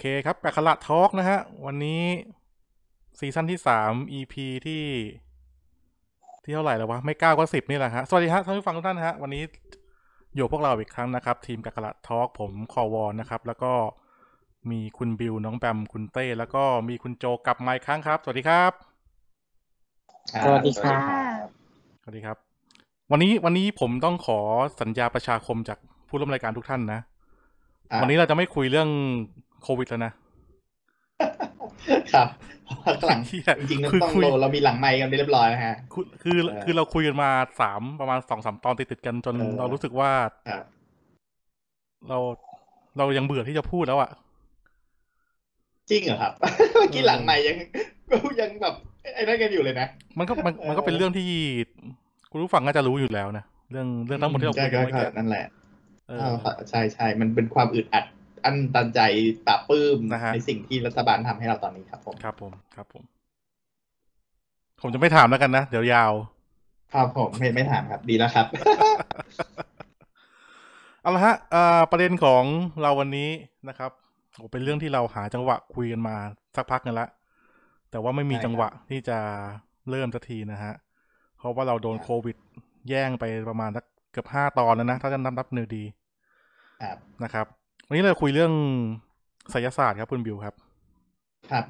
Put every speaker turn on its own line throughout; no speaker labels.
เคครับกะคละทอล์กนะฮะ วันนี้ซีซั่นที่สาม EP ที่ ที่เท่าไหร่แล้ววะ ไม่เก้าก็สิบนี่แหละฮะ สวัสดีฮะท่านผู้ฟังทุกท่านฮะ วันนี้อยู่กับพวกเราอีกครั้งนะครับ ทีมกะคละทอล์กผมคอวอนนะครับ แล้วก็มีคุณบิวน้องแบมคุณเต้ แล้วก็มีคุณโจกลับมาอีกครั้งครับ สวัสดีครับ
สวัสดีค่ะ
สวัสดีครับ วันนี้วันนี้ผมต้องขอสัญญาประชาคมจากผู้ร่วมรายการทุกท่านนะ
อ่ะ
วันนี้เราจะไม่คุยเรื่องโควิดแล้วนะ
ครับเพราะหลัง
เหี้ย
จริงๆ
คือ
ต้อง
คุย
โลเรามีหลังไมค์กันไปเรียบร้อยนะฮะ
คือคือ
เออ
คือเราคุยกันมาสามประมาณสองสามตอนติดๆกันจน
เออ
เรารู้สึกว่า
ครับ
เราเรายังเบื่อที่จะพูดแล้วอะ่ะ
จริงเหรอครับ เมื่อกี้หลังไมค์ยังยังแบบไอ้นั่นกันอยู่เลยนะ
มันก็มัน
เออ
มันก็เป็นเรื่องที่คุณผู้ฟังน่าจะรู้อยู่แล้วนะเรื่องเรื่องทั้งหมดที่เราคุ
ใช่
ยกันเมื่อ
ค
กี้
รับนั่นแหละ
เอ
เอ
อ
อใช่ใช่มันเป็นความอึดอัด อันตันใจตาปลื้ม
นะฮะ
ในสิ่งที่รัฐบาลทำให้เราตอนนี้ครับผม
ครับผมครับผม ผมจะไม่ถามแล้วกันนะ เดี๋ยวยาว
ครับผมไม่ไม่ถามครับดีแล้ว ครับ
เอาละฮะเอ่อประเด็นของเราวันนี้นะครับโอ้เป็นเรื่องที่เราหาจังหวะคุยกันมาสักพักหนึงละแต่ว่าไม่มี
ใช่ครับ
จังหวะที่จะเริ่มสักทีนะฮะ เพราะว่าเราโดน
ครับ
โควิด แย่งไปประมาณสักเกือบห้าตอนแล้วนะ ถ้าจะนับนับเนื้อดี
ครับ
นะครับ วันนี้เราคุยเรื่องไสยศาสตร์ครับคุณบิวครับ
ครับ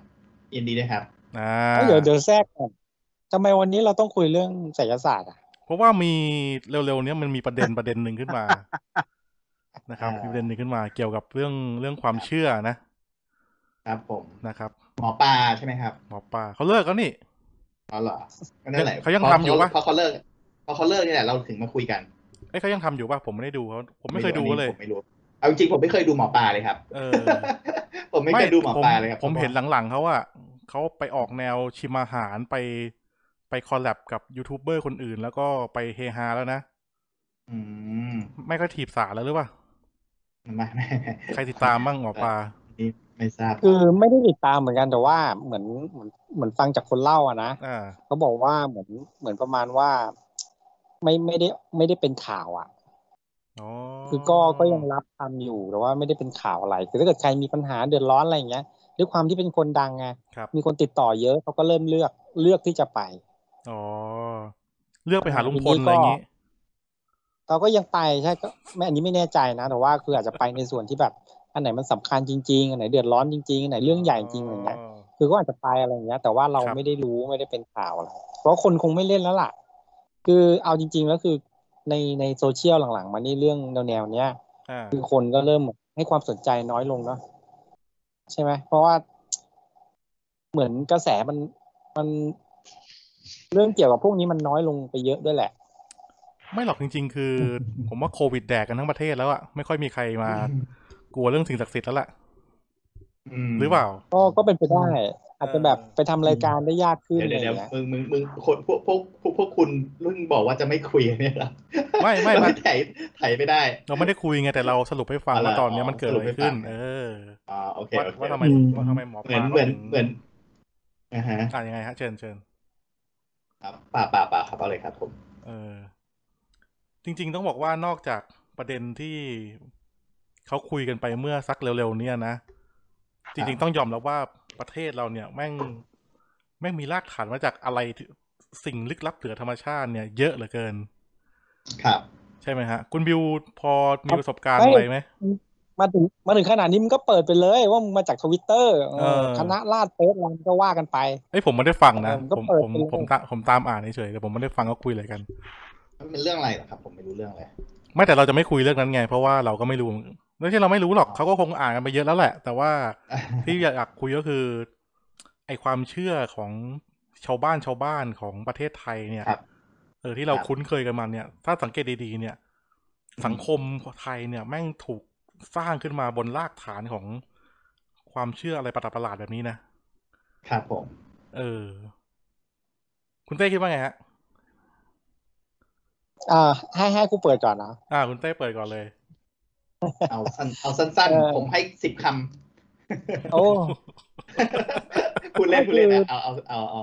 ยินดีด้วยครับ
อ่า
เอ้ยเดี๋ยวเดี๋ยวแทรกก่อนทำไมวันนี้เราต้องคุยเรื่องไสยศาสตร์อ่ะ
เพราะว่ามีเร็วๆเนี้ยมันมีประเด็น ประเด็นหนึ่งขึ้นมา นะครับ
อ่า
มี
มี
ประเด็นหนึ่งขึ้นมาเกี่ยวกับเรื่องเรื่องความเชื่อนะครับ
ผม
นะครับ
หมอปลาใช่ไหมครับ
หมอปลาเขาเลิกแล้วนี่
อ๋อเหรอนั่นแหละ
เขายัง
พ
ทำอยู่ปะ
เพราะเขาเลิกเพราะเขาเลิกนี่แหละเราถึงมาคุยกัน
เอ้ยเขายังทำอยู่ป่ะ ผมไม่ได้ดูเขาผมไม่เคยดูเขาเลย
ผมไม่รู้ เอาจริงๆผมไม่เคยดูหมอปลาเลยครับ
เออ
ผมไม่เคยดูหมอปลาเลยครับ
ผมเห็นหลังๆเขาอะเขาไปออกแนวชิมอาหารไปไปคอลแลบกับยูทูบเบอร์คนอื่น แล้วก็ไปเฮฮาแล้วนะ
อืม
ไม่ค่อยถีบสารแล้วหรือเปล่า
ไม่ไม่
ใครติดตามบ้างหมอปลา
นี่ไม่ทราบ
คือไม่ได้ติดตามเหมือนกันแต่ว่าเหมือนเหมือนเหมือนฟังจากคนเล่าอ่ะนะ
อ่า
เขาบอกว่าเหมือนเหมือนประมาณว่า ไม่ไม่ได้ไม่ได้เป็นข่าวอ่ะ
อ๋อ
คือก็ก็ยังรับทำอยู่แต่ว่าไม่ได้เป็นข่าวอะไรคือถ้าเกิดใครมีปัญหาเดือดร้อนอะไรอย่างเงี้ยด้วยความที่เป็นคนดังไง
ครับ
มีคนติดต่อเยอะเขาก็เริ่มเลือกเลือกที่จะไป
อ๋อเลือกไปหาลุงพลอะไรอย่างงี้
เราก็ยังไปใช่ก็ไม่อันนี้ไม่แน่ใจนะ แต่ว่าคืออาจจะไปในส่วนที่แบบอันไหนมันสำคัญจริงๆอันไหนเดือดร้อนจริงๆอันไหนเรื่องใหญ่จริงอย่างเงี้ย คือก็อาจจะไปอะไรอย่างเงี้ย แต่ว่าเรา
ครับ
ไม่ได้รู้ไม่ได้เป็นข่าวอะไรเพราะคนคงไม่เล่นแล้วล่ะ คือเอาจริงๆแล้วคือในในโซเชียลหลังๆ มานี่เรื่องแนวๆเนี้ย
อ่า
คือคนก็เริ่มให้ความสนใจน้อยลงเนาะใช่ไหมเพราะว่าเหมือนกระแสมันมันเรื่องเกี่ยวกับพวกนี้มันน้อยลงไปเยอะด้วยแหละ
ไม่หรอกจริง ๆ คือ ผมว่าโควิดแดกกันทั้งประเทศแล้วอะไม่ค่อยมีใครมา
อืม
กลัวเรื่องสิ่งศักดิ์สิทธิ์แล้วล่ะ
ม
หรือเปล่า
ก็ก็เป็นไปได้ อาจจะแบบไปทำรายการได้ยากขึ้น
เดี๋ยว
อะไร
เดี๋ยว
เงี้ย
มึงมึงมึงคนพวกพวกพวกพวกคุณรุ่นบอกว่าจะไม่คุยเนี่ยเหรอ
ไม่ไม่
เรา
ไม่
ไถ่ไถ่ไม่ได้
เราไม่ได้คุยไงแต่เราสรุปให้ฟัง
อ๋อเหรอ
ว่าตอนเนี้ยมันเกิดอะไรขึ้น
สรุปให้ฟัง
เออ
อ่าโอเค
ว่า
โอเค
ว่าทำไม
อืม
ว่าทำไมหมอป
เหมือ
ลาน ขา
เหมือน
ถึง
เหมือนอ่าฮะ
อ่ะยังไงฮะเชิญเชิญ
ครับป่าป่าป่าครับเอาเลยครับ ผม
เออ จริง ๆ ต้องบอกว่านอกจากประเด็นที่เขาคุยกันไปเมื่อสักเร็วๆเนี้ยนะจริง ๆ ต้องยอมรับว่าประเทศเราเนี่ย แม่งแม่งมีรากฐานมาจากอะไรที่สิ่งลึกลับเหนือธรรมชาติเนี่ย เยอะเหลือเกิน
ครับ
ใช่ไหมฮะ คุณบิวพอมีประสบการณ์อะไรไหม
มาถึงมาถึงขนาดนี้มันก็เปิดไปเลยว่ามึงมาจากทวิตเตอร์
เออ
คณะราดเฟซอะไรก็ว่ากันไป
เอ้ยผมไม่ได้ฟังนะ
เออมันก็
ผม
เปิด
ผม
ไปเลย
ผมตาผมตามอ่านเฉยๆแต่ผมไม่ได้ฟังเขาคุยอะไรกัน
มันเป็นเรื่องอะไรเหรอครับ ผมไม่รู้เรื่องเลย
ไม่แต่เราจะไม่คุยเรื่องนั้นไง เพราะว่าเราก็ไม่รู้ไม่ใช่เราไม่รู้หรอกเขาก็คงอ่านกันไปเยอะแล้วแหละ แต่ว่าที่อยากคุยก็คือ ไอความเชื่อของชาวบ้านชาวบ้านของประเทศไทยเนี่ย
ครับ
เออที่เรา
ครับ
คุ้นเคยกันมาเนี่ย ถ้าสังเกตดีๆเนี่ย
อืม
สังคมไทยเนี่ย แม่งถูกสร้างขึ้นมาบนรากฐานของความเชื่ออะไรประหลาดๆแบบนี้นะครับ
ผม
เออ คุณเต้คิดว่าไงฮะ
อ่าให้ให้กูเปิดก่อนนะ
อ่า คุณเต้เปิดก่อนเลย
เอาสั้นเอาสั้น
เออ
ๆ ผมให้สิบค
โอ้
ำ คุณเล่นคุณเล่นนะเอาเอาเอาเอา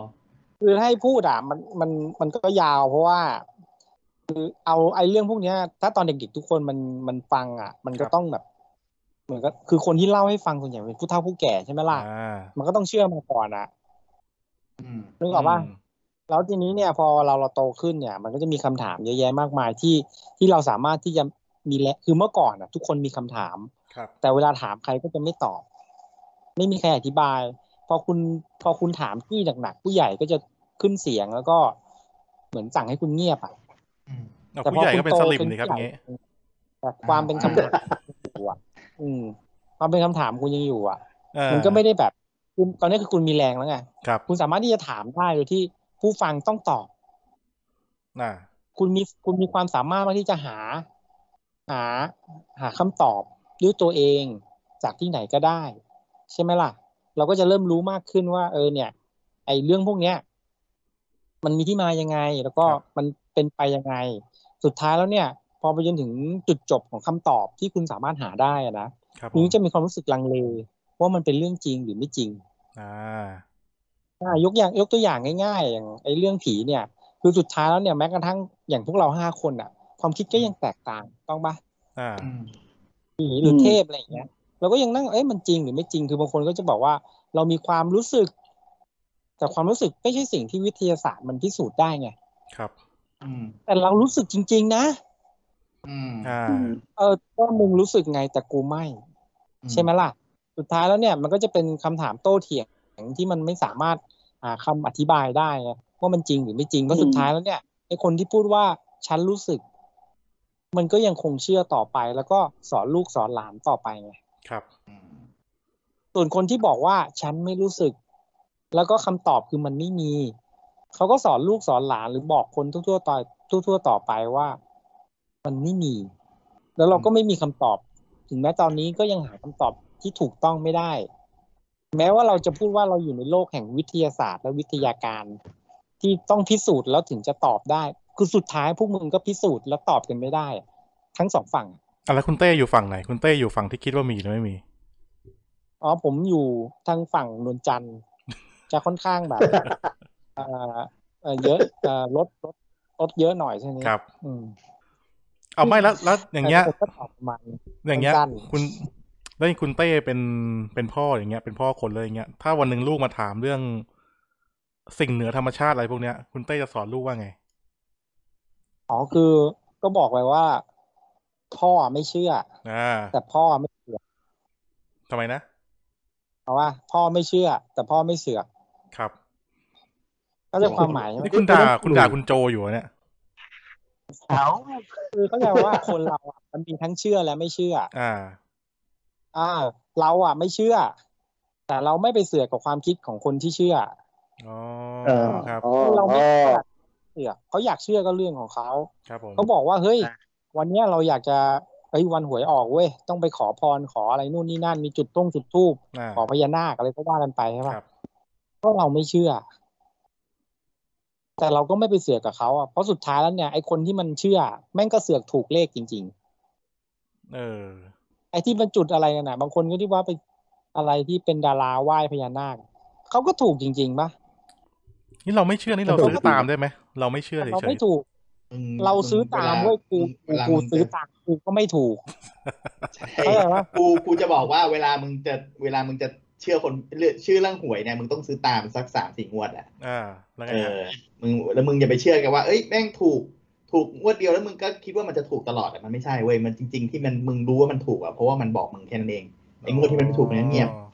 คือให้พูดอ่ะมันมันมันก็ยาวเพราะว่า คือเอาไอ้เรื่องพวกเนี้ย ถ้าตอนเด็กๆทุกคนมันมันฟังอ่ะ มันก็
ครับ
ต้องแบบ เหมือนก็คือคนที่เล่าให้ฟังส่วนใหญ่เป็นผู้เฒ่าผู้แก่ใช่ไหมล่ะ
อ่า
มันก็ต้องเชื่อมาก่อนอะ
อืม
นึกออกป่ะ
ม
แล้วทีนี้เนี่ยพอเราเราโตขึ้นเนี่ย มันก็จะมีคำถามเยอะแยะมากมายที่ที่เราสามารถที่จะมีและคือเมื่อก่อนอ่ะ ทุกคนมีคำถาม
ครับ
แต่เวลาถามใครก็จะไม่ตอบ ไม่มีใครอธิบาย พอคุณพอคุณถามที่หนักๆผู้ใหญ่ก็จะขึ้นเสียงแล้วก็เหมือนสั่งให้คุณเงียบอ่ะ
อืม
เอา
แต่
ผู้
พอ
ใหญ่
คุณ
ก็เป็น
โต
สลิม
ป็
นี่ครับ
ผู้ใหญ่
งี้
แต่ความเป็นคำถามอยู่อ่ะอืม ความเป็นคำถามคุณยังอยู่อ่ะ
เออ
มันก็ไม่ได้แบบคุณตอนนี้คือคุณมีแรงแล้วไง
ครับ
คุณสามารถที่จะถามได้โดยที่ผู้ฟังต้องตอบ
น่ะ
คุณมีคุณมีความสามารถมากที่จะหา หา หาคำตอบด้วยตัวเองจากที่ไหนก็ได้ ใช่ไหมล่ะ เราก็จะเริ่มรู้มากขึ้นว่า เออเนี่ย ไอเรื่องพวกเนี้ย มันมีที่มายังไง แล้วก็มันเป็นไปยังไง สุดท้ายแล้วเนี่ย พอไปจนถึงจุดจบของคำตอบที่คุณสามารถหาได้อะนะครับ
ผ
คุณ
ม
ก็จะมีความรู้สึกลังเลว่ามันเป็นเรื่องจริงหรือไม่จริง
อ่า
อ่ายกอย่างยกตัวอย่างง่ายๆ อย่างไอ้เรื่องผีเนี่ย คือสุดท้ายแล้วเนี่ยแม้กระทั่งอย่างพวกเราห้าคนอ่ะ ความคิดก็ยังแตกต่างต้องปะ
อ่า
อืม
ผีหรืออ
ม
เทพอะไรอย่างเงี้ยเราก็ยังนั่งเอ้ยมันจริงหรือไม่จริงคือบางคนก็จะบอกว่า เรามีความรู้สึก แต่ความรู้สึกไม่ใช่สิ่งที่วิทยาศาสตร์มันพิสูจน์ได้ไง
ครับ
อืม
แต่เรารู้สึกจริง ๆ นะ
อืม
อ่า
อืม
เออว่ามึงรู้สึกไงแต่กูไม่ ใช่ไหมล่ะ สุดท้ายแล้วเนี่ยมันก็จะเป็นคำถามโต้เถียงที่มันไม่สามารถหาคำอธิบายได้ไงว่ามันจริงหรือไม่จริงเพราะ
อืม
สุดท้ายแล้วเนี่ยไอ้คนที่พูดว่าฉันรู้สึก มันก็ยังคงเชื่อต่อไป แล้วก็สอนลูกสอนหลานต่อไปไง
ครับ
อืม
ส่วนคนที่บอกว่าฉันไม่รู้สึก แล้วก็คำตอบคือมันไม่มีเขาก็สอนลูกสอนหลานหรือบอกคนทั่วๆต่อทั่ว ๆ ต่อไปว่า มันไม่มี แล้วเราก็ไม่มีคำตอบ ถึงแม้ตอนนี้ก็ยังหาคำตอบที่ถูกต้องไม่ได้ แม้ว่าเราจะพูดว่าเราอยู่ในโลกแห่งวิทยาศาสตร์และวิทยาการ ที่ต้องพิสูจน์แล้วถึงจะตอบได้ คือสุดท้ายพวกมึงก็พิสูจน์แล้วตอบกันไม่ได้ ทั้งสองฝั่ง
อ่ะแล้วคุณเต้อยู่ฝั่งไหน คุณเต้อยู่ฝั่งที่คิดว่ามีหรือไม่มี
อ๋อผมอยู่ทางฝั่งนวลจันทร์จะค่อนข้าง แบบเอ่อเอ่อเยอะเอ่อลดลดลดเยอะหน่อยใช่ไหม
ครับ
อืม
เอาไม่แล้วแล้วอย่างเงี้ย
แต่ผมก็ตอบประมาณ
อย่างเงี้ย
สั้น
คุณแล้วอย่างคุณเต้เป็นเป็นพ่ออย่างเงี้ย เป็นพ่อคนเลยอย่างเงี้ยถ้าวันหนึ่งลูกมาถามเรื่อง สิ่งเหนือธรรมชาติอะไรพวกเนี้ย คุณเต้จะสอนลูกว่าไง
อ๋อคือก็บอกไปว่า พ่อไม่เชื่อ
อ่า
แต่พ่อไม่เสือก
ทำไมนะ
เพราะว่า พ่อไม่เชื่อ แต่พ่อไม่เสือก
ครับ
ก็จะความหมายใช่ไหม
นี่คุณด่าคุณด่าคุณโจอยู่เหรอเนี่ย
เอา
คือเข้าใจว่าคนเราอ่ะมันมีทั้งเชื่อและไม่เชื่อ
อ่า
อ่า เราอ่ะไม่เชื่อ แต่เราไม่ไปเสือกกับความคิดของคนที่เชื่อ
อ๋อ
เออ
ครับ
อ๋อ
เราไม่
อ๋อ
เสือกเขาอยากเชื่อก็เรื่องของเขา
ครับผม
เขาบอกว่าเฮ้ย
อ่ะ
วันเนี้ยเราอยากจะเฮ้ยวันหวยออกเว้ยต้องไปขอพรขออะไรนู่นนี่นั่นมีจุดต้งจุดทูบ
อ่า
ขอพญานาคอะไรก็ว่ากันไปใช่
ค
ปะ
รับ
ก็เราไม่เชื่อ แต่เราก็ไม่ไปเสือกกับเขาอ่ะเพราะสุดท้ายแล้วเนี่ยไอ้คนที่มันเชื่อ แม่งก็เสือกถูกเลขจริง
เออ
ๆ ไอ้ที่มันจุดอะไรนั่นน่ะ บางคนก็ที่ว่าไปอะไรที่เป็นดาราไหว้พญานาคเขาก็ถูกจริงๆปะ
นี่เราไม่เชื่อนี่เราซื้อตามได้ไหม เราไม่เชื่อ
เรา
เฉย
ไม่ถูก
อืม
เราซื้อตามเว้ยกู
เวลา
กู
มึง
ซื้อตามกูก็ไม่ถูก
ใช่
เข้าใจปะ
กูกูจะบอกว่าเวลามึงจะเวลามึงจะเชื่อคนเลือกชื่อเรื่องหวยเนี่ยมึงต้องซื้อตามสักสามสี่งวดอ่ะ
ๆอ่า แล้วไง
เอ
ฮะ
อมึงแล้วมึงอย่าไปเชื่อกันว่าเอ้ยแม่งถูกถูกงวดเดียวแล้วมึงก็คิดว่ามันจะถูกตลอดอะมันไม่ใช่เว้ยมันจริง ๆ ที่มันมึงรู้ว่ามันถูกอ่ะเพราะว่ามันบอกมึงแค่นั้นเองไอ้งวดที่มันไม่ถูกมันเงียบ
อ๋อ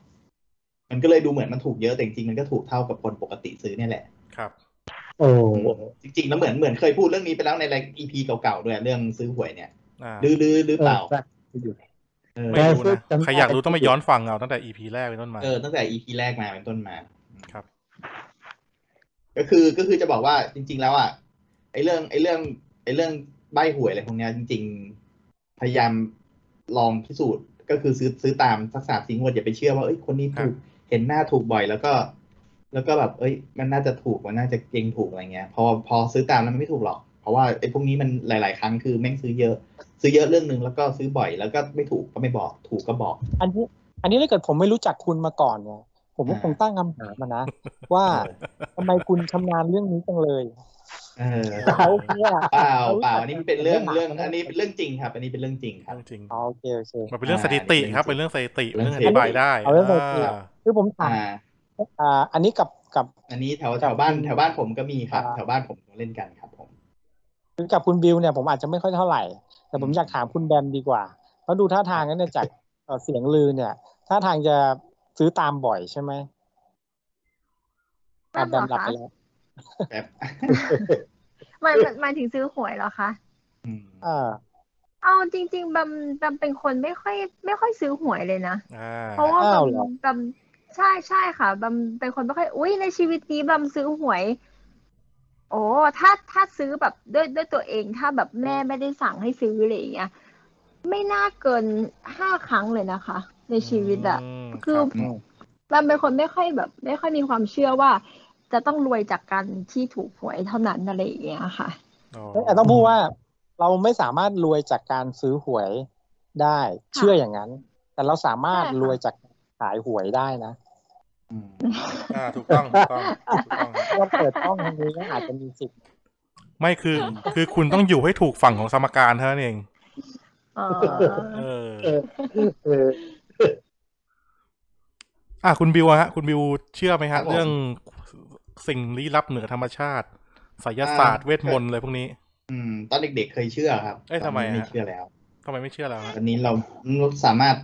มันก็เลยดูเหมือนมันถูกเยอะแต่จริงๆมันก็ถูกเท่ากับคนปกติซื้อเนี่ยแหละ
ครับ
โอ้โห
จริงๆแล้วเหมือนเหมือนเคยพูดเรื่องนี้ไปแล้วในราย EP เก่าๆด้วยเรื่องซื้อหวยเนี่ย
อ่า
ลือลือลือเปล่า
ไม่รู้นะ
จำได้
ใครอยากรู้ต้องไปย้อนฟังเอาตั้งแต่ EP แรกเป็นต้นมา
เออตั้งแต่ EP แรกมาเป็นต้นมา
ครับ
ก็คือก็คือจะบอกว่าจริง ๆ แล้วอ่ะไอ้เรื่องไอ้เรื่องไอ้เรื่องใบหวยอะไรพวกเนี้ยจริง ๆ พยายามลองพิสูจน์ ก็คือซื้อซื้อตามสักสามสี่งวดอย่าไปเชื่อว่าเอ้ยคนนี้ถูกเห็นหน้าถูกบ่อยแล้วก็ แล้วก็แบบ เอ้ย มันน่าจะถูกมันน่าจะเก่งถูกอะไรเงี้ยพอพอซื้อตามแล้วมันไม่ถูกหรอก เพราะว่าไอ้พวกนี้มันหลาย ๆ ครั้งคือแม่งซื้อเยอะ ซื้อเยอะเรื่องหนึ่งแล้วก็ซื้อบ่อยแล้วก็ไม่ถูกก็ไม่บอก ถูกก็บอก
อันนี้ อันนี้ถ้าเกิดผมไม่รู้จักคุณมาก่อนเนี่ยผมก็
อ่า
คงตั้งคำถามมานะว่าทำไมคุณชำนาญเรื่องนี้จังเลย
เออ
เขาเนี่ย
เปล่าเปล่า
เขารู้จัก
อันนี้มันเป็นเรื่อง
เป็นหนัง
เรื่องอันนี้เป็นเรื่องจริงครับ อันนี้เป็นเรื่องจริงครับ
เรื่องจริง
อ๋อโอเคโอเค
มันเป็นเรื่องสถิติครับ เป็นเรื่องสถิติ เป็นเรื่องอธิบายได้
เอาเรื่องสถิติ
อ่า
คือผมถาม
อ่า
อ่าอันนี้กับกับ
อันนี้แถวแถวบ้านแถวบ้านผมก็มีครับ
อ่า
แถวบ้านผมก็เล่นกันครับ ผม
กับคุณบิวเนี่ยผมอาจจะไม่ค่อยเท่าไหร่ แต่ผม
อืม
อยากถามคุณแบมดีกว่าเพราะดูท่าทางนั้นเนี่ยจากเอ่อเสียงลือเนี่ยท่าทางจะซื้อตามบ่อยใช่ไหมอ่ะแบมหลับไปแล้ว
แบบ
หมายหมายถึงซื้อหวยเหรอคะ
อืม
อ่า
เอาจริงๆบำบำเป็นคนไม่ค่อย ไม่ค่อยซื้อหวยเลยนะ
อ่า
เพราะว่าบํ
อ้าวเหรอ
บํใช่ใช่ค่ะบํเป็นคนไม่ค่อย อุ้ยในชีวิตนี้บํซื้อหวย โอ้ถ้าถ้าซื้อแบบด้วยด้วยตัวเอง ถ้าแบบแม่ไม่ได้สั่งให้ซื้ออะไรอย่างเงี้ย ไม่น่าเกินห้าครั้งเลยนะคะ ในชีวิตอะ
ม
คือ
รับ
บํเป็นคนไม่ค่อยแบบ ไม่ค่อยมีความเชื่อว่า จะต้องรวยจากการที่ถูกหวยเท่านั้นอะไรอย่างเงี้ยค่ะ
เอ้ยแต่ต้องพูดว่าเราไม่สามารถรวยจากการซื้อหวยได้ เชื่ออย่างนั้น แต่เราสามารถ
ใช่ค่ะ
รวยจากการขายหวยได้นะ
อืม
อ่าถูกต้องถูกต้องถูกต้องครับ
ถ้าเปิดกล้องตรงนี้ก็อาจจะมีสิทธิ์
ไม่คือ คือคุณต้องอยู่ให้ถูกฝั่งของสมการเท่านั้นเอง
อ๋ อ
เออ
เออเออ
อ่ะคุณบิวอะฮะ คุณบิวเชื่อไหมฮะ เรื่องสิ่งลี้ลับเหนือธรรมชาติไสยศาสตร์เวทมนต์อะไรพวกนี้
อืมตอนเด็กๆเคยเชื่อครับ
เอ้ยทำไม
ตนนี้
ฮะ
เชื่อแล้ว
ทำไมไม่เชื่อแล้วฮะ
ตอนนี้เราเราสามารถ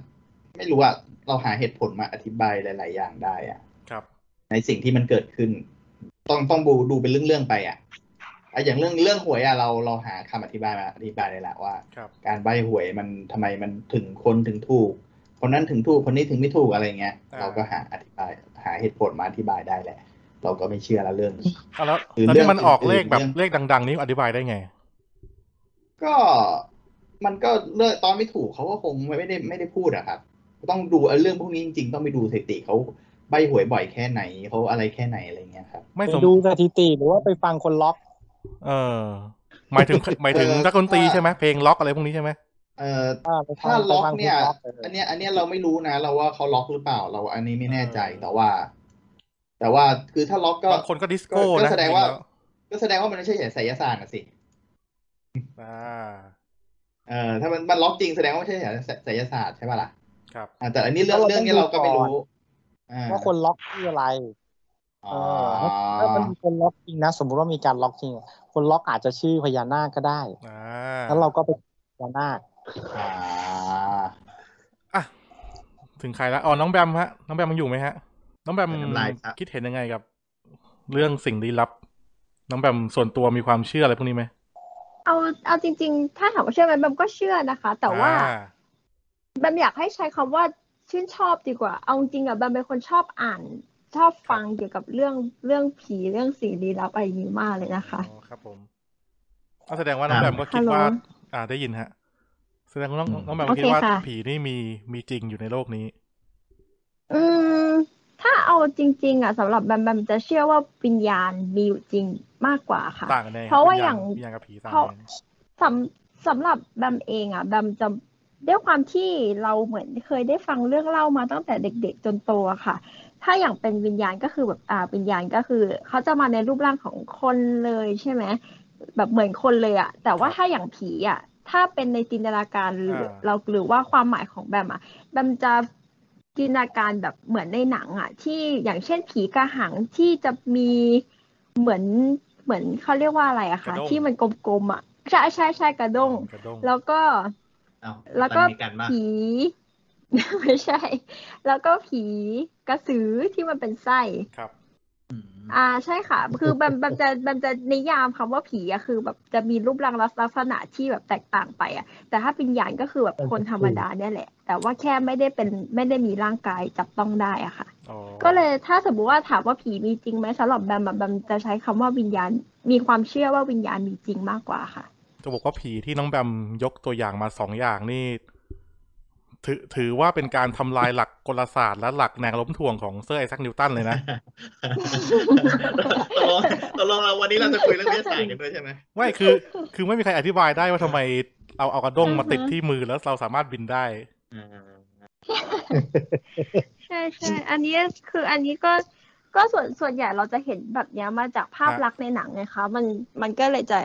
ไม่รู้อะเราหาเหตุผลมาอธิบายหลาย ๆ อย่างได้อะ
ครับ
ในสิ่งที่มันเกิดขึ้น ต้องต้องดูดูเป็นเรื่อง ๆ ไปอะอะอย่างเรื่องเรื่องหวยอะเราเราหาคำอธิบายมาอธิบายเลยละว่า
ครับ
การใบหวยมันทำไมมันถึงคนถึงถูก คนนั้นถึงถูกคนนี้ถึงไม่ถูกอะไรเงี้ย
อ่า
เราก็หาอธิบายหาเหตุผลมาอธิบายได้แหละ เราก็ไม่เชื่อละเรื่องนี้
อ่ะแล้ว
หรือ
แล้ว
เรื่
ที่
อง
มันออกเลขแบบ
อื่นๆ
เลขดัง ๆ นี้อธิบายได้ไง
ก็มันก็เลือกตอนไม่ถูกเขาก็คงไม่ได้ไม่ได้พูดอะครับ ต้องดูเรื่องพวกนี้จริงๆ ต้องไปดูสถิติเขาใบหวยบ่อยแค่ไหนเขาอะไรแค่ไหนอะไรเงี้ยครับ
ไม่
ไป
สม
ดูสถิติหรือว่าไปฟังคนล็อก
เออ ห มายถึง หมายถึงนักดนตรีใช่ไหมเพลงล็อกอะไรพวกนี้ใช่ไหม
เอ่อ
อ่ไปฟัง
ถ้าล็อก
ไปฟัง
เนี่ย
คุณล็อกเอออ
อันเนี้ย อันเนี้ยเราไม่รู้นะ เราว่าเขาล็อกหรือเปล่า เราอันนี้ไม่แน่ใจ
เออ
แต่ว่า แต่ว่าคือถ้าล็อกก็
บางคนก็ดิสโก้
ก็
นะ
แสดงว่า
จริๆล้
ก็แสดงว่ามันไม่ใช่ไสยศาสตร์นะสิ
อ่า
เออถ้ามันมันล็อกจริงแสดงว่าไม่ใช่ไสยศาสตร์ใช่ป่ะล่ะ
ครับ
อ่าแต่อันนี้เรื่องเรื่องเนี้ยเราก็ไม่รู้อ่า
ว่าคนล็อกคืออะไร
อ๋
เอ
อ
อถ้ามันมีคนล็อกจริงนะ สมมุติว่ามีการล็อกจริง คนล็อกอาจจะชื่อพญานาคก็ได้
อ่า
แล้วเราก็ไปพญานาค
อ่า
อ่ะถึงใครแล้วอ๋อน้องแบมฮะ น้องแบมมันอยู่ไหมฮะ น้องแบม
เป็นน้ำลายครับ
คิดเห็นยังไงกับ เรื่องสิ่งลี้ลับ น้องแบมส่วนตัวมีความเชื่ออะไรพวกนี้ไหม
เอาเอาจริงๆ ถ้าถามว่าเชื่อไหมแบมก็เชื่อนะคะ แต่ว่า
อ่
แบมอยากให้ใช้คำว่าชื่นชอบดีกว่า เอาจริงๆอะแบมเป็นคนชอบอ่าน ชอบฟังเกี่ยวกับเรื่องเรื่องผีเรื่องสิ่งลี้ลับอะไรอย่างนี้มากเลยนะคะ
อ๋อครับผมก็แสดงว่าน้องแบมก็คิดว่า
ฮัลโหล
อ่าได้ยินฮะ แสดงว่าน้อง
อืม
น้องแบม
โอเค
คิดว่า
ค่ะ
ผีนี่มีมีจริงอยู่ในโลกนี้
อืม ถ้าเอาจริง ๆอะสำหรับแบมแบมจะเชื่อว่าวิญญาณมีอยู่จริงมากกว่าค่ะ
ต่างกันไง
เพราะว่า
วิญญณ
อย่าง
วิญญาณกับผีต่าง
เพราะ
กัน
สำสำหรับแบมเองอ่ะแบมจะด้วยความที่เราเหมือนเคยได้ฟังเรื่องเล่ามาตั้งแต่เด็กๆจนโตอะค่ะ ถ้าอย่างเป็นวิญญาณก็คือแบบอ่าวิญญาณก็คือเขาจะมาในรูปร่างของคนเลยใช่ไหมแบบเหมือนคนเลยอะแต่ว่าถ้าอย่างผีอะถ้าเป็นในจินตนาการหรือ
อ่า
เราหรือว่าความหมายของแบมอะแบมจะจินตนาการแบบเหมือนในหนังอะที่อย่างเช่นผีกระหังที่จะมีเหมือนเหมือนเขาเรียกว่าอะไรอะคะที่มันกลมๆอะใช่ใช่ใช่กระด้ง
กระด้ง
แล้วก็
เอ้า
แล้วก็
มันมีกันมาก
ผี ไม่ใช่ แล้วก็ผีกระสือที่มันเป็นไส้
ครับ
อ่าใช่ค่ะ คือแบมแบมจะแบมจะนิยามคำว่าผีอะคือแบบจะมีรูปร่างลักษณะที่แบบแตกต่างไปอะแต่ถ้าวิญญาณก็คือแบบคนธรรมดาเนี่ยแหละ แต่ว่าแค่ไม่ได้เป็นไม่ได้มีร่างกายจับต้องได้อะค่ะ
อ๋อ
ก็เลยถ้าสมมติว่าถามว่าผีมีจริงไหมสำหรับแบมอะแบมจะใช้คำว่าวิญญาณ มีความเชื่อว่าวิญญาณมีจริงมากกว่าค่ะ
จะบอกว่าผีที่น้องแบมยกตัวอย่างมาสองอย่างนี่ ถือถือว่าเป็นการทำลายหลักกลศาสตร์และหลักแนวโน้มถ่วงของเซอร์ไอแซคนิวตันเลย นะ
ตกลงตกลงเราวันนี้เราจะคุยเรื่องวิทยาศาสตร์กันด้วยใช่ไหม
ไม่คือ คือไม่มีใครอธิบายได้ว่าทำไมเอาเอากระด้งมาติดที่มือแล้วเราสามารถบินได้
อ่า
ใช่ใช่ อันนี้คืออันนี้ก็ ก็ส่วนส่วนใหญ่เราจะเห็นแบบเนี้ยมาจากภาพลักษณ์ในหนังไงคะมันมันก็เลยจะ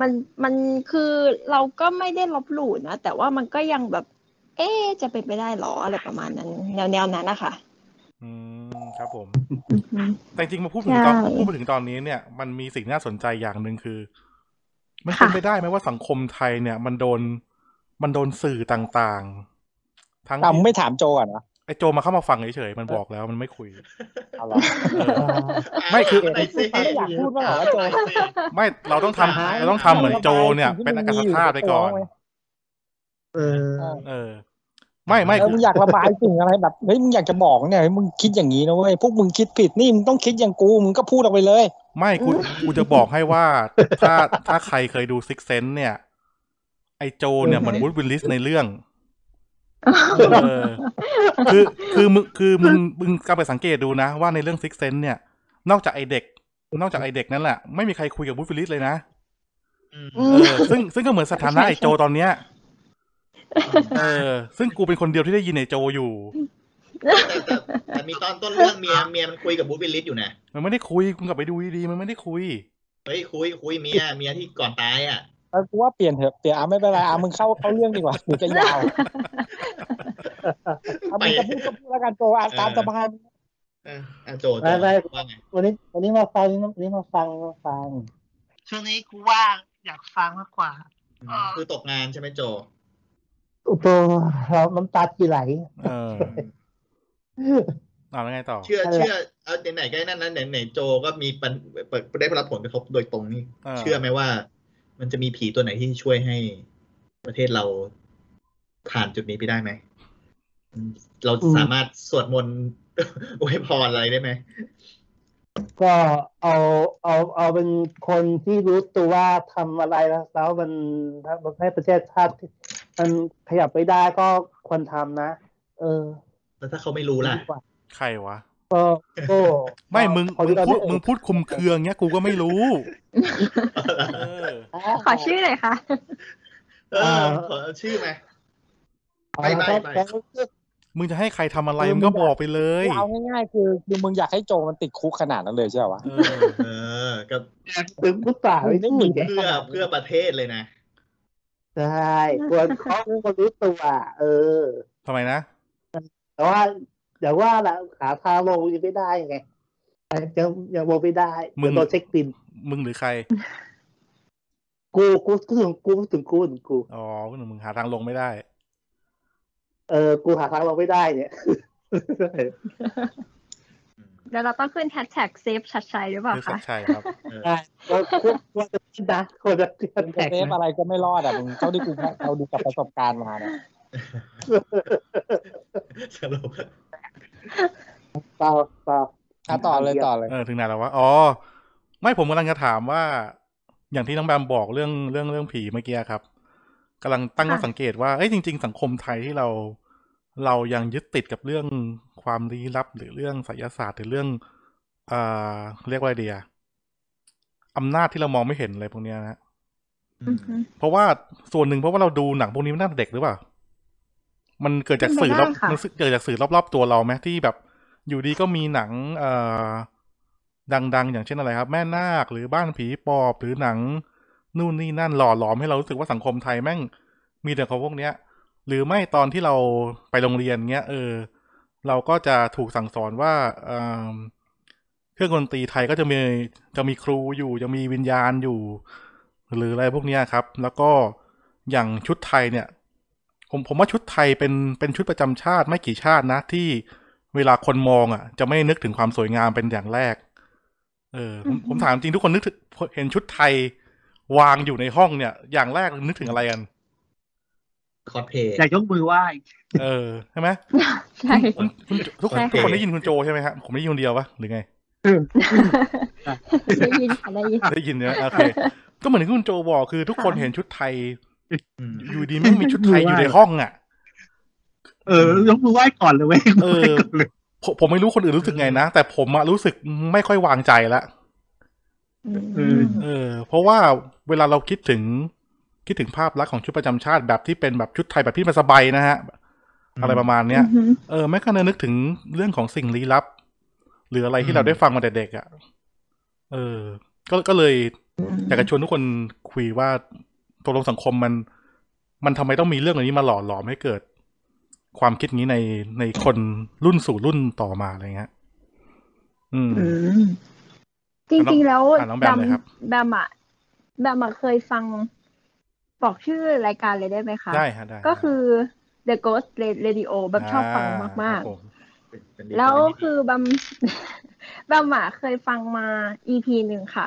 มันมันคือเราก็ไม่ได้ลบหลู่นะแต่ว่ามันก็ยังแบบ เอ๊ะจะเป็นไปได้หรออะไรประมาณนั้น แนวแนวนั้นนะคะ
อืมครับผม
อือฮึ
แต่จริงๆมาพูดถึงตอน
ใช่
พูดมาถึงตอนนี้เนี่ย มันมีสิ่งน่าสนใจอย่างหนึ่งคือ มัน
ค่ะ
เป็นไปได้ไหมว่าสังคมไทยเนี่ย มันโดนมันโดนสื่อต่างๆ ทั้ง
เรา
ที่
ไม่ถามโจก่อนนะ
ไอโจมาเข้ามาฟังเฉยๆมันบอกแล้วมันไม่คุย
เอาเหรอ
ไม่คือ
เาปสิ
ไม่อยากพูดว่าเหรอว่าโจ
เาไปสิ
ไม่เราต้องทำ
ใช่
เราต้องทำเหมือนโจเนี่ย เป็นอากาศธาตุไปก่อน
เออ
เออ ไม่ไม่
เออ
คื
มึ
อง
อยากระบายสิ่งอะไรแบบเฮ้ยมึงอยากจะบอกเนี่ยเฮ้ยมึงคิดอย่างนี้นะเว้ยพวกมึงคิดผิดนี่มึงต้องคิดอย่างกูมึงก็พูดออกไปเลย
ไม่กูกูจะบอกให้ว่า ถ้า ถ้าใครเคยดูซิกเซนเนี่ย ไอโจเนี่ยเหมือนวูดวิลลิสในเรื่อง เออ คือคือมึงคือมึงมึงกลับไปสังเกตดูนะ ว่าในเรื่องซิกเซนเนี่ย นอกจากไอเด็ก นอกจากไอเด็กนั่นแหละ ไม่มีใครคุยกับบูธฟิลลิสเลยนะ
อืม
อื
เอ
ม
อซึ่งซึ่งก็เหมือนสถานะไอโจตอนเนี้ยเออ ซึ่งกูเป็นคนเดียวที่ได้ยินไอโจอยู่
แต่แต่แต่มีตอนต้นเรื่องเมียเมียมันคุยกับบูธวิลลิสอยู่นะ
มันไม่ได้คุยคุณกลับไปดูดีๆมันไม่ได้คุย
เฮ้ยคุยคุยเมียเมียที่ก่อนตายอ่ะ
แล้วกูว่าเปลี่ยนเถอะเปลี่ยนอ่ะไม่เป็นไรอ่ะมึงเข้าเข้าเรื่องดีกว่ามึงจะยาวอ่ะมึงจะพูดก็พูดแล้วกันโจอ่ะตามสบาย
เอออ่ะโจโจ
ไม่ไม่
ว่าไง
วันนี้วันนี้มาฟังวันนี้มาฟังมาฟัง
ช่วงนี้กูว่างอยากฟังมากกว่า
อืมคือตกงานใช่ไหมโจ
โอ้โหเราน้ำตาจีไหล
เออเอาแล้วไงต่อ
เชื่อ
อะไร
เชื่อเอาไหนๆก็นั่นนะไหนๆโจก็มีปัญเปิดได้รับผลกระทบโดยตรงนี่
เออ
เชื่อไหมว่า มันจะมีผีตัวไหนที่ช่วยให้ประเทศเราผ่านจุดนี้ไปได้ไหมอืมเราสามารถสวดมนต์ อวยพรอะไรได้ไหม
ก็เอาเอาเอาเป็นคนที่รู้ตัวว่าทำอะไรแล้วแล้วมันมันให้ประเทศชาติ มันขยับไปได้ก็ควรทำนะ เออ
แล้วถ้าเขาไม่รู้ล่ะ
ดีกว่า
ใครวะ
ก็ก็
ไม่มึง
ขอ
มึง
ตอน
พู
นี้
ดมึงพูดคุมเครืออย่างเงี้ยกูก็ไม่รู้ เออ
ขอชื่อหน่อยค่ะ
เออขอชื่อไหม
เอา
ไป
ละ
ไปไป
แล้วก็
มึงจะให้ใครทำอะไรมึงก็บอกไปเลย
เอาง่ายๆคือคือมึงอยากให้โจมันติดคุกขนาดนั้นเลยใช่ปะวะ
เออ
เออก็
ถึงพุทธาไม่ได้หนี
เพื่อเพื่อประเทศเลยนะ
ใช่ควรเขาควรรู้ตัว เออ
ทำไมนะ
แต่ว่าอย่าว่าละหาทางลงยังไม่ได้ไงยังยังลงไม่ได้
มึง
เดี๋ยวโดนเช็คบิน
มึงหรือใคร
กูกูกูถึงกูถึงกูถึงกู
อ๋อพวกหนึ่งมึงหาทางลงไม่ได้
เออ กูหาทางลงไม่ได้เนี่ย
เดี๋ยวเราต้องขึ้นแฮชแท็กเซฟชัดชัยหรือเปล่า
เรื่องสั
คะ
กชัยครับ
เออ
ได้ก็ควรควรจะคิดนะควรจะคิด
มึงจะ
แท็ก
เซฟ
นะ
อะไรก็ไม่รอดอ่ะมึงเท่าที่กูเอาดูกับประสบการณ์มาเนี่ย
สรุป
เปล่าเปล่า
อ่ะต่อเลยต่อเลย
เออถึงไหนแล้ววะ อ๋อ ไม่ผมกำลังจะถามว่า อย่างที่น้องแบมบอกเรื่องเรื่องเรื่องผีเมื่อกี้ครับกำลังตั้งข้อสังเกตว่าเอ้ยจริง ๆ สังคมไทยที่เรา เรายังยึดติดกับเรื่องความลี้ลับ หรือเรื่องไสยศาสตร์หรือเรื่องเอ่อเรียกว่าอะไรดีอะอำนาจที่เรามองไม่เห็นอะไรพวกเนี้ยนะ
อื
อื
ม
อฮึ
เพราะว่าส่วนหนึ่งเพราะว่าเราดูหนังพวกนี้มันตั้งแต่เด็กหรือเปล่า มันเกิดจากสื่อรอบ
เป็นไปได้ค่ะ
มันเกิดจากสื่อรอบๆตัวเราไหมที่แบบ อยู่ดีก็มีหนัง เอ่อ ดังๆ อย่างเช่นอะไรครับ แม่นาคหรือบ้านผีปอบหรือหนัง นู่นนี่นั่นหล่อหลอมให้เรารู้สึกว่าสังคมไทยแม่ง มีแต่ของพวกเนี้ย หรือไม่ตอนที่เราไปโรงเรียนเงี้ย เออ เราก็จะถูกสั่งสอนว่าเอิ่มเครื่องดนตรีไทยก็จะมีจะมีครูอยู่จะมีวิญญาณอยู่ หรืออะไรพวกเนี้ยครับ แล้วก็อย่างชุดไทยเนี่ย ผมผมว่าชุดไทยเป็นเป็นชุดประจำชาติไม่กี่ชาตินะ ที่เวลาคนมองอ่ะ จะไม่นึกถึงความสวยงามเป็นอย่างแรก เออผมผมถามจริงทุกคนนึกถึงเห็นชุดไทยวางอยู่ในห้องเนี่ย อย่างแรกนึกถึงอะไรกัน
คอสเพลย์
อยากยกมือไหว้
เออใช่ไหม
ใช่
คุณคุณทุกคน
ใช่ค่ะ
ทุกคนได้ยินคุณโจใช่ไหมครับผมไม่ได้ยินคนเดียวปะหรือไง
ได้ยินค่ะได้ยิน
ได้ยินเนี่ยโอเค ก็เหมือนที่คุณโจบอกคือทุกคน
ค่ะ
เห็นชุดไทย
อืม
อยู่ดีไม่งมีชุดไทยอยู่ในห้องอ่ะ
เออ ยกมือไหว้ก่อนเลยเว้ย
เออ ผมผมไม่รู้คนอื่นรู้สึกไงนะ แต่ผมอะรู้สึกไม่ค่อยวางใจละ
อืม
เออเพราะว่าเวลาเราคิดถึงคิดถึงภาพลักษณ์ของชุดประจำชาติแบบที่เป็นแบบชุดไทยแบบที่มันสบายนะฮะ อะไรประมาณเนี้ย เออแม้กระทั่งนึกถึงเรื่องของสิ่งลี้ลับ หรืออะไรที่เราได้ฟังมาแต่เด็กอะ่ะ เออ ก็ก็เลยอยากจะชวนทุกคนคุยว่าตกลงสังคมมัน มันทำไมต้องมีเรื่องเหล่านี้มาหล่อหลอมให้เกิด ความคิดนี้ในในคนรุ่นสู่รุ่นต่อมาอะไรเงี้ยอืม
อืม จริงๆ แล้ว
อ่ะน้องแบมเลยครับ
แบมอะแบมอะเคยฟังบอกชื่อรายการเลยได้ไหมคะ
ได้ฮะได้
ก็คือ The Ghost Radio แบบชอบฟังมาก
อ่ครับผ
เป็นเป็นดี
ๆ แล้ว
เป็นดี
คือแบม แบมอะเคยฟังมา EP หนึ่งค่ะ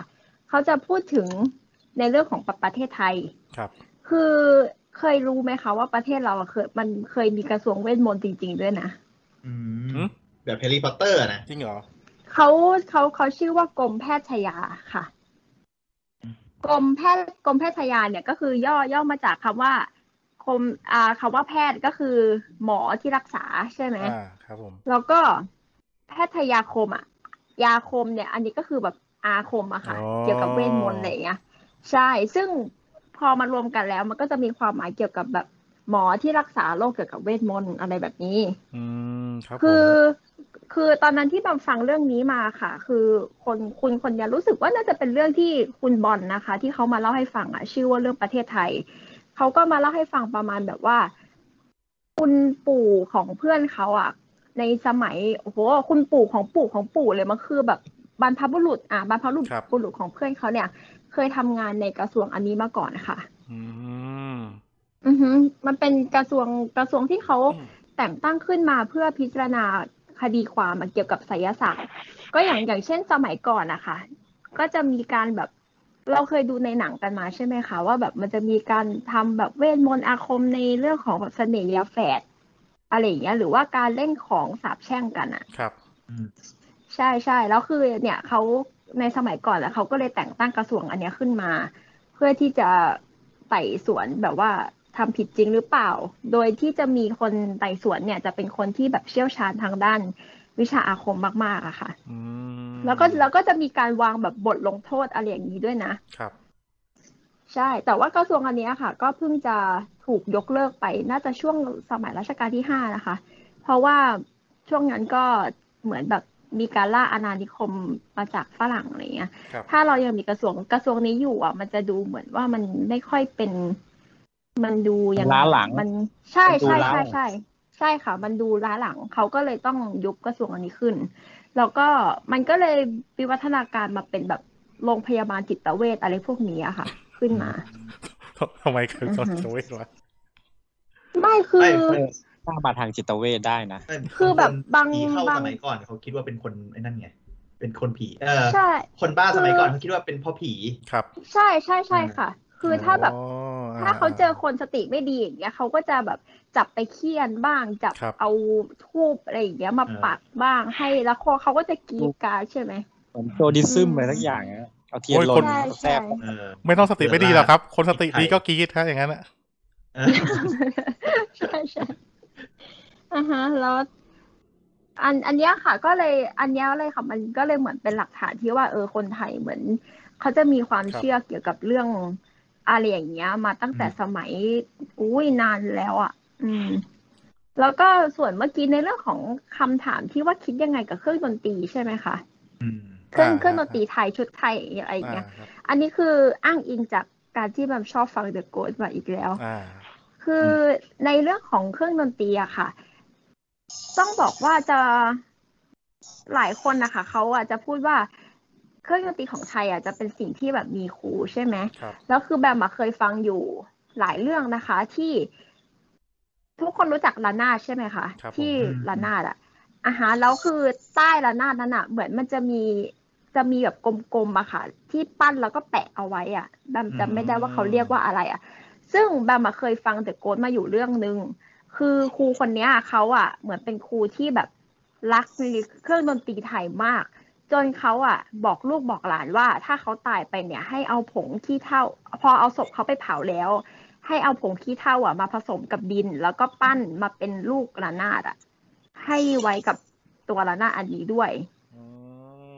เขาจะพูดถึงในเรื่องของประเทศไทย
ครับ
คือเคยรู้ไหมคะว่าประเทศเราอะเคยมันเคยมีกระทรวงเวทมนต์จริง ๆ ด้วยนะ
อื
หื
ม
ม
แบบแฮร์รี่พอตเตอร์นะ
จริงเหรอ
เขาเขาเขาชื่อว่ากรมแพทย์ชยาค่ะ กรมแพทย์กรมแพทย์ชยาเนี่ยก็คือย่อย่อมาจากคำว่ากรมอ่าคำว่าแพทย์ก็คือ หมอที่รักษาใช่ไหม
อ่า ครับผม
แล้วก็แพทยาคมอ่ะ ยาคมเนี่ย อันนี้ก็คือแบบอาคมอะค่ะ
อ๋อ
เกี่ยวกับเวทมนต์อะไรอย่างเงี้ยใช่ ซึ่งพอมารวมกันแล้ว มันก็จะมีความหมายเกี่ยวกับแบบหมอที่รักษาโรคเกี่ยวกับเวทมนต์อะไรแบบนี้
อืม ครับผม
คือคือตอนนั้นที่บัมฟังเรื่องนี้มาค่ะ คือคนคุณคนเนี้ยรู้สึกว่าน่าจะเป็นเรื่องที่คุณบอลนะคะ ที่เขามาเล่าให้ฟังอ่ะ ชื่อว่าเรื่องประเทศไทย เขาก็มาเล่าให้ฟังประมาณแบบว่า คุณปู่ของเพื่อนเขาอ่ะ ในสมัยโอ้โหคุณปู่ของปู่ของปู่เลยมันคือแบบบรรพบุรุษ อ่ะบรรพบุรุษบุรุษของเพื่อนเขาเนี่ย เคยทำงานในกระทรวงอันนี้มาก่อนค่ะ
อืม
อือฮึมันเป็นกระทรวงกระทรวงที่เขา
อืม
แต่งตั้งขึ้นมาเพื่อพิจารณาคดีความอะเกี่ยวกับไสยศาสตร์ก็อย่างอย่างเช่นสมัยก่อนนะคะก็จะมีการแบบเราเคยดูในหนังกันมาใช่ไหมคะ ว่าแบบมันจะมีการทำแบบเวทมนต์อาคมในเรื่องของแบบเสน่ห์แฝดอะไรอย่างเงี้ยหรือว่าการเล่นของสาบแช่งกันอะ
ครับ
ใช่ใช่แล้วคือเนี่ยเขาในสมัยก่อนแหละเขาก็เลยแต่งตั้งกระทรวงอันเนี้ยขึ้นมา เพื่อที่จะไต่สวนแบบว่าทำผิดจริงหรือเปล่า โดยที่จะมีคนไต่สวนเนี่ยจะเป็นคนที่แบบเชี่ยวชาญทางด้านวิชาอาคมมากๆอะค่ะ
อืม
แล้วก็แล้วก็จะมีการวางแบบบทลงโทษอะไรอย่างนี้ด้วยนะ
ครับ
ใช่ แต่ว่ากระทรวงอันเนี้ยค่ะ ก็เพิ่งจะถูกยกเลิกไป น่าจะช่วงสมัยรัชกาลที่ห้านะคะ เพราะว่าช่วงนั้นก็เหมือนแบบมีการล่าอาณานิคมมาจากฝรั่งอะไรเงี้ย
ครับ
ถ้าเรายังมีกระทรวงกระทรวงนี้อยู่อ่ะ มันจะดูเหมือนว่ามันไม่ค่อยเป็น มันดูยัง
ล้าหลัง
มันใช่
มันดู
ใช่
ล้าหลั
ใช่
ง
ใช่ใช่ค่ะ มันดูล้าหลังเขาก็เลยต้องยุบกระทรวงอันนี้ขึ้น แล้วก็มันก็เลยวิวัฒนาการมาเป็นแบบโรงพยาบาลจิตเวชอะไรพวกนี้อะค่ะ ขึ้นมา
ทำไมคือตอนจะเวทวะ
ไม่คือ
ไม่คน
ถ้ามาทางจิตเวชได้นะ
ไม่
คือแบบบาง
ผีเข้า
บาง
สมัยก่อนเขาคิดว่าเป็นคนไอ้นั่นไง เป็นคนผี เออ
ใช่
คนบ้าสมัยก่อน
คือ
เขาคิดว่าเป็นพ่อผี
ครับ
ใช่ใช่ใช่ค่ะ คือถ้าแบบ
อ๋อ
ถ้าเขาเจอคนสติไม่ดีอย่างเงี้ยเขาก็จะแบบจับไปเคี่ยนบ้างจับ
ครับ
เอาทูบอะไรอย่างเงี้ยมา
เออ
ปักบ้างให้แล้วคอเขาก็จะกรีดกรารใช่ไหม
เหมือนโซดิซึมอะไรทั้งอย่างอะเอาเทียน
โอ้ย
ล
คน
น
ใช่
แซ่บ
ใช่
เออ
ไม่ต้องสติไม่ดีหรอกครับ คนสติดีก็กรีดถ้าอย่างนั้นอะ
เออ
ใช่ใช่อ่าฮะแล้วอันอันเนี้ยค่ะ ก็เลย อันเนี้ยเลยค่ะ มันก็เลยเหมือนเป็นหลักฐานที่ว่าเออคนไทยเหมือนเขาจะมีความ
ครับ
เชื่อเกี่ยวกับเรื่องอะไรอย่างเงี้ย มาตั้งแต่
อืม
สมัยอุ้ยนานแล้วอ่ะ อืม แล้วก็ส่วนเมื่อกี้ในเรื่องของคำถามที่ว่าคิดยังไงกับเครื่องดนตรีใช่ไหมคะ
อืม
เครื่องเครื่องดนตรีไทยชุดไทยอะไรอย่างเงี้ย
อ่าครับ
อันนี้คืออ้างอิงจากการที่แบบชอบฟังเดอะโกสมาอีกแล้ว
อ่า
คือในเรื่องของเครื่องดนตรีอะค่ะ ต้องบอกว่าจะหลายคนนะคะเขาอะจะพูดว่าเครื่องดนตรีของไทยอะจะเป็นสิ่งที่แบบมีครูใช่ไหม
ครับ
แล้วคือแบมอะเคยฟังอยู่หลายเรื่องนะคะ ที่ ทุกคนรู้จักระนาดใช่ไหมคะ
ครับผม
ที่
อืม
ระนาดอะอาหารแล้วคือใต้ระนาดนั้นอะเหมือนมันจะมีจะมีแบบกลมๆอะค่ะ ที่ปั้นแล้วก็แปะเอาไว้อะแบมจำไม่ได้ว่าเขาเรียกว่าอะไรอะ ซึ่งแบมอะเคยฟังแต่โกดมาอยู่เรื่องหนึ่งคือครูคนเนี้ยเขาอ่ะ เหมือนเป็นครูที่แบบรักในเครื่องดนตรีไทยมาก จนเขาอ่ะ บอกลูกบอกหลานว่า ถ้าเขาตายไปเนี่ย ให้เอาผงขี้เถ้า พอเอาศพเขาไปเผาแล้ว ให้เอาผงขี้เถ้าอ่ะมาผสมกับดิน แล้วก็ปั้นมาเป็นลูกระนาดอ่ะ ให้ไว้กับตัวระนาดอันนี้ด้วย
อื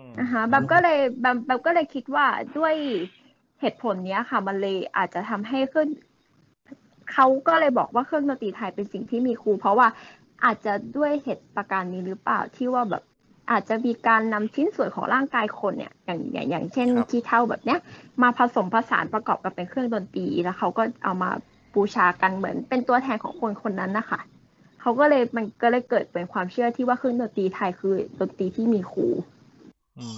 ม
อ่าฮะบัมก็เลยบัมบัมก็เลยคิดว่าด้วยเหตุผลเนี้ยค่ะ มันเลยอาจจะทำให้เครื่องเขาก็เลยบอกว่าเครื่องดนตรีไทยเป็นสิ่งที่มีครู เพราะว่าอาจจะด้วยเหตุประการนี้หรือเปล่าที่ว่าแบบ อาจจะมีการนำชิ้นส่วนของร่างกายคนเนี่ยอย่างอย่างอย่างเช่น
ครับ
ขี้เท่าแบบเนี้ย มาผสมผสานประกอบกันเป็นเครื่องดนตรีแล้วเขาก็เอามาบูชากันเหมือนเป็นตัวแทนของคนคนนั้นนะคะเขาก็เลยมันก็เลยเกิดเป็นความเชื่อที่ว่าเครื่องดนตรีไทยคือดนตรีที่มีครู
อืม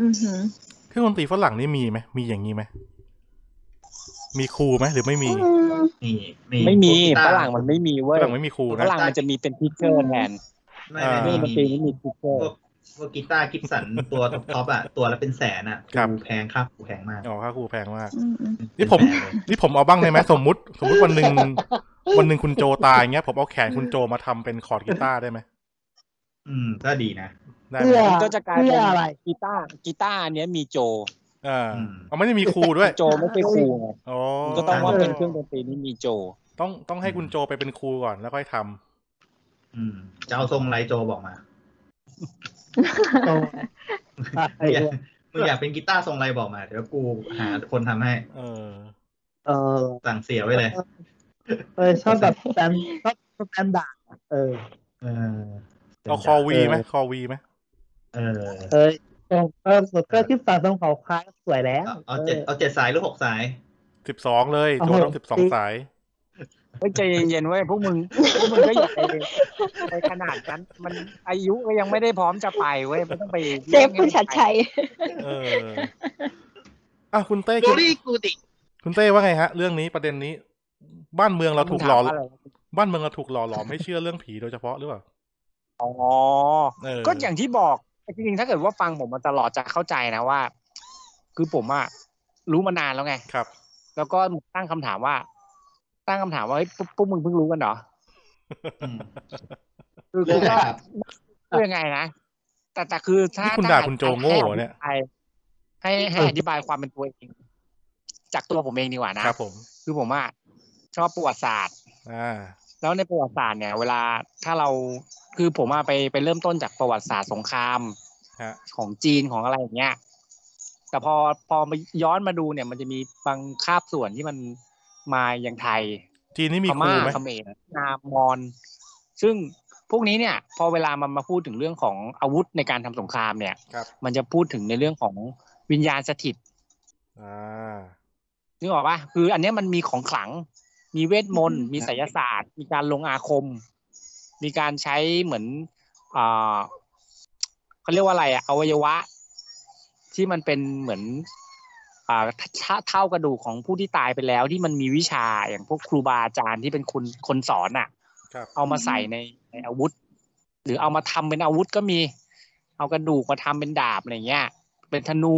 อือหือ
เครื่องดนตรีฝรั่งนี่มีไหมมีอย่างนี้ไหมมีครูไหมหรือไม่มี
นี่นี่
ไม่มี
กีตา
ฝรั่งมันไม่มีเว้
ฝ
ย
รั่งไม่มีครู
ฝ
นะ
รั่งมันจะมีเป็นพิกเกอร์แทน
ไม่
อ่า
เครื่
ไม่มีพว
องดนตรีไม่มีพิกเกอร์
กพวกกีตาร์กิฟสัน ตัวท็อปๆอ่ะ ตัวละเป็นแสนอ่ะ
ครับ
แพงครับแพงมาก
อ๋อค่าครูแพงมาก
อืมอืม
นี่ผม นี่ผมเอาบ้างได้ไหมสมมุติ สมมุติวันหนึ่งวันหนึ่งคุณโจตายเงี้ย ผมเอาแขนคุณโจมาทำเป็นคอร์ดกีตาร์ได้ไหม
อืมก็ดีนะ
ได้ไหม
เพื่อ
มันก็จะกลายเป็น
เพื่ออะไร
กีตาร์กีตาร์อันเนี้ยมีโจ
เออเอาไม่ได้มีครูด้วย
โจไม่ใช่ครูไง
อ๋อ
มันก็ต้องว่าเป็นเครื่องดนตรีนี่มีโจ
ต้องต้องให้คุณโจไปเป็นครูก่อนแล้วค่อยทำ
อืมจะเอาทรงไรโจบอกมา
โตอ่ะไอ้เหี้ย
มึงอยากเป็นกีตาร์ทรงไรบอกมา เดี๋ยวกูหาคนทำให้
เออ
เออ
สั่งเสียไว้เลย
เออชอบแบบแตนชอบสแตนดาร์ดอะเออ
เออ
เอาคอวีไหมคอวีไหม
เออ
เออเออเออเกอร์ที่ฝั่งตรงเขาคล้ายสวยแล้ว
เอาเอาเจ็ดเอาเจ็ดสายหรือหกสาย
สิบสองเลยโจต้องสิบสองสาย
เฮ้ยใจเย็นๆเว้ยพวกมึงพวกมึงก็อย่าไปไปขนาดนั้น มันอายุก็ยังไม่ได้พร้อมจะไปเว้ยไม่ต้องไป
เซฟคุณชัดชัย
เอ ออ่ะคุณเต้
โด
คุณ
รี่กูดิ
คุณเต้ว่าไงฮะ เรื่องนี้ประเด็นนี้ บ้านเมืองเราถูกหล่อ
มึงถมะไ
บ้านเมืองเราถูกหล่อหลอมให้เชื่อเรื่องผีโดยเฉพาะหรือเปล่า
อ๋อ
เออ
ก็อย่างที่บอกจริงๆถ้าเกิดว่าฟังผมมาตลอดจะเข้าใจนะว่า คือผมอะรู้มานานแล้วไง
ครับ
แล้วก็ตั้งคำถามว่า ตั้งคำถามว่าเฮ้ยพวกพวกมึงเพิ่งรู้กันเหรอ
อืม
คือ
เรื่อ
กู
งอะไรครับ
ก็คือยังไงนะแต่แต่คือถ้า
นี่คุณ
ถ้
ด่าคุณโจโง่เหรอเนี่ย
ให้ให้ให้อธิบายความเป็นตัวเองจากตัวผมเองดีกว่านะ
ครับผม
คือผมอะชอบประวัติศาสตร์
อ่า
แล้วในประวัติศาสตร์เนี่ย เวลาถ้าเราคือผมอะไปไปเริ่มต้นจากประวัติศาสตร์สงคราม
ฮะ
ของจีนของอะไรอย่างเงี้ย แต่พอพอมาย้อนมาดูเนี่ย มันจะมีบางคาบส่วนที่มันมาอย่างไทย
จีนนี่มี
พ
ครู
ม่า
ไหม
เขมรนามมอน ซึ่งพวกนี้เนี่ย พอเวลามันมาพูดถึงเรื่องของอาวุธในการทำสงครามเนี่ย
ครับ
มันจะพูดถึงในเรื่องของวิญญาณสถิต
อ่า
นึกออกปะคืออันเนี้ยมันมีของขลัง มีเวทมนต์ มีไสยศาสตร์ มีการลงอาคม มีการใช้เหมือนอ่าเขาเรียกว่าอะไรอะอวัยวะ ที่มันเป็นเหมือนอ่าเท่าเท่ากระดูกของผู้ที่ตายไปแล้ว ที่มันมีวิชาอย่างพวกครูบาอาจารย์ที่เป็นคนคนสอนอะ
ครับ
เอามาใส่ในในอาวุธ หรือเอามาทำเป็นอาวุธก็มี เอากระดูกมาทำเป็นดาบอะไรเงี้ย เป็นธนู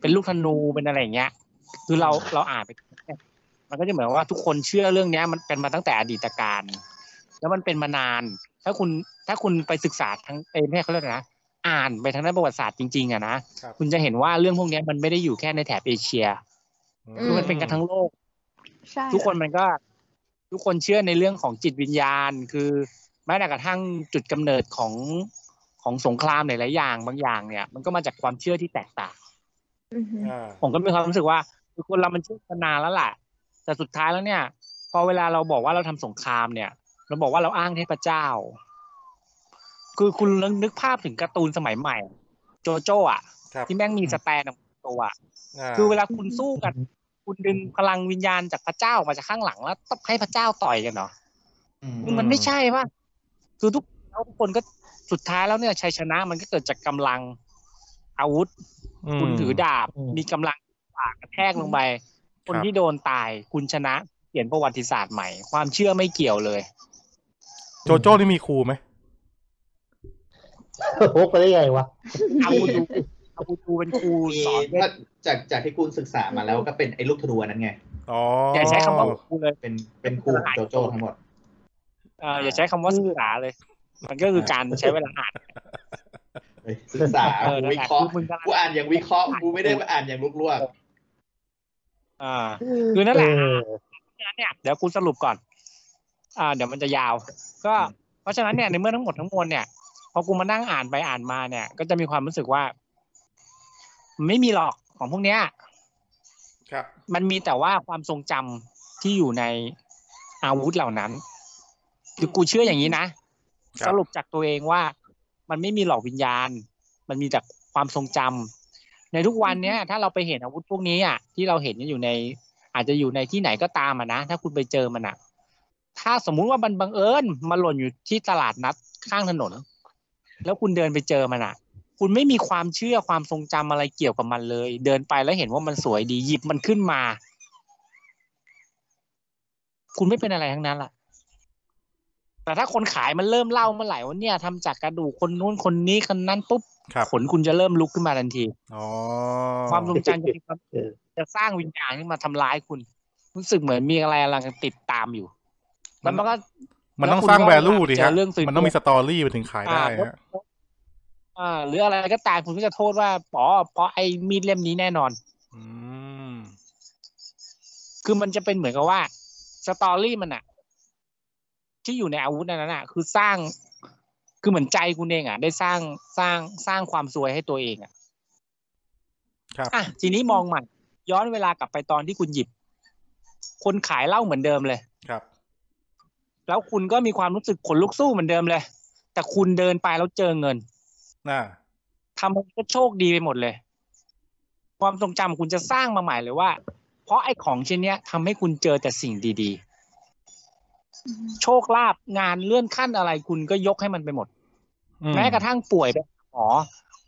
เป็นลูกธนูเป็นอะไรอย่างเงี้ย คือเราเราอ่านไปเนี่ยมันก็จะเหมือนว่าทุกคนเชื่อเรื่องเนี้ย มันเป็นมาตั้งแต่อดีตการ แล้วมันเป็นมานาน ถ้าคุณถ้าคุณไปศึกษาทั้งเอ้ยไม่ใช่เขาเรียกอะไรนะอ่านไปทางด้านประวัติศาสตร์จริงๆอะนะครับ คุณจะเห็นว่าเรื่องพวกเนี้ยมันไม่ได้อยู่แค่ในแถบเอเชีย
อื
คือมันเป็นกันทั้งโลก
ใช่
ทุกคนมันก็ ทุกคนเชื่อในเรื่องของจิตวิญญาณ คือแม้แต่กระทั่งจุดกำเนิดของของสงครามหลายๆอย่างบางอย่างเนี่ย มันก็มาจากความเชื่อที่แตกต่าง
อือหือ
อ่า
ผมก็มีความรู้สึกว่าคือคนเรามันเชื่อมานานแล้วแหละแต่สุดท้ายแล้วเนี่ย พอเวลาเราบอกว่าเราทำสงครามเนี่ย เราบอกว่าเราอ้างเทพเจ้า คือคุณลองนึกภาพถึงการ์ตูนสมัยใหม่ โจโจ้อะ
ครับ
ที่แม่งมีสแตนออกมาตัวอะ
า
คือเวลาคุณสู้กัน คุณดึงพลังวิญญาณจากพระเจ้ามาจากข้างหลังแล้วต้องให้พระเจ้าต่อยกันเนาะ
อืม
มันไม่ใช่ว่าคือทุกแล้วทุกคนก็สุดท้ายแล้วเนี่ยชัยชนะมันก็เกิดจากกำลังอาวุธ
ม
คุณถือดาบ
อืม
มีกำลังปากกระแทกลงไป คน
ครับ
ที่โดนตายคุณชนะเขียนประวัติศาสตร์ใหม่ ความเชื่อไม่เกี่ยวเลย
โจโจ้นี่มีครูไหม
โอ้โหไปได้ไงวะ
เอาดูเอาดูเป็นครู
มี
สอนเวท
ถ้าจากจากที่กูศึกษามาแล้วก็เป็นไอ้ลูกทะลวนั่นไง
อ๋ออย่
อาใช้คำว่าครูเลย
เป็นเป็นครูของโจโจ้ทั้งหมด
เอ่ออย่าใช้คำว่าศึกษาเลย มันก็คือการใช้เวลาอ่าน
เฮ้ยศึกษา
เออนั่น
วิ
แหละ
เคราะห์
มึงกำลัง
กูอ่านอย่างวิเคราะห์กูไม่ได้อ่านอย่างลวก
อ่า คือนั่นแหละ
เออ
เพราะฉะนั้นเนี่ยเดี๋ยวกูสรุปก่อน อ่า เดี๋ยวมันจะยาว ก็เพราะฉะนั้นเนี่ยในเมื่อทั้งหมดทั้งมวลเนี่ยพอกูมานั่งอ่านไปอ่านมาเนี่ย ก็จะมีความรู้สึกว่ามันไม่มีหรอกของพวกเนี้ย
ครับ
มันมีแต่ว่าความทรงจำที่อยู่ในอาวุธเหล่านั้น คือกูเชื่ออย่างนี้นะ
ครับ
สรุปจากตัวเองว่า มันไม่มีหลอกวิญญาณ มันมีแต่ความทรงจำในทุกวันเนี้ยถ้าเราไปเห็นอาวุธพวกนี้อ่ะที่เราเห็นอยู่ใน อาจจะอยู่ในที่ไหนก็ตามอ่ะนะถ้าคุณไปเจอมันอ่ะ ถ้าสมมุติว่ามันบังเอิญมาหล่นอยู่ที่ตลาดนัดข้างถนน แล้วคุณเดินไปเจอมันอ่ะ คุณไม่มีความเชื่อความทรงจำอะไรเกี่ยวกับมันเลย เดินไปแล้วเห็นว่ามันสวยดีหยิบมันขึ้นมา คุณไม่เป็นอะไรทั้งนั้นล่ะ แต่ถ้าคนขายมันเริ่มเล่าเมื่อไหร่ว่าเนี่ยทำจากกระดูกคนนู้นคนนี้คนนั้นปุ๊บ
ครับ
ขนคุณจะเริ่มลุกขึ้นมาทันที
อ๋อ
ความทรงจำจะมีความ
เออ
จะสร้างวิญญาณขึ้นมาทำร้ายคุณ รู้สึกเหมือนมีอะไรกำลังติดตามอยู่ แล้วมันก็
มันต้องสร้างแวลูดิ
เจ
ฮะ
อเรื่องสวย
มันต้องมีสตอรี่ไปถึงขายได้ฮะ
อ่าหรืออะไรก็ตามคุณก็จะโทษว่าป๋อเพราะไอ้มีดเล่มนี้แน่นอน
อืม
คือมันจะเป็นเหมือนกับว่าสตอรี่มันอะที่อยู่ในอาวุธนั้นอะคือสร้าง คือเหมือนใจคุณเองอะได้สร้างสร้างสร้างความซวยให้ตัวเองอะ
ครับ
อ่ะทีนี้มองใหม่ย้อนเวลากลับไปตอนที่คุณหยิบ คนขายเหล้าเหมือนเดิมเลย
ครับ
แล้วคุณก็มีความรู้สึกขนลุกสู้เหมือนเดิมเลย แต่คุณเดินไปแล้วเจอเงิน
น่า
ทำให้ก็โชคดีไปหมดเลย ความทรงจำคุณจะสร้างมาใหม่เลยว่า เพราะไอ้ของชิ้นเนี้ยทำให้คุณเจอแต่สิ่งดีๆ โชคลาภงานเลื่อนขั้นอะไรคุณก็ยกให้มันไปหมด
อื
แม้กระทั่งป่วยไปหาหมอ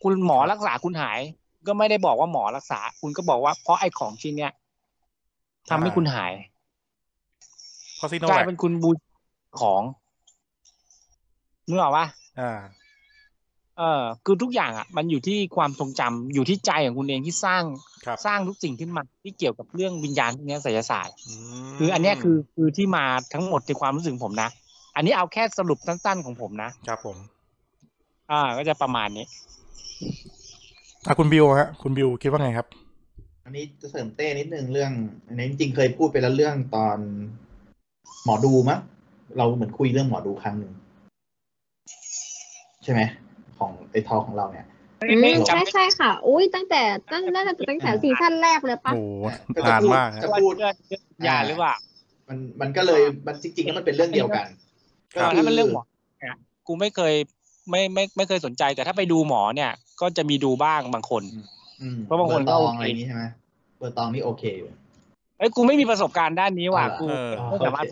คุณหมอรักษาคุณหาย ก็ไม่ได้บอกว่าหมอรักษา คุณก็บอกว่าเพราะไอ้ของชิ้นเนี้ยทำให้คุณหาย
เพราะซีโน
กลา
แวย ค
เป็นคุณบูชาของนึกออกปะ
อ่า
เออคือทุกอย่างอ่ะ มันอยู่ที่ความทรงจำอยู่ที่ใจของคุณเองที่สร้าง
ครับ
สร้างทุกสิ่งขึ้นมาที่เกี่ยวกับเรื่องวิญญาณพวกเนี้ยไสยศาสตร์
ม
คืออันเนี้ยคือคือที่มาทั้งหมดในความรู้สึกของผมนะ อันนี้เอาแค่สรุปสั้นๆของผมนะครับ
ผม
อ่าก็จะประมาณนี้
อ่ะคุณบิวฮะ คุณบิวคิดว่าไงครับ
อันนี้จะเสริมเต้นิดนึงเรื่องอันนี้จริงๆเคยพูดไปแล้วเรื่องตอนหมอดูมั้งเราเหมือนคุยเรื่องหมอดูครั้งหนึ่งใช่ไหมของไอทอของเราเนี่ย
อืม
จำ
ใช่
ไม่
ใช่ค่ะ อุ้ยตั้งแต่ตั้งน่าจะตั้งแต่ซีซั่นแรกเลยปะ
โอ้โห
จะ
นาน
พูด
มากฮะ
จะ
ว่า
พูด
เรื่องเรื่องวิญญาณหรือว่า
มันมันก็เลยมันจริงๆแล้วมันเป็นเรื่องเดียวกัน
ครับ
ถ้ามันเรื่องหมอเนี่ยกูไม่เคยไม่ไม่ไม่เคยสนใจ แต่ถ้าไปดูหมอเนี่ย ก็จะมีดูบ้างบางคน
อืม
เพราะบางคน
เบอร์ต
ก็
อง
โอเค
อะไรอย่างนี้ใช่ไหมเบอร์ตองนี่โอเคอยู่
เอ้ยกูไม่มีประสบการณ์ด้านนี้ว่ะ
เอาล่ะ
กู
เออ
ไม่สามารถ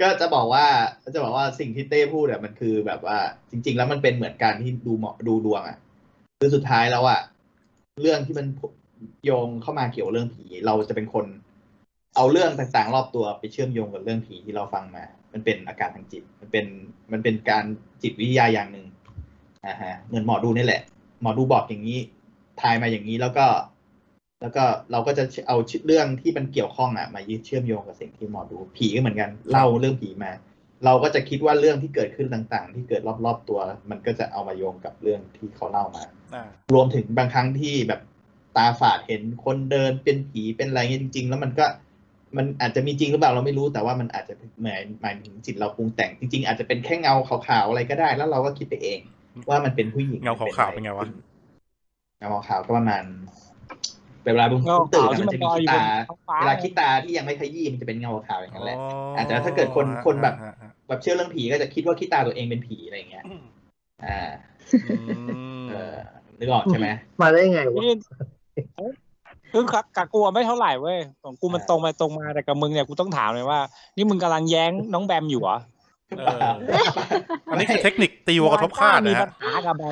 ก็จะบอกว่าจะบอกว่าสิ่งที่เต้พูดอะมันคือแบบว่า จริง ๆ แล้วมันเป็นเหมือนการที่ดูเหมาะดูดวงอะคือสุดท้ายแล้วอะเรื่องที่มันโยงเข้ามาเกี่ยวเรื่องผี เราจะเป็นคน เอาเรื่องต่างๆ รอบตัวไปเชื่อมโยงกับเรื่องผีที่เราฟังมา มันเป็นอาการทางจิต มันเป็นมันเป็นการจิตวิทยาอย่างหนึ่งอ่าฮะเหมือนหมอดูนี่แหละ หมอดูบอกอย่างนี้ทายมาอย่างนี้แล้วก็ แล้วก็เราก็จะเอาเรื่องที่มันเกี่ยวข้องอ่ะมายึดเชื่อมโยงกับสิ่งที่หมอดูผีก็เหมือนกันเล่าเรื่องผีมา เราก็จะคิดว่าเรื่องที่เกิดขึ้นต่างๆ ที่เกิดรอบๆตัว มันก็จะเอามาโยงกับเรื่องที่เขาเล่ามา
อ่าร
วมถึงบางครั้งที่แบบตาฝาดเห็นคนเดินเป็นผีเป็นอะไรเงี้ยจริง ๆ แล้วมันก็มันอาจจะมีจริงหรือเปล่าเราไม่รู้แต่ว่ามันอาจจะหมายหมายถึงจิตเราปรุงแต่งจริง ๆ อาจจะเป็นแค่เงาขาวๆอะไรก็ได้ แล้วเราก็คิดไปเอง ว่ามันเป็นผู้หญิง
เงาขาวๆเป็นไงวะ
เงาขาวๆก็ประมาณเป็นเวลาบุญ
เงาขาว
ตื่นอะ
ที่
มัน
มัน
จะ
ล
มี
อย
ขี้
อยู่
ตา
บนท้องฟ้า
เวลาขี้ตาที่ยังไม่ขยี้มันจะเป็นเงาขาวอย่างนั้นแหละ อาจจะ
อ๋อ
ถ้าเกิดคนคนแบบ
ฮะฮะ
แบบเชื่อเรื่องผีก็จะคิดว่าขี้ตาตัวเองเป็นผีอะไรอย่างเงี้ย อ่า
อืม
เออนึกออกใช่ไหม
มาได้ไงวะ
นี่เอ้ยคือกับกับกูอะไม่เท่าไหร่เว้ยของกูมัน
อ่า
ตรงไปตรงมาแต่กับมึงเนี่ยกูต้องถามเลยว่า นี่มึงกำลังแย้งน้องแบมอยู่เหรอ
เอออันนี้คือเทคนิคตีวัวกระทบคาด
มี
นะ
ปั
ฮะ
ญหากับแบ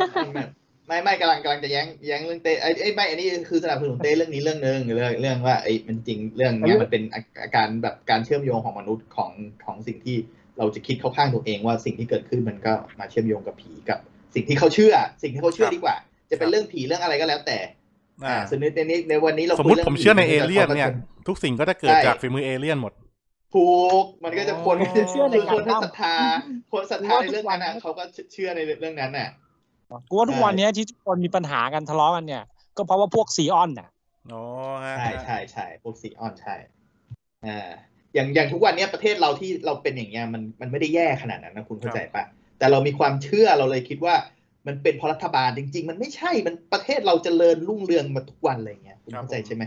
ม
ไม่ไม่กำลังกำลังจะแย้งแย้งเรื่องเต้ไอ้ไอ้ยไม่อันนี้คือสนับสนุนเต้เรื่องนี้เรื่องหนึ่งเรื่องเรื่องว่าไอ้มันจริงเรื่องเนี้ยมันเป็นอาอาการแบบการเชื่อมโยงของมนุษย์ของของสิ่งที่เราจะคิดเข้าข้างตัวเองว่าสิ่งที่เกิดขึ้นมันก็มาเชื่อมโยงกับผีกับ สิ่งที่เขาเชื่อ สิ่งที่เขาเชื่อดีกว่า จะเป็นเรื่องผีเรื่องอะไรก็แล้วแต่
อ่า
อ่าสมมติในนี้ในวันนี้เรา
สมมติผมเชื่อในเอเลี่ยนเนี่ย ทุกสิ่งก็จะเกิดจากฝีมือเอเลี่ยนหมด
ถูกมันก็จะคน
อ๋อ
เชื่อในคนที่ศรัทธาคนศรัทธาในเรื่องนั้นน่ะเขาก็เชื่อในเรื่องนั้นน่ะ
กูว่าทุกวันเนี้ยที่ทุกคนมีปัญหากันทะเลาะกันเนี่ย ก็เพราะว่าพวกซีออนน่ะ
อ๋อฮะ
ใช่ใช่ใช่พวกซีออนใช่อ่าอย่างอย่างทุกวันเนี้ยประเทศเราที่เราเป็นอย่างเงี้ยมันมันไม่ได้แย่ขนาดนั้นนะคุณเข้าใจปะแต่เรามีความเชื่อเราเลยคิดว่า มันเป็นเพราะรัฐบาลจริง ๆ มันไม่ใช่มันประเทศเราเจริญรุ่งเรืองมาทุกวันอะไรเงี้ยคุณเข้าใจใช่ไหม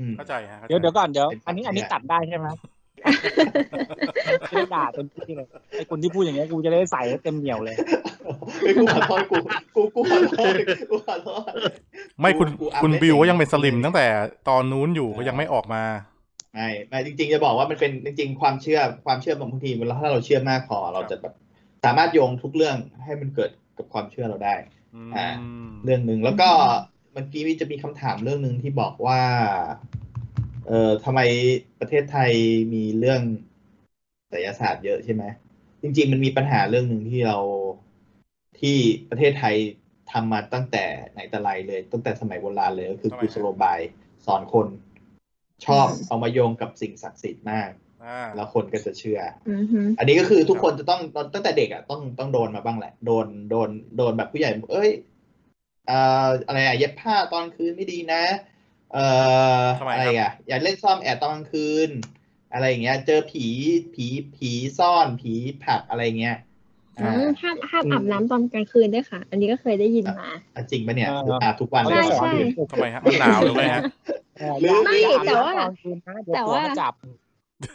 อืม
เข้าใจฮะ
เดี๋ยวเดี๋ยวก่อนเดี๋ยว
เป็นความ
อันนี้อันนี้
เชื่อ
ตัดได้ใช่ไหม ไม่ได้ด่าเต็มที่เลยไอ้คนที่พูดอย่างเงี้ยกูจะได้ใส่ให้เต็มเหนียวเลย
ไอ้ยกูขอโทษกูกูกูขอโทษกูขอโทษ
ไม่คุณ
กูอัพ
คุณ
ได้
บิว
เอง
ก็ยังเป็นสลิม
เลย
ตั้งแต่ตอนนู้นอยู่ก็ยังไม่ออกมา
ไม่ไม่จริง ๆ จะบอกว่ามันเป็นจริง ๆ ความเชื่อความเชื่อของบางทีมันถ้าเราเชื่อมากพอเราจะแบบสามารถโยงทุกเรื่องให้มันเกิดกับความเชื่อเราได้
อื
อ่า
ม
เรื่องหนึ่งแล้วก็เมื่อกี้มีจะมีคำถามเรื่องหนึ่งที่บอกว่า เอ่อทำไมประเทศไทยมีเรื่องไสยศาสตร์เยอะใช่ไหมจริง ๆ มันมีปัญหาเรื่องหนึ่งที่เราที่ประเทศไทยทำมาตั้งแต่ไหนแต่ไรเลย ตั้งแต่สมัยโบราณเลยก็คือกุศโลบายสอนคน ชอบเอามาโยงกับสิ่งศักดิ์สิทธิ์มาก
อ่า
แล้วคนก็จะเชื่อ
อือหือ
อันนี้ก็คือทุกคนจะต้องตั้งแต่เด็กอ่ะต้องต้องโดนมาบ้างแหละ โดนโดนโดนแบบผู้ใหญ่บอกเอ้ยเอ่ออะไรอ่ะเย็บผ้าตอนคืนไม่ดีนะ เอ่ออะไรอ่ะอย่าเล่นซ่อมแอบตอนกลางคืน อะไรอย่างเงี้ย เจอผีผีผีซ่อนผีผลักอะไรเงี้ย
อื
อ่าม
ห้ามห้ามอาบน้ำตอนกลางคืนด้วยค่ะ อันนี้ก็เคยได้ยินมา
อ่ะจริงปะเนี่ย
อ่า
อาบทุกวันเลยเหรอ
ใช่
ทำไมฮะมันหนาวหรือไงฮะ
หรือ
ไม่แต่ว่าแต่ว่า
เดี๋ยผัมจับ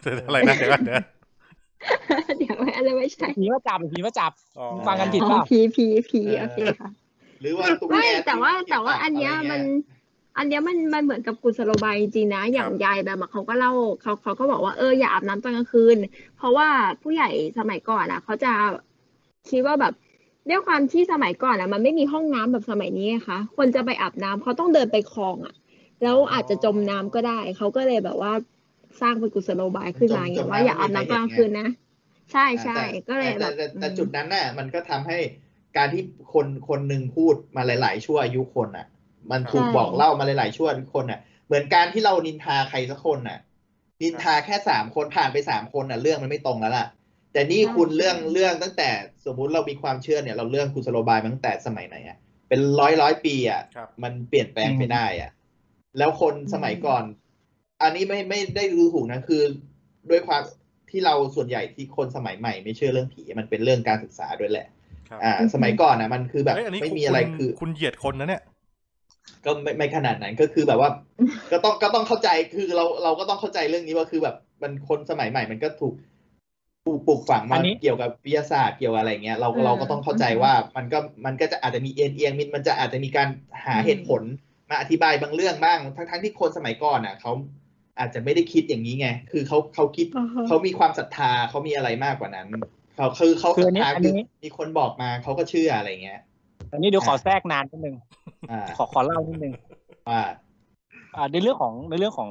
เดี๋ยวอะไรนะเดี๋ยวก่อนเดี๋ยว
เดี๋ยวไม่อะไรไม่ใช่
ผีมาจับผีมาจับ
อ๋อ
ฟังกันผิด
อ๋อ
เปล่า
ผีผีผี
เออ
โอเคค่ะ
หรือว่าตุ๊ก
ไม่
ก
แต่ว่า
ผี
แต่ว่าอันเนี้ย
ะไร
มัน
เงี้ย
อันเนี้ยมันมันเหมือนกับกุศโลบายจริงๆนะ อย่างยายแบบอะเขาก็เล่าเขาเขาก็บอกว่าเอออย่าอาบน้ำตอนกลางคืน เพราะว่าผู้ใหญ่สมัยก่อนอ่ะเขาจะคิดว่าแบบด้วยความที่สมัยก่อนอ่ะ มันไม่มีห้องน้ำแบบสมัยนี้ไงค่ะ คนจะไปอาบน้ำเขาต้องเดินไปคลองอ่ะ แล้วอาจจะจมน้ำก็ได้ เขาก็เลยแบบว่าสร้างเป็นกุศโลบายขึ้นมาอย่างเงี้ยว่าอย่าอาบน้ำตอนกลางคืนนะ ใช่ใช่ก็เลยแบบ
แต่แต่จุดนั้นน่ะมันก็ทำให้การที่คนคนหนึ่งพูดมาหลาย ๆ ชั่วอายุคนน่ะ มันถูก
ใช่
บอกเล่ามาหลาย ๆ ชั่วอายุคนน่ะ เหมือนการที่เรานินทาใครสักคนน่ะ นินทาแค่สามคนผ่านไปสามคนน่ะเรื่องมันไม่ตรงแล้วล่ะ แต่นี่คุณเรื่องเรื่องตั้งแต่สมมุติเรามีความเชื่อเนี่ย เราเรื่องกุศโลบายมาตั้งแต่สมัยไหนอ่ะเป็นร้อยร้อยปีอ่ะ
ครับ
มันเปลี่ยนแปลงไปได้อ่ะแล้วคนสมัยก่อน อันนี้ไม่ไม่ได้รู้ถูกนะคือด้วยความ ที่เราส่วนใหญ่ที่คนสมัยใหม่ไม่เชื่อเรื่องผีมันเป็นเรื่องการศึกษาด้วยแหละ
ครับ
อ่า สมัยก่อนนะมันคือแบบ
เฮ้ยอันนี้
ไม่
คุณ
มีอะไร
ณ
คือ
คุณเหยียดคนนะเนี่ย
ก็ไม่ไม่ขนาดนั้นก็คือ แบบว่า ก็ต้องก็ต้องเข้าใจคือเราเราก็ต้องเข้าใจเรื่องนี้ว่าคือแบบมันคนสมัยใหม่มันก็ถูกปลูกปลูกฝังมา
อันนี้
เกี่ยวกับวิทยาศาสตร์เกี่ยวกับอะไรเงี้ยเรา
อืม
เราก็ต้องเข้าใจว่ามันก็มันก็จะอาจจะมีเอียงเอียงๆมันจะอาจจะมีการหา
อืม
เหตุผลมาอธิบายบางเรื่องบ้างทั้งทั้งที่คนสมัยก่อนอ่ะเขาอาจจะไม่ได้คิดอย่างนี้ไงคือเขาเขาคิด
อ่าฮะ
เขามีความศรัทธาเขามีอะไรมากกว่านั้น เขาคือเขา
คือ
ศ
อั
รั
น
ทธาคื
นี้อันนี้
อมีคนบอกมาเขาก็เชื่ออะไรเงี้ย
อันนี้เดี๋ยวขอแทรกนานนิดนึง
อ่า
ขอขอเล่านิดนึง
ว่า
อ่าในเรื่องของในเรื่องของ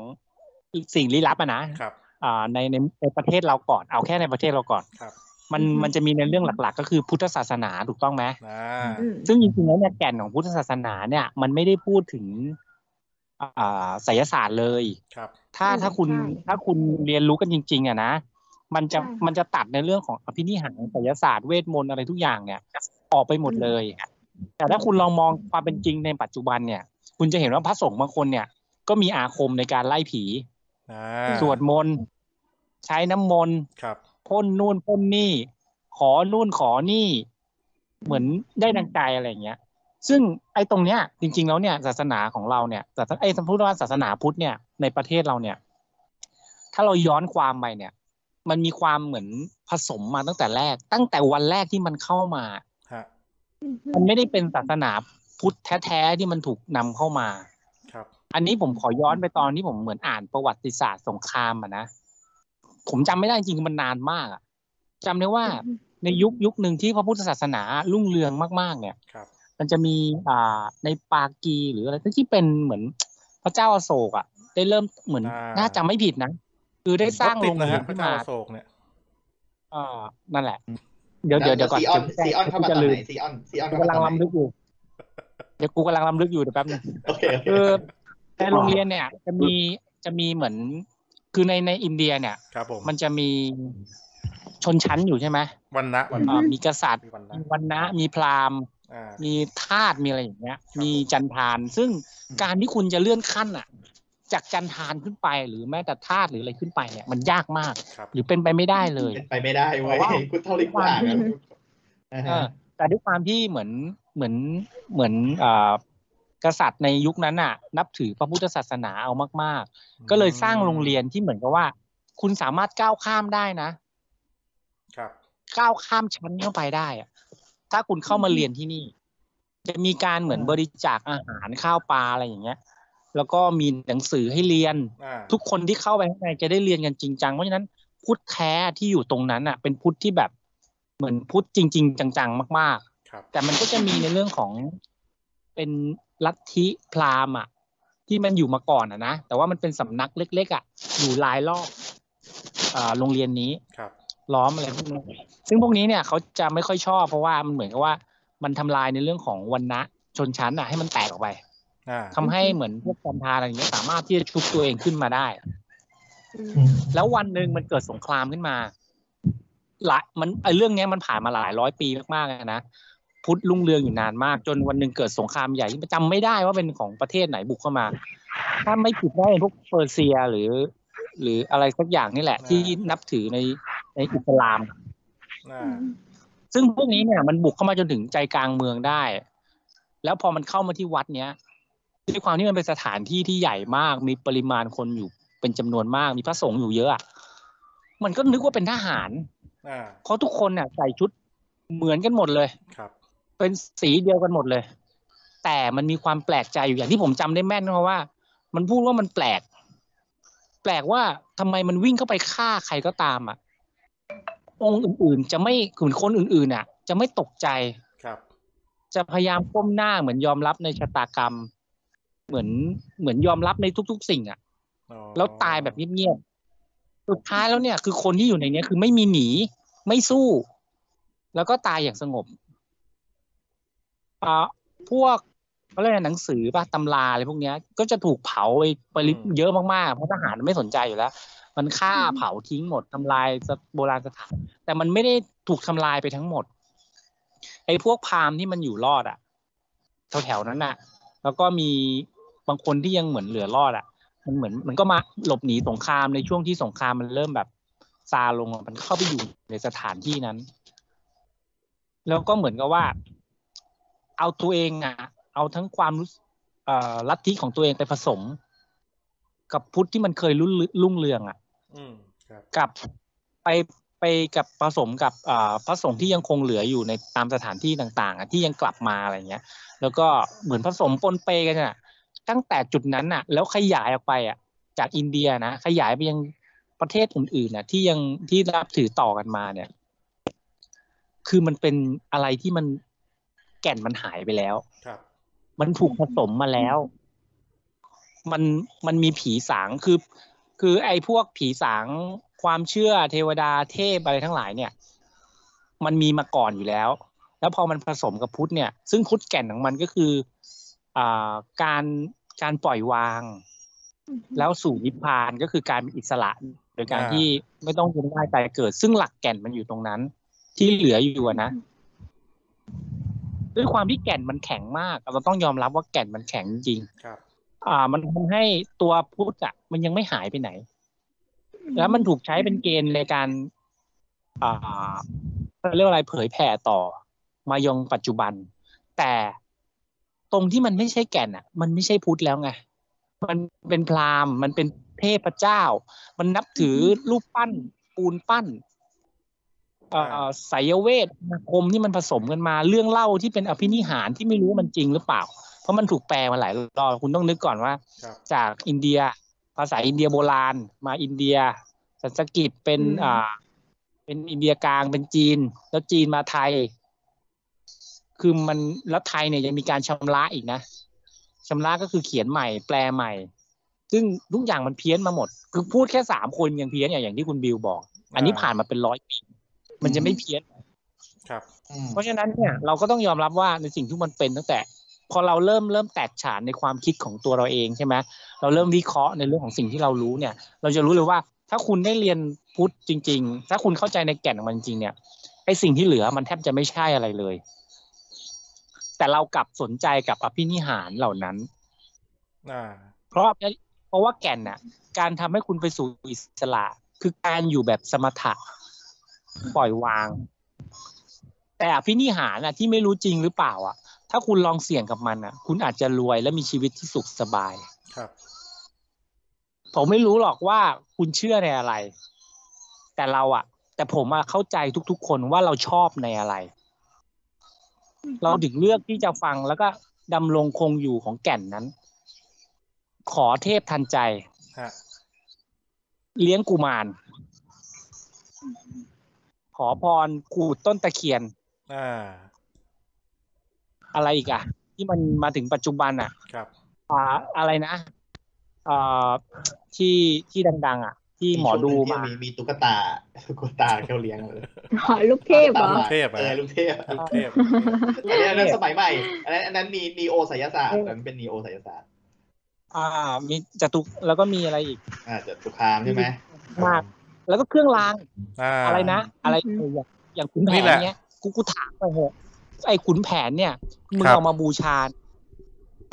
สิ่งลี้ลับอะนะครับ อ่าในในในประเทศเราก่อนเอาแค่ในประเทศเราก่อน
ครับ
มัน
อือฮึ
มันจะมีในเรื่องหลัก ๆ ก็คือพุทธศาสนาถูกต้องไหม
อ่า
อืม
ซึ่งจริงๆแล้วเนี่ยแก่นของพุทธศาสนาเนี่ย มันไม่ได้พูดถึงอ่าไสยศาสตร์เลย
ครับ
ถ้า
ใช่
ถ้าคุณ
ใช่
ถ้าคุณเรียนรู้กันจริง ๆอะนะมันจะ
ใช่
มันจะตัดในเรื่องของอภินิหารไสยศาสตร์เวทมนต์อะไรทุกอย่างเนี่ย ออกไปหมดเลย แต่ถ้าคุณลองมองความเป็นจริงในปัจจุบันเนี่ย คุณจะเห็นว่าพระสงฆ์บางคนเนี่ย ก็มีอาคมในการไล่ผี
อ่า
สวดมนต์ใช้น้ำมนต์
ครับ
พ่นนู่นพ่นนี่ ขอนู่นขอนี่ เหมือนได้ดังใจอะไรอย่างเงี้ย ซึ่งไอ้ตรงเนี้ย จริง ๆ แล้วเนี่ยศาสนาของเราเนี่ยศาสนาไอ้สมมติว่าศาสนาพุทธเนี่ยในประเทศเราเนี่ย ถ้าเราย้อนความไปเนี่ย มันมีความเหมือนผสมมาตั้งแต่แรก ตั้งแต่วันแรกที่มันเข้ามา
ฮะ
มันไม่ได้เป็นศาสนาพุทธแท้ๆที่มันถูกนำเข้ามา
ครับ
อันนี้ผมขอย้อนไปตอนที่ผมเหมือนอ่านประวัติศาสตร์สงครามอะนะ ผมจำไม่ได้จริงๆมันนานมากอะจำได้ว่า
อืม
ในยุคยุคหนึ่งที่พระพุทธศาสนารุ่งเรืองมากๆ เนี่ย
ครับ
มันจะมีอ่าในปากีหรืออะไรที่เป็นเหมือนพระเจ้าอโศกอ่ะ ได้เริ่มเหมือน
อ่า
น่าจำไม่ผิดนะ คือได้สร้าง
ติ
โร
ด
ง
นะ
เรีย
ฮะพ
น
ระ
ขึ้น
เจ้า
มา
อโศกเนี่ย
อ่านั่นแหละ เดี๋ยวเดี๋ยวเดี๋ยวก่อน
ซีออน
จะ
ซีออนเข้ามาตอน
จะลื
ไห
ม
นซีออนซีออนเข้ามากตอ
กูำลัง
นไหน
ลำลึกอยู่เดี๋ยวกูกำลังลำลึกอยู่เดี๋ยวแป๊บนึง
โอเคโอเค
คือในโรงเรียนเนี่ยจะมีจะมีเหมือน คือในในอินเดียเนี่ย
ครับผม
มันจะมีชนชั้นอยู่ใช่ไหม
วันนะวัน
อ่า
นะ
มีกษัตริย์
มีวันนะ
มีวรรณะมีพราหมณ์
อ่า
มีธาตุมีอะไรอย่างเงี้
ค
ย
รับ
มี
ผม
จันทาน ซึ่งการที่คุณจะเลื่อนขั้นอ่ะ จากจันทานขึ้นไปหรือแม้แต่ธาตุหรืออะไรขึ้นไปเนี่ยมันยากมาก
ครับ
หรือเป็นไปไม่ได้เลย
เป็นไปไม่ได้เว้ย
แต่ว่า
กูเท่าที่กูอ่านนะอ่า
เอ
ฮะ
อแต่ด้วยความที่เหมือนเหมือนเหมือนเอ่อกษัตริย์ในยุคนั้นน่ะ นับถือพระพุทธศาสนาเอามากๆ ก็เลยสร้างโรงเรียนที่เหมือนกับว่า คุณสามารถก้าวข้ามได้นะ
ครับ
ก้าวข้ามชั้นเข้าไปได้อะถ้าคุณเข้ามาเรียนที่นี่ จะมีการเหมือนบริจาคอาหารข้าวปลาอะไรอย่างเงี้ย แล้วก็มีหนังสือให้เรียน
อ่า
ทุกคนที่เข้าไปข้างในจะได้เรียนกันจริงจังเพราะฉะนั้นพุทธแท้ที่อยู่ตรงนั้นอ่ะ เป็นพุทธที่แบบเหมือนพุทธจริง ๆ จังๆ มาก
ครับ
ๆ แต่มันก็จะมีในเรื่องของเป็นลัทธิพราหมณ์อ่ะ ที่มันอยู่มาก่อนอ่ะนะแต่ว่ามันเป็นสำนักเล็ก ๆ อ่ะ อยู่รายรอบอ่าโรงเรียนนี้
ครับ
ล้อมอะไรพวกนี้ซึ่งพวกนี้เนี่ยเขาจะไม่ค่อยชอบเพราะว่ามันเหมือนกับว่ามันทำลายในเรื่องของวันนะชนชั้นอ่ะให้มันแตกออกไป
อ่า
ทำให้เหมือนพวกกัมพร้าอะไรอย่างเงี้ยสามารถที่จะชุบตัวเองขึ้นมาได้
อืม
แล้ววันหนึ่งมันเกิดสงครามขึ้นมาหลายมันไอเรื่องเนี้ยมันผ่านมาหลายร้อยปีมากๆเลยนะพุทธรุ่งเรืองอยู่นานมาก จนวันหนึ่งเกิดสงครามใหญ่ที่จำไม่ได้ว่าเป็นของประเทศไหนบุกเข้ามา ถ้าไม่ผิดได้พวกเปอร์เซียหรือ หรืออะไรสักอย่างนี่แหละ ที่นับถือในในอิสลาม
อ่า
ซึ่งพวกนี้เนี่ยมันบุกเข้ามาจนถึงใจกลางเมืองได้ แล้วพอมันเข้ามาที่วัดเนี้ยด้วยความที่มันเป็นสถานที่ที่ใหญ่มาก มีปริมาณคนอยู่เป็นจำนวนมาก มีพระสงฆ์อยู่เยอะอะมันก็นึกว่าเป็นทหาร
อ่า
เพราะทุกคนเนี่ยใส่ชุดเหมือนกันหมดเลย
ครับ
เป็นสีเดียวกันหมดเลย แต่มันมีความแปลกใจอยู่อย่างที่ผมจำได้แม่นเพราะว่า มันพูดว่ามันแปลก แปลกว่าทำไมมันวิ่งเข้าไปฆ่าใครก็ตามอ่ะ องค์อื่นๆ จะไม่ขุนคนอื่นๆอ่ะ จะไม่ตกใจ
ครับ
จะพยายามก้มหน้าเหมือนยอมรับในชะตากรรม เหมือนเหมือนยอมรับในทุกๆ สิ่งอ่ะ
อ๋อ
แล้วตายแบบเงียบๆ สุดท้ายแล้วเนี่ยคือคนที่อยู่ในเนี้ยคือไม่มีหนี ไม่สู้ แล้วก็ตายอย่างสงบอ่าพวกเขาเรียกอะไรหนังสือป่ะตำราอะไรพวกเนี้ย ก็จะถูกเผาไปไปริบเยอะมากๆ เพราะทหารไม่สนใจอยู่แล้ว มันฆ่า
อืม
เผาทิ้งหมดทำลายโบราณสถาน แต่มันไม่ได้ถูกทำลายไปทั้งหมด ไอ้พวกพราหมณ์ที่มันอยู่รอดอะแถวๆนั้นน่ะ แล้วก็มีบางคนที่ยังเหมือนเหลือรอดอะ มันเหมือนมันก็มาหลบหนีสงครามในช่วงที่สงครามมันเริ่มแบบซาลงอะมันเข้าไปอยู่ในสถานที่นั้น แล้วก็เหมือนกับว่า เอาตัวเองอะเอาทั้งความรู้สึกเอ่อลัทธิของตัวเองไปผสม กับพุทธที่มันเคยรุ่นรุ่งเรืองอะ
อืม ครับ
กับไปไปกับผสมกับเอ่อพระสงฆ์ที่ยังคงเหลืออยู่ในตามสถานที่ต่างๆอ่ะที่ยังกลับมาอะไรเงี้ย แล้วก็เหมือนผสมปนเปกันอ่ะตั้งแต่จุดนั้นอ่ะ แล้วขยายออกไปอ่ะจากอินเดียนะขยายไปยังประเทศอื่นๆน่ะ ที่ยังที่รับถือต่อกันมาเนี่ย คือมันเป็นอะไรที่มันแก่นมันหายไปแล้ว
ครับ
มันถูกผสมมาแล้ว มัน มันมีผีสาง คือ คือไอ้พวกผีสาง ความเชื่อเทวดาเทพอะไรทั้งหลายเนี่ย มันมีมาก่อนอยู่แล้ว แล้วพอมันผสมกับพุทธเนี่ย ซึ่งพุทธแก่นของมันก็คืออ่าการ การปล่อยวาง แล้วสู่นิพพานก็คือการเป็นอิสระ โดยการ
อ่า
ที่ไม่ต้องเวียนว่ายตายเกิด ซึ่งหลักแก่นมันอยู่ตรงนั้น ที่เหลืออยู่อะนะ ด้วยความที่แก่นมันแข็งมาก เราต้องยอมรับว่าแก่นมันแข็งจริง
ครับ
อ่า มันทำให้ตัวพุทธอ่ะ มันยังไม่หายไปไหน แล้วมันถูกใช้เป็นเกณฑ์ในการ อ่าเรียกว่าอะไรเผยแผ่ต่อ มายังปัจจุบัน แต่ตรงที่มันไม่ใช่แก่นอ่ะ มันไม่ใช่พุทธแล้วไง มันเป็นพราหมณ์ มันเป็นเทพเจ้า มันนับถือรูปปั้น ปูนปั้น เอ่อไสายเวทอาคมที่มันผสมกันมา เรื่องเล่าที่เป็นอภินิหารที่ไม่รู้ว่ามันจริงหรือเปล่า เพราะมันถูกแปลมาหลายรอบคุณต้องนึกก่อนว่า
ครับ
จากอินเดีย ภาษาอินเดียโบราณ มาอินเดียสันสกฤตเป็น
อืม
อ่าเป็นอินเดียกลางเป็นจีน แล้วจีนมาไทย คือมันแล้วไทยเนี่ยยังมีการชำระอีกนะชำระก็คือเขียนใหม่ แปลใหม่ ซึ่งทุกอย่างมันเพี้ยนมาหมด คือพูดแค่สามคนยังเพี้ยนอย่างอย่างที่คุณบิวบอก อันนี้ผ่านมาเป็นร้อยปีมันจะไม่เพี้ยน
ครับ
อืม
เพราะฉะนั้นเนี่ยเราก็ต้องยอมรับว่าในสิ่งที่มันเป็นตั้งแต่ พอเราเริ่มเริ่มแตกฉานในความคิดของตัวเราเองใช่ไหมเราเริ่มวิเคราะห์ในเรื่องของสิ่งที่เรารู้เนี่ย เราจะรู้เลยว่า ถ้าคุณได้เรียนพุทธจริง ๆ ถ้าคุณเข้าใจในแก่นของมันจริงๆเนี่ยไอสิ่งที่เหลือมันแทบจะไม่ใช่อะไรเลย แต่เรากลับสนใจกับอภินิหารเหล่านั้น
อ่า
เพราะเพราะว่าแก่นน่ะ การทำให้คุณไปสู่อิสระ คือการอยู่แบบสมถะปล่อยวาง แต่อภินิหารน่ะที่ไม่รู้จริงหรือเปล่าอ่ะ ถ้าคุณลองเสี่ยงกับมันอ่ะ คุณอาจจะรวยและมีชีวิตที่สุขสบาย
ครับ
ผมไม่รู้หรอกว่าคุณเชื่อในอะไร แต่เราอะแต่ผมอะเข้าใจทุกๆ คนว่าเราชอบในอะไร เราถึงเลือกที่จะฟังแล้วก็ดำรงคงอยู่ของแก่นนั้น ขอเทพทันใจ
ฮะ
เลี้ยงกุมาร ขอพรกูดต้นตะเคียน
อ่า
อะไรอีกอะที่มันมาถึงปัจจุบันอะ
ครับ
อ่าอะไรนะอ่าที่ที่ดัง ๆ อ่ะ ที่หมอดู
ช่วงหนึ่งที่
มา
มีตุ๊กตา ตุ๊กตาเขาเลี้ยงเลย
หอลูกเทพเหรอ
ลูกเทพอะ
เออลูกเทพ
ลูกเทพ
อันนี้อันนั้นสมัยใหม่อันนั้นอันนั้นมีนีโอไสยศาสตร์อันนั้นเป็นนีโอไสยศาสตร์
อ่า มีจตุแล้วก็มีอะไรอีก
อ่าจะสุขามใช่ไหม
มาก แล้วก็เครื่องราง
อ่า
อะไรนะ อะไร
อืม
อย่างอย่างขุนแผ
นี่
น
แหละ
เนี้ยกูกูถามไปเหอะไอ้ขุนแผนเนี่ยมึงเอามาบูชา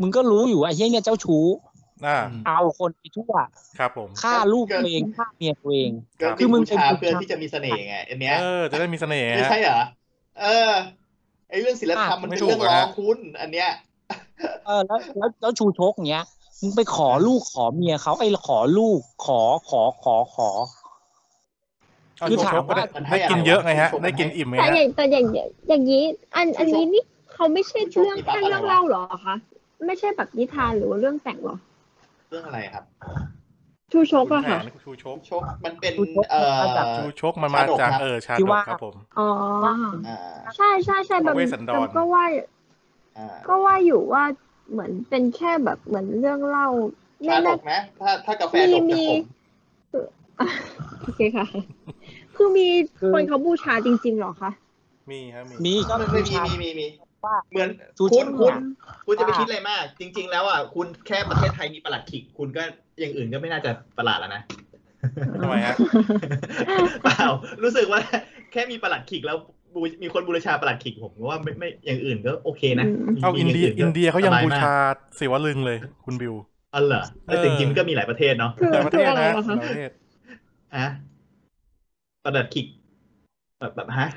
มึงก็รู้อยู่ไอ้เหี้ยเนี่ยเจ้าชู้
อ่า
อืม
เอาคนไปทั่ว
ครับผม
ฆ่าลูกตัวเองฆ่าเมียตัวเอง
ก็
คือมึง
บูชา
เป็น
เพื่อที่จะมีเสน่ห์ไงอันเนี้ย
เออ จะได้มีเสน่ห์
ไม่
ฮะ
ใช่เหรอ เออ ไอเรื่องศิลธรรมมัน
ไม่
เป็น
ถูก
เรื่องร
อะ
อ
ฮะ
งคุณ อันเนี้ย
เออแล้วแล้วแล้วชูชกเนี้ยมึงไปขอลูกขอเมียเขาไอ้ขอลูกขอขอขอขอ
เอา
คือ
ชม
ถาม
ชมก็ได้
ว่า
ได้กินเยอะไงฮะ
ชมชม
ได้กินอิ่มไง
แต่
ฮะ
อย่างแต่อย่างอย่างนี้ อันอันนี้นี่เขาไม่ใช่เรื่องแค่เรื่องเล่าเหรอคะไม่ใช่แบบนิทานหรือว่าเรื่องแต่งเหรอ
เรื่องอะไรครับ
ชูชก
คุณ
อะ
แผ
ค่ะ
นชูชก
โชคมันเป็น
ชูชก
เอ่อ
มาจาก
ชูชกมันมา
ชาดก
จาก
ครับ
เออชา
ที่
ดก
ว่า
ครับผม
อ๋อ
อ่า
ใช่ใช่ใช่
พ
แบ
ระ
บ
เวสสันดร
ก็ว่า
อ่า
ก็ว่าอยู่ว่าเหมือนเป็นแค่แบบเหมือนเรื่องเล่า
ชา
ไม่
ด
น่า
กนะ ถ้าถ้ากาแฟดกจะ
มี
ขม
โอเคค่ะ คือมี
คือ
คนเขาบูชาจริงๆเหรอคะ
มีฮะ มี
มีก็
มัน
บู
ไม่มี
ชา
มีมีมี
ว่า
เหมือน
ชูช
คุณ
ก
คุ
เนี่
ณ
ย
คุณจะไป
ว่า
คิดอะไรมาก จริง ๆ แล้วอ่ะ คุณแค่ประเทศไทยมีประหลัดขิก คุณก็อย่างอื่นก็ไม่น่าจะประหลาดแล้วนะ
ทำไมฮะ
เปล่า รู้สึกว่า แค่มีประหลัดขิกแล้วบูมีคนบูรชาประหลัดขิกผมว่าไม่ไม่อย่างอื่นก็โอเคนะ
อืม
เอาอินเดีย
มี
อิ
ย่าง
นเดียเขายัง
ส
บู
มก
ชาศิวลึงเลยคุณบิว
อ๋อเหรอแต่
เออ
จริงๆมันก็มีหลายประเทศเนาะ
คือ
หลายประเท
คือ
ศ
อะไร
นะ
เหรอ
ห
คะ
ลายประเทศ
อะประดับคิกแบบแบบฮะ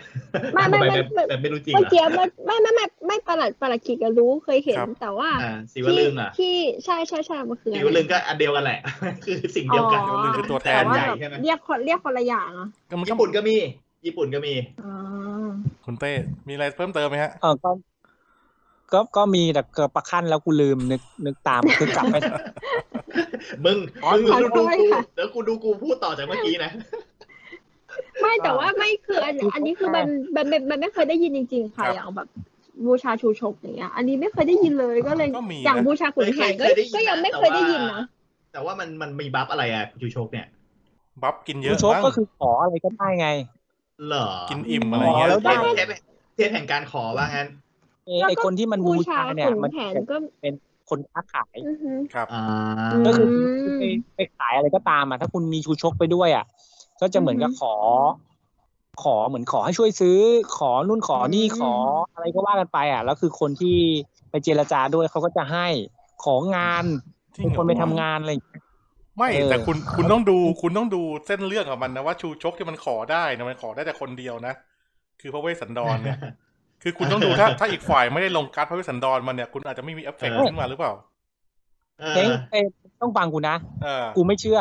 ไม่ไม่ไม่
แบบ
ไม่
แบบไม่รู้จริง
เมื่
เหร
อ
อ
กี้ไม่ไม่ไม่ไม่ไม่ประหลัดประหลัดขีดก็รู้เคยเห็น
ครับ
แต่ว่า
อ่าสีว
ที่
ลึงอ่ะ
ที่ใช่ใช่ใช่มันคือ
สี
อะ
ว
ไร
ลึงก็อันเดียวกันแหละ คือสิ่งเดียวกัน
อ๋
สีว
อ
ลึงคือตัวแท
แต่
น
ว่า
ใหญ่
แบบ
ใช่ไหม
เรียกคนเรียกคนละอย่างเหรอ
ก็มันก็
ญี่ปุ่นก็มี ญี่ปุ่นก็มี
อ๋อ
คุณเต้ มีอะไรเพิ่มเติมไหมฮะ
เออก็ก็ก็มีแต่เกิดประคันแล้วกูลืมนึกนึกตามคือกลับไป
มึง
อ๋อ
มึง
ขอ
ดู
โท
ดู
ษ
กู
ค่ะ
แล้วกูดูกูพูดต่อจากเมื่อกี้นะ
ไม่แต่ว่าไม่คืออันอันนี้คือมันมันมันมันไม่เคยได้ยินจริง ๆ ค่ะ
ครับ
อย่างแบบบูชาชูชกอย่างเงี้ยอันนี้ไม่เคยได้ยินเลยก็เลย
ก็มีนะ
อย่างบูชาขุนแผนก็
ด้น
ก็ยังไม่เคยได้ยินนะ
แต่ว่าแต่ว่ามันมันมีบัฟอะไรอ่ะคุณชูโชคเนี่ย
บัฟกินเย
กู
อะ
ชก
มั้ง
ก็คือขออะไรก็ได้ไง
เหรอ
กินอิ่มอะไรอย่างเงี้ย
อ๋อแล้วได้
เทพเทพแห่งการขอว่างั้น
ไอ้ไอคนที่มันบูชาเนี่ย
ขุน
มัน
แผนก็
เป็นคนค้าขาย
อือหือ
ครับ
อ่า
ก็คืออ
ม
ไปไปขายอะไรก็ตามอ่ะถ้าคุณมีชูชกไปด้วยอ่ะ ก็จะเหมือนกับขอ ขอเหมือนขอให้ช่วยซื้อ ขอนู่นขอนี่
อืม
ขออะไรก็ว่ากันไป อ่ะ แล้วคือคนที่ไปเจรจาด้วยเขาก็จะให้ของาน
จริงเหรอ
คนไปทำงานอะไรอย่างเงี้ย
ไม่
เออ
แต่คุณคุณต้องดูคุณต้องดูเส้นเรื่องของมันนะว่าชูชกที่มันขอได้นะมันขอได้แต่คนเดียวนะ คือพระเวสสันดรเนี่ย คือคุณต้องดูถ้าถ้าอีกฝ่ายไม่ได้ลงการดพระเวสสันดรมันเนี่ยคุณอาจจะไม่มีเอฟเฟกต์
เออ
ขึ้นมาหรือเปล่า
เอ
เอ้
อ
ยเอ้ยต้องฟังกูนะ
เออ
กูไม่เชื่อ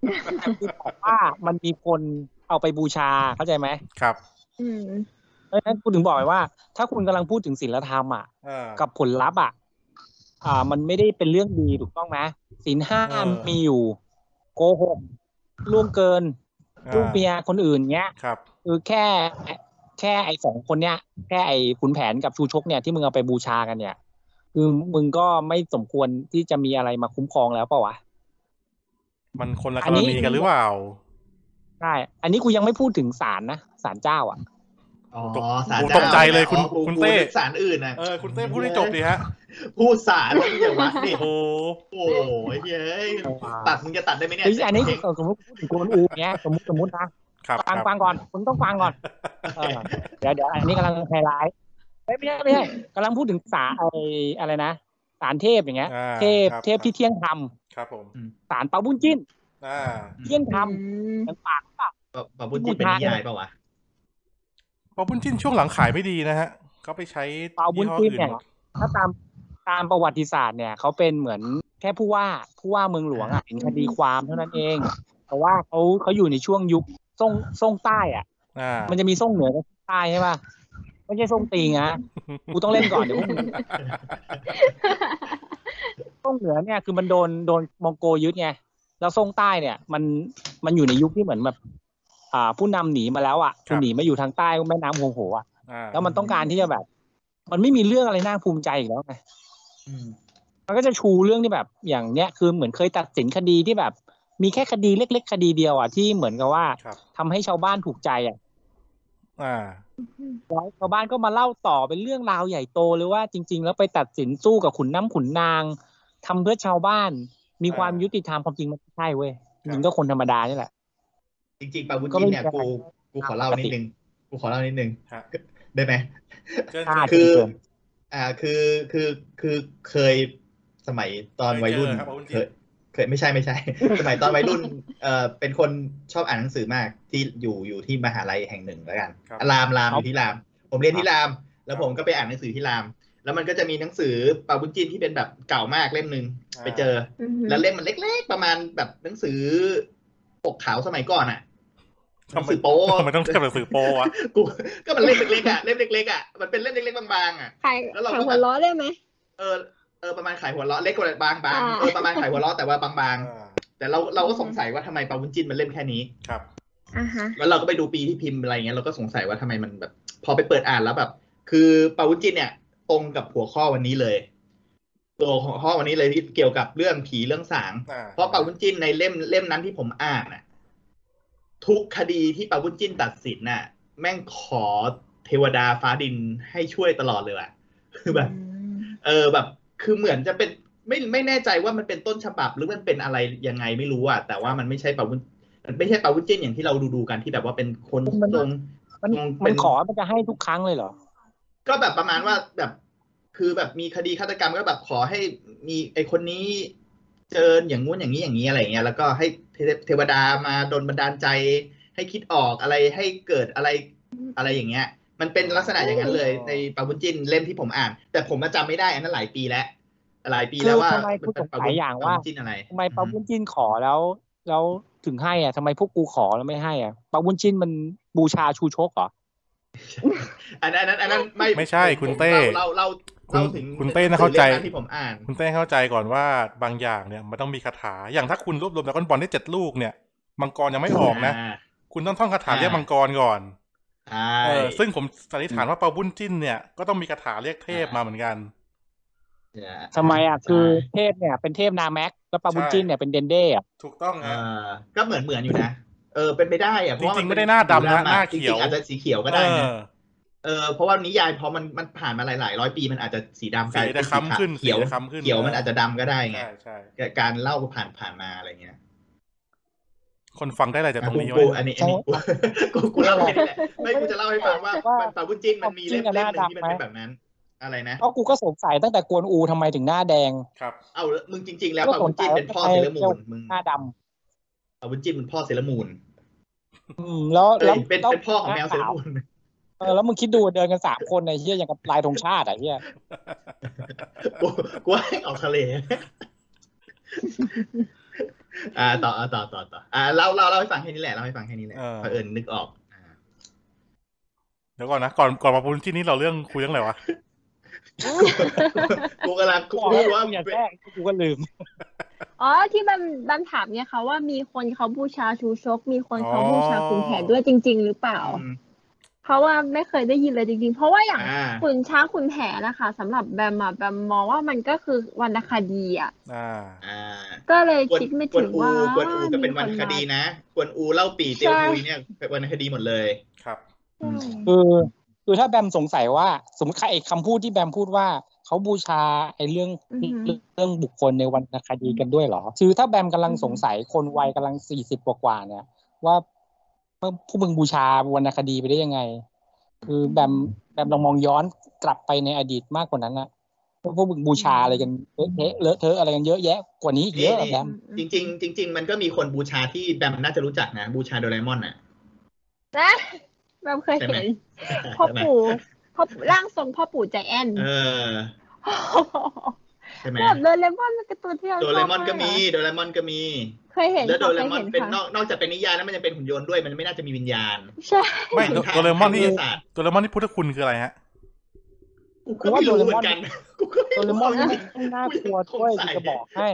แต่กูบอกว่ามันมีคนเอาไปบูชาเข้าใจไหม
ครับ
อืม
เพราะฉะนั้นกูถึงบอกไงว่า ถ้าคุณกำลังพูดถึงศีลธรรมอ่ะ
เออ
กับผลลัพธ์อ่ะ อ่า มันไม่ได้เป็นเรื่องดีถูกต้องไหมศีลห้า
เออ
มีอยู่ โกหกล่วงเกิน
อ่า
ลูกเมียคนอื่นเงี้ย
ครับ
คือแค่ แค่ไอ้สองคนเนี้ย แค่ไอ้ขุนแผนกับชูชกเนี่ยที่มึงเอาไปบูชากันเนี่ย คือมึงก็ไม่สมควรที่จะมีอะไรมาคุ้มครองแล้วเปล่าวะ
มันคนละ
อั
ก
น
ร
นี้
ณีกันหรือเปล่า
ใช่ อันนี้กูยังไม่พูดถึงศาลนะศาลเจ้าอ่ะ
อ๋อ
ตก
สาร
ตกใจเลยคุณ
อ๋อกู
คุณ
กู
เต้
นึกสารอื่นนะ
เออคุณเต้พูดให้จบดีฮะ
พูดสารอย่าวัดดิ
โอ้โห
โอ้ยเย้ยตัดมึงจะตัดได้ไหมเนี่ย
เฮ้ยอันนี้เออสมมติพูดถึงคนอูเนี้ยสมมติสมมตินะครับ ฟัง
ครับ
ฟังก่อนคุณต้องฟังก่อนเออเดี๋ยวเดี๋ยวอันนี้กำลังไฮไลท์เฮ้ยไม่ใช่ไม่ใช่กำลังพูดถึงสาไออะไรนะสารเทพอย่างเงี้ย
อ่า
เทพ
ครับ
เทพที่เที่ยงธรรม
ครับผม
สารเปาบุญจิ้น
อ่า
เที่ยงธรรม
อืม
มันปากเปล่า
ปะปะบุญจิตเป็นนิยายเปล่าวะ
ปอบุญจิ้นช่วงหลังขายไม่ดีนะฮะเขาไปใช้
เปาบุญจิ้นเนี่ย
หมด
ถ้าตาม ตามประวัติศาสตร์เนี่ยเขาเป็นเหมือนแค่ผู้ว่าผู้ว่าเมืองหลวงอ่ะเป็นคดีความเท่านั้นเอง แต่ว่าเขาเขาอยู่ในช่วงยุคส่งส่งใต้อ่ะ
อ่า
มันจะมีส่งเหนือกับส่งใต้ใช่ป่ะไม่ใช่ส่งตีงนะกูต้องเล่นก่อนเดี๋ยวพวกมึง ทรงเหนือเนี่ยคือมันโดนโดนมองโกยึดไงแล้วทรงใต้เนี่ย มันมันอยู่ในยุคที่เหมือนแบบอ่า ผู้นำหนีมาแล้วอ่ะคือหนีมาอยู่ทางใต้แม่น้ำโขงโหอ่ะ
อ่า
แล้วมันต้องการที่จะแบบ มันไม่มีเรื่องอะไรน่าภูมิใจอีกแล้วไง
อืม
มันก็จะชูเรื่องที่แบบอย่างเนี้ยคือเหมือนเคยตัดสินคดีที่แบบ มีแค่คดีเล็ก ๆ คดีเดียวอ่ะที่เหมือนกับว่า
ครับ
ทำให้ชาวบ้านถูกใจอ่ะ
อ่า
แล้วชาวบ้านก็มาเล่าต่อเป็นเรื่องราวใหญ่โตเลยว่าจริง ๆ แล้วไปตัดสินสู้กับขุนน้ำขุนนางทำเพื่อชาวบ้าน มีความยุติธรรมความจริงมันไม่ใช่เว้ยมันก็คนธรรมดานี่แหละ
จริงๆปาบุจินเนี่ยกูกูขอเล่านิดนึงกูขอเล่านิดนึง
ฮะ
ได้ไหม
เชิญ
อ่า
เชิญ
คือ
เกิน
อ่า คือ คือ คือเคยสมัยตอนวัยรุ่น
เคเจอครับผมจ
เค
ริง
ย เคยไม่ใช่ไม่ใช่ สมัยตอนวัยรุ่น เอ่อ เป็นคนชอบอ่านหนังสือมากที่อยู่อยู่ที่มหาลัยแห่งหนึ่งแล้วกัน
ครับ
รามราม
ครั
อบ ยู่ที่ราม ผมเรียนที่ราม แล้
ค
ว
รับ
ผมก็ไปอ่านหนังสือที่ราม แล้วมันก็จะมีหนังสือปาบุญจินที่เป็นแบบเก่ามากเล่มหนึ่งไปเจอ
อือหือ
แล้วเล่มมันเล็ก ๆ ประมาณแบบหนังสือปกขาวสมัยก่อนอ่ะห
ทำ
นัง
ไม
สือโป๊ะ
ทำไมต้องเทียบกับสื่อโปรวะ
กูก็มันเล่มเล็กๆอ่ะเล่มเล็กๆอ่ะมันเป็นเล่มเล็กๆบางๆอ่ะ
ขาย
แล้วเราก็
ขายหัวล้อได้ไหม
เออเออประมาณขายหัวเราะเล็กกว่าบางบาง
อ่า
เออประมาณขายหัวเราะแต่ว่าบางบาง
อ่า
ๆแต่เราเราก็สงสัยว่าทำไมปาวุ้นจินมันเล่มแค่นี้
ครับ
อ่าฮะ
แล้วเราก็ไปดูปีที่พิมพ์อะไรเงี้ยเราก็สงสัยว่าทำไมมันแบบ พอไปเปิดอ่านแล้วแบบ คือปาวุ้นจินเนี่ย ตรงกับหัวข้อวันนี้เลย ตัวหัวข้อวันนี้เลยที่เกี่ยวกับเรื่องผีเรื่องสาง
อ่า
เพราะปาวุ้นจินในเล่มเล่มนั้นที่ผมอ่านน่ะทุกคดีที่ปาวุ้นจินตัดสินน่ะ แม่งขอเทวดาฟ้าดินให้ช่วยตลอดเลยอ่ะคือแบบ เออแบบ คือเหมือนจะเป็นไม่ไม่แน่ใจว่ามันเป็นต้นฉบับหรือมันเป็นอะไรยังไงไม่รู้อ่ะแต่ว่ามันไม่ใช่ปาวุ้นมันไม่ใช่ปาวุ้นจินอย่างที่เราดูดูๆกันที่แบบว่าเป็นคน
มัน
ตรง
มัน
งงเป็น
มันขอมันจะให้ทุกครั้งเลยเหรอ
ก็แบบประมาณว่าแบบ คือแบบมีคดีฆาตกรรมก็แบบขอให้มีไอคนนี้เจออย่างงู้นอย่างนี้อย่างนี้อะไรอย่างเงี้ยแล้วก็ให้เทเทวดามาดลบันดาลใจ ให้คิดออกอะไรให้เกิดอะไรอะไรอย่างเงี้ย มันเป็นลักษณะอย่างนั้นเลย ในปาวุ้นจินเล่มที่ผมอ่าน แต่ผมมาจำไม่ได้อันนั้นหลายปีแล้วหลายปีแล้วว่า
คือทำไมคุณสงสัยอย่างว่า
ปวุ้นจินอะไร
ทำไมปาวุ้นจินขอแล้ว แล้วถึงให้อ่ะทำไมพวกกูขอแล้วไม่ให้อ่ะปาวุ้นจินมันบูชาชูชกเหรอ
อันนั้นอันนั้นอันนั้นไม่
ไม่ใช่คุณเต้
เราเรา
คุณ
เล่าถึง
คุณเต้น่าเข้าใจ
เรื่องที่ผมอ่าน
คุณเต้เข้าใจก่อนว่าบางอย่างเนี่ยมันต้องมีคาถา อย่างถ้าคุณรวบรวมดราก้อนบอลได้เจ็ดลูกเนี่ยมังกรยังไม่ออกนะ คุณต้องท่องคาถา
อ่า
เรียกมังกรก่อน
ใช่
เออซึ่งผมสันนิษฐานว่าปาบุญจิ้นเนี่ยก็ต้องมีคาถาเรียกเทพมาเหมือนกัน
ทำไมอ่ะ
ใช่
คือเทพเนี่ยเป็นเทพนาแม็กแล้วปาบุญจินเนี่ยเป็นเดนเด้อะ
ถูกต้อง
เอ
ฮะ
อก็เหมือนเหมือนอยู่นะ เออ เป็นไปได้อะเพราะว่า
จริงๆ
เป็
ไม่ได้หน้าดำนะ
สีำอะ
หน้าเขียว
จริงๆอาจจะสีเขียวก็
เอ
ได้นะ
อ
เออ เพราะว่านิยายเพราะมันมันผ่านมาหลายๆร้อยปีมันอาจจะสีดำกลายเป็น
สีจะค้ำขึ้น
เขียว
สีจะค้ำขึ้น
เขียวมันอาจจะดำก็ได้ไง
ใช่ใช่
การเล่าผ่านผ่านมาอะไรเงี้ย
คนฟังได้อะไรจากตรงนี้
กู
วะ
อันนี้อันนี้กูกูกูเล่าแค่นี้แหละไม่กูจะเล่าให้ฟังว่ามันปาวุจินมันมีเล่มเล่มหนึ่งที่มันเป็นแบบนั้น อะไรนะ
ก็กูก็สงสัยตั้งแต่กวนอูทำไมถึงหน้าแดง
ครับ
เอามึงจริง ๆ แล้วปาวุจินเป็นพ่อเซเลอร์มูนมึง
หน้าดำ
ปาวุจินเป็นพ่อเซเลอร์มูน
อืมแล้ว
เอ
แล้
อ
ว
เป็นเป็นพ่อของแมวเซเลอร์มูน
เออแล้วมึงคิดดูเดินกันสามคนในเฮียอย่างกับลายธงชาติอ่ะเฮีย
กูกูว่าให้ออกทะเล อ่า ต่ออ่าต่อต่อต่ออ่าเราเราเราให้ฟังแค่นี้แหละเราให้ฟังแค่นี้แหละเผอิญนึกออกอ่า
เดี๋ยวก่อนนะก่อนก่อนปาบุญจิ้นนี่เราเรื่องคุยเรื่องอะไรวะ
กูกำลังกู
บอก
รู้
ว่า
ว่า
อย่าแทรกกูก็ลืม
อ๋อที่บันบันถามเนี่ยค่ะว่ามีคนเขาบูชาชูชก มีคนเขาบูชาขุนแผนด้วยจริง ๆ หรือเปล่า
อืม
เพราะว่าไม่เคยได้ยินเลยจริงๆ เพราะว่าอย่าง
อ่า
ขุนช้างขุนแผนนะคะสำหรับแบมอะแบมมองว่ามันก็คือวรรณคดีอ่ะ
อ่า
อ่า
ก็เลย
กวน
คิดไม่
กว
ถึ
น
ง
อู
ว่าก
วนอูก็เป็นวรรณคดีนะกวนอูเล่าปีเตียวทุยเนี่ยเป็นวรรณคดีหมดเลย
ครับ
ใช่
คือคือถ้าแบมสงสัยว่า สมมติใครไอ้คำพูดที่แบมพูดว่าเขาบูชาไอ้เรื่อง
อือหือ
เรื่องบุคคลในวรรณคดีกันด้วยเหรอ คือถ้าแบมกำลังสงสัยคนวัยกำลังสี่สิบกว่าๆเนี่ย ว่าว่าผู้มึงบูชาวรรณคดีไปได้ยังไง คือแบมแบมลองมองย้อนกลับไปในอดีตมากกว่านั้นนะว่าพวกมึงบูชาอะไรกันเละเลอะเทอะอะไรกันเยอะแยะกว่านี้อีกเยอะอะแบม
จริง ๆ จริง ๆ มันก็มีคนบูชาที่แบมน่าจะรู้จักนะ บูชาโดเรมอนน่ะ
นะแบมเคย
ใช่ไหม
เห็นพ่อปู่พ่อปู่ร่างทรงพ่อปู่ใจแอน
เออ ใช่ไหม
แบบโดเรมอนมันการ์ตูนที่เรา
โดเรมอน
ชบาก
ก็มีโดเรมอนก็มี
เคยเห็น
แล้วโด
ค่ะ
เรมอน
คยห็
เป็นนอ
ค่ะ
กนอกจากเป็นนิยายแล้วมันยังเป็นหุ่นยนต์ด้วยมันไม่น่าจะมีวิญญาณ
ใช่
ไม่โดโดเรมอนนี่
ทางวิทยาศาสตร์
โดเรมอนนี่พุทธคุณคืออะไรฮะ
กูก็ไม่รู้เหมือนกันกูก็ไม่
โดเร
รู้
มอน
เหมื
นี่
อนกัน น
มัน่ากลัวด้วย
กูยังสงสัย
จะบอกให้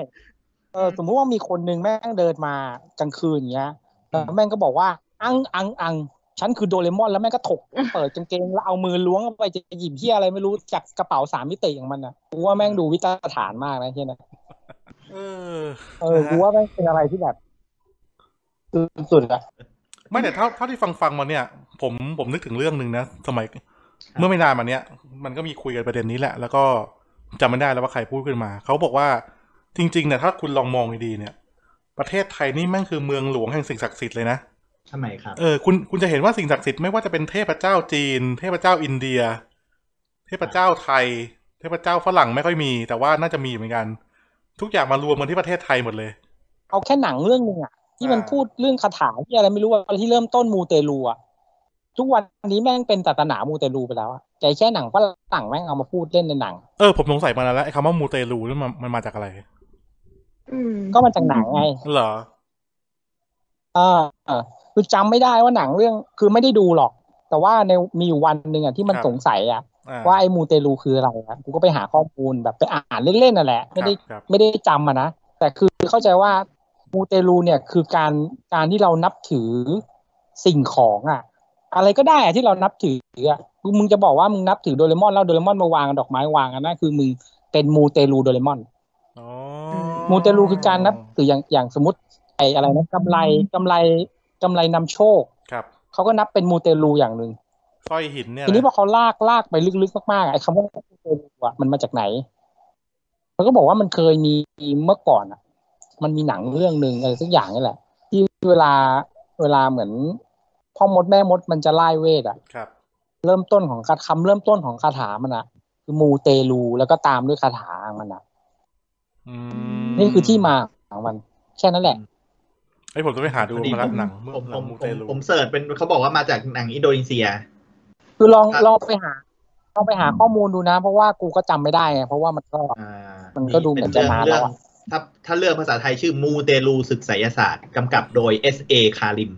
เออสมมุติว่ามีคนหนึ่งแม่งเดินมากลางคืนอย่างเงี้ยแล้วแม่งก็บอกว่า อังอังอังฉันคือโดเรมอนแล้วแม่งก็ถก เปิดกางเกงแล้วเอามือล้วงเข้าไปจะหยิบเฮียอะไรไม่รู้จากกระเป๋าสามมิติของมันอ่ะกูว่าแม่งดูวิตาฐานมากนะเฮียนะ
เออ
เออกูว่าแม่งเป็นอะไรที่แบบสุดๆอะ
ไม่แต่เท่าเท่าที่ฟังฟังๆมาเนี่ย ผมผมนึกถึงเรื่องหนึ่งนะสมัย เมื่อไม่นานมาเนี้ยมันก็มีคุยกันประเด็นนี้แหละ แล้วก็จำไม่ได้แล้วว่าใครพูดขึ้นมา เขาบอกว่าจริงๆเนี่ยถ้าคุณลองมองดีๆเนี่ย ประเทศไทยนี่แม่งคือเมืองหลวงแห่งสิ่งศักดิ์สิทธิ์เลยนะ
ทำไมครับ
เออคุณคุณจะเห็นว่าสิ่งศักดิ์สิทธิ์ไม่ว่าจะเป็นเทพเจ้าจีน เทพเจ้าอินเดีย เทพเจ้าไทย เทพเจ้าฝรั่งไม่ค่อยมี แต่ว่าน่าจะมีเหมือนกัน ทุกอย่างมารวมกันที่ประเทศไทยหมดเลย
เอาแค่หนังเรื่องหนึ่งอะที่มัน
อ่า
พูดเรื่องคาถาที่อะไรไม่รู้ว่าที่เริ่มต้นมูเตลูอะทุกวันนี้แม่งเป็นศาสนามูเตลูไปแล้วอะแต่แค่หนังฝรั่งแม่งเอามาพูดเล่นในหนัง
เออผมสงสัยมานานแล้วไอ้คำว่ามูเตลูนี่มันมันมาจากอะไร
อืม
ก็มาจากหนังไง
เหรอ
เออเออคือจำไม่ได้ว่าหนังเรื่องคือไม่ได้ดูหรอก แต่ว่าในมีอยู่วันหนึ่งอะที่มัน
ครับ
สงสัยอะ
อ่า
ว่าไอ้มูเตลูคืออะไรอะกูก็ไปหาข้อมูลแบบไปอ่านเล่นๆนั่นแหละไม่ได้
ครับครับ
ไม่ได้จำอะนะ แต่คือเข้าใจว่ามูเตลูเนี่ยคือการการที่เรานับถือสิ่งของอะอะไรก็ได้อะที่เรานับถืออะมึงจะบอกว่ามึงนับถือโดเรมอนแล้วโดเรมอนมาวางดอกไม้วางอันนั้นคือมึงเป็นมูเตลูโดเรมอน
อ๋อ
มูเตลูคือการนับถืออย่างอย่างสมมติไอ้อะไรนะกำไรกำไรกำไรนำโชค
ครับ
เขาก็นับเป็นมูเตลูอย่างหนึ่ง
สร้อยหินเนี่ย
ทีนี้พ
นะ
อเขาลากลากไปลึกๆมากๆอะไอ้คำว่ามูเตลูอะมันมาจากไหน มันก็บอกว่ามันเคยมีเมื่อก่อนอ่ะ มันมีหนังเรื่องหนึ่งอะไรสักอย่างนี่แหละ ที่เวลาเวลาเหมือนพ่อมดแม่มดมันจะไล่เวทอ่ะ
ครับ
เริ่มต้นของคาคำเริ่มต้นของคาถามันอ่ะ คือมูเตลูแล้วก็ตามด้วยคาถาของมันอ่ะ
อืม
นี่คือที่มาของมันแค่นั้นแหละ
ไอ้ยผมจะไปหาดู
พอดี
มาละ
ผม
หนังเมื่อห
ผมผ
นัง
ม
มู
ผ
เต
ม
ลู
ผมเสิร์ชเป็นเขาบอกว่ามาจากหนังอินโดนีเซีย
คือลอง
ครับ
ลองไปหาลองไปหาข้อมูลดูนะ เพราะว่ากูก็จำไม่ได้ไงเพราะว่ามันก็
อ่า
มันก็ดูเหมือน
ป็
จะนาน
เรื่อง
แล้วอะ
ถ้าถ้าเรื่องภาษาไทยชื่อมูเตลูศึกไสยศาสตร์กำกับโดย S.A. คาริม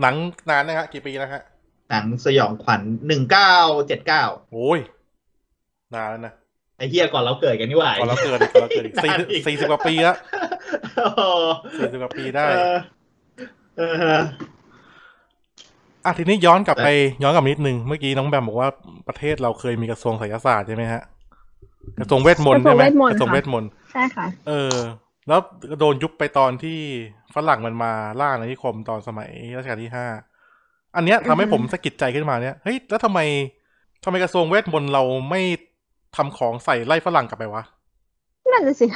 หนังนานนะฮะกี่ปีนะฮะ
หนังสยองขวัญหนึ่งเก้าเจ็ดเก้า
โอ้ยนานแล้วนะ
ไอ้เฮียก่อนเราเกิดกันนี่หว่า
ก่อนเราเกิดอีกก่อนเราเกิดอีกสี่สี่สิบกว่าปีละ
โอ้โห
สี่สิบกว่าปีได้
เออเออ
อ่ะทีนี้ย้อนกลับไปย้อนกลับนิดนึง เมื่อกี้น้องแบมบอกว่าประเทศเราเคยมีกระทรวงไสยศาสตร์ใช่ไหมฮะ กระทรวงเวทมนต์ใช่ไหม
กระทรวงเวทมนต์
กระทรวงเวทมนต์
ค่ะใช่ค่ะ
เออ แล้วโดนยุบไปตอนที่ฝรั่งมันมาล่าอาณานิคมตอนสมัยรัชกาลที่ห้า อันเนี้ยทำให้ผมสะกิดใจขึ้นมาเนี่ย เฮ้ย แล้วทำไมทำไมกระทรวงเวทมนต์เราไม่ทำของใส่ไล่ฝรั่งกลับไปวะ
นั่นน่ะสิ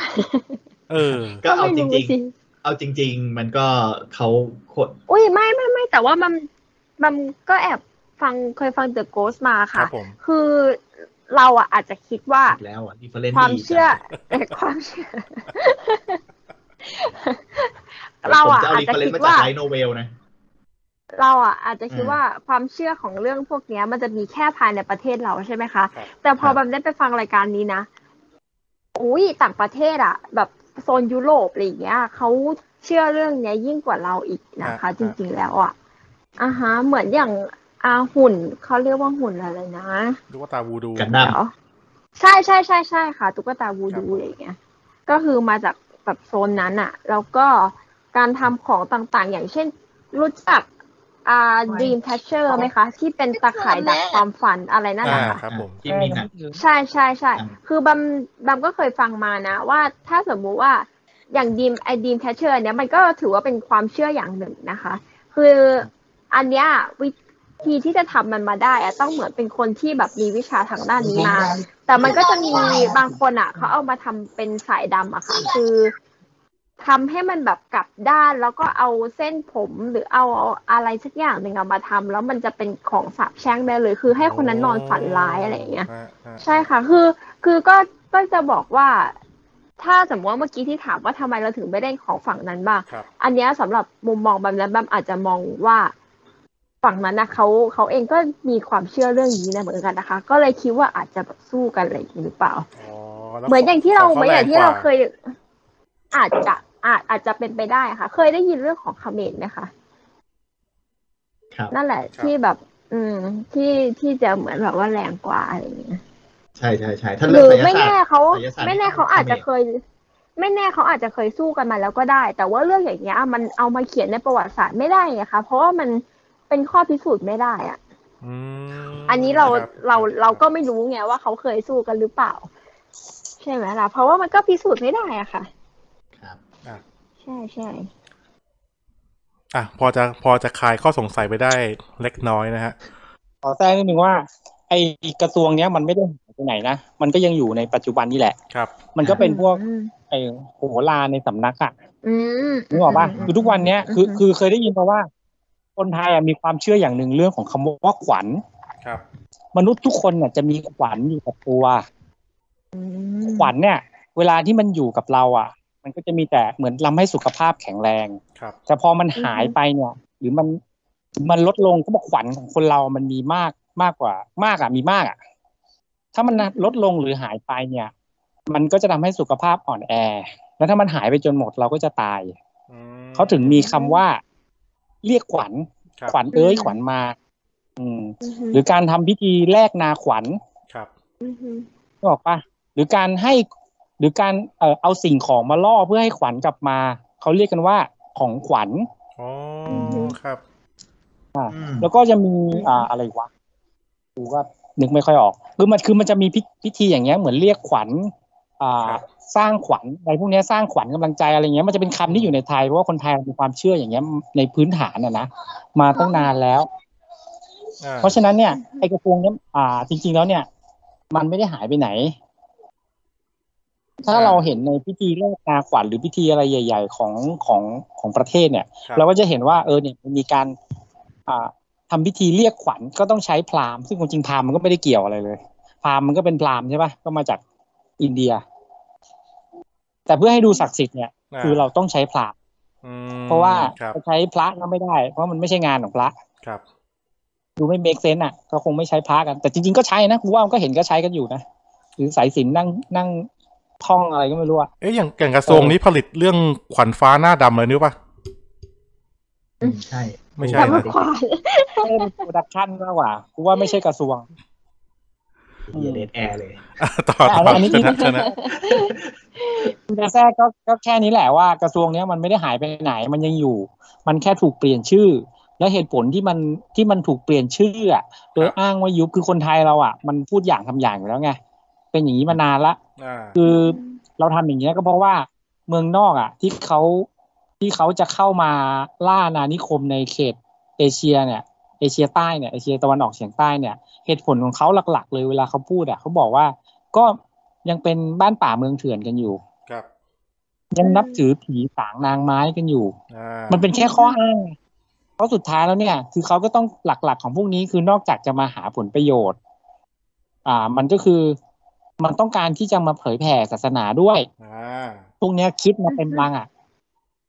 เออ
ก็เอาจ
ไม่
ริง
สิ
ๆ เอาจริง ๆ มันก็เขาโคตร
อุ้ยไม่ไม่ไม่แต่ว่ามันมันก็แอบฟังเคยฟัง The Ghost มา
ครั
ค่ะ
บผม
คือเราอะอาจจะคิดว่า
อีกแล้วอ่ะ reference
ความ
ดีจัง
เชื่อเอ่อความเชื่อ
ผม
เราอะ
จะเอา
อาจจะคิ
reference
ด
มาจาก
ว่า
ไลท์โนเวลนะ
เราอ่ะอาจจะคิด
อืม
ว่าความเชื่อของเรื่องพวกเนี้ย มันจะมีแค่ภายในประเทศเราใช่ไหมคะ
ครับ
แต่พ
ค
อ
รับ
แบบได้ไปฟังรายการนี้นะอุ้ยต่างประเทศอ่ะ แบบโซนยุโรปอะไรอย่างเงี้ยเขาเชื่อเรื่องเนี้ยยิ่งกว่าเราอีกนะคะ จริงๆแล้วอ่ะอ่าฮะ เหมือนอย่างอาหุ่นเขาเรียกว่าหุ่นอะไรนะ
ดูว่าตาวูดู
กันดั้ม
เดี๋ยวใช่ใช่ใช่ใช่ค่ะตุ๊กตาวู
ครับผ
ดู
ม
อะไรอย่างเงี้ย ก็คือมาจากแบบโซนนั้นอ่ะ แล้วก็การทำของต่างๆ อย่างเช่น รู้จักอ่า dream catcher ไหมคะ ที่เป็นตะข่ายดักความฝันอะไรนั่น
อ่า
นะค่ะ
ครับผม
ที่มีหนัง
ใช่ใช่ใช่
อ่า
คือบำบำก็เคยฟังมานะ ว่าถ้าสมมุติว่าอย่างดีมไอดีมแคชเชอร์เนี้ยมันก็ถือว่าเป็นความเชื่ออย่างหนึ่งนะคะ คืออันเนี้ยวิธีที่จะทำมันมาได้อะต้องเหมือนเป็นคนที่แบบมีวิชาทางด้านนี้มา แต่มันก็จะมีบางคนอ่ะเขาเอามาทำเป็นสายดำอะค่ะ คือทำให้มันแบบกลับด้านแล้วก็เอาเส้นผมหรือเอาอะไรสักอย่างหนึ่งอะมาทำแล้วมันจะเป็นของสาบแช่งได้เลย คือให้คนนั้นนอนฝันร้ายอะไรอย่างเงี้ย
ฮะฮะ
ใช่ค่ะ คือ คือก็ ก็จะบอกว่า ถ้าสมมติว่าเมื่อกี้ที่ถามว่าทำไมเราถึงไม่เล่นของฝั่งนั้นบ้าง
ครับ
อันเนี้ยสำหรับมุมมองแบบนั้นแบบอาจจะมองว่าฝั่งนั้นนะเขาเขาเองก็มีความเชื่อเรื่องนี้นะเหมือนกันนะคะ ก็เลยคิดว่าอาจจะแบบสู้กันอะไรอย่างนี้หรือเปล่า
อ๋อ แล้ว
เหมือนอย่างที่เรา
ข
เหมือนอย่างที่เรา
แงกว่
เคย อาจจะอาจอาจจะเป็นไปได้ค่ะ เคยได้ยินเรื่องของเขมรไหมคะ
ครับ
นั่นแหละ ที่แบบ อืม ที่ที่จะเหมือนแบบว่าแรงกว่าอะไรอย่างเงี้ย
ใช่ใช่ใช่ถ้า
ห
เรื่
รือ อง
ไสย
ไม่
ศาสต
แน่
ร์
เขา
ไสยศาสตร์
ไม่แน่
ของ
เขาอาจจะ
เขมร
เคย ไม่แน่เขาอาจจะเคยสู้กันมาแล้วก็ได้ แต่ว่าเรื่องอย่างเงี้ย มันเอามาเขียนในประวัติศาสตร์ไม่ได้ไงคะเพราะว่ามันเป็นข้อพิสูจน์ไม่ได้อะ
อืม
อันนี้เรา
คบ
เราเราก็ไม่รู้ไงว่าเขาเคยสู้กันหรือเปล่า ใช่ไหมล่ะ เพราะว่ามันก็พิสูจน์ไม่ได้อะค่ะ
ครับ
ใช่ใช่
อ่ะพอจะพอจะคลายข้อสงสัยไปได้เล็กน้อยนะฮะ
ขอแทรกนิดนึงว่า ไอกระทรวงเนี้ยมันไม่ได้หายไปไหนนะ มันก็ยังอยู่ในปัจจุบันนี่แหละ
ครับ
มันก็เป็นพวก
อืม
ไอโหราในสำนักอ่ะ
อืม
นึกออกป่ะคือทุกวันเนี้ยคือคือเคยได้ยินมาว่า คนไทยอะมีความเชื่ออย่างหนึ่งเรื่องของคำว่าขวัญ
ครับ
มนุษย์ทุกคนน่ะจะมีขวัญอยู่กับตัว
ม
ขวัญเนี่ย เวลาที่มันอยู่กับเราอ่ะ มันก็จะมีแต่เหมือนทำให้สุขภาพแข็งแรง
ครับ
แต่พอมันหายไปเนี่ย หรือมันมันลดลงก็บอกขวัญของคนเรามันมีมากมากกว่า มากอ่ะมีมากอ่ะ ถ้ามันลดลงหรือหายไปเนี่ย มันก็จะทำให้สุขภาพอ่อนแอ แล้วถ้ามันหายไปจนหมดเราก็จะตาย
อืม
เขาถึงมีคำว่า เรียกขวัญ
ครับ
ขวัญเอ้ยขวัญมา อืม
ฮึ
หรือการทำพิธีแลกนาขวัญ
ครับ
มฮึ
นึกออกปะหรือการให้หรือการเอ่อเอาสิ่งของมาล่อเพื่อให้ขวัญกลับมาเขาเรียกกันว่าของขวัญ
อ๋อ ครับ
อืม
แล้วก็จะมีอ่าอะไรวะดูว่านึกไม่ค่อยออกคือมันคือมันจะมีพิพิธีอย่างเงี้ยเหมือนเรียกขวัญอ่า
ครับ
สร้างขวัญอะไรพวกเนี้ยสร้างขวัญกำลังใจอะไรเงี้ยมันจะเป็นคำที่อยู่ในไทยเพราะว่าคนไทยมีความเชื่ออย่างเงี้ยในพื้นฐานอะนะมาตั้งนานแล้ว
อ่
เพราะฉะนั้นเนี่ยไอกระโปรงเนี้ยอ่า จริง ๆแล้วเนี่ย มันไม่ได้หายไปไหน ถ้าเราเห็นในพิธีแลกนาขวัญหรือพิธีอะไรใหญ่ ๆ ของของของประเทศเนี่ย
คบ
เราก็จะเห็นว่าเออเนี่ยมันมีการ อ่าทำพิธีเรียกขวัญก็ต้องใช้พราหมณ์ซึ่งความจริงพราหมณ์มันก็ไม่ได้เกี่ยวอะไรเลย พราหมณ์มันก็เป็นพราหมณ์ใช่ปะก็มาจากอินเดีย แต่เพื่อให้ดูศักดิ์สิทธิ์เนี่ยคือเราต้องใช้พราหมณ์
ม
เพราะว่า
ครับ
จะใช้พระก็ไม่ได้ เพราะมันไม่ใช่งานของพระ
ครับ
ดูไม่เมคเซน s ์อ่ะก็คงไม่ใช้พระกัน แต่จริงๆก็ใช้นะกูว่ามันก็เห็นก็ใช้กันอยู่นะ หรือสายสิญจนนั่งนั่งท่องอะไรก็ไม่รู้อะ
เอ๊ะอย่างอย่างกระทรวงนี้ผลิตเรื่องขวัญฟ้าหน้าดำเลยนึกปะ
อืมใช่
ไม่ใช่
แต่ว่า
นะ
ขวัญ
ไม่ได้เป็นโปรดักชั่นมากกว่ากูว่าไม่ใช่กระทรวง
เยเดดแอร์เลย
อ่ะ ต่อ
แต่
ต่อ
อันนี้
ช
ที่
นะชนะ
จะแทรกก็ก็แค่นี้แหละว่ากระทรวงเนี้ยมันไม่ได้หายไปไหน มันยังอยู่ มันแค่ถูกเปลี่ยนชื่อ และเหตุผลที่มันที่มันถูกเปลี่ยนชื่ออะโดยอ้างว่ายุบคือคนไทยเราอ่ะ มันพูดอย่างทำอย่างอยู่แล้วไงเป็นอย่างนี้มานานละ
อ่า
คือเราทำอย่างเงี้ยก็เพราะว่าเมืองนอกอ่ะ ที่เขาที่เขาจะเข้ามาล่าอาณานิคมในเขตเอเชียเนี่ย เอเชียใต้เนี่ยเอเชียตะวันออกเฉียงใต้เนี่ย เหตุผลของเขาหลักๆ เลยเวลาเขาพูดอ่ะเขาบอกว่าก็ยังเป็นบ้านป่าเมืองเถื่อนกันอยู่
ครับ
ยังนับถือผีสางนางไม้กันอยู่
อ่า
มันเป็นแค่ข้ออ้างไงเพราะสุดท้ายแล้วเนี่ย คือเขาก็ต้องหลักๆของพวกนี้คือนอกจากจะมาหาผลประโยชน์ อ่า มันก็คือมันต้องการที่จะมาเผยแผ่ศาสนาด้วย
อ่า
พวกเนี้ยคิดมาเป็นรังอ่ะ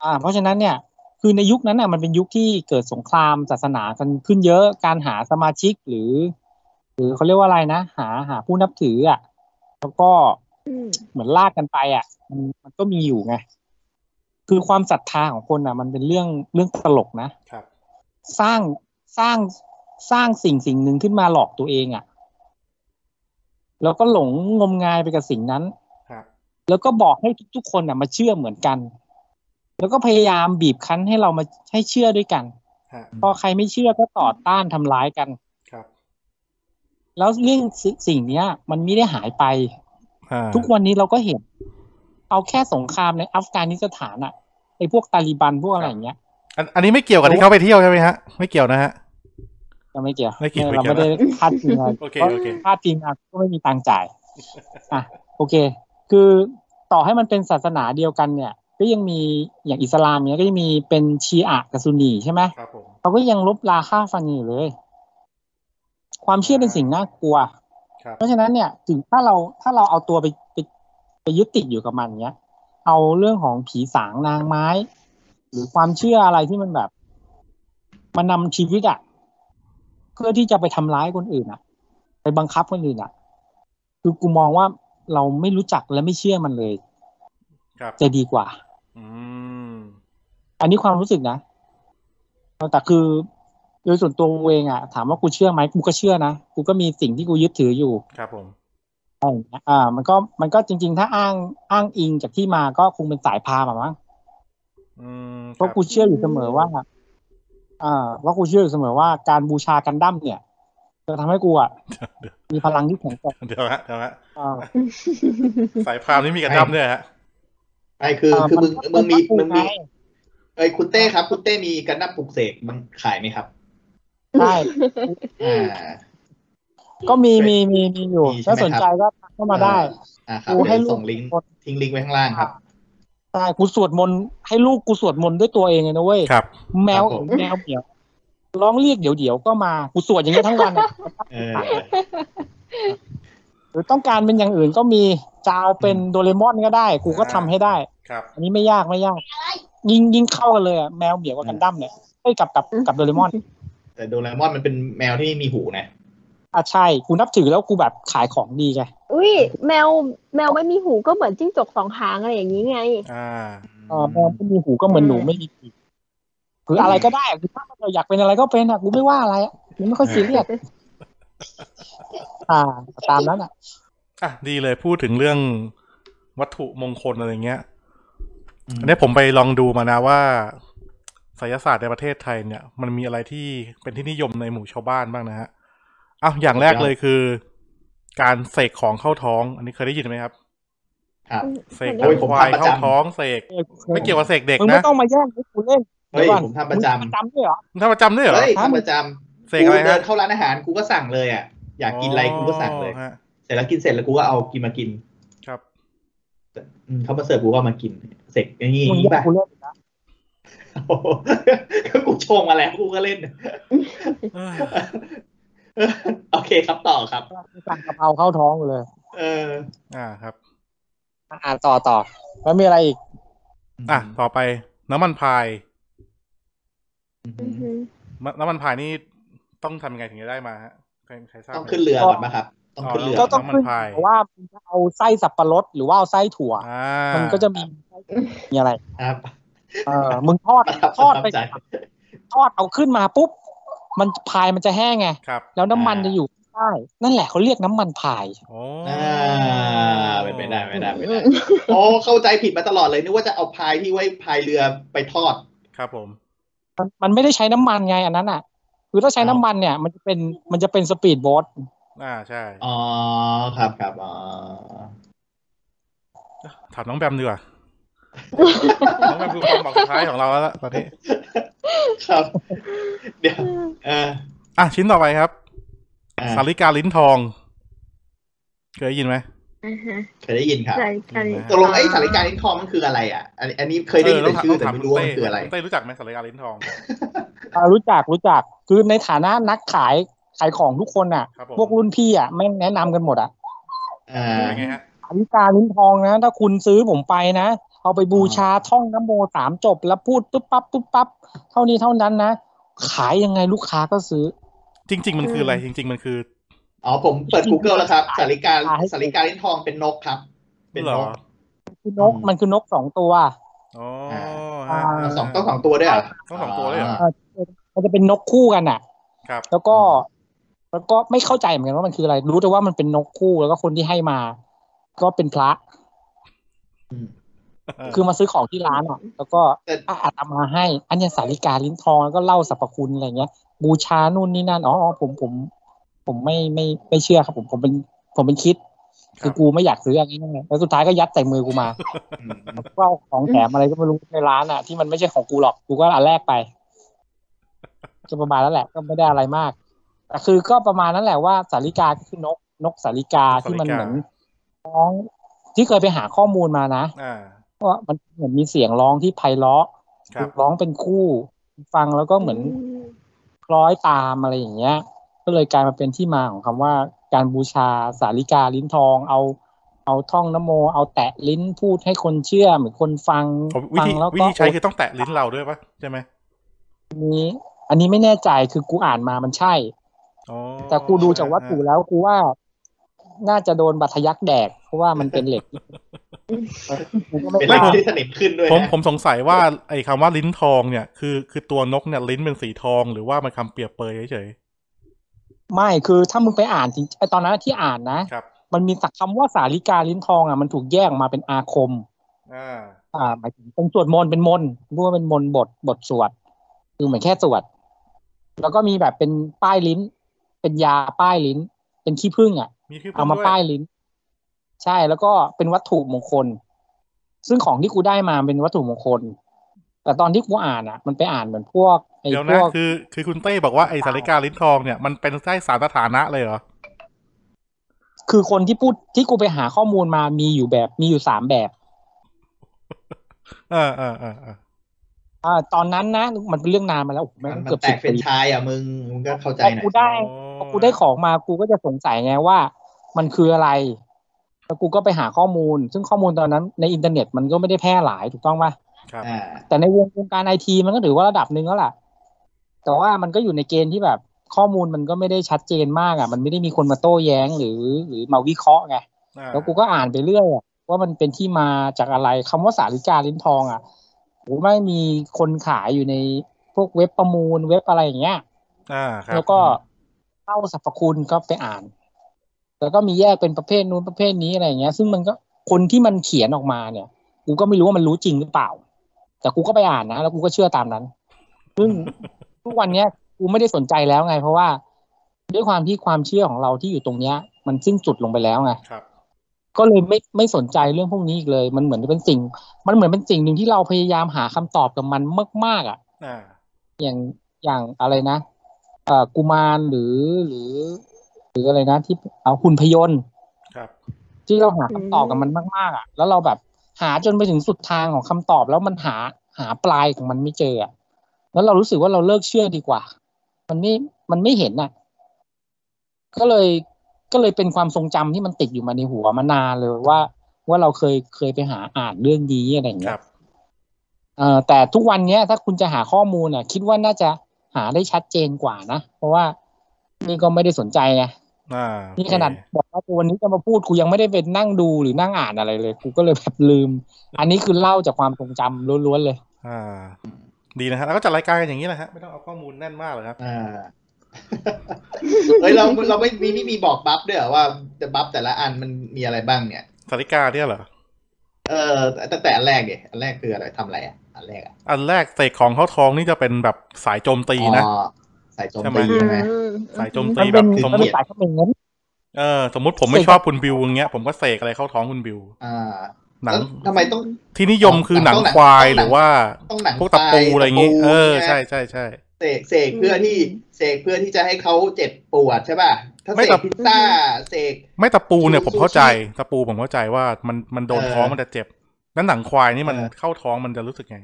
อ่า เพราะฉะนั้นเนี่ย คือในยุคนั้นอ่ะมันเป็นยุคที่เกิดสงครามศาสนากันขึ้นเยอะ การหาสมาชิกหรือ หรือเขาเรียกว่าอะไรนะ หาหาผู้นับถืออ่ะ แล้วก็
อืม
เหมือนลากกันไปอ่ะ มันมันก็มีอยู่ไง คือความศรัทธาของคนอ่ะ มันเป็นเรื่องเรื่องตลกนะ
ครับ
สร้างสร้างสร้างสิ่งสิ่งหนึ่งขึ้นมาหลอกตัวเองอะ่ะ แล้วก็หลงงมงายไปกับสิ่งนั้น
ฮะ
แล้วก็บอกให้ทุกๆคนอ่ะมาเชื่อเหมือนกัน แล้วก็พยายามบีบคั้นให้เรามาให้เชื่อด้วยกัน
ฮะ
พอใครไม่เชื่อก็ต่อต้านทำร้ายกัน
ครับ
แล้วเรื่องสิสิ่งเนี้ย มันไม่ได้หายไป
อ่า
ทุกวันนี้เราก็เห็น เอาแค่สงครามในอัฟกานิสถานอะไอ้พวกตาลิบันพวกอะไรอย่างเงี้ย
อันอันนี้ไม่เกี่ยวกับที่เขาไปเที่ยวใช่ไหมฮะ ไม่เกี่ยวนะฮะ
ก็ไม่เกี่ยว
ไม่เกี่ยว
เราไม่ได้พาดพิงอะไร
โอเคโอเค
พลาดพิงอะก็ไม่มีตังค์จ่าย อ่ะโอเค คือต่อให้มันเป็นศาสนาเดียวกันเนี่ย ก็ยังมีอย่างอิสลามเนี่ยก็จะมีเป็นชีอะกับซุนนีใช่ไหม
ครับผม
เขาก็ยังลบราค่าฟันกันอยู่เลย ความเชื่อเป็นสิ่งน่ากลัว
ครับ
เพราะฉะนั้นเนี่ยถึงถ้าเราถ้าเราเอาตัวไปไปไปยึดติดอยู่กับมันเนี้ย เอาเรื่องของผีสางนางไม้ หรือความเชื่ออะไรที่มันแบบมันนำชีวิตอะเพื่อที่จะไปทำร้ายคนอื่นอะไปบังคับคนอื่นอะคือกูมองว่า เราไม่รู้จักและไม่เชื่อมันเลย
ครับ
จะดีกว่า
อืม
อันนี้ความรู้สึกนะแต่คือโดยส่วนตัวกูเองอะถามว่ากูเชื่อไหมกูก็เชื่อนะกูก็มีสิ่งที่กูยึดถืออยู่
ครับผม
อ่า มันก็มันก็จริง ๆ ถ้าอ้างอ้างอิงจากที่มาก็คงเป็นสายพราหมณ์อะมั้ง
อืม
เพราะกูเชื่ออยู่เสมอว่า อ่าว่ากูเชื่ออยู่เสมอว่าการบูชากันดั้มเนี่ย จะทำให้กูอ่ะ
ครับเดี๋ยว
มีพลังที่แข็งแกร่ง
เดี๋ยวฮะเดี๋ยวฮะ
อ่า
สายพรามนี่มีกระดั้มด้วยฮะ
ไอ้คือ
อ่า
คือมึงมึ
มัน
งมี
มัน
มึงมี
ไง
เอ้ยคุณเต้ครับ คุณเต้มีกันดั้มปลุกเสกมันขายไหมครับ
ใช่
อ่า
ก็มีมีมีมีอยู่
มีใช่ไหม
ถ้าสนใจก็ทักเข้ามาได้
อ่าครับ
กูให้
เดี๋ยว
ลูก
ส่งลิงก์
กด
ทิ้งลิงก์ไว้ข้างล่างครับ
ใช่กูสวดมนต์ให้ลูกกูสวดมนต์ด้วยตัวเองเลยนะเว้ย
ครับ
แมว
ครับผม
แมวเหมียวร้องเรียกเดี๋ยวเดี๋ยวก็มา กูสวดอย่างเงี้ยทั้งวันอะ
เออ
หรือต้องการเป็นอย่างอื่นก็มีจะเอาเป็นโดเรมอนก็ได้ กูก็ทำให้ได้
ครับ
อันนี้ไม่ยากไม่ยาก ยิ่งยิ่งเข้ากันเลยอะแมวเหมียวกับกันดั้มเนี่ยเอ้ยกับกับกับโดเรมอน
แต่โดเรมอนมันเป็นแมวที่ไม่มีหูนะ
อ่ะใช่กูนับถือแล้วกูแบบขายของดีไง
อุ้ยแมวแมวไม่มีหูก็เหมือนจิ้งจกสองหางอะไรอย่างนี้ไง
อ่า
เออแมวไม่มีหูก็เหมือนหนู
อืม
ไม่มีปีกคืออะไรก็ได้อะคือถ้าเราอยากเป็นอะไรก็เป็นอ่ะกูไม่ว่าอะไรอ่ะกูไม่ค่อยซีเรียสอ่า ตามนั้นอ่ะ
อ่ะดีเลยพูดถึงเรื่องวัตถุมงคลอะไรเงี้ย
อืม
อันนี้ผมไปลองดูมานะว่าศิลศาสตร์ในประเทศไทยเนี่ย มันมีอะไรที่เป็นที่นิยมในหมู่ชาวบ้านบ้างนะฮะอ้าวอย่างแรกเลยคือ การเสกของเข้าท้อง อันนี้เคยได้ยินไหมครับ
ครับ
เสกห
เค
นั
ย
งควายเข้าท้องเสก
เออ
ไม่เกี่ยวกับเสกเด็ก
มึงไม่
นะ
ต้องมาแย่งกูเล่น
เฮ้ย
ดี๋วก่อน
ผมทำประจำ
มึงทำประจำด้วยเหรอ
มึงทำประจำด้วยเหรอ
เฮ้ยทำประจำ
เสกอะไร
เดิ
ฮะ
นเข้าร้านอาหารกูก็สั่งเลยอ่ะ อยากกินอะไรกูก็สั่งเลย
อ๋อฮะ
เสร็จแล้วกินเสร็จแล้วกูก็เอากินมากิน
ครับ
อืมเขามาเสิร์ฟกูก็เอามากิน เสร็จอย่างนี้
มึงแย่
ป่ะ
งกูเล่นนะ
โอ้โห ก็กูชงมาแล้วกูก็เล่น
เออ
โอเคครับต่อครับ
มึงสั่งกะเพราเข้าท้องกูเลย
เออ
อ่าครับ
อ่ะอ่านต่อต่อ แล้วมีอะไรอีก
อ่ะต่อไปน้ำมันพราย
อืม
น้ำมันพรายนี่ต้องทำยังไงถึงจะได้มาฮะใครใครทราบ
ต้อง
ไหม
ขึ้นเรือก่อนปะครับ ต้องขึ้นเรือก่
ก็
อน
ต้อง
น้ำมัน
ขึ้น
พาย
อยู่กับว่ามึงจะเอาไส้สับปะรดหรือว่าเอาไส้ถั่ว
อ่า
มันก็จะมีมีอะไร
ครับ
เออมึงท อด
ประทับ
ทอดไป
ประทับใจ
ทอดเอาขึ้นมาปุ๊บ มันพายมันจะแห้งไง
ครับ
แล้วน้ำมันจะอยู่ใต้นั่นแหละเขาเรียกน้ำมันพาย
โอ้
อ่าไม่ไม่ได้ไม่ได้ไม่ได้ โอ้เข้าใจผิดมาตลอดเลยนึกว่าจะเอาพายที่ไว้พายเรือไปทอด
ครับผม
มันมันไม่ได้ใช้น้ำมันไงอันนั้นอ่ะ คือถ้าใช้น้ำมันเนี่ย มันจะเป็นมันจะเป็นสปีดโบ๊ท
อ่าใช่
อ๋อครับครับอ๋อ
ถามน้องแบม ดีกว่า น้องแบมคือความหวังสุดท้ายของเราแล้วล่ะตอนนี้
ครับ เดี๋ยวเออ
อ่ะชิ้นต่อไปครับ
อ่ะ
สาริกาลิ้นทอง เคยได้ยินไหม
เคยได้ยินครับ
ใช่ใช่
ตกลงไอ้สาริกาลิ้นทองมันคืออะไรอ่ะอันอันนี้เคยได้ยินแต่ชื่อแต่ไม่รู้ว่ามันคืออะไร
คุณเต้รู้จักไหมสาริกาลิ้นทอง
อ่ารู้จักรู้จัก คือในฐานะนักขายขายของทุกคนอ่ะ
ครับผม
พวกรุ่นพี่อ่ะแม่งแนะนำกันหมดอ่ะ
อ่า
ยังไงฮะ
อาริกาลิ้นทองนะ ถ้าคุณซื้อผมไปนะ เอาไปบูชาท่องน้ำโมสามจบ แล้วพูดปุ๊บปั๊บปุ๊บปั๊บเท่านี้เท่านั้นนะ ขายยังไงลูกค้าก็ซื้อ
จริง ๆ มันคืออะไร จริง ๆ มันคือ
อ๋อผมเปิด Google แล้วครับสาริกาสาริกาลิ้นทองเป็นนกครับ เป็นนก
เหรอ
คือนก
อืม
มันคือนกสองตัว
อ๋อ
อ่า
ฮะ
เอาสองต้องสองตัวด้วยเหรอ
ต้องสองตัวด้วยเหรอ
า
มันจะเป็นนกคู่กันอ่ะ
ครับ
แล้วก็แล้วก็ไม่เข้าใจเหมือนกันว่ามันคืออะไร รู้แต่ว่ามันเป็นนกคู่แล้วก็คนที่ให้มา ก็เป็นพระ คือมาซื้อของที่ร้านอ่ะ แล้วก็อ่ะอาตมาให้ อันเนี้ยสาริกาลิ้นทองแล้วก็เล่าสรรพคุณอะไรเงี้ย บูชานู่นนี่นั่นอ๋ออ๋อผมผม ผมไม่ไม่ไม่เชื่อครับ ผมผมเป็นผมเป็นคริด
ครับ
คือกูไม่อยากซื้ออย่างนี้ไงแล้วสุดท้ายก็ยัดใส่มือกูมา
อืม
ก็เอาของแถมอะไรก็ไม่รู้ในร้านอ่ะที่มันไม่ใช่ของกูหรอกกูก็อันแรกไปก็ประมาณนั้นแหละ ก็ไม่ได้อะไรมากแต่คือก็ประมาณนั้นแหละว่าสาริกาก็คือนกนกสาริกาที่มันเหมือนร้องที่เคยไปหาข้อมูลมานะ
อ่า
ก็มันเหมือนมีเสียงร้องที่ไพเราะ
ครับ
ร้องเป็นคู่ ฟังแล้วก็เหมือนคล้อยตามอะไรอย่างเงี้ย ก็เลยกลายมาเป็นที่มาของคำว่าการบูชาสาริกาลิ้นทอง เอา เอาท่องนะโม เอาแตะลิ้นพูดให้คนเชื่อเหมือนคนฟัง
ผมวิ
ฟั
ธี
แล้ว
วิ
ก็
ธีใช้คือต้องแตะลิ้นเราด้วยปะใช่ไหม
นี้ อันนี้ไม่แน่ใจคือกูอ่านมามันใช่
อ๋อ
แต่กูดูจากวัตถุแล้วกูว่า น่าจะโดนบัตรทะยักแดก เพราะว่ามันเป็นเหล็ก มันก็ไม่
เป็น
ได้
เรื่องที่สนิมขึ้นด้วย
ผม
นะ
ผมสงสัยว่าไอ้คำว่าลิ้นทองเนี่ย คือคือตัวนกเนี่ยลิ้นเป็นสีทองหรือว่ามันคำเปรียบเปยเฉย
ไม่คือถ้ามึงไปอ่านจริงไอตอนนั้นที่อ่านนะ
ๆครับ
มันมีสักคำว่าสาลิกาลิ้นทองอ่ะมันถูกแยกออกมาเป็นอาคม
อ่า
อ่าหมายถึงเป็นสวดมนต์เป็นมนต์พูดว่าเป็นมนต์บทบทสวดคือเหมือนแค่สวดแล้วก็มีแบบเป็นป้ายลิ้น เป็นยาป้ายลิ้น เป็นขี้ผึ้งอ่ะ
มีคือ
เอามาป้ายลิ้น ใช่แล้วก็เป็นวัตถุมงคล ซึ่งของที่กูได้มาเป็นวัตถุมงคล แต่ตอนที่กูอ่านอ่ะ มันไปอ่านเหมือนพวกไอ้
เดี๋ยว
พ
นะ
วก
คือคือคุณเต้บอกว่าไอ้สาริกาลิ้นทองเนี่ยมันเป็นได้สามสถานะเลยเหรอ
คือคนที่พูดที่กูไปหาข้อมูลมามีอยู่แบบมีอยู่สามแบบ
เออเออเออเออ
อ่า ตอนนั้นนะมันเป็นเรื่องนานมาแล้วโอ้โหแม่
มัน
ง
มั
เกือน บ
แต
สิบ
กเป็น
ปี
ไชายอ่ะมึงมึงก็เข้าใจ
พ
ห
อ
น่อย
กูได้
โอ้
พอกูได้ของมากูก็จะสงสัยไงว่า มันคืออะไร แล้วกูก็ไปหาข้อมูล ซึ่งข้อมูลตอนนั้นในอินเทอร์เน็ตมันก็ไม่ได้แพร่หลายถูกต้องป่ะ
ครับ
อ่า
แต่ในวงวงการไอทีมันก็ถือว่าระดับหนึ่งแล้วล่ะ แต่ว่ามันก็อยู่ในเกณฑ์ที่แบบข้อมูลมันก็ไม่ได้ชัดเจนมากอ่ะ มันไม่ได้มีคนมาโต้แย้งหรือ หรือมาวิเคราะห์ไง
อ่า
แล้วกูก็อ่านไปเรื่อยอะว่ามันเป็นที่มาจากอะไรคำว่าสาริกาลิ้นทองอ่ะผมไม่ามีคนขายอยู่ในพวกเว็บประมูลเว็บอะไรอย่างเงี้ย
อ่าครับ
แล้วก็เข้าสรรพคุณก็ไปอ่าน แล้วก็มีแยกเป็นประเภทนู้นประเภทนี้อะไรอย่างเงี้ย ซึ่งมันก็คนที่มันเขียนออกมาเนี่ย กูก็ไม่รู้ว่ามันรู้จริงหรือเปล่า แต่กูก็ไปอ่านนะ แล้วกูก็เชื่อตามนั้น ซึ่ง ทุกวันเนี้ยกูไม่ได้สนใจแล้วไง เพราะว่าด้วยความที่ความเชื่อของเราที่อยู่ตรงเนี้ย มันสิ้นสุดลงไปแล้วไง
ครับ
ก็เลยไม่ไม่สนใจเรื่องพวกนี้อีกเลย มันเหมือนเป็นสิ่ง มันเหมือนเป็นสิ่งหนึ่งที่เราพยายามหาคำตอบกับมันมากๆอ่ะ
อ่า
อย่างอย่างอะไรนะเอ่อกุมารหรือหรือ หรืออะไรนะ ที่เอาหุ่นพยนต์
ครับ
ที่เราหาคำตอบ
อืม
กับมันมาก ๆ อ่ะ แล้วเราแบบหาจนไปถึงสุดทางของคำตอบแล้วมันหาหาปลายของมันไม่เจออ่ะแล้วเรารู้สึกว่าเราเลิกเชื่อดีกว่า มันไม่มันไม่เห็นอ่ะ ก็เลยก็เลยเป็นความทรงจำที่มันติดอยู่มาในหัวมานานเลยว่า ว่าเราเคยเคยไปหาอ่านเรื่องนี้อะไรอย่า
ค
งเงี้ย
รับ
เอ่อแต่ทุกวันเนี้ยถ้าคุณจะหาข้อมูลอ่ะ คิดว่าน่าจะหาได้ชัดเจนกว่านะ เพราะว่านี่ก็ไม่ได้สนใจไง
อ่าโอเค
นี่ขนาดบอกว่าวันนี้จะมาพูดกูยังไม่ได้เป็นนั่งดูหรือนั่งอ่านอะไรเลย กูก็เลยแบบลืม อันนี้คือเล่าจากความทรงจำล้วนๆเลย
อ่า ดีนะฮะแล้วก็จัดรายการกันอย่างนี้แหละฮะไม่ต้องเอาข้อมูลแน่นมากหรอกครับ
อ่า เฮ้ยเราเราไม่มีไม่มีบอกบัฟด้วยเหรอว่าจะบัฟแต่ละอันมันมีอะไรบ้างเนี่ย
สาริกาเนี่ยเหรอ
เออตั้งแต่อันแรกเนี่ยอันแรกคืออะไรทำอะไรอ่ะอันแรกอ่ะ
อันแรกเสกของเข้าทองนี่จะเป็นแบบสายโจมตีนะ
อ๋อสายโจม
ใช่ไหม
ตีใช่ไหม
อืม
สายโจม
มั
ตี
น
แบ
เป็น
บส
มั
มม
นเป็น
ติ
สายเขมร
เออสมมติผมไม่ชอบคุณบิวอย่างเงี้ยผมก็เสกอะไรเข้าท้องคุณบิว
อ่า
หนัง
แล้วทำไมต้อง
ที่นิยมคือ
ต้อง
หนัง
ต้องหนัง
ควาย
ต้
ห
อง
รื
หนัง
อว่า
ต้องหนัง
พวกตะ
ควาย
ปูอะไรอย่างงี้
ตะปู
เออ
ใช่
ใช่
ไหม
ใช่ใช่
เสกเสกเพื่อที่เสกเพื่อที่จะให้เขาเจ็บปวดใช่ป่ะ ถ้า
ไม่
เส
แต่
กพิซซ่าเสก
ไม่ตะปูเนี่ย
ซู
ผมเข้าใจ
ซูชิ
ตะปูผมเข้าใจว่ามันมันโดน
เออ
ท้องมันจะเจ็บนั้นหนังควายนี่มัน
เออ
เข้าท้องมันจะรู้สึกไง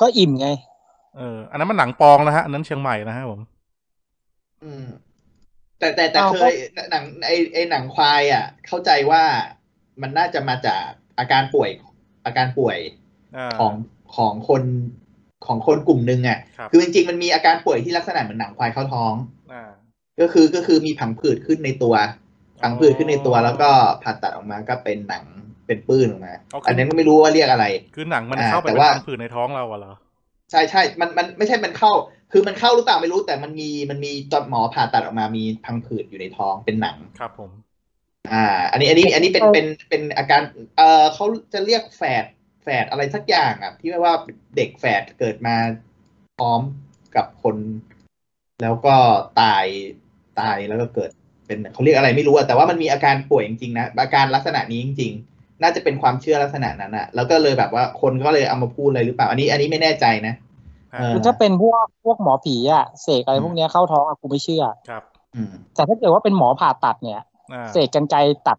ก็อิ่มไง
เออ อันนั้นมันหนังปองนะฮะ อันนั้นเชียงใหม่นะฮะผม
อืม แต่แต่แต่
เอา
เค
ก็
ยหนังไอไอหนังควายอ่ะ เข้าใจว่ามันน่าจะมาจากอาการป่วยอาการป่วย
อ่า
ของของคนของคนกลุ่มหนึ่งอ่ะ
ครับ
คือจริงๆมันมีอาการป่วยที่ลักษณะเหมือนหนังควายเข้าท้อง
อ่า
ก็คือก็คือมีผังผืดขึ้นในตัวผังผืดขึ้นในตัวแล้วก็ผ่าตัดออกมาก็เป็นหนังเป็นปื้นออกมา อันนั้นก็ไม่รู้ว่าเรียกอะไร
คือหนังมัน
อ่า
เข้าไป
แต่
เป็น
ว่า
พังผืดในท้องเราอะเหรอ
ใช่ใช่มันมันไม่ใช่มันเข้า คือมันเข้าหรือเปล่าไม่รู้แต่มันมีมันมีตอนหมอผ่าตัดออกมามีพังผืดอยู่ในท้องเป็นหนัง
ครับผม
อ่า อันนี้อันนี้อันนี้เป็นเป็นเป็นอาการ เออเขาจะเรียกแฝดแฝดอะไรสักอย่างอ่ะ ที่ว่าเด็กแฝดเกิดมาพร้อมกับคน แล้วก็ตายตายแล้วก็เกิดเป็นเขาเรียกอะไรไม่รู้อะแต่ว่ามันมีอาการป่วยจริงๆนะอาการลักษณะนี้จริง ๆ น่าจะเป็นความเชื่อลักษณะนั้นอะแล้วก็เลยแบบว่าคนก็เลยเอามาพูดเลยหรือเปล่า อันนี้อันนี้ไม่แน่ใจนะเออ
คือถ้าเป็นพวกพวกหมอผีอ่ะเสกอะไรพวกเนี้ยเข้าท้องอ่ะกูไม่เชื่อ
ครับ
อืม
แต่ถ้าเกิดว่าเป็นหมอผ่าตัดเนี่ย
อ่า
เสกกันไกรตัด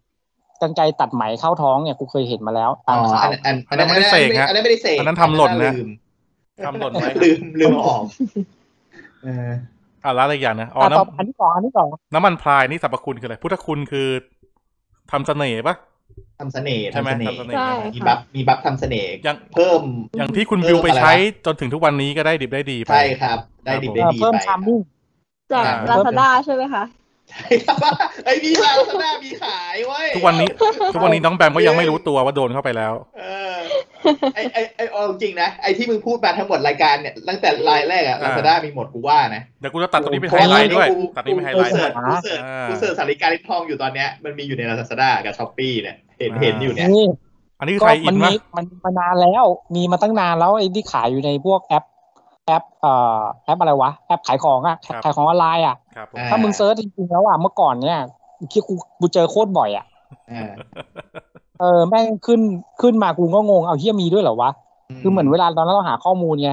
กันไกรตัดไหมเข้าท้องเนี่ยกูเคยเห็นมาแล้วตามข่าว
อัน
อันนั้นไม่ได้เสกฮะ
อันนั้นไม่ได้เสก
อันนั้นทำหล่นนะ
ลืม
ทำหล่นไว้ครับ
ลืมลืมเอา ออกเออ
อ่าแล้วอะไรอีกอย่างนะอ๋อ
อ่ะต่ออัน
น้ำ
ที่สองอันที่สอง
น้ำมันพรายนี่สรรพคุณคืออะไร พุทธคุณคือทำเสน่ห์ปะ
ทำเสน่ห์
ใช่ไหม
ทำเสน่ห์
ทำเสน่ห์
ใช่
มีบั
ค่ะ
ฟมีบัฟทำเสน่ห์
อย่าง
เพิ่ม
อย่างที่คุณบิวไป
เอออะไรวะ
ใช้จนถึงทุกวันนี้ก็ได้ดิบได้ดีไป
ใช่ครับ ได้ดี
ครับผม
ได้
เอ่อ
ดี
เพิ่ม
ไป
ชามมิ่ง
จาก
อ่า
ลาซาด้าใช่ไหมคะ
ใช่ครับว่าไอ้มีมาลักษณะมีขายเว้ย
ทุกวันนี้ ทุกวันนี้น้องแบมก็ยังไม่รู้ตัวว่าโดนเข้าไปแล้ว
เออไอไอไอเอาจริงนะไอที่มึงพูดมาทั้งหมดรายการเนี่ยตั้งแต่รายแรกอะลา
อ่า
ซาด้ามีหมดกูว่านะ
เดี๋ยวกูจะตัดตรงนี้เป็นไฮไลท์ด้วย ตัดนี้เป็นไฮไลท์
กู
ด้
เสิ
วย
ร์ชกูเสิร์ช
อ่า
กูเสิร์ชสาริกาลิ้นทองอยู่ตอนเนี้ยมันมีอยู่ในลาซาด้ากับช้อปปี้เนี่ยเห็น
อ่า
เห็นอยู่เนี่ย
นี่
อันนี้คือ
ก็
ไทยอิ
มัน
น
มี
มั้ย
มันมานานแล้ว มีมาตั้งนานแล้วไอ้ที่ขายอยู่ในพวกแอป แอปเอ่อแอปอะไรวะแอปขายของอะขายของออนไลน์อะ
ครับผม
า
ถ้ามึงเซิร์ชจริงๆแล้วอะเมื่อก่อนเนี่ยที่กูกูเจอโคตรบ่อยอะ
อ่า
เออแม่งขึ้นขึ้นมากูก็งงเอาเฮียมีด้วยเหรอวะ คือเหมือนเวลาตอนนั้นเราหาข้อมูลไง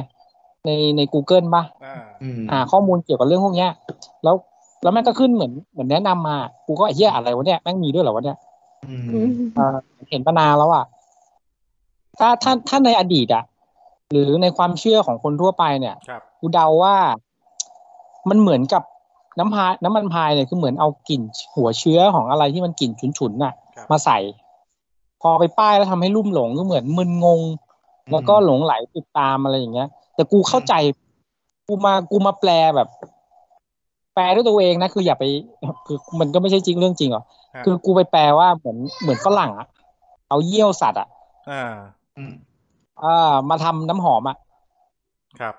ในใน Google ป่ะ
อ่า
อืม
หาข้อมูลเกี่ยวกับเรื่องพวกเนี้ย แล้วแล้วแม่งก็ขึ้นเหมือนเหมือนแนะนำมา กูก็ไอ้เฮียอะไรวะเนี่ยแม่งมีด้วยเหรอวะเนี่ย
อื
อื
ม
ม
เห็นมานานแล้วอ่ะถ้าถ้าถ้าในอดีตอ่ะหรือในความเชื่อของคนทั่วไปเนี่ย
ครับ
กูเดาว่า มันเหมือนกับน้ำพายน้ำมันพายเนี่ยคือเหมือนเอากลิ่นหัวเชื้อของอะไรที่มันกลิ่นฉุนๆน่ะ
ครับ
มาใส่ พอไปป้ายแล้วทำให้ลุ่มหลงก็เหมือนมึนงง แล้วก็หลงไหลติดตามอะไรอย่างเงี้ย แต่กูเข้าใจ กูมากูมาแปลแบบ แปลด้วยตัวเองนะคืออย่าไป คือมันก็ไม่ใช่จริงเรื่องจริงหรอก
ฮะ
คือกูไปแปลว่าเหมือนเหมือนฝรั่งอะเอาเยี่ยวสัตว์อะ
อ่า
อืม
เอ่อมาทำน้ำหอมอะ
ครับ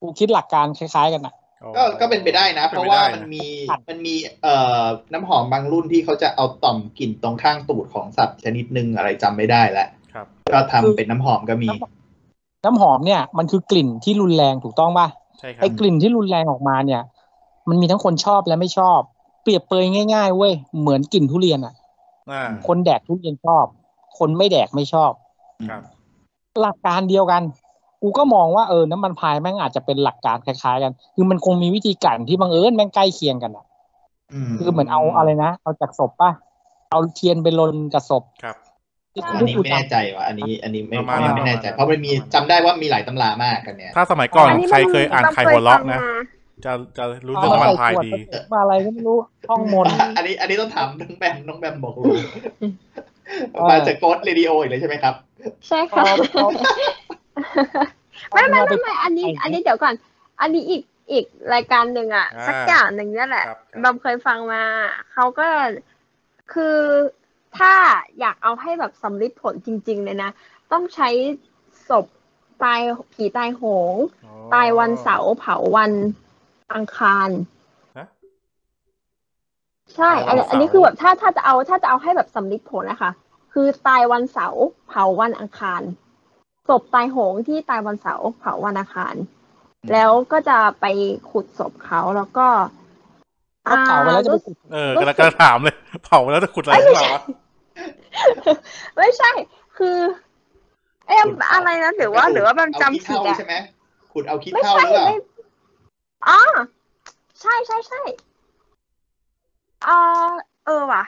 กูคิดหลักการคล้าย ๆ กันอะ
โอ้
ก็ก็เป็นไปได้นะ เพราะว่ามันมีมันมีเอ่อน้ำหอมบางรุ่นที่เขาจะเอาต่อมกลิ่นตรงข้างตูดของสัตว์ชนิดหนึ่งอะไรจำไม่ได้แล้ว
ครับ
ก็ทำเป็นน้ำหอมก็มี
น้ำหอมเนี่ย มันคือกลิ่นที่รุนแรงถูกต้องป่ะ
ใช่ครับ
ไอ้กลิ่นที่รุนแรงออกมาเนี่ย มันมีทั้งคนชอบและไม่ชอบ เปรียบเปรยง่ายๆเว้ยเหมือนกลิ่นทุเรียนอ่ะ
อ่า
คนแดกทุเรียนชอบ คนไม่แดกไม่ชอบ
ครับ
หลักการเดียวกัน กูก็มองว่าเออน้ำมันพายแม่งอาจจะเป็นหลักการคล้ายๆกัน คือมันคงมีวิธีการที่บังเอิญแม่งใกล้เคียงกันอ่ะ คือเหมือนเอาอะไรนะเอาจากศพป่ะเอาเทียนไปลนกับศพ
ครับ
ที่
อันนี้
กู
ไม่แน่
จำ
ใจว่ะอันนี้อันนี้ไม่
ประมาณ
ไม่
นั้น
ไม่แน่ใจ
ประมาณนั้น
เพราะมันมีจำได้ว่ามีหลายตำรามากกันเนี่ย
ถ้าสมัยก่อน
อันนี้
ใครเคยอ่าน
มั
ไข่หัวล็อกนะ
ตาม
จะจะรู้
เอา
เรื่องน้ำมันพาย
มาใส่ขวด
ดี
มาอะไรก็ไม่รู้ท่องมนต์
อันนี้อันนี้ต้องถามน้องแบมน้องแบมบอกรู้
เออ
มาจากโกดเรดิโออีกเลยใช่ไหมครับ
ใช่
พอ
ค่ะ
พอ
ไม่ไม่
เอาไป
ไม่ไม่อันนี้
เอาไป
อันนี้เดี๋ยวก่อน อันนี้อีกอีกรายการหนึ่งอ่ะ
อ่า
สักอย่างหนึ่งเนี่ยแหละ
ครับครับ
บอมเคยฟังมาเขาก็คือถ้าอยากเอาให้แบบสำลิดผลจริง ๆ เลยนะ ต้องใช้ศพตายผีตายโหง
อ๋อ
ตายวันเสาร์เผาวันอังคาร
ฮะ
ใช่อัน
ตายวันเสาร์
อันนี้คือแบบถ้าถ้าจะเอาถ้าจะเอาให้แบบสำลิดผลนะคะ คือตายวันเสาร์เผาวันอังคารศพตายโหงที่ตายวันเสาร์เผาวันอังคาร แล้วก็จะไปขุดศพเขาแล้วก็
เขาเผาไปแล้วจะไป
อ่า
ขุด
เออกำลังกำลังถามเลย เผาแล้วจะขุดอะไรหรือเปล่าวะ
ไม่ใช่ คือ เอ๊ะ
ขุดศพ
อะไรนะหรือว่า หรือว่ามันจำผิด
เอาขี้เท่า
อะ
ใช่ไหมขุดเอาขี้
ไม่
เท่า
ใช่
หรือเปล่า
ไม่อ๋อใช่ใช่ใช่เออเออว่ะ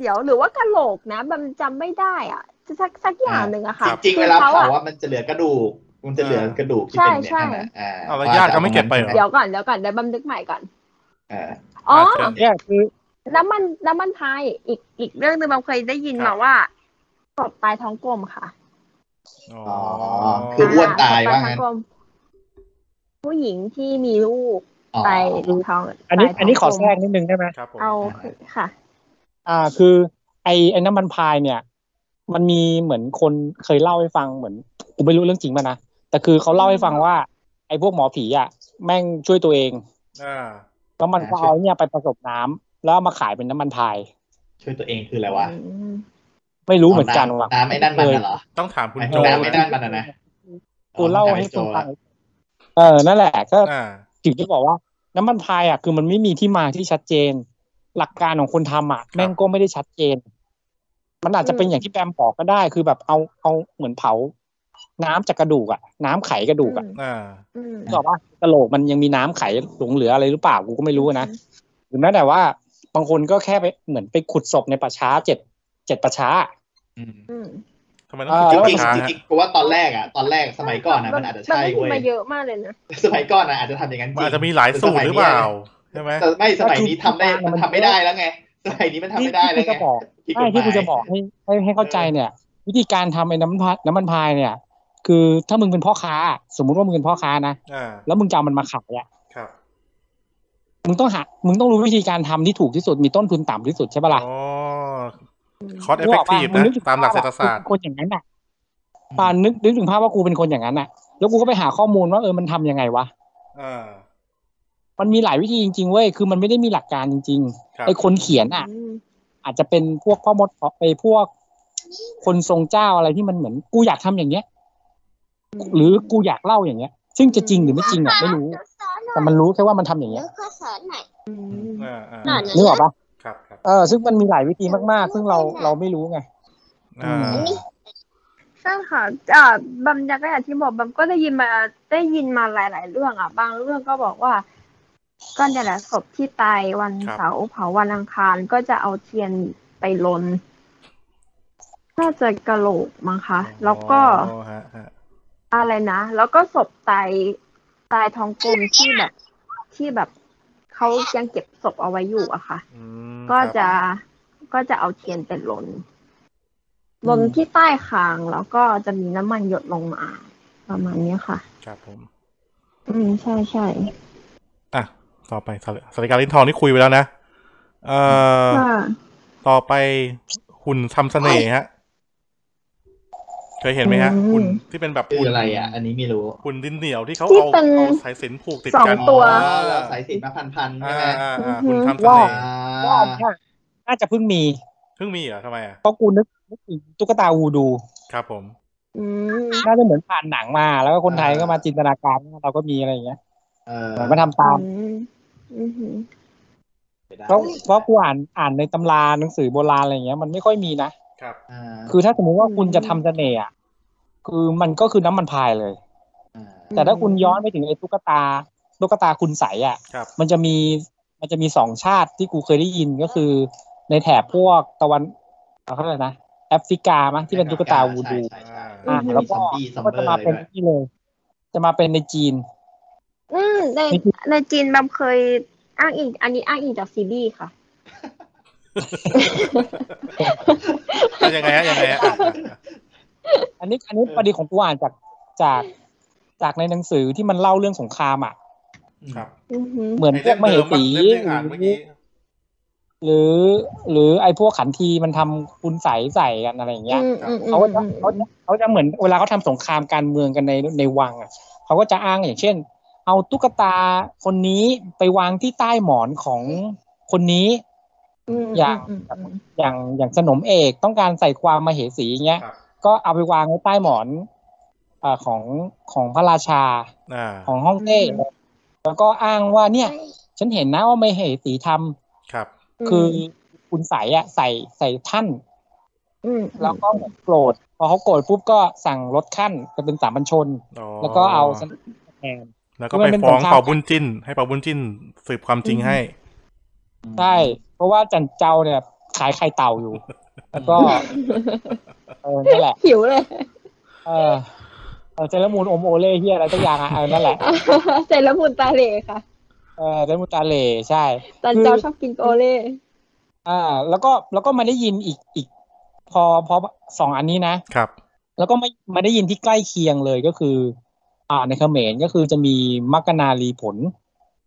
เดี๋ยวหรือว่ากะโหลกนะมันจำไม่ได้อ่ะจะสักสักอย่างหนึ่งอะค่ะ
จริงๆเวลา
คือข
เผา
อะ
ว่ามันจะเหลือกระดูก มันจะเหลือกระดูกที่
ใช่
เป็นเนี่ย
ใช่
นั่นน่ะอ่า
เอาแล้วญาติก็ไม่เก็บไปเหรอ
เดี๋ยวก่อนเดี๋ยวก่อนเดี๋ยวบำนึกใหม่ก่อน
อ่า
อ๋อ
เชิญ
เนี่ยคือ
น้ำมันน้ำมันพายอีกอีกเรื่องหนึ่งเราเคยได้ยิน
ครั
มา
บ
ว่าศพตายท้องกลมค่ะ
อ๋อ
คื อ้วนตาย
ศพ
ว่า
ท้
งั้
อง
น
กลม ผู้หญิงที่มีลูก
อ๋อ
ตายท้อง
อันนี้
ตายท้ง
อันนี้ขอก
ลม
แทรกนิดนึงได้ไหม
ครับผม
เอาค่ะ
อ่าคือไอ้ไอ้น้ำมันพายเนี่ย มันมีเหมือนคนเคยเล่าให้ฟังเหมือนกูไม่รู้เรื่องจริงป่ะนะแต่คือเขาเล่าให้ฟังว่า ไอ้พวกหมอผีอ่ะแม่งช่วยตัวเอง
อ่า
แล้วมันก็
อ่า
เอาเนี่ยไปผสมน้ำแล้วเอามาขายเป็นน้ำมันพาย
ช่วยตัวเองคืออะไรวะ
ไม่รู้เหมือนกันว่ะ
น้ำไอ้นั่นมันน่ะเหรอ
ต้องถามคุณ
ไอ้
โจ
น้ำไม่ได้
นะ
มันน่ะนะ
กูเล่าให้คุณฟัง
อ๋อ
เออนั่นแหละก็
อ่า
ถึงจะบอกว่าน้ำมันพายอ่ะคือมันไม่มีที่มาที่ชัดเจน หลักการของคนทำอ่ะแม่งก็ไม่ได้ชัดเจน มันอาจจะเป็น
อืม
อย่างที่แบมบอกก็ได้ คือแบบเอาเอาเหมือนเผา น้ำจากกระดูกอ่ะ น้ำไขกระดูกอ่ะ
อ่า
อืม
บอกว่ากระโหลกมันยังมีน้ำไขหลงเหลืออะไรหรือเปล่ากูก็ไม่รู้นะ
อืม
หรือแม้แต่ว่า บางคนก็แค่ไปเหมือนไปขุดศพในป่าช้าเจ็ดเจ็ดป่าช้า
อืม
อืม
ทำไมต้องขุดจา
จ
ก
เออ
ริ
ช้าง
ๆจ
ฮะ
ริงๆเพราะว่าตอนแรกอะตอนแรกสมัยก่อนอะมันอาจจะใช่
มัน
เว้ย
มีมาเยอะมากเลยนะ
สมัยก่อนอะอาจจะทำอย่างนั้นจ
มัน
ริง
อาจจะมีหลายสูตรหรือเปล่า ใช่ไหม
แต่ไม่สมัยนี้ทำได้
มั
มัน
น
ทำไม่ได้แล้วไง สมัยนี้มันทำไม่ได้แล้ว
ที่กู
ไง
จะบอก
ผิดฎหมาย
ใช่ที่กูจะบอกให้ให้ให้เข้าใจเนี่ย วิธีการทำไอ้น้ำพะน้ำมันพายเนี่ย คือถ้ามึงเป็นพ่อค้า สมมุติว่ามึงเป็นพ่อค้านะ
อ่า
แล้วมึงจะเอามันมาขายอ่ะ
ครับ
มึงต้องหามึงต้องรู้วิธีการทำที่ถูกที่สุดมีต้นทุนต่ำที่สุดใช่ปะ
อ๋
ล่ะ
อคอสเอฟเฟกตีฟ
มึง
นะ
ถึง
ตามหลักเศรษฐศาสตร์
ภพอะกูเป็นคนอย่างนั้นอ่ะปานนึกนึกถึงภาพว่ากูเป็นคนอย่างนั้นอ่ะ แล้วกูก็ไปหาข้อมูลว่าเออมันทำยังไงวะ
อ่า
มันมีหลายวิธีจริง ๆ เว้ย คือมันไม่ได้มีหลักการจริง
ครับ
ๆ ไอ้คนเขียนอ่ะ
อืม
อาจจะเป็นพวกพ่อมดไปพวก คนทรงเจ้าอะไรที่มันเหมือน กูอยากทำอย่างเงี้ย หรือกูอยากเล่าอย่างเงี้ย ซึ่งจะจริงหรือไม่จริงอ่ะไม่รู้ แต่มันรู้แค่ว่ามันทำอย่างเงี้ย
อ่าอ่า
หน่อย
นึกออกปะ
ครับครับ
เออซึ่งมันมีหลายวิธีมากๆ ซึ่งเราเราไม่รู้ไง
อ่า
ใช่ค่ะอ่าบัมยักษ์ก็อย่างที่บอกบัมก็ได้ยินมาได้ยินมาหลาย ๆ เรื่องอ่ะ บางเรื่องก็บอกว่าก็เนี่ยแหละศพที่ตายวัน
ครับ
เสาร์เผาวันอังคารก็จะเอาเทียนไปลนน่าจะกระโหลกมั้งคะ แล้วก็
อ๋อฮะฮะ
อะไรนะ แล้วก็ศพตายตายทองกลมที่แบบ ที่แบบเขายังเก็บศพเอาไว้อยู่อะค่ะ
อืม
ก็
ครับ
จะก็จะเอาเทียนเป็นลนลน
อืม
ที่ใต้คางแล้วก็จะมีน้ำมันหยดลงมา ประมาณเนี้ยค่ะ
ครับผม
อืมใช่ใช่
อ่ะ ต่อไปสาริสาริการลิ้นทองนี่คุยไปแล้วนะ เอ่อ
ค่ะ
ต่อไปหุ่นทำเสน่ห์ฮะ เคยเห็นไหมฮะ หุ่นที่เป็นแบบ
คือ
หุ่น
อะไรอ่ะ อันนี้ไม่รู้
หุ่นดินเหนียวที่เขา
ที่
เอา
เป็น
เอาสายสิญจนผูกติด
สอง
กัน
ตัว
อ๋
อ๋อ
อ
เราสายสินมาพันๆใช่
อ่า
ไหม
อ่าอ่าหุ่นทำเสน่
ว่า
ห์
อ่า
ว่าน่าน่าจะเพิ่งมี
เพิ่งมีเหรอทำไมอ่ะ
เพราะกูนึกนึกถึงตุ๊กตาวูดู
ครับผม
อืม
น่าจะเหมือนผ่านหนังมา แล้วก็คนไทยก็มาจินตนาการว่าเราก็มีอะไรอย่างเงี้ย
เออ
เหมือนมาทำตาม
อืมอือหือ
เพราะเพราะกูอ่านอ่านในตำราหนังสือโบราณอะไรอย่างเงี้ยมันไม่ค่อยมีนะ
ครับ
อ่า
คือถ้าสมมุติว่าคุณจะทำเสน่ห์อ่ะคือมันก็คือน้ำมันพายเลย
อ่า
แต่ถ้าคุณย้อนไปถึงไอ้ตุ๊กตาตุ๊กตาคุณใสอ่ะ
ครับ
มันจะมีมันจะมีสองชาติที่กูเคยได้ยินก็คือ ในแถบพวกตะวันเอ่อเขาเรียกอะไรนะแอฟริกามั้ยที่เป็นตุ๊กตาวูดู
ใช่ใช่ใช่
อ่ะแล้ว
ซ
ก็
อมบี้ซอม
ก็
เบอ
จะ
ร์
มา
อะไร
เป็น
ด้วย
นี่เลย จะมาเป็นในจีน
อืมใน
ไม่คิด
ในจีนบัมเคยอ้างอิงอันนี้อ้างอิงจากซีรีส์ค่ะ
อ่ะยังไงฮะยังไงฮะอ่ะอ่ะอ่ะ
อันนี้อันนี้
เออ
ประเด็นของกูอ่านจากจากจากในหนังสือที่มันเล่าเรื่องสงครามอ่ะ
ครับ
อือหือ
เหมือนพวกมเห
ไอ้
สี
เล่มเดิมอะเล่มที่อ่านเมื่อกี้
หรือ หรือไอ้พวกขันทีมันทำคุณใสยใส่กันอะไรอย่างเงี้ย
อืมอืมอืม
เขาก็จะเขาจะเขาจะเหมือนเวลาเขาทำสงครามการเมืองกันในในวังอ่ะเขาก็จะอ้างอย่างเช่น เอาตุ๊กตาคนนี้ไปวางที่ใต้หมอนของคนนี้
อืม
อย่าง
มมม
อย่างอย่างสนมเอกต้องการใส่ความมาเหสีอย่างเงี้ย
ครับ
ก็เอาไปวางไว้ใต้หมอนเออของของพระราชา
อ่า
ของฮ่องเต้แล้วก็อ้างว่าเนี่ย ฉันเห็นนะว่าไม่เหสีทำ
ครับ
คือคุณใสยอะใส่ใส่ท่าน
อืม
แล้วก็เหมือนโกรธพอเขาโกรธปุ๊บก็สั่งลดขั้นจะเป็นสามัญชน
อ๋อ
แล้วก็เอาสนมแทน
แล้วก็ไปฟ้อง
มันเป็นสงคราม
เป่าบุญจิน ให้เป่าบุญจินสืบความจริงให้
ใช่เพราะว่าจันเจ้าเนี่ย ขายไข่เต่าอยู่ แล้วก็เออนั่นแหละ
หิวเลย
เออเออเซรามูนอมโอเล่เฮียอะไรตักอย่างอ่ะเออนั่นแหละ
เสร็จแล้วหมุนตาเหลค่ะ
เออเซรามูนตาเหล่ใช่
ตันเจ้าชอบกินโอเล่
อ่า แล้วก็แล้วก็มาได้ยินอีกอีก พอพอสองอันนี้นะ
ครับ
แล้วก็ไม่มาได้ยินที่ใกล้เคียงเลยก็คือ อ่าในเขมรก็คือจะมีมักกะนาลีผล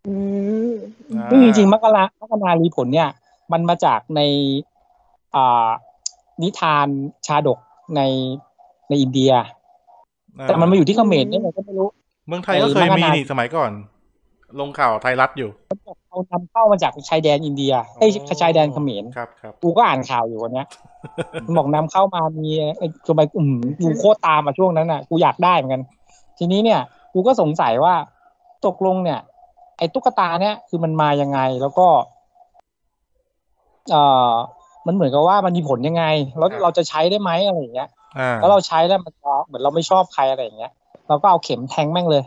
อืม
ซึ่งจริงๆมักกะลามักกะนาลีผลเนี่ย มันมาจากในอ่านิทานชาดกในในอินเดีย
อ่า
แต่มันมาอยู่ที่เขมร
อืม
ได้ไงก็ไม่รู้
เมืองไทยก็เคยมีนี่สมัยก่อน ลงข่าวไทยรัฐอยู่
เอานำเข้ามาจากชายแดนอินเดียไอ้ยชายแดนเขมร
ครับครับ
กูก็อ่านข่าวอยู่วัน เนี้ย บอกนำเข้ามามีไอ้ทำไมอืมกูโคตรตามมาช่วงนั้นน่ะ กูอยากได้เหมือนกัน ทีนี้เนี่ย กูก็สงสัยว่าตกลงเนี่ย ไอ้ตุ๊กตาเนี่ยคือมันมายังไงแล้วก็ เอ่อ มันเหมือนกับว่ามันมีผลยังไง แล้วเราจะใช้ได้ไหมอะไรอย่างเงี้ย
อ่า
แล้วเราใช้แล้วมันก็เหมือนเราไม่ชอบใครอะไรอย่างเงี้ย เราก็เอาเข็มแทงแม่งเลย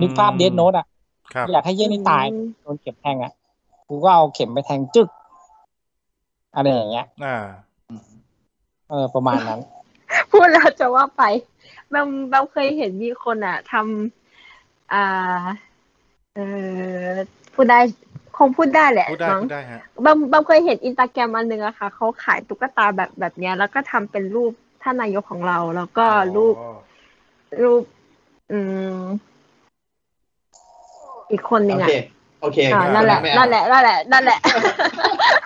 นึกภาพเดนโนตอ่ะ
ครับ
อยากให้เย้ยนี่ตายโดนเข็มแทงอ่ะ กูก็เอาเข็มไปแทงจึกอะไรอย่างเงี้ย
อ่า
เออประมาณนั้น
พูดแล้วจะว่าไปบางบางเคยเห็นมีคนอ่ะทำอ่าเออพูดได้คงพูดได้แหละ
พูดได้
มั้ง
พูดได้ฮะ
บางบางเคยเห็นอินตาแกรมอันหนึ่งอะค่ะเขาขายตุ๊กตาแบบแบบเนี้ย แล้วก็ทำเป็นรูปท่านนายกของเรา แล้วก็รูปรูป อืม อีกคนหนึ่ง
โอ
อะ
เค โอเค
อ่า
ไม่
นั่นแหละ
ไม่
นั่
เอา
นแหละ นั่นแหละ นั่นแหละ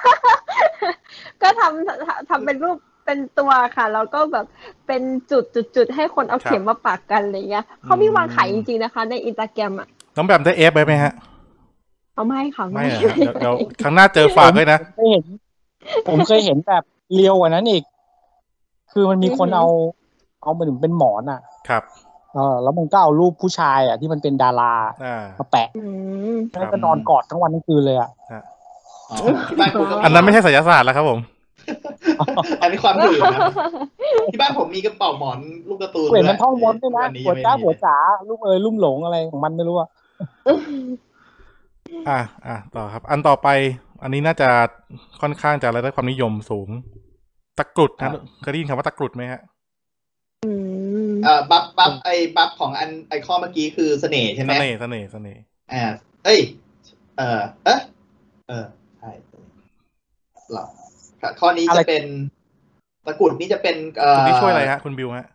ก็ทำทำเป็นรูปเป็นตัวค่ะ แล้วก็แบบเป็นจุดจุดจุดให้คนเอาเข็มมาปักกันอะไรเงี้ยเขามีวางขายจริงๆนะคะ ในอินสตาแกรมอ่ะ
น้องแบมได้เอฟไปไหมฮะ
เอาไม่ค่ะ
ไม่เหรอฮะเดี๋ยวเดี๋ยวครั้งหน้าเจอฝากด้วยนะ
เคยเห็น ผมเคยเห็นแบบเรียวกว่านั้นอีก คือมันมีคนเอา เอาเหมือนเป็นหมอนอ่ะ
ครับ
เออแล้วมันก็เอารูปผู้ชายอ่ะที่มันเป็นดารา
อ่า
มาแปะ
อืม
ครับ
แล้วก็นอนกอดทั้งวันทั้งคืนเลยอ่ะ
ที่บ้านคุณก็
อันนั้นไม่ใช่ศิลศาสตร์แล้วครับผม
อันนี้ความถือนะที่บ้านผมมีกระเป๋าหมอนลูกการะตูน
เห็นมันท่องมดด้วยนะ
วั
หัว
ยังไม่
จ้า
มี
หัวจ๋าลูกเอ๋ยลุ่มหลงอะไรของมันไม่รู้อ่ะ
อ่ะอ่ะต่อครับ อันต่อไป อันนี้น่าจะค่อนข้างจะได้ความนิยมสูง ตะกรุดนะเคยได้ยินคำว่าตะกรุดไหมฮะ
อืม
เอ่อบัฟบัฟไอ้บัฟของอันไอคอนเมื่อกี้คือเสน่ห์ใช่ไหม
เสน่ห์เสน่ห์เสน่ห์
อ่าเอ้ย เออเอะเออใช่หรอข้อนี้
อะไร
จะเป็นตะกรุดนี่จะเป็นเอ่
คุณ
อ
นี่ช่วยอะไรฮะ คุณบิวฮะ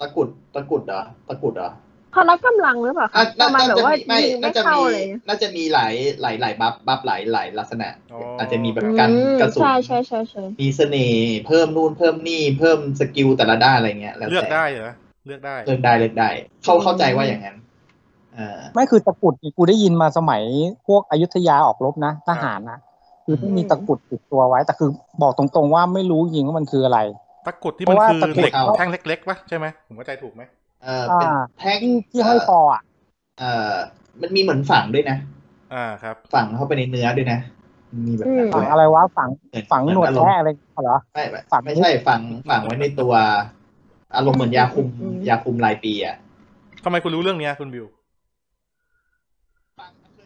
ตะกรุดตะกรุดเหรอตะกรุดเหรอ
พอรับกำลังหรือเปล่าคะ
อ่ะ
ป
น่า
ระมาณแบบว่า
น่าจะไม่
ยิงไม่
น่าจะ
เข้า
มี
เลย
น่าจะมีหลายหลายหลายบัฟบัฟหลายหลายลักษณะ
อ๋ออ
อาจจะมีแบบกัน
อืม
กระสุน
ใช่ใช่ใช่ใช่
มีเสน่ห์เพิ่มนู่นเพิ่มนี่เพิ่มสกิลแต่ละด้านอะไรเงี้ยแล้วแต่
เลือกได้เหรอ เลือกได้
เลือกได้เลือกได้ เขาเข้าใจว่าอย่างนั้นเออ
ไม่คือตะกรุดนี่กูได้ยินมาสมัยพวกอยุธยาออกรบนะทหารนะคือต้องมีตะกรุดติดตัวไว้ แต่คือบอกตรงๆว่าไม่รู้จริงว่ามันคืออะไร
ตะกรุดที่มัน
เพราะว่า
คือเห
ตะกรุด
ล็ก
เอา
แท่งเล็กๆปะใช่ไหมผมเข้าใจถูกไหม
เออเป็น
อ่า
แท่ง
ที่ที่ห้อยคออ่ะ
เออมันมีเหมือนฝังด้วยนะ
อ่าครับ
ฝังเข้าไปในเนื้อด้วยนะ มีแบบนั้น
ฝั
ด้
ง
วย
อะไรวะฝัง
เมือ
ฝัง
เมือ
หนวด
อารม
แท้
ณ์
อะไรเหรอ
ไม่
ฝัง
ไม่ใช่ฝังฝังไว้ในตัว อารมณ์เหมือนยาคุม
อืม
ยาคุมรายปีอ่ะ
ทำไมคุณรู้เรื่องเนี้ยคุณบิว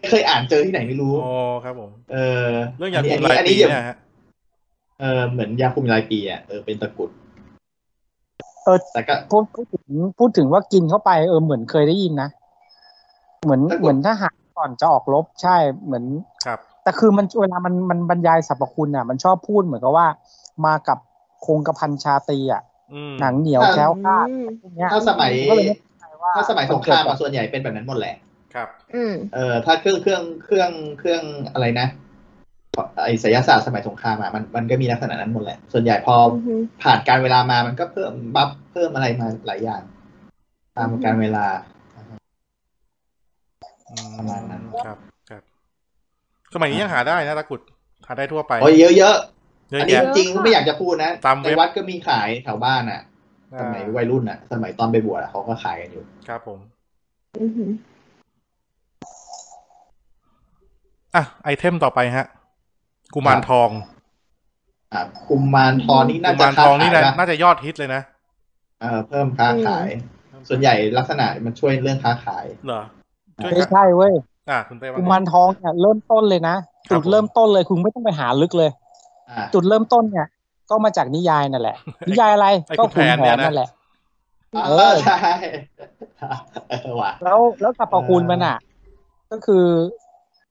เคยอ่านเจอที่ไหนไม่รู้
อ๋อครับผม
เออ
เรื่องอยาก
น
คุ
นี้
มราย
อัน
ปี
นี้เดี๋ยว
เนี่ยฮะ
เออเหมือนยาคุมรายปีอ่ะเออเป็นตะกรุด
เออ
แต่ก็
พูดพูดถึงพูดถึงว่ากินเข้าไปเออเหมือนเคยได้ยินนะ เหมือน
ตะกรุด
เหมือนทหารก่อนจะออกรบใช่เหมือน
ครับ
แต่คือมันเวลามันมันบรรยายสรรพคุณอ่ะ มันชอบพูดเหมือนกับว่า มากับคงกระพันชาตรีอ่ะ
อืม
หนังเหนียวแคล้วคลาด
อืม
พวกเนี้ย
ถ้าสมัย
ก็เลยไม่แน่ใจว่า
ถ้าสมัยสงคราม
นเกิดจ
อะส่วนใหญ่เป็นแบบนั้นหมดแหละ
ครับ
อืม
เออถ้าเครื่องเครื่องเครื่องเครื่องอะไรนะไอศิลปศาสตร์สมัยสงครามอะมันมันก็มีลักษณะนั้นหมดแหละ ส่วนใหญ่พอ
อือฮึ
ผ่านการเวลามามันก็เพิ่มบัฟเพิ่มอะไรมาหลายอย่าง ตามการเวลา
อื
ประมาณนั้น
ครับ ครับ สมัยนี้ยังหาได้นะตะกรุด หาได้ทั่วไป
โอ้ยเยอะเยอะ
เย
อั
อะ
นนี้
แยะ
จริงๆไม่อยากจะพูดนะ
ตามเว็บ
ในวัดก็มีขายแถวบ้านอ่ะ ส
อ่า
มัยวัยรุ่นอ่ะ สมัยตอนไปบวชอะเขาก็ขายกันอยู่
ครับผม
อือหือ
อ่ะ ไอเทมต่อไปฮะ กุมารทอง
อ่ะกุมารทองนี่
กุ
น่าจะ
มาร
ค้า
ทองนี่
ขาย
นะ
นะ
น่าจะยอดฮิตเลยนะ
เออเพิ่มค้าขาย ส่วนใหญ่ลักษณะมันช่วยเรื่องค้าขาย
เหรอช่วย
ไม่
กัน
ใช่เว้ย
อ่ะคุณเต้ว่า
กุ
ไง
มารทองเนี่ยเริ่มต้นเลยนะ
ครั
จุ
บ
ด
ผม
เริ่มต้นเลยคุณไม่ต้องไปหาลึกเลย
อ่ะ
จุดเริ่มต้นเนี่ย ก็มาจากนิยายนั่นแหละ นิยายอะไร
ไอ้
ก็
ขุ
ขุ
น
น
แผน
แผ
เนี่ย
น
นะ
นั่นแหละ
อ่ะ
เออ
ใช่เออว่ะ
แล้วแล้วสรรพคุณมันอ่ะ ก็คือ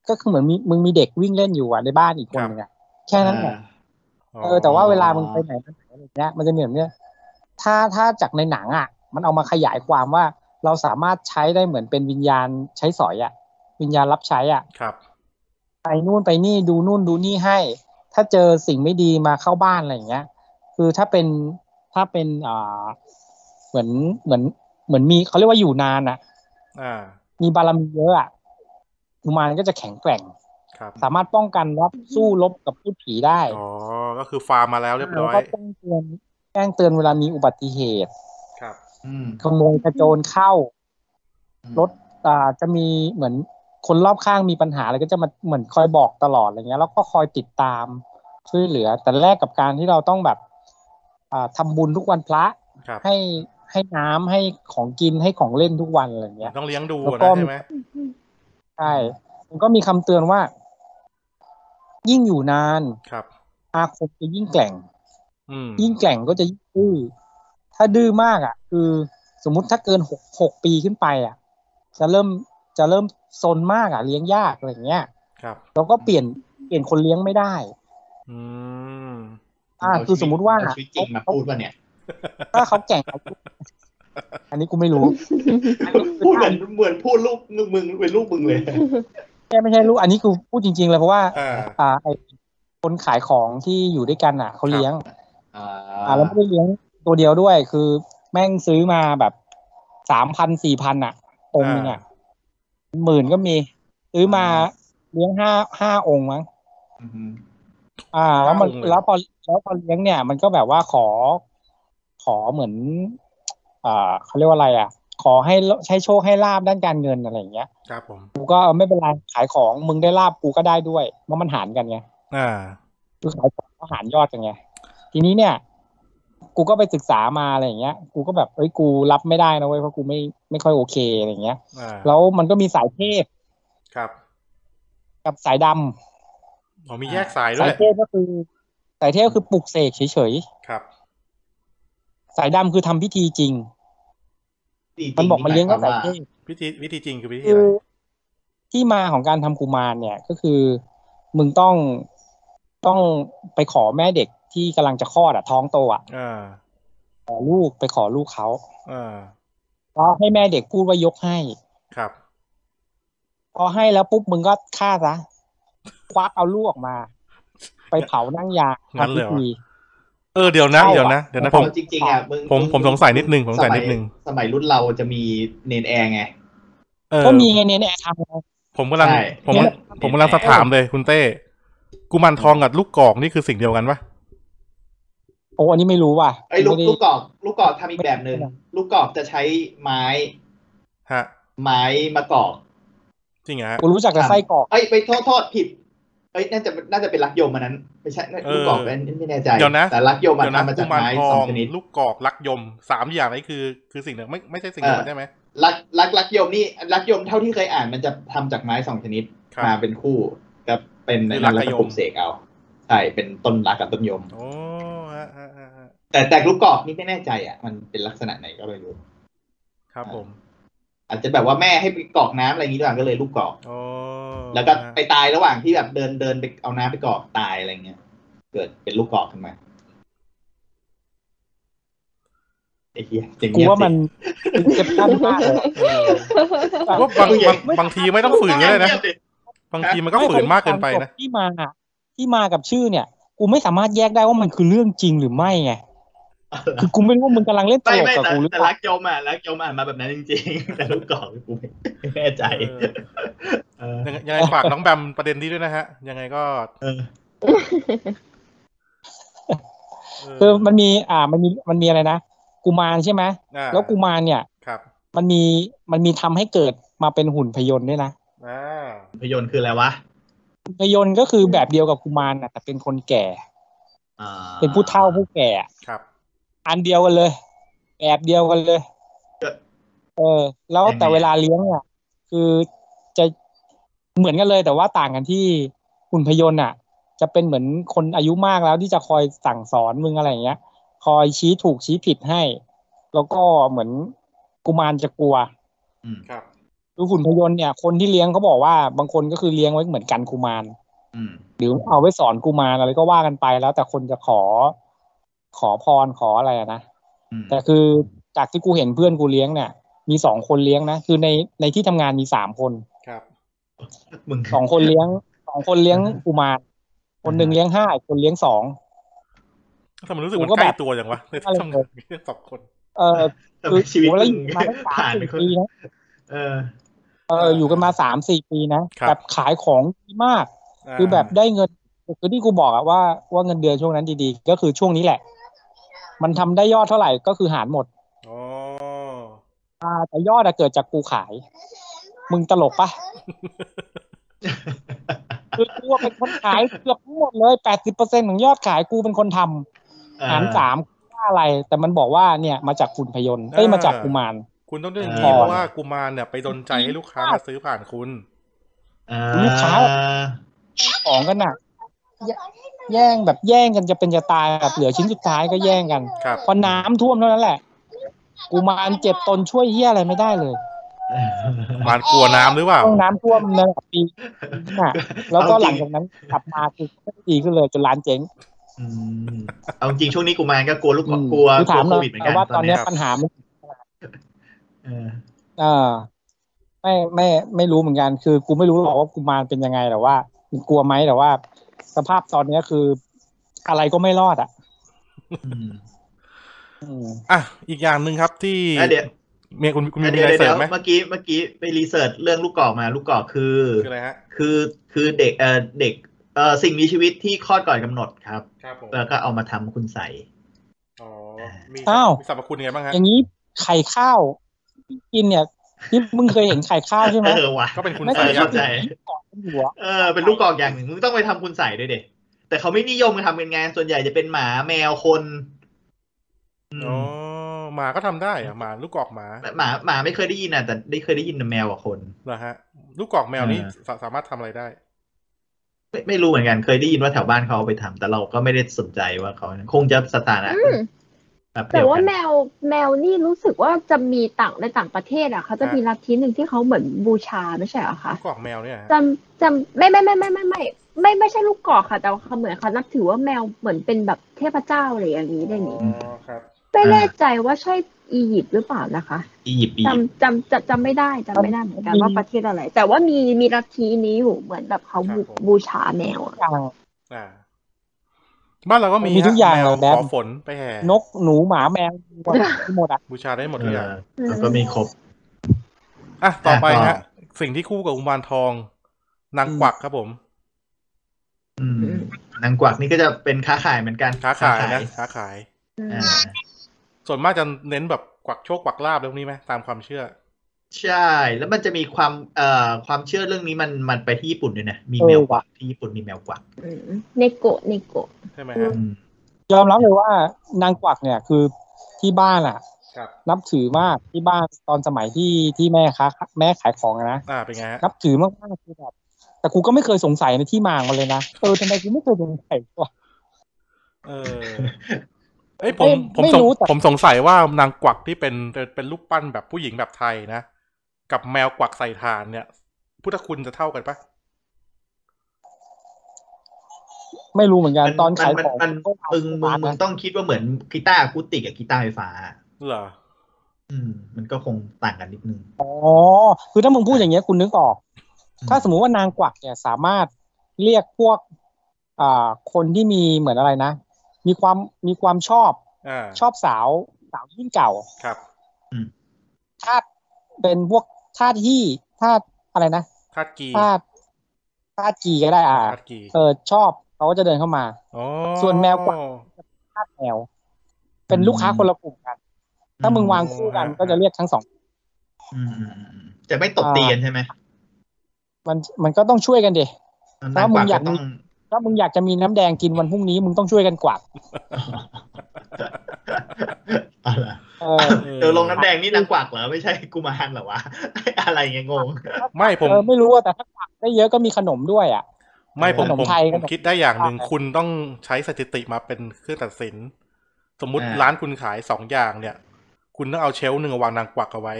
ก็คือเหมือนมีมึงมีเด็กวิ่งเล่นอยู่อ่ะในบ้านอีกคนหนึงอ่ะแค่นั้นแหละ เออแต่ว่าเวลามึงไปไหนมาไหนอะไรเงี้ยมันจะมีแบบเนี้ยถ้าถ้าจากในหนังอ่ะ มันเอามาขยายความว่าเราสามารถใช้ได้เหมือนเป็นวิญญาณใช้สอยอ่ะ วิญญาณรับใช้อ่ะ
ครับ
ไปนู่นไปนี่ดูนู่นดูนี่ให้ ถ้าเจอสิ่งไม่ดีมาเข้าบ้านอะไรอย่างเงี้ย คือถ้าเป็นถ้าเป็นอ่าเหมือนเหมือนเหมือนมีเขาเรียกว่าอยู่นานอ่ะ
อ่า
มีบารมีเยอะอ่ะกุมารก็จะแข็งแกร่ง
ครับ
สามารถป้องกันรับสู้รบกับผู้ผีได้
อ๋อ ก็คือฟาร์มมาแล้วเรียบ
แล้ว
ร้อย
ก็แจ้งเตือนแจ้งเตือนเวลามีอุบัติเหตุ
ครับ
อืม
ขโมยกระโจนเข้า รถ อ่าจะมีเหมือนคนรอบข้างมีปัญหาอะไรก็จะมาเหมือนคอยบอกตลอดอะไรเงี้ย แล้วก็คอยติดตามช่วยเหลือ แต่แรกกับการที่เราต้องแบบ อ่าทำบุญทุกวันพระ
ครับ
ให้ให้น้ำให้ของกินให้ของเล่นทุกวันอะไรเงี้ย
ต้องเลี้ยงดู
แล้ว
อะ
ก็
นะใช่ไหม
ใช่มันก็มีคำเตือนว่า ยิ่งอยู่นาน
ครับ
อาคมจะยิ่งแกร่ง
อืม
ยิ่งแกร่งก็จะยิ่งดื้อ ถ้าดื้อมากอ่ะ คือสมมติถ้าเกินหกหกปีขึ้นไปอ่ะ จะเริ่มจะเริ่มซนมากอ่ะ เลี้ยงยากอะไรอย่างเงี้ย
ครับ
แล้วก็เปลี่ยนเปลี่ยนคนเลี้ยงไม่ได้
อืม
อ่า คือสมมุติว่า
เอชีตจริงมาพูดป่ะเนี่ย
ถ้าเขาแกร่ง อันนี้กูไม่รู้
พูดเหมือนเหมือนพูดลูกมึงเป็นลูกมึงเลย
ช่ไม่ใช่ลูกอันนี้คือพูดจริง ๆ เลยเพราะว่า
อ่า
อ่าไอคนขายของที่อยู่ด้วยกันอ่ะเขาเลี้ยง
อ่า
อ่าแล้วไม่ได้เลี้ยงตัวเดียวด้วย คือแม่งซื้อมาแบบสามพันสี่พันอ่ะ องค์หนึ่งอ่ะหมื่นก็มี ซื้อมาเลี้ยงห้าห้าองค์มั้ง
อือฮึ
อ่า แล้วมัน
ห้าองค์เลย
แล้วพอแล้วพอเลี้ยงเนี่ย มันก็แบบว่าขอ ขอเหมือนอ่าเขาเรียกว่าอะไร อ่ะ ขอให้ใช้โชคให้ลาบด้านการเงินอะไรอย่างเงี้ย
ครับผม
กูก็เออไม่เป็นไรขายของมึงได้ลาบกูก็ได้ด้วยเพราะมันหารกันไง
อ่า
คือขายของก็หารยอดกันไง ทีนี้เนี่ย กูก็ไปศึกษามาอะไรอย่างเงี้ย กูก็แบบเอ้ย กูรับไม่ได้นะเว้ย เพราะกูไม่ไม่ค่อยโอเคอะไรอย่างเงี้ย
อ่า
แล้วมันก็มีสายเทพ
ครับ
กับสายดำ
ผมมีแยกสายด้
สา
วย ย
เทพก็คือ สายเทพคือปลุกเสกเฉย
ครับ
ๆ สายดำคือทำพิธีจริง มันบอกมันเลี้ยงก็สายเทพ
วิธีวิธีจริงคือวิธี
คื
อะ
อ
ไร
ที่มาของการทำกุมารเนี่ยก็คือมึงต้องต้องไปขอแม่เด็กที่กำลังจะคลอดอ่ะท้องโตอ่ะ
อ่า
ขอลูกไปขอลูกเขา
อ่า
แล้วให้แม่เด็กพูดว่ายกให้
ครับ
พอให้แล้วปุ๊บมึงก็ฆ่าซะควักเอาลูกออกมา ไปเผานั่งยาง
งั้นเลยเหรอ
ทำพิธี
เออเดี๋ยวนะ
เข้าอะ
เดี๋ยวนะเดี๋ยวนะ
ผ
ผม ม
จริงๆอ่ะง
ผม
ง
ผมสงสัยนิดนึงผมสงสัยนิดนึง
สมัยรุ่นเราจะมีเนนแอร์ไง
เออ
ก็มีไงเนี่ยแอร์ทำไง
ผมกำลัง
ใช่
ผมผมกำลังสอบถามเลยคุณเต้กุมารทองกับลูกกอกนี่คือสิ่งเดียวกันปะ
โอ้อันนี้ไม่รู้ว่ะ
ไอ้ยลูก
ไม่ได้
ลูกกอกลูกกอกทำอีกแบบหนึ่ง
ไม่ได้
ลูกกอกจะใช้ไม้
ฮะ
ไม้มากอก
จริงเหรอฮะ
กูรู้จักแต่ไส้กรอก
เอ้ยไปโทษโทษผิดเอ้ยน่าจะน่าจะเป็นลักยมอันนั้นไม่ใช่
เออ
ลูกกอกอันนั้นไม่แน่ใจ
เดี๋ยวนะ
แต่ลักยมมัน
เดี๋ยวนะ
ทำมา
กุ
จาก
มาร
ไม้
ท
ส
อ
อง
ง
ชนิด
ลูกกอกรักยมสามอย่างนี้คือคือสิ่งเดียวไม่ไม่ใช่สิ่งเดียวกันใช่ไหม
ลักลักลักยมนี่ลักยมเท่าที่เคยอ่านมันจะทำจากไม้สองชนิด
ครับ
มาเป็นคู่ก็เป็น
คือ
ใน
ลั
นั้
ก
น
กะ
แล้วก็
ยม
ปลูกเสกเอาใช่เป็นต้นรักกับต้นยม
โอ้ฮะฮะฮะฮะ
แต่แต่ลูกกอกนี่ไม่แน่ใจอ่ะมันเป็นลักษณะไหนก็ไม่รู้
ครับผม
อาจจะแบบว่าแม่ให้ไปกรอกน้ำอะไรอย่างนี้ด้วยก็เลยลูกกรอก
โอ้
แล้วก็
ฮะ
ไปตายระหว่างที่แบบเดินเดินไปเอาน้ำไปกรอกตายอะไรเงี้ย เกิดเป็นลูกกรอกขึ้นมาไอ้เหี้ยอย่าง
กู
เงี้ย
ว่ามัน
สิ
เจ็บตั้นมากเลย
เออผมว่าบางบางบางทีไม่ต้องฝืนก็ได้นะ บางทีมันก็ฝืนมากเกินไปนะ
ที่มาที่มากับชื่อเนี่ย กูไม่สามารถแยกได้ว่ามันคือเรื่องจริงหรือไม่ไงคือกูไม่รู้ว่ามึงกำลังเล่นต
ไม่
ลก
ไม่
กับ
แต่
กูหรือ
แต่
เปล่า
รักโยมอ่ะรักโยมอ่านมาแบบนั้นจริงๆ แต่ลูกกรอกกูไม่แน่ใจ
เออ
เออ
ยังไงยังไงฝากน้องแบมประเด็นนี้ด้วยนะฮะ ยังไงก็
เออ
เ
คือมันมีอ่ามันมีมันมีอะไรนะกุมารใช่ไหม
อ่
แล้วกุมารเนี่ย
ครับ
มันมีมันมีทำให้เกิดมาเป็นหุ่นพยนต์ด้วยนะ
อ่า
ภาพยนตร์คืออะไรวะ
หุ่นพยนต์ก็คือแบบเดียวกับกุมารนะแต่เป็นคนแก่
อ่า
เป็นผู้เฒ่าผู้แก่
ครับ
อันเดียวกันเลย แบบเดียวกันเลย เออ แล้วแต่เวลาเลี้ยงเนี่ยคือจะเหมือนกันเลย แต่ว่าต่างกันที่หุ่นพยนต์อ่ะ จะเป็นเหมือนคนอายุมากแล้วที่จะคอยสั่งสอนมึงอะไรอย่างเงี้ย คอยชี้ถูกชี้ผิดให้ แล้วก็เหมือนกุมารจะกลัว
อืม
ครับ
คือหุ่นพยนต์เนี่ยคนที่เลี้ยงเขาบอกว่าบางคนก็คือเลี้ยงไว้เหมือนกันกุมาร
อืม
หรือเอาไว้สอนกุมารอะไรก็ว่ากันไปแล้วแต่คนจะขอขอพรขออะไรอะนะ
อืม
แต่คือจากที่กูเห็นเพื่อนกูเลี้ยงเนี่ย มีสองคนเลี้ยงนะ คือในในที่ทำงานมีสามคน
ครับ
มึง
สองคนเลี้ยงสองคนเลี้ยงกุมารคนหนึ่งเลี้ยงห้าอีกคนเลี้ยงสอง
ทำไมรู้สึก
กู
มัน
ก็
ใกล้
แบบ
ตัวอย่างวะใน
อะไร
ทำงานมีเรื่องสองคน
เออ
ทำ
คื
ไม
อ
ชีวิต
โหแล้ว
มึ
อง ยู่มาตั้งสา
ผ่าน
ม
ไป
สี่
คน
ปีนะ
เออ
เอออยู่กันมาสามสี่ปีนะครับ แบบขายของดีมาก
า
คือแบบได้เงินคือที่กูบอกอะว่าว่าเงินเดือนช่วงนั้นดีๆ ก็คือช่วงนี้แหละ มันทำได้ยอดเท่าไหร่ก็คือหารหมด
อ๋อ
อ่าแต่ยอดอะเกิดจากกูขาย มึงตลกปะคือกูอะเป็นคนข ายเกือบทั้งหมดเลยแปดสิบเปอร์เซ็นของยอดขายกูเป็นคนทำ
เออ
หารสามว่าอะไร แต่มันบอกว่าเนี่ยมาจากคุณพยนต์เอ้ยมาจากกุมาร
คุณต้องเรื่องนี้
อ่า
เพราะว่ากุมารเนี่ยไปดนใจให้ลูกค้ามาซื้อผ่านคุณ
อ่
ลูกค้า ของกันน่ะแยแย่งแบบแย่งกันจะเป็นจะตายแบบเหลือชิ้นสุดท้ายก็แย่งกัน
ครับ
พอน้ำท่วมเท่านั้นแหละ กูมารเจ็บตนช่วยเฮียอะไรไม่ได้เลย
มารกลัวน้ำหรือเปล่า
ช่วงน้ำท่วมในปี น่ะแล้วก็หลังจากนั้นกลับมาคือไม่ดีขึ้นเลยจนร้านเจ๊ง
อืมเอาจริงช่วงนี้กูมาก็กลัวลูกก
อืม
กลัว
คือก
ลั
ถาว ม
โค
เลย
วิดเหมือนกั
แต่
น
ว่าต
ต
อ
อน
น
เนี้
เนี้
ย
ยปัญหามัน
เออ
เออ ไม่ไม่ไม่รู้เหมือนกัน คือกูไม่รู้หรอกว่ากุมารเป็นยังไงแต่ว่ากูกลัวไหมแต่ว่า สภาพตอนเนี้ยคืออะไรก็ไม่รอดอ่ะ อืม
อ่ะอีกอย่างหนึ่งครับที่
อ่ะเดี๋ยว
เมียคุณคุณมี
อ่ะ
อะ
เดี๋ยว
ไร
เดี๋ยว
เสริ
เดี๋
ม
ยว
ไหม
เมื่อกี้เมื่อกี้ไปรีเสิร์ชเรื่องลูกกอกมา ลูกกอกคือ
คืออะไรฮะ
คือคือเด็กเอ่อเด็กเอ่อสิ่งมีชีวิตที่คลอดก่อนกำหนดครับ
ครับผม
แล้วก็เอามาทำคุณใสย
อ๋อมี
อ้าว
มีสรรพคุณยังไงบ้างฮะ
อย่างนี้ไข่ข้าวที่กินเนี่ยที่มึงเคยเห็นไข่ข้าวใช่ไหม
เออว่ะ
ก็เป็นคุณ
ไม่
ใส่
เคย
ค
ข้
รับ
ใจ
ก่อนหัว
เออเป็นลูกกอกอย่างหนึ่งมึงต้องไปทำคุณใสยด้วยเด็แต่เขาไม่นิยมทำเป็นไงานส่วนใหญ่จะเป็นหมาแมวคนอืม
อ๋อหมาก็ทำได้อะหมาลูกกอกหมา
หมาหมาไม่เคยได้ยินอ่ะแต่ได้เคยได้ยินแต่แมวกับคน
เหรอฮะ ลูกกอกแมวนี้สาสามารถทำอะไรได้
ไม่ไม่รู้เหมือนกันเคยได้ยินว่าแถวบ้านเขาเอาไปทำแต่เราก็ไม่ได้สนใจว่าเขาคงจะสถานะ
อืม
แบบเดี
แต่
ยว
ว่า
กัน
แมวแมวนี่รู้สึกว่าจะมีต่างในต่างประเทศอ่ะเขาจะมีลัทธิหนึ่งที่เขาเหมือนบูชาไม่ใช่เหรอคะ
ลูกกอกแมวเนี่ยฮะ
จำจำไม่ไม่ไม่ไม่ไม่ไม่ไม่ไม่ใช่ลูกกอกค่ะ แต่ว่าเขาเหมือนเขานับถือว่าแมวเหมือนเป็นแบบเทพเจ้าอะไรอย่างนี้ได้นี่
อ๋อครับ
ไม่แน่ใจว่าใช่อียิปต์หรือเปล่านะคะ
อียิปต์อี
จ
ยิปต์
ำจำจำจำไม่ได้จำไม่ได้เหมือนกันว่าประเทศอะไร แต่ว่ามีมีลัทธินี้อยู่เหมือนแบบเขาบูบูชาแมวอะ
อย่าง
อ่าบ้านเราก็มี
มี
ฮะ
ทุกอย่าง
แมว
แดน
ขอฝนไปแห่
นกหนูหมาแมวหมดอ่ะ
บูชาได้หมด
เอ
ทุกอย่าง
อแล้วก็มีครบ
อ่ะต่อไป
อ่ะต่อ
ฮะ สิ่งที่คู่กับอุมารทองนาง
อืม
กวักครับผม
อืมนางกวักนี่ก็จะเป็นค้าขายเหมือนกัน
ค้าขายนะค้าขาย
อ่า
ส่วนมากจะเน้นแบบกวักโชคกวักลาบเรื่องนี้ไหมตามความเชื่อ
ใช่ แล้วมันจะมีความเอ่อความเชื่อเรื่องนี้มันมันไปที่ญี่ปุ่นด้วยนะมี
เออ
แมวกวั
ว่ะ
กที่ญี่ปุ่นมีแมวกวัก
อืมเนโกะเนโกะ
ใช่ไหม
อื
ฮะ
ม
อืม
ยอมรับเลยว่านางกวักเนี่ยคือที่บ้านอ่ะ
ครับ
นับถือมากที่บ้านตอนสมัยที่ที่แม่ค้าแม่ขายของอะนะ
อ่าเป็นไงฮะ
นับถือมากมากๆคือแบบแต่กูก็ไม่เคยสงสัยในที่มาของมันเลยนะเออทำไมกูไม่เคยสงสัยว่ะ
เออเอ้ยผมผม
ไม่
สง
รู้แต่
ผมสงสัยว่านางกวักที่เป็นเป็นรูปปั้นแบบผู้หญิงแบบไทยนะ กับแมวกวักใส่ฐานเนี่ย พุทธคุณจะเท่ากันปะ
ไม่รู้เหมือนกัน
มัน
ตอน
มั
ขาย
น
ของ
มัน
ก็
มึงมึง
ร้าน
มึง
นะ
ต้องคิดว่าเหมือนกีตาร์อะคูติกกับกีตาร์ไฟฟ้า
เหรอ
อืม มันก็คงต่างกันนิดนึง
อ๋อคือถ้ามึงพูดอย่างเงี้ยคุณนึกออก ถ้าสมมุติว่านางกวักเนี่ยสามารถเรียกพวกอ่าคนที่มีเหมือนอะไรนะ มีความมีความชอบ
อ่า
ชอบสาวสาวยิ่งเก่า
ครับ
ธาตุเป็นพวกธาตุที่ธาตุอะไรนะ
ธาตุกี
ธาตุธาตุกีก็ได้อ่า
ธาตุกี
เออชอบเขาก็จะเดินเข้ามา
อ๋อ
ส่วนแมวกวัก ธาตุแมวเป็นลูกค้าคนละกลุ่มกัน ถ้ามึงวางคู่กันก็จะเรียกทั้งสอง
อืมอืมอืมจะไม่ตบตีกันใช่ไหม
มันมันก็ต้องช่วยกันดิ
นางกวัก
ถ้ามึงอยา
ก็
ก
ต้อง
ถ้ามึงอยากจะมีน้ำแดงกินวันพรุ่งนี้มึงต้องช่วยกันกวาด
อะไร
เออ
เดี๋ยวลงน้ำแดงนี่นางกวักเหรอ ไม่ใช่กุมารเหรอวะ อะไรเงี้ยงง
ไม่ผม
เออไม่รู้อะแต่ถ้ากวาดได้เยอะก็มีขนมด้วยอ่ะ
ไม่ผม
ขนม
ผม
ไทย
ผ
ข
ม
นม
คิดได้อย่างหนึ่ง
ไทย
คุณต้องใช้สถิติมาเป็นเครื่องตัดสิน สมมุติ
อ่า
ร้านคุณขายสองอย่างเนี่ย คุณต้องเอาเชลฟ์หนึ่งวางนางกวักเอาไว้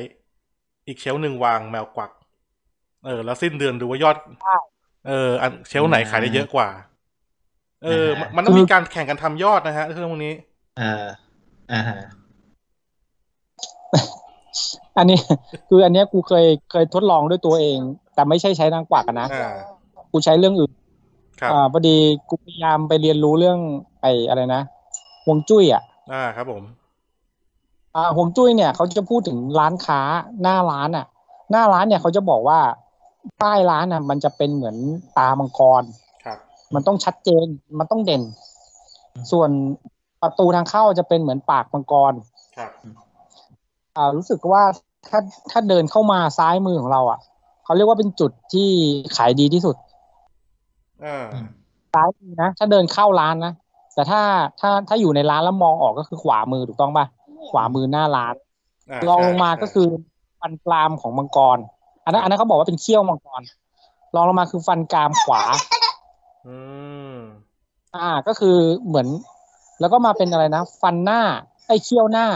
อีกเชลฟ์หนึ่งวางแมวกวัก เออ แล้วสิ้นเดือนดูว่ายอด เอออันเชลฟ์ไหนขายได้เยอะกว่า เออมันมันต้องมีการแข่งกันทำยอดนะฮะเรื่องพวกนี้
อ่าอ่าฮะ
อันนี้ คืออันเนี้ยกูเคยเคยทดลองด้วยตัวเอง แต่ไม่ใช่ใช้นางกวักอะนะ
อ่า
กูใช้เรื่องอื่น
ครับ
อ่าพอดีกูพยายามไปเรียนรู้เรื่องไอ้อะไรนะฮวงจุ้ยอ่ะ
อ่าครับผม
อ่าฮวงจุ้ยเนี่ยเขาจะพูดถึงร้านค้าหน้าร้านอ่ะ หน้าร้านเนี่ยเขาจะบอกว่าป้ายร้านอ่ะ มันจะเป็นเหมือนตามังกร
ครับ
มันต้องชัดเจนมันต้องเด่น ส่วนประตูทางเข้าจะเป็นเหมือนปากมังกร
ครับ
อ่ารู้สึกว่าถ้าถ้าเดินเข้ามาซ้ายมือของเราอ่ะเขาเรียกว่าเป็นจุดที่ขายดีที่สุด
อ่า
ซ้ายมือนะถ้าเดินเข้าร้านนะแต่ถ้าถ้าถ้าอยู่ในร้านแล้วมองออกก็คือขวามือถูกต้องป่ะขวามือหน้าร้าน
อ่าร
องลงมา
ใช่ใช่
ก็คือฟันกรามของมังกร อันนั้นอันนั้นเขาบอกว่าเป็นเขี้ยวมังกรรองลงมาคือฟันกรามขวา
อืม
อ่าก็คือเหมือน แล้วก็มาเป็นอะไรนะ ฟันหน้าไอ้ยเขี้ยวหน้า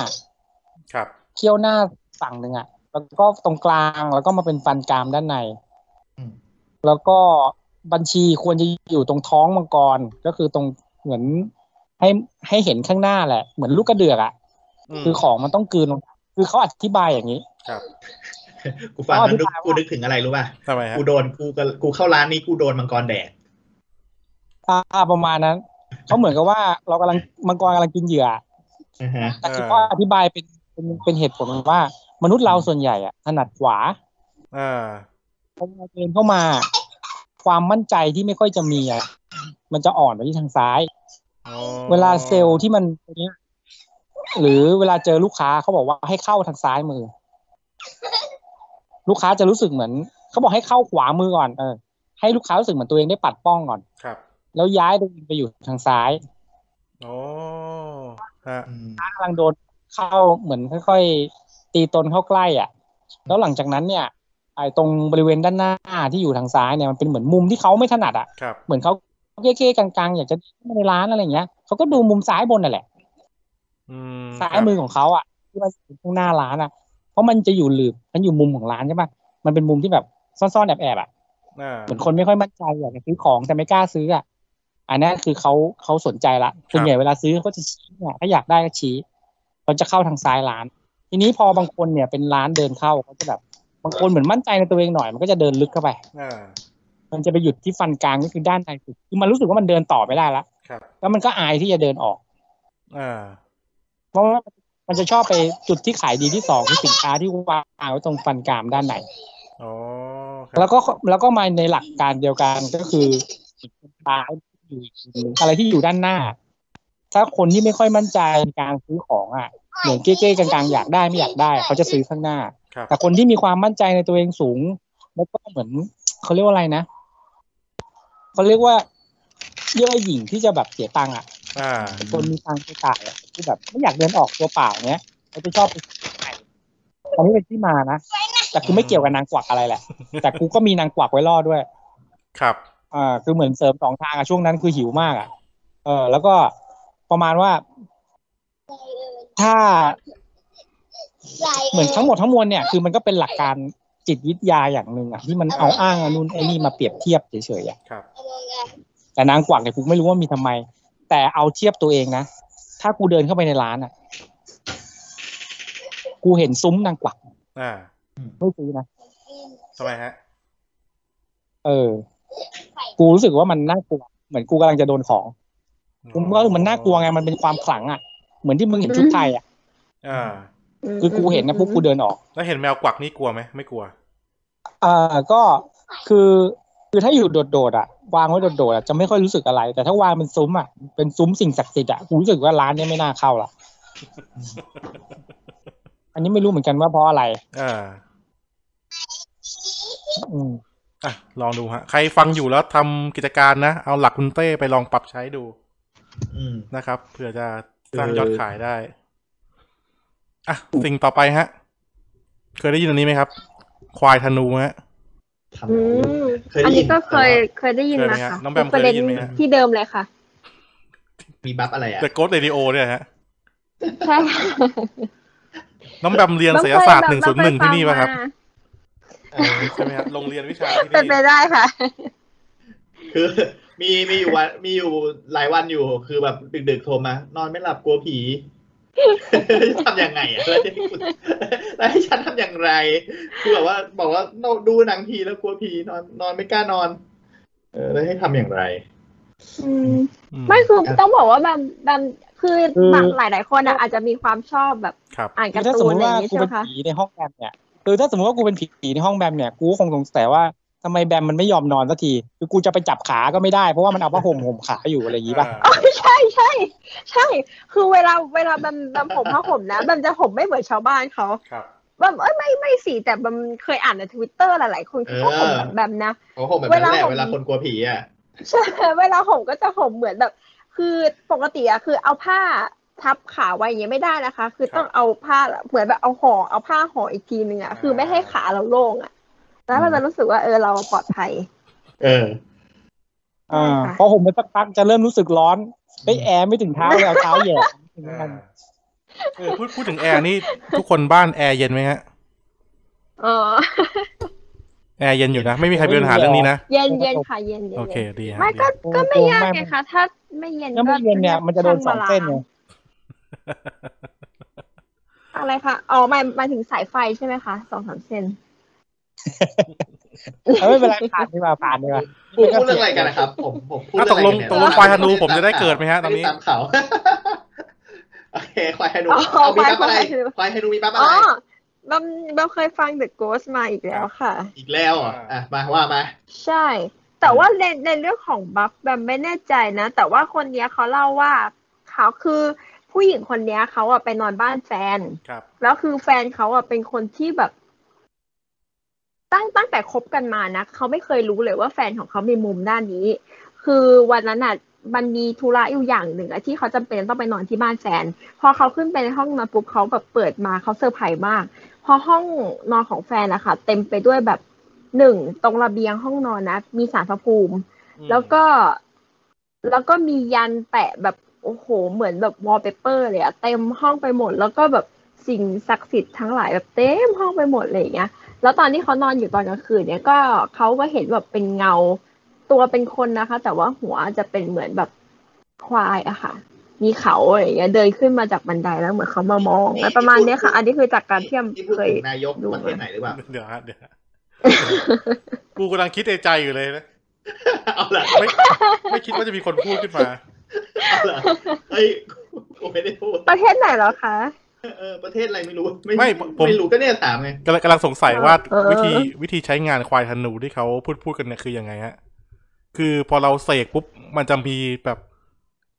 ครับ
เขี้ยวหน้าฝั่งหนึ่งอะแล้วก็ตรงกลางแล้วก็มาเป็นฟันกรามด้านใน
อืม
แล้วก็บัญชีควรจะอยู่ตรงท้องมังกรก็คือตรงเหมือนให้ให้เห็นข้างหน้าแหละ เหมือนลูกกระเดือกอะ
อืม
คือของมันต้องกลืนลงคือเขาอธิบายอย่างนี้
ครับ
กูฟัง
อ๋อ
แล้วนึก
อธิบายว่า
กูนึกถึงอะไรรู้ป่ะ
ทำไมฮะ
กูโดนกูก็กูเข้าร้านนี้กูโดนมังกรแดด
อ่าประมาณนั้นเขาเหมือนกับว่าเรากำลังมังกรกำลังกินเหยื่อ
อ่าฮะ
แต่คือก็อธิบายเป็นเป็นเป็นเหตุผลว่า มนุษย์เราส่วนใหญ่อะถนัดขวา
เออ
พอเราเดินเข้ามา ความมั่นใจที่ไม่ค่อยจะมีอะมันจะอ่อนไปที่ทางซ้าย
อ๋อ
เวลาเซลล์ที่มันเนี้ยหรือเวลาเจอลูกค้าเขาบอกว่าให้เข้าทางซ้ายมือ ลูกค้าจะรู้สึกเหมือนเขาบอกให้เข้าขวามือก่อนเออให้ลูกค้ารู้สึกเหมือนตัวเองได้ปัดป้องก่อน
ครับ
แล้วย้ายตัวเองไปอยู่ทางซ้าย
อ๋อฮะ
กำลังโดนเข้าเหมือนค่อยๆตีตนเข้าใกล้อ่ะ แล้วหลังจากนั้นเนี่ย ไอ้ตรงบริเวณด้านหน้าที่อยู่ทางซ้ายเนี่ยมันเป็นเหมือนมุมที่เขาไม่ถนัดอ่ะ
ครับ
เหมือนเขาเก้ๆกลางๆอยากจะเข้ามาในร้านอะไรอย่างเงี้ยเขาก็ดูมุมซ้ายบนนั่นแหละ
อืม
ซ้ายมือของเขาอ่ะที่มันอยู่ข้างหน้าร้านอ่ะ เพราะมันจะอยู่หลืบมันอยู่มุมของร้านใช่ปะมันเป็นมุมที่แบบซ่อนๆแอบๆอ่ะ
อ่า
เหมือนคนไม่ค่อยมั่นใจอยากจะซื้อของแต่ไม่กล้าซื้ออ่ะอันนั้นคือเขาเขาสนใจละส่วนใหญ่เวลาซื้อเขาก็จะชี้เนี่ยถ้าอยากได้ก็ชี้เขาจะเข้าทางซ้ายร้าน ทีนี้พอบางคนเนี่ยเป็นร้านเดินเข้าเขาจะแบบบางคนเหมือนมั่นใจในตัวเองหน่อย มันก็จะเดินลึกเข้าไป
อ่า
มันจะไปหยุดที่ฟันกลางก็คือด้านในสุดคือมันรู้สึกว่ามันเดินต่อไม่ได้ละ
ครับ
แล้วมันก็อายที่จะเดินออก
อ่า
เพราะว่ามันจะชอบไปจุดที่ขายดีที่สองคือสินค้าที่วางไว้ตรงฟันกรามด้านใน
อ๋อครับ
แล้วก็แล้วก็มาในหลักการเดียวกันก็คือสินค้าที่อยู่อะไรที่อยู่ด้านหน้า ถ้าคนที่ไม่ค่อยมั่นใจในการซื้อของอ่ะเหมือนเก้ๆกลางๆอยากได้ไม่อยากได้ เขาจะซื้อข้างหน้า
ครับ
แต่คนที่มีความมั่นใจในตัวเองสูง แล้วก็เหมือนเขาเรียกว่าอะไรนะเขาเรียกว่าเยื่อหยิ่งที่จะแบบเสียตังค์อ่ะ
อ่า
คนมีทางไปต่ายอะที่แบบไม่อยากเดินออกตัวเปล่าเนี้ยเขาจะชอบไปไหนอันนี้เป็นที่มานะ แต่คือไม่เกี่ยวกับนางกวักอะไรแหละ แต่กูก็มีนางกวักไว้ล่อด้วย
ครับ
อ่าคือเหมือนเสริมสองทางอะช่วงนั้นคือหิวมากอะเออ แล้วก็ประมาณว่า ถ้าเหมือนทั้งหมดทั้งมวลเนี่ย คือมันก็เป็นหลักการจิตวิทยาอย่างหนึ่งอะที่มันเอาอ้างอันนู่นไอ้นี่มาเปรียบเทียบเฉยๆอะ
ครับ
แต่นางกวักเนี่ยกูไม่รู้ว่ามีทำไม แต่เอาเทียบตัวเองนะถ้ากูเดินเข้าไปในร้านอะกูเห็นซุ้มนางกวัก
อ่า
ไม่ซื้อนะ
ทำไมฮะ
เออ กูรู้สึกว่ามันน่ากลัว เหมือนกูกำลังจะโดนของ กูว่ามันน่ากลัวไง มันเป็นความขลังอ่ะ เหมือนที่มึงเห็นชุดไทยอ่ะ
อ่า
คือกูเห็นนะปุ๊บกูเดินออก
แล้วเห็นแมวกวักนี่กลัวไหมไม่กลัว
เออก็ คือ คือถ้าอยู่โดดๆอ่ะ วางไว้โดดๆอ่ะ จะไม่ค่อยรู้สึกอะไร แต่ถ้าวางเป็นซุ้มอ่ะ เป็นซุ้มสิ่งศักดิ์สิทธิ์อ่ะ กูรู้สึกว่าร้านเนี้ยไม่น่าเข้าละ อันนี้ไม่รู้เหมือนกันว่าเพราะอะไร
อ่า
อืม
อ่ะ ลองดูฮะ ใครฟังอยู่แล้วทำกิจการนะ เอาหลักคุณเต้ไปลองปรับใช้ดู
อืม
นะครับ เผื่อจะสร้าง
เออ
ยอดขายได้ อ่ะ สิ่งต่อไปฮะ เคยได้ยินอันนี้ไหมครับ ควายธนูฮะ
ทำเคยได้
อัน
ยิ
นี้
น
ก็เคยเคยได้ยินนะ
เคยไหม
คะ
ฮะน้องแบมเคยได้ยินไหมฮะ
ที่เดิมเลยค่ะ
มีบัฟอะไรอ่ะ
แต่โกดเรดิโอเนี่ยฮะ
ใช่ค่ะ
น้องแบมเรียนศิลปศาสตร์หนึ่งศูนย์หนึ่งที่นี่ป่ะครับ
เออ
ใช่ไหมฮะโรงเรียนวิชาที่
เป็นไป
นี่
ได้ค่ะ
คือ มีมีอยู่วันมีอยู่หลายวันอยู่ คือแบบดึกๆโทรมา นอนไม่หลับกลัวผี ทำยังไงอ่ะ แล้วจะให้กูแล้วให้ฉันทำอย่างไร คือแบบว่าบอกว่าดูหนังผีแล้วกลัวผีนอนนอนไม่กล้านอน เออแล้วให้ทำอย่างไร
อืม
อืม
ไม่คือต้องบอกว่าแบบแบบคือ
คือ
บางหลายหลายๆคนอะอาจจะมีความชอบแบบ
ครับ
อ่านการ์
ถ้าส
ตู
ม
น
ม
อะ
ติ
ไรอ
ว่า
ย่างงี้
กู
ใช่ไหม
เป็น
คะ
ผีในห้องแบมเนี่ยคือถ้าสมมติว่ากูเป็นผีในห้องแบมเนี่ย กูก็คงสงสัยว่าทำไมแบมมันไม่ยอมนอนสักที คือกูจะไปจับขาก็ไม่ได้ เพราะว่ามันเอาผ้าห่มห่มขาอยู่อะไรอย่างงี้ป่ะ
อ่า
ใช่ใช่ใช่ คือเวลาเวลาแบมแบมผมผ้าห่มนะแบมจะห่มไม่เหมือนชาวบ้านเขา
ครับ
แบมเอ้ยไม่ไม่สิแต่แบมเคยอ่านในทวิตเตอร์หลายๆคนเขาก็ห่มแบบแบมนะ
เขาห่มแบบนั้นแหละ
เวลาห่ม
เวลาคนกลัวผีอ่ะ
ใช่เวลาห่มก็จะห่มเหมือนแบบ คือปกติอะคือเอาผ้าทับขาไว้อย่างเงี้ยไม่ได้นะคะ คือ
ครับ
ต้องเอาผ้าเหมือนแบบเอาห่อเอาผ้าห่ออีกทีนึงอะ
อ่า
คือไม่ให้ขาเราโล่งอะแล้วเราจะรู้สึกว่าเออเราปลอดภัย
เออ
อ่า
ใช่ค่ะ
พอห่มไปสักพักจะเริ่มรู้สึกร้อนไอยแอร์ไม่ถึงเท้าเลยเอาเท้าแหย่
อ่าเออพูดพูดถึงแอร์นี่ ทุกคนบ้านแอร์เย็นไหมฮะ
เออ
แอร์เย็นอยู่นะ ไม่มีใครมีปัญหาเรื่องนี้นะ
เย็นเย็นค่ะเย็นเย็น
โอเค ดีฮะ
ไม่
ดี
ก็ก็ไม่ยากไงคะถ้าไม่เย็นก็
ถ้าไม่เย็นเนี่ยมันจะโดนสองเส้นไง
อะไรคะอ๋อหมายหมายถึงสายไฟใช่ไหมคะสองสามเซน
เอาไม่เป็นไรผ่านดีกว่าผ่านดีกว่า
พูดพูดเรื่องอะไรกันนะครับ ผมผมพูด
อ่ะ
เรื่องอะไรกันเนี่ย
ตกลงตกลงควายธนูผมจะได้เกิดไหมฮะตอนนี้
ด้ตามข่าว โอเคควายธนู
อ๋อ
เอามีปั๊บอะไร
ค
ค
วายธนู
วายธนูมีปั๊บอะ
อ๋อ
ไร
บำบำเคยฟัง The Ghost มาอีกแล้วค่ะ
อีกแล้วเหรออ่ะมาว่ามา
ใช่ แต่ว่าในในเรื่องของบัฟแบมไม่แน่ใจนะ แต่ว่าคนเนี้ยเขาเล่าว่าเขาคือผู้หญิงคนเนี้ยเขาอะไปนอนบ้านแฟน
ครับ
แล้วคือแฟนเขาอะเป็นคนที่แบบ ตั้งตั้งแต่คบกันมานะเขาไม่เคยรู้เลยว่าแฟนของเขามีมุมด้านนี้ คือวันนั้นอ่ะมันมีธุระอยู่อย่างหนึ่งอะที่เขาจำเป็นต้องไปนอนที่บ้านแฟน พอเขาขึ้นไปในห้องนอนปุ๊บเขาแบบเปิดมาเขาเซอร์ไพรส์มาก พอห้องนอนของแฟนอะค่ะ เต็มไปด้วยแบบหนึ่งตรงระเบียงห้องนอนนะมีสารพระภูมิ
อืม
แล้วก็แล้วก็มียันแปะแบบโอ้โห เหมือนแบบวอลเปเปอร์เลยอะเต็มห้องไปหมด แล้วก็แบบสิ่งศักดิ์สิทธิ์ทั้งหลายแบบเต็มห้องไปหมดเลยอย่างเงี้ย แล้วตอนที่เขานอนอยู่ตอนกลางคืนเนี่ยก็เขาก็เห็นแบบเป็นเงาตัวเป็นคนนะคะ แต่ว่าหัวจะเป็นเหมือนแบบควายอะค่ะ มีเขาอะไรอย่างเงี้ยเดินขึ้นมาจากบันไดแล้วเหมือนเขามามองอะไรประมาณเนี้ยค่ะ อันนี้คือจากการเทียม
ที่พูด
เคย
ถึงนายก
ดู
ประ
มา
เทศไหนหรือเปล่า
เดี๋ยวฮะเดี๋ยวฮะกูกำลังคิดในใจอยู่เลยนะ
เอาละ
ไม่ไม่คิดว่าจะมีคนพูดขึ้นมา
เอา ละเฮ้ยกูไม่ได้พูด
ประเทศไหนเหรอคะ
เออประเทศอะไรไม่รู้
ไม่
ไม่
ผม
ไม่รู้ก็เนี่ยถามไง
กำลังกำลังสงสัยว่า
เออ
วิธีวิธีใช้งานควายธนูที่เขาพูดพูดกันเนี่ยคือยังไงฮะ คือพอเราเสกปุ๊บมันจะมีแบบ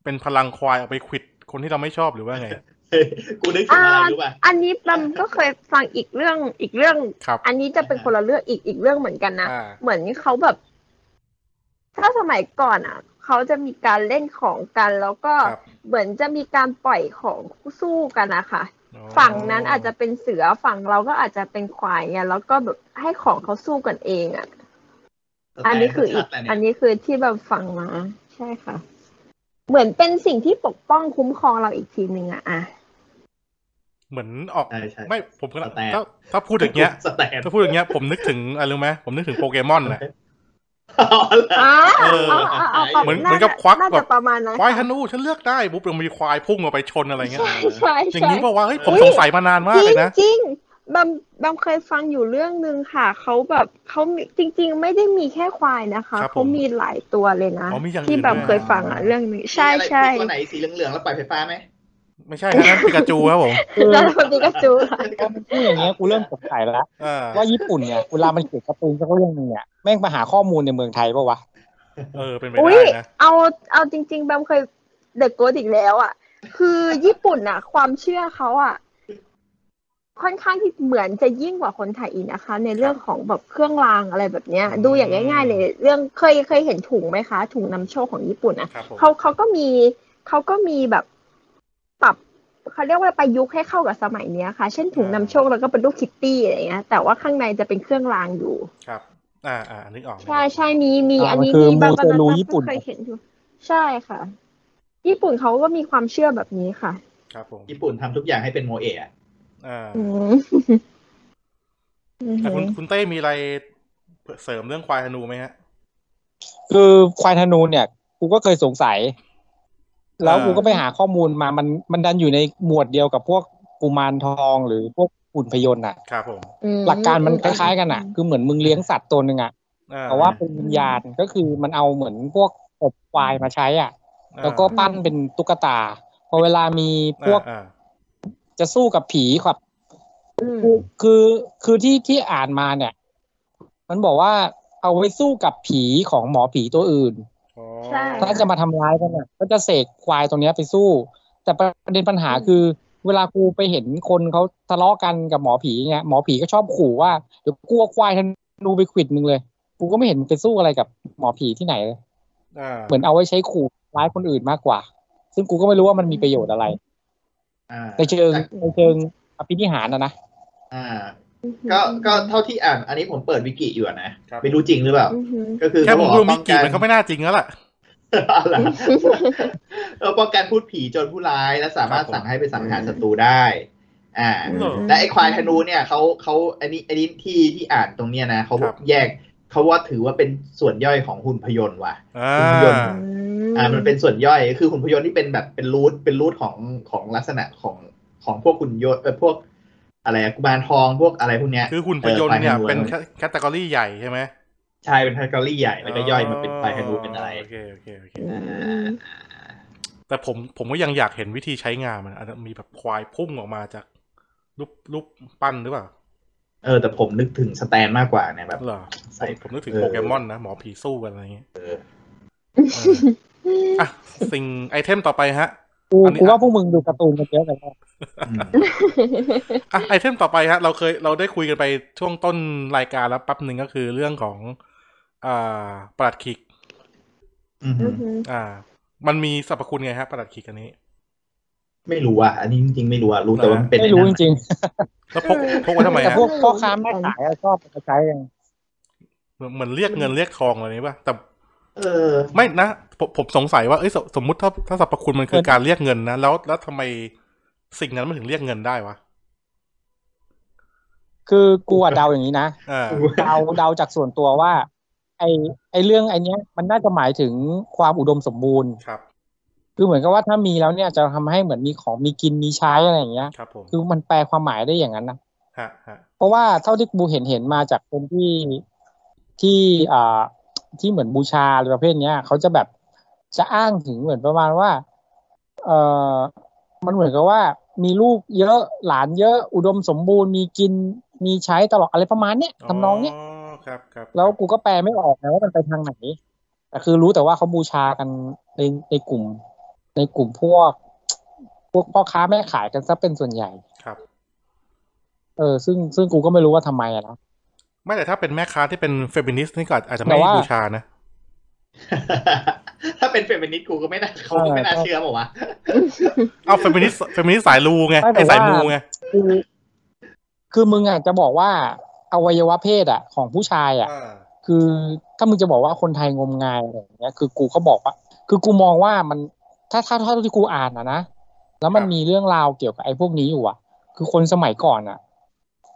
เป็นพลังควายออกไปขวิดคนที่เราไม่ชอบหรือว่าไง
เฮ้ยกูนึกถึงอะไรรู้ป่ะ
อันนี้บำก็เคยฟังอีกเรื่องอีกเรื่อง
ครับ
อันนี้จะเป็นคนละเรื่องอีกอีกเรื่องเหมือนกันนะ
อ่า
เหมือนเขาแบบ ถ้าสมัยก่อนอ่ะ เขาจะมีการเล่นของกัน แล้วก็
ครับ
เหมือนจะมีการปล่อยของสู้กันนะคะ
อ๋อ
ฝั่งนั้นอาจจะเป็นเสือฝั่งเราก็อาจจะเป็นควายไงแล้วก็แบบให้ของเขาสู้กันเองอ่ะ อันนี้คืออีก
แต่เนี่ย
อันนี้คือที่แบบฟังมา ใช่ค่ะ เหมือนเป็นสิ่งที่ปกป้องคุ้มครองเราอีกทีหนึ่งอ่ะอ่ะ
เหมือนออก
ใช่ใช่
ไม่ผมกำลัง
สแตน
ถ้าถ้าพูดอย่างเงี้ย
สแตน
ถ้าพูดอย่างเงี้ยผมนึกถึงอะไรรู้ไหมผมนึกถึงโปเกมอนนะ
เอาละ
อ๋อ
เออ
เอาเอา
เหมือน
เอาา
เหมือนกับควัก
น่า
แบ
จะ
บ
ประมาณนั้น
ควายธนูฉันเลือกได้ปุ๊บยังมีควายพุ่งออกไปชนอะไรเงี้ย
ใช่ใช่
อ
ใช่
ย่างนี้บอกว่าวะเฮ้ยผม
อุ๊ย
สงสัยมานานมากเลยนะ
จริงๆบำบำเคยฟังอยู่เรื่องหนึ่งค่ะ เขาแบบเขามีจริง ๆ ไม่ได้มีแค่ควายนะคะ
ครับผม
เขามีหลายตัวเลยนะ
อ๋อมีอย่างอื่น
ที่แบบ
ด้วย
เคยฟังอ่ะเรื่องนี้ ใช่
มีอะไร
ใช่
มีตัวไหนสีเหลืองๆแล้วปล่อยไฟฟ้าไหม
ไม่ใช่ฮะนั่นปิกาจูครับผม
แล้วคนนี้ก็จูค่ะ
พูดอย่างเงี้ยกูเริ่มสงสัยแล้ว
อ่า
ว่าญี่ปุ่นเนี่ยเวลามันเขียนการ์ตูนสักเรื่องหนึ่งเนี่ยแม่งมาหาข้อมูลในเมืองไทยปะวะ
เออเป็นไป
อุ้ย
ได้นะ
เอาเอาจริง ๆ แบมเคยเดอะโกดอีกแล้วอ่ะ คือญี่ปุ่นอ่ะ ความเชื่อเขาอ่ะ ค่อนข้างที่เหมือนจะยิ่งกว่าคนไทยอีกนะคะ ในเรื่องของแบบเครื่องรางอะไรแบบเนี้ย
อืม
ดูอย่างง่าย ๆ เลย เรื่องเคยเคยเห็นถุงไหมคะ ถุงนำโชคของญี่ปุ่นอ่ะ
ครับผม
เขาเขาก็มีเขาก็มีแบบปรับเขาเรียกว่าประยุกต์ให้เข้ากับสมัยเนี้ยค่ะ เช่นถุงนำโชคแล้วก็เป็นรูปคิตตี้อะไรเงี้ย แต่ว่าข้างในจะเป็นเครื่องรางอยู่
ครับ อ่าอ่านึกออก
ใช่ใช่มีมี
อ่า
อันนี้
มันคือ
มีบาง
มูเตลู
บาง
ญี่ปุ่น
เคยเห็นอยู่ใช่ค่ะ ญี่ปุ่นเขาก็มีความเชื่อแบบนี้ค่ะ
ครับผม
ญี่ปุ่นทำทุกอย่างให้เป็นโมเอะอะ
อ่า
อืมอือ
แต่คุ
หื
ณ
อ
คุณเต้มีอะไรเสริมเรื่องควายธนูไหมฮะ
คือควายธนูเนี่ยกูก็เคยสงสัย แล้วกูก็ไปหาข้อมูลมามันมันดันอยู่ในหมวดเดียวกับพวกกุมารทองหรือพวกหุ่นพยนต์อ่ะ
ครับผม
อืม
หลักการมันคล้ายๆกันอ่ะ คือเหมือนมึงเลี้ยงสัตว์ตัวหนึ่งอ่ะ
อ่
แต่ว่าเป็นวิญญาณก็คือมันเอาเหมือนพวกอบควายมาใช้อ่ะ
อ่า
แล้วก็ปั้นเป็นตุ๊กตา พอเวลามีพวก
อ่า
จะสู้กับผีครับ
อืม
คือคือที่ที่อ่านมาเนี่ย มันบอกว่าเอาไว้สู้กับผีของหมอผีตัวอื่น
อ๋อ
ใช่
ถ้าจะมาทำร้ายกันน่ะก็จะเสกควายตัวเนี้ยไปสู้ แต่ประเด็นปัญหาคือ เวลากูไปเห็นคนเขาทะเลาะกันกับหมอผีเงี้ยหมอผีก็ชอบขู่ว่าเดี๋ยวกลัวควายธนูไปขวิดมึงเลย กูก็ไม่เห็นไปสู้อะไรกับหมอผีที่ไหนเลย
อ่า
เหมือนเอาไว้ใช้ขู่ร้ายคนอื่นมากกว่า ซึ่งกูก็ไม่รู้ว่ามันมีประโยชน์อะไร
อ่า
ในเชิงในเชิงอภินิหารนะนะ
อ่า ก็ก็เท่าที่อ่านอันนี้ผมเปิดวิกิอยู่อะนะครับ ไม่รู้จริงหรือเปล่า
อือหือ
ก็คือ
แค่ผมพูดว่ามิ
ป้อง
กิมันก็ไม่น่าจริงแล้วล่ะ
อะไรเออป้องกันพูดผีโจนผู้ร้ายและสามารถ
ครับผม
สั่งให้ไปสังหารศัตรูได้ อ่า
อืม
และไอ้ควายธนูเนี่ยเขาเขาอันนี้อันนี้ที่ที่อ่านตรงเนี้ยนะเขา
ครับ
แยกเขาว่าถือว่าเป็นส่วนย่อยของหุ่นพยนต์ว่ะ
อ่า
ยนต์ อ่ามันเป็นส่วนย่อยคือหุ่นพยนต์ที่เป็นแบบเป็นรูทเป็นรูทของของลักษณะของของพวกหุ่นยนต์เออพวก อะไรอะกุมารทองพวกอะไรพวกเนี้ย
คือหุ่นพยนต์เนี่ย
เออ
เป็นแคตตากรีใหญ่ใช่ไหม
ใช่เป็นแคตตากรีใหญ่แล้วก็ย่อยมาเป็นไฟฮันูเป็นอะไร
โอเคโอเคโอเค
อ่า
แต่ผมผมก็ยังอยากเห็นวิธีใช้งานมันอาจจะมีแบบควายพุ่งออกมาจากรูปรูปปั้นหรือเปล่า
เออแต่ผมนึกถึงสแตนมากกว่าเนี่ยแบบ
เหรอผ
ใส่
มผมนึกถึง
เออ
โปเกมอนนะ หมอผีสู้กันอะไรเงี้ยเอออ่ะสิ่งไอเทมต่อไปฮะ
กู
อันนี้
กูว่าพวกมึงดูการ์ตูนกันเยอะกันมาก
อืม
อ่ะไอเทมต่อไปฮะ เราเคยเราได้คุยกันไปช่วงต้นรายการแล้วแปั๊บหนึ่งก็คือเรื่องของ อ่าปลัดขิก
อืม
อือหือ
อ่า มันมีสรรพคุณไงฮะปลัดขิกอันนี้
ไม่รู้อ่ะ อันนี้จริงๆไม่รู้อ่ะ รู้แต่ว่ามันเป็น
ไม่รู้จ
อ้นั่น
ริง
แล้วพกพกไว้ทำ
ๆ
ไม
แต่
ฮะ
พวกพ่อค้าแม่ขายอะชอบมาใช้กัน
เหมือนเหมือนเรียกเงินเรียกทองอะไรนี้ป่ะแต่
เออ
ไม่นะผมผมสงสัยว่าเอ้ยสมสมมุติถ้าถ้าสรรพคุณมันคือการเรียกเงินนะ แล้วแล้วทำไมสิ่งนั้นมันถึงเรียกเงินได้วะ
คือกูอะเดาอย่างนี้นะ
อ่า
เดาเดาจากส่วนตัวว่า ไอไอเรื่องไอเนี้ย มันน่าจะหมายถึงความอุดมสมบูรณ์
ครับ
คือเหมือนกับว่าถ้ามีแล้วเนี่ยจะทำให้เหมือนมีของมีกินมีใช้อะไรอย่างเงี้ย
ครับผม
คือมันแปลความหมายได้อย่างนั้นนะ
ฮะฮะ
เพราะว่าเท่าที่บูเห็นเห็นมาจากคนที่ที่อ่าที่เหมือนบูชาอะไรประเภทเนี้ยเขาจะแบบจะอ้างถึงเหมือนประมาณว่าเออมันเหมือนกับว่า มีลูกเยอะหลานเยอะอุดมสมบูรณ์มีกินมีใช้ตลอดอะไรประมาณเนี้ยทำนองเนี้ย
ครับครับ
แล้วกูก็แปลไม่ออกนะว่ามันไปทางไหนแต่คือรู้แต่ว่าเขาบูชากันในในกลุ่ม ในกลุ่มพวก พวกพ่อค้าแม่ขายกันซะเป็นส่วนใหญ่
ครับ
เออซึ่งซึ่งกูก็ไม่รู้ว่าทำไมอะนะ
ไม่แต่ถ้าเป็นแม่ค้าที่เป็นเฟมินิสต์นี่ก็อาจอาจจะ
แต่
ไม่
ว่า
บูชานะ
ถ้าเป็นเฟมินิสต์กูก็ไม่น่าเขาก็ไม่น่าเชื่อหมอวะ
เอาเฟมินิสต์เฟมินิสต์สายลูไง
ไม่แต่
ไอสาย
ว่า
มูไง
คือคือมึงอ่ะจะบอกว่าอวัยวะเพศอ่ะ ของผู้ชายอ่ะ
อ่า
คือถ้ามึงจะบอกว่าคนไทยงมงายอะไรอย่างเงี้ย คือกูเขาบอกว่า คือกูมองว่ามันถ้าถ้าถ้าที่กูอ่านนะนะแล้วมันมีเรื่องราวเกี่ยวกับไอ้พวกนี้อยู่อ่ะ คือคนสมัยก่อนอ่ะ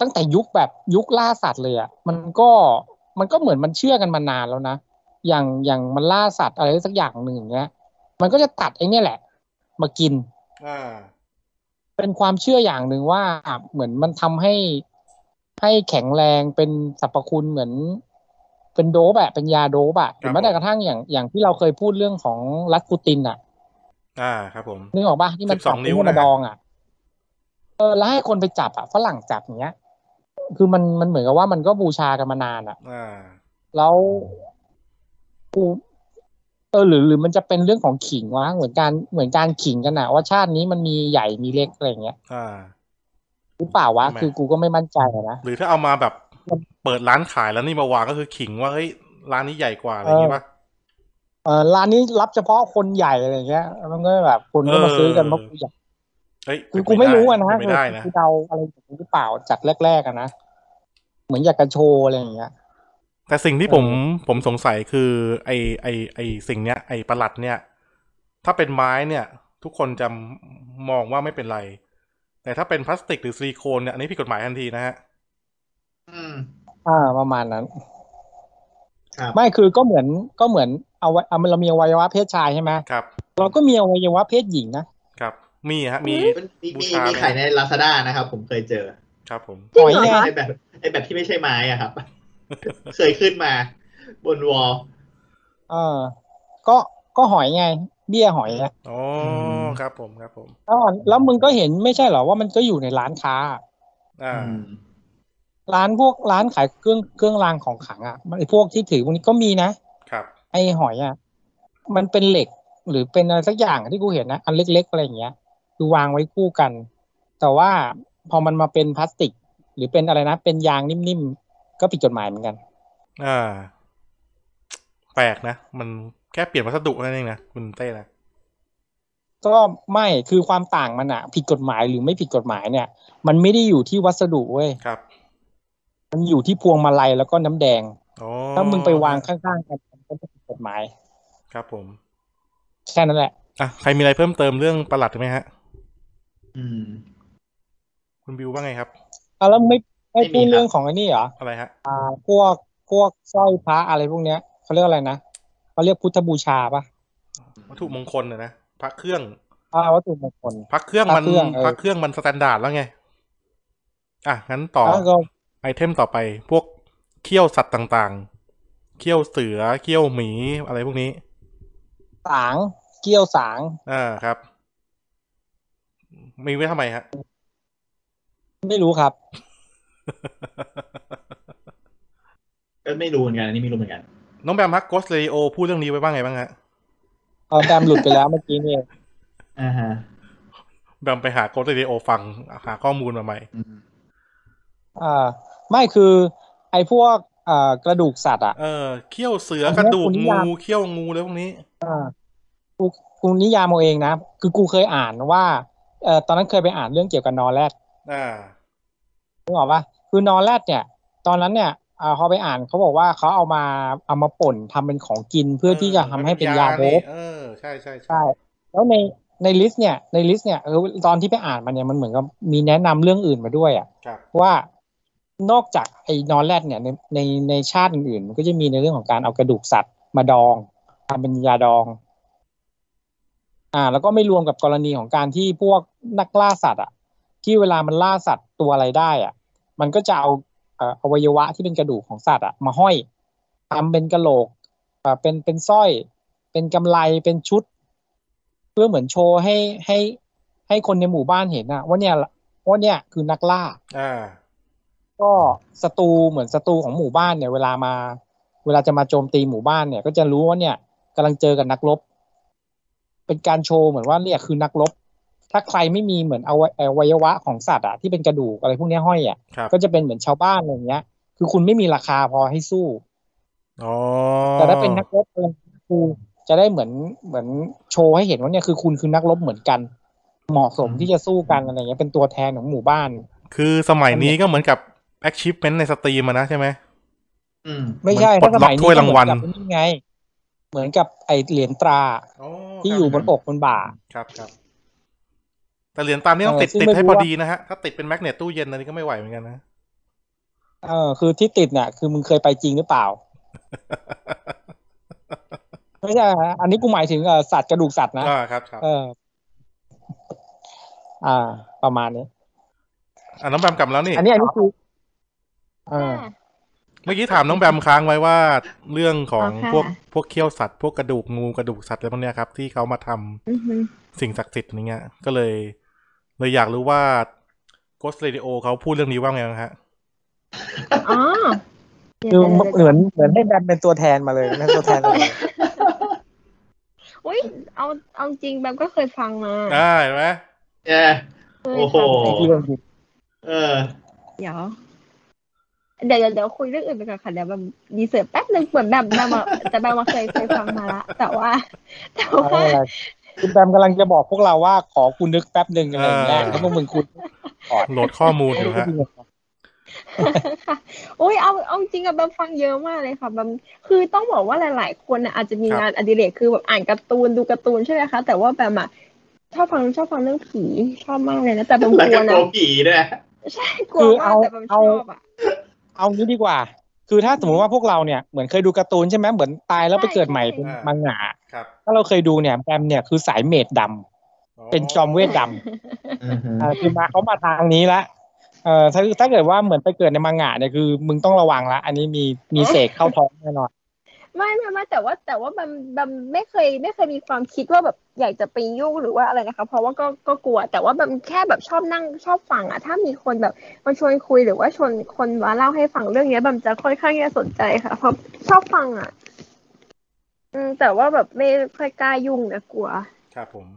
ตั้งแต่ยุคแบบยุคล่าสัตว์เลยอ่ะมันก็มันก็เหมือนมันเชื่อกันมานานแล้วนะอย่างอย่างมันล่าสัตว์อะไรสักอย่างหนึ่งอย่างเงี้ย มันก็จะตัดไอ้เนี่ยแหละ มากิน
อ่า
เป็นความเชื่ออย่างหนึ่งว่าเหมือนมันทำให้ให้แข็งแรงเป็นสรรพคุณเหมือน เป็นโดบอะเป็นยาโดบอะหรือแม้แต่กระทั่งอย่างอย่างที่เราเคยพูดเรื่องของรัสปูตินอะ
อ่าครับผม
นึกออกปะที่มัน
สิบสอง
ตัด
นิ้ว
เมา
น่ะ
ดองอะเออแล้วให้คนไปจับอะฝรั่งจับอย่างเงี้ย คือมันมันเหมือนกับว่ามันก็บูชากันมานานอะ
อ่า
แล้วกูเออหรือหรือมันจะเป็นเรื่องของขิงวะเหมือนการเหมือนการขิงกันอะว่าชาตินี้มันมีใหญ่มีเล็กอะไรอย่างเงี้ย
อ่า
หรือเปล่าวะ
ใช่ไหม
คือกูก็ไม่มั่นใจอะนะ
หรือถ้าเอามาแบบเปิดร้านขายแล้วนี่มาวางก็คือขิงว่าเฮ้ยร้านนี้ใหญ่กว่าอะไรอย่างงี้ป่ะ
เออร้านนี้รับเฉพาะคนใหญ่อะไรอย่างเงี้ยมันก็แบบคนก็มาซื้อกันเพราะกูอยาก
เฮ้ย
คือกูไม่รู้อะนะ
เป็นไม่ได้นะ
กูเดาอะไรอย่างนี้หรือเปล่าจากแรกๆอะนะเหมือนอยากกระโชว์อะไรอย่างเงี้ย
แต่สิ่งที่
เออ
ผมผมสงสัยคือไอไอไอสิ่งเนี้ยไอประหลัดเนี่ย ถ้าเป็นไม้เนี่ย ทุกคนจะมองว่าไม่เป็นไร แต่ถ้าเป็นพลาสติกหรือซิลิโคนเนี่ยอันนี้ผิดกฎหมายทันทีนะฮะ
อืม
อ่าประมาณนั้น
ครับ
ไม่คือก็เหมือนก็เหมือนเอาไว้เอาเรามีอวัยวะเพศชายใช่ไหม
ครับ
เราก็มีอวัยวะเพศหญิงนะครับ
มีฮะมี
มี
บู
มี
ชาไหม
มีขายในลาซาด้านะครับ ผมเคยเจอ
ครับผม
จริงเหรอคะ
ไอแบบไอแบบที่ไม่ใช่ไม้อ่ะครับ เคยขึ้นมา บนวอล
เออก็ก็หอยไง เบี้ยหอยอะ
อ๋อ
ม
ครับผมครับผม
แล้วแล้วมึงก็เห็นไม่ใช่เหรอว่ามันก็อยู่ในร้านค้า
อ่า
ร้านพวกร้านขายเครื่องเครื่องรางของขลังอ่ะมันไอ้พวกที่ถือพวกนี้ก็มีนะ
ครับ
ไอ้หอยอ่ะมันเป็นเหล็กหรือเป็นอะไรสักอย่างที่กูเห็นนะอันเล็กๆอะไรอย่างเงี้ยคือวางไว้คู่กัน แต่ว่าพอมันมาเป็นพลาสติก หรือเป็นอะไรนะ เป็นยางนิ่มๆก็ผิดกฎหมายเหมือนกัน
อ่า แปลกนะ มันแค่เปลี่ยนวัสดุนั่นเองนะคุณเต้นะ
ก็ไม่คือความต่างมันอะผิดกฎหมายหรือไม่ผิดกฎหมายเนี่ย มันไม่ได้อยู่ที่วัสดุเว้ย
ครับ
มันอยู่ที่พวงมาลัยแล้วก็น้ำแดง
อ๋อ
ถ้ามึงไปวางข้างๆกันมันก็ไม่ผิดกฎหมาย
ครับผม
แค่นั้นแหละ
อ่ะใครมีอะไรเพิ่มเติมเรื่องประหลัดไหมฮะ
อืม
คุณบิวว่าไงครับ
เอาแล้วไม่ไม่
ไม่มีครับ
พูดเรื่องของไอันนี้เหรอ
อะไรฮะ
อ่าพวกพวกสร้อยพระอะไรพวกเนี้ยเขาเรียกอะไรนะเขาเรียกพุทธบูชาปะ
วัตถุมงคลนะนะพระเครื่อง
อ่าวัตถุมงคล
พระเครื่องมัน
พระเครื่องเออ
พระเครื่องมันสแตนดาร์ดแล้วไง อ่ะงั้นต่อ
แล้วก็
ไอเทมต่อไปพวกเขี้ยวสัตว์ต่างๆ เขี้ยวเสือเขี้ยวหมีอะไรพวกนี้
สางเกี้ยวสาง
อ่าครับ มีไว้ทำไมฮะ
ไม่รู้ครับ
ก็ไม่รู้เหมือนกันอันนี้ไม่รู้เหมือนกัน
น้องแบมฮักโกสเรดิโอพูดเรื่องนี้ไว้บ้างไงบ้างฮะ
เอาแบมหลุดไปแล้วเมื่อกี้นี่เอง
อ่าฮะ
แบมไปหาโกสเรดิโอฟัง หาข้อมูลมาใหม่
อืม
อ่าไม่คือ ไอ้พวกอ่ากระดูกสัตว์อ่ะ
เออเขี้ยวเสือ
อันเนี้ย
กระดูก
คุ
งู
ณนิยาม
เขี้ยวงูแล้วพวกนี้
กูกูนิยามเอาเองนะ คือกูเคยอ่านว่าเอ่อตอนนั้นเคยไปอ่านเรื่องเกี่ยวกับนอแรด
อ่า
นึกออกปะคือนอแรดเนี่ย ตอนนั้นเนี่ยอ่าเขาไปอ่านเขาบอกว่าเขาเอามาเอามาป่นทำเป็นของกินเพื่อที่จะทำให้เป็นยาโด
นี่
บ
เออใช่ใช่
ใช่ แล้วในในลิสต์เนี่ยในลิสต์เนี่ยเออตอนที่ไปอ่านมันเนี่ยมันเหมือนกับมีแนะนำเรื่องอื่นมาด้วยอ่ะ
ครับ
ว่านอกจากไอ้นอนแรดเนี่ยในในในชาติอื่นๆมันก็จะมีในเรื่องของการเอากระดูกสัตว์มาดองทำเป็นยาดอง อ่า แล้วก็ไม่รวมกับกรณีของการที่พวกนักล่าสัตว์อ่ะ ที่เวลามันล่าสัตว์ตัวอะไรได้อ่ะ มันก็จะเอาเอ่ออวัยวะที่เป็นกระดูกของสัตว์อ่ะมาห้อยทำเป็นกระโหลกเอ่อเป็นเป็นสร้อย เป็นกำไลเป็นชุด เพื่อเหมือนโชว์ให้ให้ให้คนในหมู่บ้านเห็นอ่ะ ว่าเนี่ยว่าเนี่ยคือนักล่า
อ่า
ก็ศัตรูเหมือนศัตรูของหมู่บ้านเนี่ยเวลามา เวลาจะมาโจมตีหมู่บ้านเนี่ย ก็จะรู้ว่าเนี่ยกำลังเจอกับนักรบ เป็นการโชว์เหมือนว่าเนี่ยคือนักรบ ถ้าใครไม่มีเหมือนอวัยอวัยวะของสัตว์อะที่เป็นกระดูกอะไรพวกเนี้ยห้อยอะ
ครับ
ก็จะเป็นเหมือนชาวบ้านอะไรอย่างเงี้ย คือคุณไม่มีราคาพอให้สู้
อ๋อ
แต่ถ้าเป็นนักรบอะไรคือจะได้เหมือนเหมือนโชว์ให้เห็นว่าเนี่ยคือคุณคือนักรบเหมือนกัน เหมาะสมที่จะสู้กันอะไรเงี้ยเป็นตัวแทนของหมู่บ้าน
คือสมัยนี้ก็เหมือนกับ achievement ในสตรีมอะนะใช่ไหม
อืม
ไม่ใช่
เหมือนปลดล็อกถ้วยรางวัล
ก็เหมือนกับนี่ไง เหมือนกับไอเหรียญตรา
อ๋อครับ
ที่อยู่บนอกบนบ่า
ครับครับแต่เหรียญตามนี่ต้องติด
เออ
ติด
ซึ่งไม่
ให้พ
รู้
อ
ว่า
ดีนะฮะ ถ้าติดเป็นแมกเนตตู้เย็นอันนี้ก็ไม่ไหวเหมือนกันนะ
เออคือที่ติดเนี่ยคือมึงเคยไปจริงหรือเปล่า ไม่ใช่ฮะอันนี้กูหมายถึงเอ่อสัตว์กระดูกสัตว์นะ
อ่าครับครับ
เออ อ่า ประมาณนี้
อ่ะน้องแบมกลับมาแล้วนี่
อันนี้อันนี้คือเออ
เมื่อกี้ถามน้องแบมค้างไว้ว่าเรื่องของ
อ๋อค่ะ
พวกพวกเขี้ยวสัตว์พวกกระดูกงูกระดูกสัตว์อะไรพวกเนี้ยครับ ที่เขามาทำ
อือฮึ
สิ่งศักดิ์สิทธิ์อย่างเงี้ย ก็เลย เลยอยากรู้ว่าโกสเรดิโอเขาพูดเรื่องนี้ว่าไงบ้างฮะ
อ๋อเดี๋ย
คื
ว
อ
เดี๋ยวเดี๋ยว
เหมือนเหมือนให้แบมเป็นตัวแทนมาเลยนะตัวแทนมาเลย
อุ้ยเอาเอาจริงแบบก็เคยฟังมา
อ่าเห็นไหม
เออ
เคย
โอ้โห
ฟังเลย
ที่เรื่องจริง
เออ
เดี๋ยวเดี๋ยวเดี๋ยวเดี๋ยวคุยเรื่องอื่นไปก่อนค่ะเดี๋ยวแบบดีเสิร์ชแป๊บนึงเหมือนแบบแบบอะแต่แบบว่าเคยเคยฟังมาละแต่ว่า แต่
เอา
ว่า
อะไรคุณแบมกำลังจะบอกพวกเราว่าขอคุณนึกแป๊บหนึ่งอะไรอย่างเงี้ยแล้วพวกมึงคุณ
โหลดข้อมูลอยู่ฮะ
ค่ะโอ้ยเอาเอาจริงอะแบมฟังเยอะมากเลยค่ะแบมคือต้องบอกว่าหลาย ๆ คนน่ะอาจจะมี
ครับ
งานอดิเรกคือแบบอ่านการ์ตูนดูการ์ตูนใช่ไหมคะ แต่ว่าแบมอะชอบฟังชอบฟังเรื่องผีชอบมากเลยนะแต่แบมก
แล้ว
ลั
ก็โก
วนะ
ผีด้วย
ใช่กลัวมากแต่แบมชอบอะ
เอางี้ดีกว่า คือถ้าสมมติว่าพวกเราเนี่ย เหมือนเคยดูการ์ตูนใช่ไหมเหมือนตายแล้วไปเกิดใหม่
ใช่
เป็นมังงะ
ครับ
ถ้าเราเคยดูเนี่ยแบมเนี่ยคือสายเมดดำ เป็นจอมเวทดำ
Ờ,
เออคือมาเขามาทางนี้ละเออถ้าถ้าเกิดว่าเหมือนไปเกิดในมังงะเนี่ยคือ มึงต้องระวังละ อันนี้มีมีเสกเข้าท้องแน่นอน
ไม่ไม่ไม่แต่ว่าแต่ว่าแบมแบมไม่เคยไม่เคยมีความคิดว่าแบบอยากจะไปยุ่งหรือว่าอะไรนะคะ เพราะว่าก็ก็กลัว แต่ว่าแบมแค่แบบชอบนั่งชอบฟังอะถ้ามีคนแบบมาชวนคุยหรือว่าชวนคนมาเล่าให้ฟังเรื่องเนี้ยแบมจะค่อนข้างที่จะสนใจค่ะเพราะชอบฟังอะอืมแต่ว่าแบบไม่ค่อยกล้ายุ่งนะกลัว
ครับผม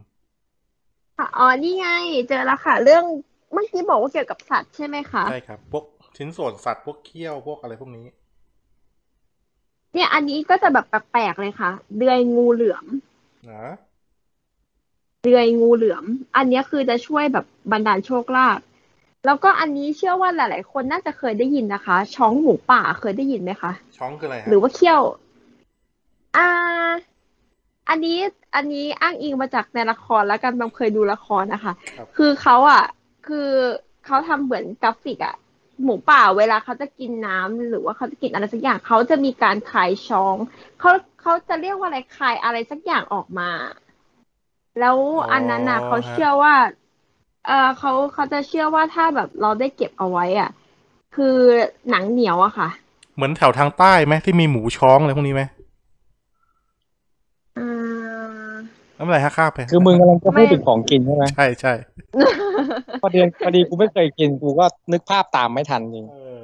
ค่ะอ๋อนี่ไง เจอแล้วค่ะ เรื่องเมื่อกี้บอกว่าเกี่ยวกับสัตว์ใช่ไหมคะ
ใช่ครับ พวกชิ้นส่วนสัตว์พวกเขี้ยวพวกอะไรพวกนี้
เนี่ยอันนี้ก็จะแบบแปลกๆเลยค่ะ เดือยงูเหลือม
นะ
เดือยงูเหลือม อันเนี้ยคือจะช่วยแบบบรรดาลโชคลาภ แล้วก็อันนี้เชื่อว่าหลาย ๆ คนน่าจะเคยได้ยินนะคะ ช้องหมูป่าเคยได้ยินไหมคะ
ช้องคืออะไรฮะ
หรือว่าเขี้ยว อ่า อันนี้ อันนี้อ้างอิงมาจากในละครแล้วกันบางเคยดูละครนะคะ
ครับ
คือเขาอ่ะ คือเขาทำเหมือนกราฟิกอ่ะ หมูป่าเวลาเขาจะกินน้ำหรือว่าเขาจะกินอะไรสักอย่างเขาจะมีการคายช้องเขาเขาจะเรียกว่าอะไรคายอะไรสักอย่างออกมา แล้วอันนั้นน่ะเขาเชื่อว่า เออเขาเขาจะเชื่อว่าถ้าแบบเราได้เก็บเอาไว้อ่ะ คือหนังเหนียวอะค่ะ
เหมือนแถวทางใต้ไหมที่มีหมูช้องอะไรพวกนี้ไหม
อ่า
ไม่เป็นไรฮะข้ามไป
คือมึงกำลังจะพูดถึงของกินใช่ไหม
ใช่ใช่
พอดีพอดีกูไม่เคยกินกูก็นึกภาพตามไม่ทันจริง
เออ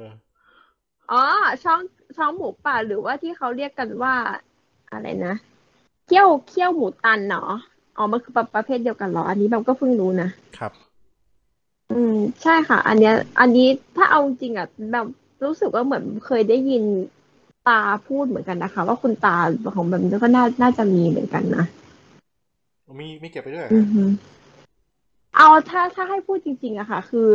อ๋อช่องช่องหมูป่าหรือว่าที่เขาเรียกกันว่า อะไรนะเขี้ยวเขี้ยวหมูตันเนาะอ๋อมันคือประประเภทเดียวกันเหรอ อันนี้แบบก็เพิ่งรู้นะครับ อืม ใช่ค่ะ อันเนี้ย อันนี้ถ้าเอาจริงอ่ะแบบรู้สึกว่าเหมือนเคยได้ยินตาพูดเหมือนกันนะคะ ว่าคุณตาของแบบนี้ก็น่าน่าจะมีเหมือนกันนะ
มีมีเก็บไปด้วย
อือฮึเอาถ้าถ้าให้พูดจริง ๆอะค่ะ คือ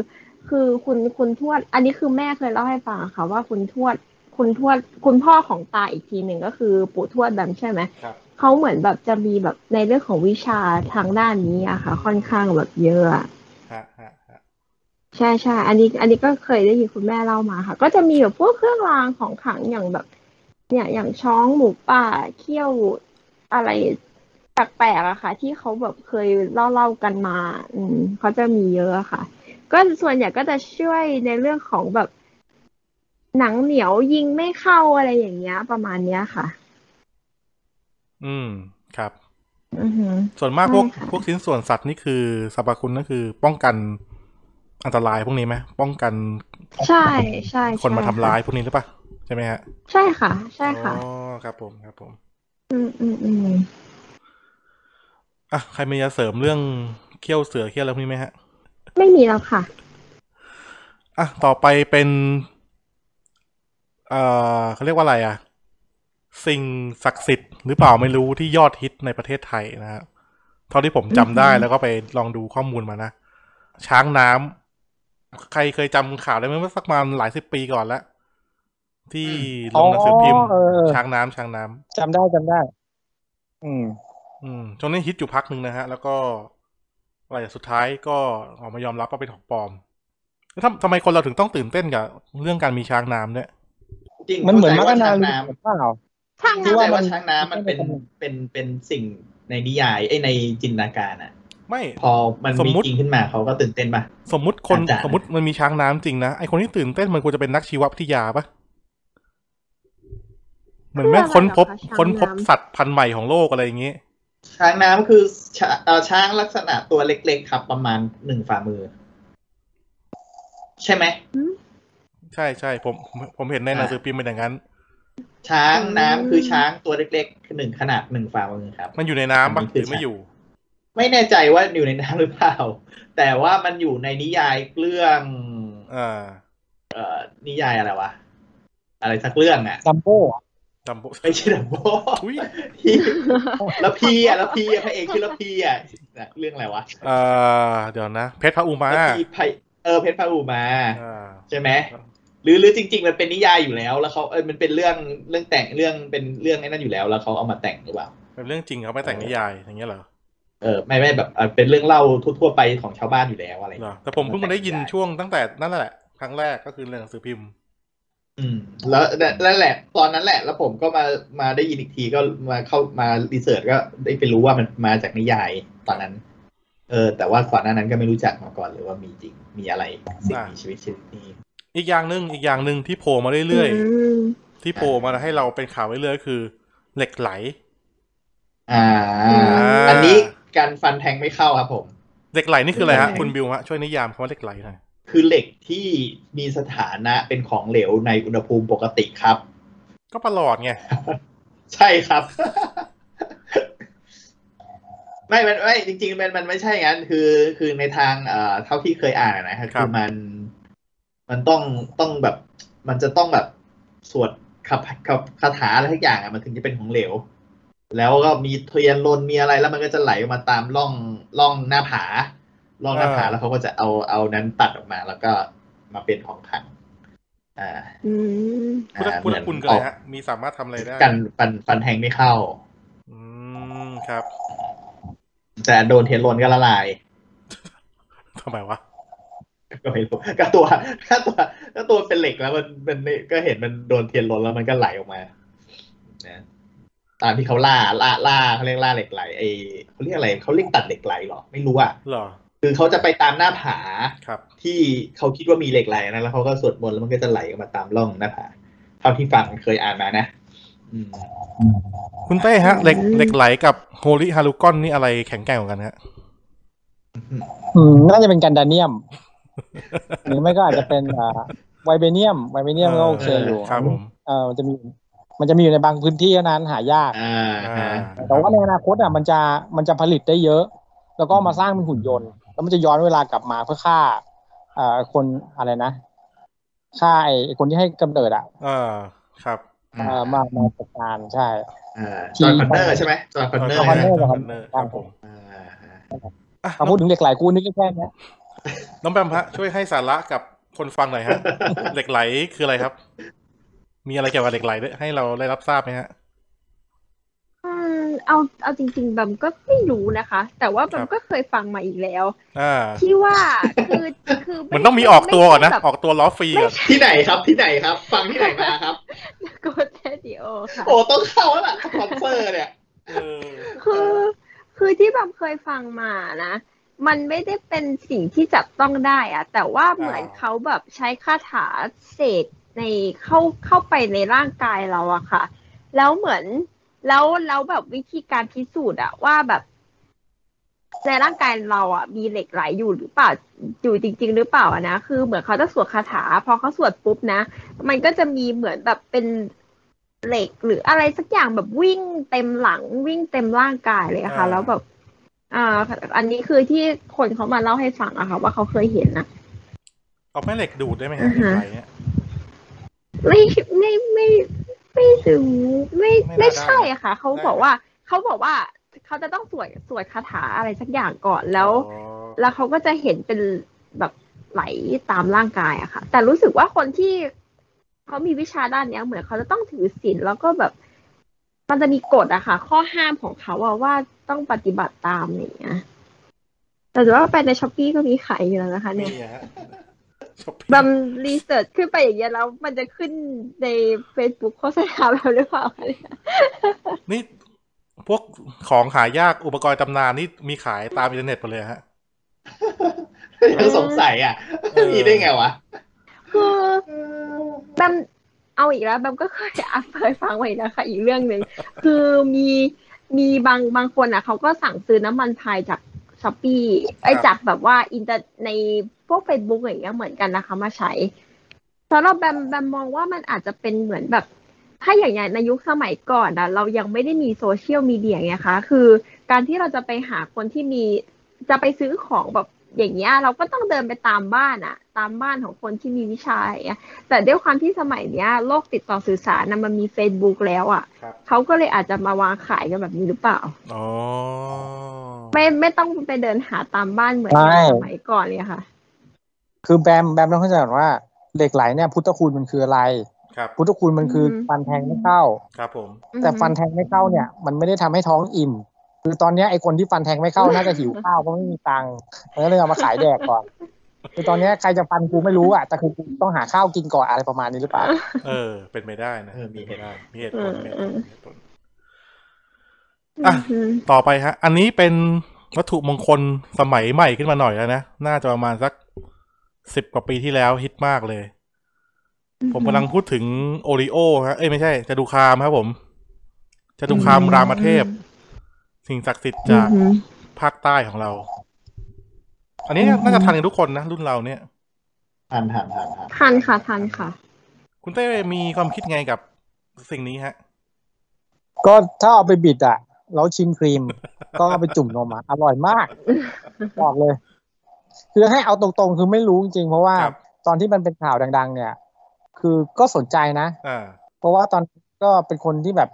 คือคุณคุณทวด อันนี้คือแม่เคยเล่าให้ฟังอะค่ะ ว่าคุณทวด คุณทวด คุณพ่อของตาอีกทีหนึ่งก็คือปู่ทวดแบมใช่ไหม
ครับ
เขาเหมือนแบบจะมีแบบในเรื่องของวิชาทางด้านนี้อะค่ะ ค่อนข้างแบบเยอะอะ
ฮะฮะฮะ
ใช่ใช่อันนี้ อันนี้ก็เคยได้ยินคุณแม่เล่ามาค่ะ ก็จะมีแบบพวกเครื่องรางของขลังอย่างแบบ เนี่ยอย่างช้องหมูป่าเขี้ยวอะไรแปลกๆอะค่ะ ที่เขาแบบเคยเล่าเล่าๆกันมา อืมเขาจะมีเยอะอะค่ะ ก็ส่วนใหญ่ก็จะช่วยในเรื่องของแบบ หนังเหนียวยิงไม่เข้าอะไรอย่างเงี้ย ประมาณเนี้ยค่ะ
อืม ครับ
อือหือ
ส่วนมาก
ใช่
พวก
ค่ะ
พวกชิ้นส่วนสัตว์นี่คือสรรพคุณก็คือ ป้องกันอันตรายพวกนี้ไหมป้องกัน
ใช่ใช่
คนมา
ใช่
ทำ
ค่ะ
ร้ายพวกนี้หรือเปะใช่ไหมฮะ
ใช่ค่ะ ใช่ค่ะ
อ๋อครับผมครับผม
อืมอืมอืม
อ่ะใครมีจะเสริมเรื่องเขี้ยวเสือเขี้ยวอะไรพวกนี้ไหมฮะ
ไม่มีแล้วค่ะ
อ่ะต่อไปเป็นเอ่อเขาเรียกว่าอะไรอ่ะ สิ่งศักดิ์สิทธิ์หรือเปล่าไม่รู้ที่ยอดฮิตในประเทศไทยนะฮะเท่าที่ผมจำได้
อือฮึ
แล้วก็ไปลองดูข้อมูลมานะ ช้างน้ำใครเคยจำข่าวได้ไหมเมื่อสักประมาณหลายสิบปีก่อนแล้ว ที่ลงหนังสือพิมพ์
เออ
ช้างน้ำช้างน้ำ
จำได้จำได้ อืม
อืมช่วงนี้ฮิตอยู่พักหนึ่งนะฮะ แล้วก็อะไรอะสุดท้ายก็ออกมายอมรับว่าเป็นของปลอมแล้วทำทำไมคนเราถึงต้องตื่นเต้นกับเรื่องการมีช้างน้ำเนี่ย
จริง
มันเหมือนมั
เข้า
ค
ใจว่าช้าง
นาลี
น้ำ
หรือเปล่า
ช่าง
เข้า
นะ
ใจ
ที่
ว่าช้างน้ำมันเป็นเป็นเป็นสิ่งในนิยายไอยในจินตนาการอะ
ไม่
พอมัน
สม
มี
มุติ
จริงขึ้นมาเขาก็ตื่นเต้นป่ะ
สมมุติคน
อาจารย์
สมมติมันมีช้างน้ำจริงนะไอคนที่ตื่นเต้นมันควรจะเป็นนักชีววิทยาปะเหมือนแม่งค้นพบค้นพบสัตว์พันธุ์ใหม่ของโลกอะไรอย่างงี้
ช้างน้ำคือช้าเอ่อช้างลักษณะตัวเล็กๆครับ ประมาณหนึ่งฝ่ามือ ใช่ไหม
ใช่ใช่ผมผมผมเห็นในหนังสือพิมพ์เป็นอย่างนั้น
ช้างน้ำคือช้างตัวเล็กๆคือหนึ่งขนาดหนึ่งฝ่ามือครับ
มันอยู่ในน้ำปะหรือไม่อยู่
ไม่แน่ใจว่าอยู่ในน้ำหรือเปล่า แต่ว่ามันอยู่ในนิยายเรื่อง
อ่า
นิยายอะไรวะอะไรสักเรื่องอะ
ซัมโบ้
จำโบ
ไม่ใช่ดับโบ
ทุย
แล้วพีอ่ะแล้วพีอ่ะพระเอกชื่อแล้วพีอ่ะเรื่องอะไรวะ
อ่าเดี๋ยวนะ เพชรพระอุมา
แล้วพีไพเออเพชรพระอุมา
อ่า
ใช่ไหมหรือหรือจริง ๆ มันเป็นนิยายอยู่แล้ว แล้วเขาเออมันเป็นเรื่องเรื่องแต่งเรื่องเป็นเรื่องไอ้นั่นอยู่แล้ว แล้วเขาเอามาแต่งหรือเปล่า
เป็นเรื่องจริงเขาไม่แต่งนิยายอย่างเงี้ยเหรอ
เออไม่ไม่แบบเออเป็นเรื่องเล่าทั่วๆไปของชาวบ้านอยู่แล้วอะไร
เหรอแต่ผมเพิ่งมาได้ยินช่วงตั้งแต่นั่นแหละ ครั้งแรกก็คือในหนังสือพิมพ์
อืมแล้วนั่นแหละ ตอนนั้นแหละ แล้วผมก็มามาได้ยินอีกทีก็มาเข้ามารีเสิร์ชก็ได้ไปรู้ว่ามันมาจากนิยายตอนนั้น เออ แต่ว่าก่อนหน้านั้นก็ไม่รู้จักมาก่อนเลยว่ามีจริงมีอะไรสิ่งมีชีวิตชนิดนี้
อีกอย่างหนึ่งอีกอย่างหนึ่งที่โผล่มาเรื่อย
อืม
ๆที่โผล่มาให้เราเป็นข่าวเรื่อยๆคือ เหล็กไหล
อ่า
า
อันนี้การฟันแทงไม่เข้าครับผม
เหล็กไหลนี่คืออะไรฮะ
เหล็กไหล
คุณบิวฮะช่วยนิยามคำว่าเหล็กไหลหน่อย
คือเหล็กที่มีสถานะเป็นของเหลวในอุณหภูมิปกติครับ
ก็ประหลอดไง
ใช่ครับ ไม่มันไม่จริงๆมันมันไม่ใช่งั้น คือคือในทางเอ่อเท่าที่เคยอ่านอะนะครับคือมัน มันต้องต้องแบบ มันจะต้องแบบสวดขับขับคาถาอะไรทุกอย่างอะมันถึงจะเป็นของเหลว แล้วก็มีเทียนลนมีอะไรแล้วมันก็จะไหลออกมาตามร่องร่องหน้าผาร่องหน้าผาแล้วเขาก็จะเอาเอานั้นตัดออกมา แล้วก็มาเป็นของขลังอ่า
อืม
พุทธ
อ่า
พุทธ
เหมือน
คุณกัน
อ
เล
อก
ยฮะมีสามารถทำอะไรได้
กันฟันฟันแทงไม่เข้า
อืมครับ
แต่โดนเทนลนก็ละลาย
ทำไมวะ
ก็ไม่รู้ก็ตัวก็ตัวก็ตัวเป็นเหล็กแล้วมันมันก็เห็นมันโดนเทนลนแล้วมันก็ไหลออกมานะตามที่เขาล่าล่าล่าเขาเรียกล่าเหล็กไหลไอเขาเรียกอะไรเขาเรียกตัดเหล็กไหลเหรอไม่รู้อ่ะ
เหรอ
คือเขาจะไปตามหน้าผา
ครับ
ที่เขาคิดว่ามีเหล็กไหลนะแล้วเขาก็สวดมนต์แล้วมันก็จะไหลออกมาตามร่องหน้าผาเท่าที่ฟังเคยอ่านมานะอืม
คุณเต้ฮะเหล็กเหล็กไหลกับโฮลิฮารุกอนนี่อะไรแข็งแกร่งกว่ากันฮะ
อืมน่าจะเป็นกันดาเนียม หรือไม่ก็อาจจะเป็นอ่าไวเบเนียมไวเบเนียมก็โอเคอยู่
ครับผม
เออมันจะมีมันจะมีอยู่ในบางพื้นที่เท่านั้นหายาก
อ่าฮะ
แต่ว่าในอนาคตอ่ะมันจะมันจะผลิตได้เยอะ แล้วก็มาสร้างเป็นหุ่นยนต์ แล้วมันจะย้อนเวลากลับมาเพื่อฆ่าเอ่อคนอะไรนะฆ่าไอ้ไอ้คนที่ให้กำเนิดอ่ะ
เออครับ
อ่า
เอ่อมามาจัดการใช่
อ่าจอห์นคอนเนอร์ใช่ไหมจอห์นคอนเนอร์
จอห์นคอนเนอร์
ครับผม
อ่าฮะ
อ่ะ
พอพูดถึงเหล็กไหลกูนึกได้แค่เนี้ย
น้องแบมฮะช่วยให้สาระกับคนฟังหน่อยฮ ะ เหล็กไหลคืออะไรครับ มีอะไรเกี่ยวกับเหล็กไหลด้วยให้เราได้รับทราบไหมฮะ
อืมเอาเอาจริง ๆ บำก็ไม่รู้นะคะ แต่ว่าบำ
ครับ
ก็เคยฟังมาอีกแล้ว
อ่า
ที่ว่าคือคือ
เหมือนต้องมีออกตัวก่อนนะ ออกตัวล้อฟรีก่อน
ที่ไหนครับที่ไหนครับ ฟังที่ไหนมาครับ
กดเรดิโอค่ะ
โอ้ต้องเข้าแล้วล่ะสปอนเซอร์เนี่ย
เออ
คือคือที่บำเคยฟังมานะ มันไม่ได้เป็นสิ่งที่จับต้องได้อะแต่ว่าเหมือนเขาแบบใช้คาถาเสกในเข้าเข้าไปในร่างกายเราอะค่ะ แล้วเหมือนแล้วแล้วแบบวิธีการพิสูจน์อะว่าแบบ ในร่างกายเราอ่ะมีเหล็กไหลอยู่หรือเปล่าอยู่จริง ๆ หรือเปล่าอะนะคือเหมือนเขาจะสวดคาถาพอเขาสวดปุ๊บนะ มันก็จะมีเหมือนแบบเป็นเหล็กหรืออะไรสักอย่างแบบวิ่งเต็มหลังวิ่งเต็มร่างกายเลยอะค่ะ แล้วแบบ อ่า อันนี้คือที่คนเขามาเล่าให้ฟังอะค่ะว่าเขาเคยเห็นนะ
เอาแม่เหล็กดูดได้ไหมฮะเหล็กไหลเนี่ย
ไม่ไม่ไม่ไม่ถึงไม่
ไม่
ไม่
น่าได้
ใช่อะค่ะเขา
ได้
บอกว่าเขาบอกว่าเขาจะต้องสวดสวดคาถาอะไรสักอย่างก่อนแล้ว
อ๋อ
แล้วเขาก็จะเห็นเป็นแบบไหลตามร่างกายอะค่ะ แต่รู้สึกว่าคนที่เขามีวิชาด้านเนี้ยเหมือนเขาจะต้องถือศีลแล้วก็แบบ มันจะมีกฎอะค่ะ ข้อห้ามของเขาอะว่าต้องปฏิบัติตามอย่างเงี้ยแต่ว่าไปในช้อปปี้ก็มีขายอยู่แล้วนะคะ เนี่ย
อะฮะช้อปปิ้ง
บัมรีเสิร์ชขึ้นไปอย่างเงี้ยแล้วมันจะขึ้นใน Facebook โฆษณาแบบหรือเปล่าคะเนี่ย
นี่พวกของหายากอุปกรณ์ตำนานนี่มีขายตามอินเทอร์เน็ตหมดเลยฮะ
ยังสงสัยอ่ะ
เออ
มีได้ไงวะ
คือ บัมเอาอีกแล้วบัมก็เคยอัพเคยฟังไว้นะคะ อีกเรื่องหนึ่ง คือมีมีบางบางคนอ่ะเขาก็สั่งซื้อน้ำมันพายจากช้อปปี้ไอ
ครับ
จากแบบว่าอินเตอร์ในพวกเฟซบุ๊กอย่างเงี้ยเหมือนกันนะคะ มาใช้สำหรับแบมแบมมองว่ามันอาจจะเป็นเหมือนแบบ ถ้าอย่างอย่างในยุคสมัยก่อนนะเรายังไม่ได้มีโซเชียลมีเดียไงคะคือการที่เราจะไปหาคนที่มีจะไปซื้อของแบบอย่างเงี้ย เราก็ต้องเดินไปตามบ้านอะตามบ้านของคนที่มีวิชาอย่างเงี้ย แต่ด้วยความที่สมัยเนี้ยโลกติดต่อสื่อสารนะมันมี Facebook แล้วอะ่ะ
ครับ
เขาก็เลยอาจจะมาวางขายกันแบบนี้หรือเปล่า
อ๋อ
ไม่ไม่ต้องไปเดินหาตามบ้านเหมือน
ใช่
สมัยก่อนเลยค่ะ
คือแบมแบมต้องเข้าใจก่อนว่าเหล็กไหลเนี่ยพุทธคุณมันคืออะไร
ครับ
พุทธคุณมันคืออ
ม
ฟันแทงไม่เข้า
ครับผม
แต่ฟันแทงไม่เข้าเนี่ย มันไม่ได้ทำให้ท้องอิ่ม คือตอนเนี้ยไอคนที่ฟันแทงไม่เข้า น่าจะหิวข้าวเพราะไม่มีตังค์มันก็เลยเอามาขายแดกก่อน คือตอนเนี้ยใครจะฟันกูไม่รู้อ่ะแต่คือกูต้องหาข้าวกินก่อนอะไรประมาณนี้หรือเปล่า
เออ เป็นไปได้นะป็นไปได้มีเหตุผลมีเหตุผลมีเหตุผล
อื
อ่ะ
มอืม
ต่อไปฮะ อันนี้เป็นวัตถุมงคลสมัยใหม่ขึ้นมาหน่อยแล้วนะ น่าจะประมาณสักสิบกว่าปีที่แล้วฮิตมากเลย ผมกำลังพูดถึงโอริโอฮะ เอ้ยไม่ใช่จตุคามครับผมจตุคามรามเทพ สิ่งศักดิ์สิทธิ์จาก
อืม
ภาคใต้ของเรา อันนี้น่าจะทันกันทุกคนนะ รุ่นเราเนี่ย
ทันทันทันทัน
ทันค่ะทันค่ะ
คุณเต้มีความคิดไงกับสิ่งนี้ฮะ
ก็ถ้าเอาไปบิดอ่ะแล้วชิมครีม ก็เอาไปจุ่มนมอ่ะอร่อยมากบอกเลย คือให้เอาตรงๆ คือไม่รู้จริงๆเพราะว่า
ครับ
ตอนที่มันเป็นข่าวดัง ๆ เนี่ย คือก็สนใจนะ
อ่า
เพราะว่าตอนก็เป็นคนที่แบบ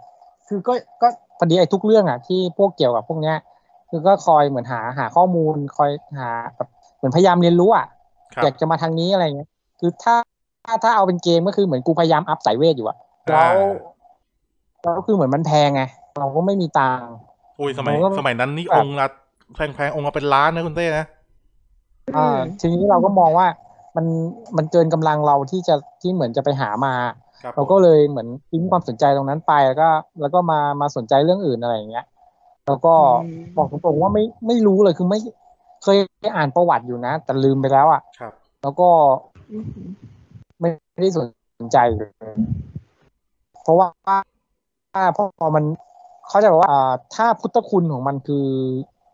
คือก็ก็พอดีไอ้ทุกเรื่องอ่ะที่พวกเกี่ยวกับพวกเนี้ย คือก็คอยเหมือนหาหาข้อมูลคอยหาแบบเหมือนพยายามเรียนรู้อ่ะ
ครับ
อยากจะมาทางนี้อะไรเงี้ย คือถ้าถ้าถ้าเอาเป็นเกมก็คือเหมือนกูพยายามอัพสายเวทอยู่อ่ะ
อ่า
แล้วแล้วคือเหมือนมันแพงไงเราก็ไม่มีตังค์
อุ้ยสมัย
ผมว่า
สมัยนั้นนี่
แบบ
องค์ละแพงๆองค์ละเป็นล้านนะคุณเต้นะ
อ่าทีนี้เราก็มองว่ามันมันเกินกำลังเราที่จะที่เหมือนจะไปหามา
ครับ
เราก็เลยเหมือนทิ้งความสนใจตรงนั้นไปแล้วก็ แล้วก็มามาสนใจเรื่องอื่นอะไรอย่างเงี้ย แล้วก็
อืม
บอกตรงๆว่าไม่ไม่รู้เลยคือไม่ เคยอ่านประวัติอยู่นะ แต่ลืมไปแล้วอ่ะ
ครับ
แล้วก็
อืม
ไม่ได้สนใจเลยเพราะว่าเพราะพอมันเขาจะบอกว่าอ่าถ้าพุทธคุณของมันคือ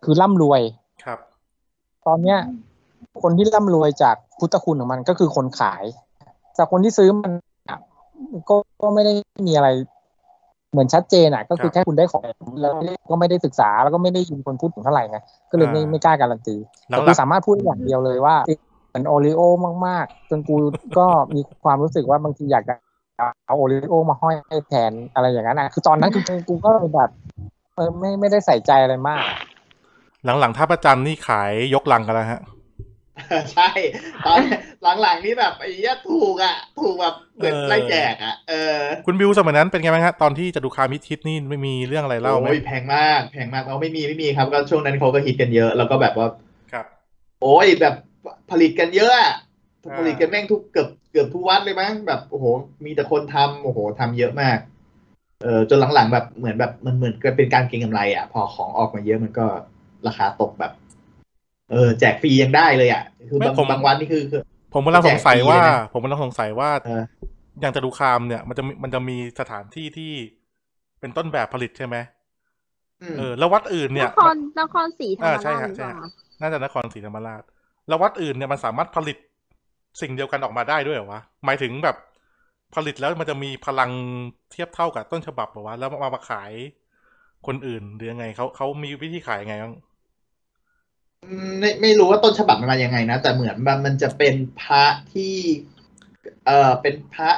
คือร่ำรวย
ครับ
ตอนเนี้ย คนที่ร่ำรวยจากพุทธคุณของมันก็คือคนขาย จากคนที่ซื้อมันอะก็ก็ไม่ได้มีอะไร เหมือนชัดเจนอ่ะ ก็คือ
ครับ
แค่คุณได้ของแล้วไม่ได้ก็ไม่ได้ศึกษา แล้วก็ไม่ได้ยินคนพูดถึงเท่าไหร่ไงก็เลยไม่
อ่า
ไม่กล้าการันตี
หลั
แต่
ง
กู
ๆ
สามารถพูดได้อย่างเดียวเลยว่าเหมือนโอริโอมากๆจนกูก็มีความรู้สึกว่าบางทีอยากจะเอาโอริโอมาห้อยให้แทนอะไรอย่างนั้นอ่ะคือตอนนั้นคือกูก็เลยแบบเออไม่ไม่ได้ใส่ใจอะไรมาก
หลังๆท่าประจันทร์นี่ขายยกลังกันแล้วฮะ
ใช่ ตอนหลังๆนี่แบบไอ้เหี้ยถูกอ่ะ ถูกแบบเหมือน
เออ
ไล่แจกอ่ะ เออ
คุณบิวสมัยนั้นเป็นไงบ้างฮะตอนที่จตุคามฮิตฮิตๆนี่ไม่มีเรื่องอะไรเล่าไหม
โอ้ยแพงมากแพงมากเราไม่มีไม่มีครับ ก็ช่วงนั้นเขาก็ฮิตกันเยอะ แล้วก็แบบว่า
ครับ
โอ้ยแบบผลิตกันเยอะอะ
อ่า
ผลิตกันแม่งทุกเกือบเกือบทุกวัดเลยมั้งแบบโอ้โห มีแต่คนทำโอ้โหทำเยอะมาก เออจนหลังๆแบบเหมือนแบบมันเหมือนกับเป็นการเก็งกำไรอ่ะ พอของออกมาเยอะมันก็ราคาตกแบบ เออแจกฟรียังได้เลยอ่ะ คือ
ไม่
บาง
ผม
บางวันนี่คือคือ
ผมกำลังสงสัยว่า
แจกฟรีเลยนะ
ผมกำลังสงสัยว่า
เออ
อย่างจตุคามเนี่ย มันจะมีมันจะมีสถานที่ที่เป็นต้นแบบผลิตใช่ไหม
อืม
เออแล้ววัดอื่นเนี่
น
ย
ครนครศรีธรรม
อ่าใช่
ราช
ฮะ
หรือ
ใช่
เป
ฮะ
ล่าคะ
น่าจะนครศรีธรรมราช แล้ววัดอื่นเนี่ยมันสามารถผลิตสิ่งเดียวกันออกมาได้ด้วยเหรอวะ หมายถึงแบบผลิตแล้วมันจะมีพลังเทียบเท่ากับต้นฉบับเหรอวะ แล้วมามาขายคนอื่นหรือยังไงเขาเขามีวิธีขายยังไงบ้าง
อืมไม่ไม่รู้ว่าต้นฉบับมันมายังไงนะ แต่เหมือนมันมันจะเป็นพระที่ เอ่อเป็นพระ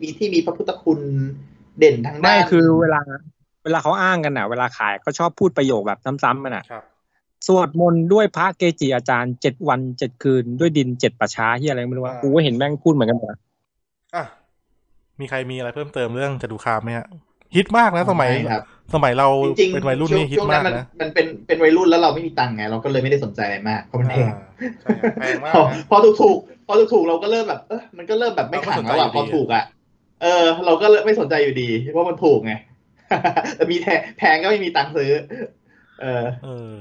มีที่มีพระพุทธคุณเด่นทางด้า
ไม่
น
คือเวลา เวลาเขาอ้างกันน่ะ เวลาขายก็ชอบพูดประโยคแบบซ้ำๆมันน่ะ
ครับ
สวดมนต์ด้วยพระเกจิอาจารย์เจ็ดวันเจ็ดคืน ด้วยดินเจ็ดป่าช้าที่อะไรไม่รู้ว่า
อ่า
กูก็เห็นแม่งพูดเหมือนกันหมดอะ
อ่ะมีใครมีอะไรเพิ่มเติมเรื่องจตุคามไหมฮะฮิตมากนะสมัย
ใช่ครับ
สมัยเรา
จริงๆ
เป็นวัยรุ่น
ช่วง
นี่ฮิต
ช่วง
มาก
มัน
นะ
มันเป็นเป็นวัยรุ่นแล้วเราไม่มีตังค์ไงเราก็เลยไม่ได้สนใจอะไรมากเพราะมันแพง
อ่าใช่ฮะแพงมาก
พอ
นะ
พอถูกถูกๆพอถูกถูกๆเราก็เริ่มแบบเออมันก็เริ่มแบบไม่ขังแล้ว
เรา
อ่ะ
ก็ส
พอน
ใจอยู่ดี
ถูกอ่ะเออ เราก็เลยไม่สนใจอยู่ดีเพราะมันถูกไง แต่มีแทแพงก็ไม่มีตังค์ซื้อ เออ
เออ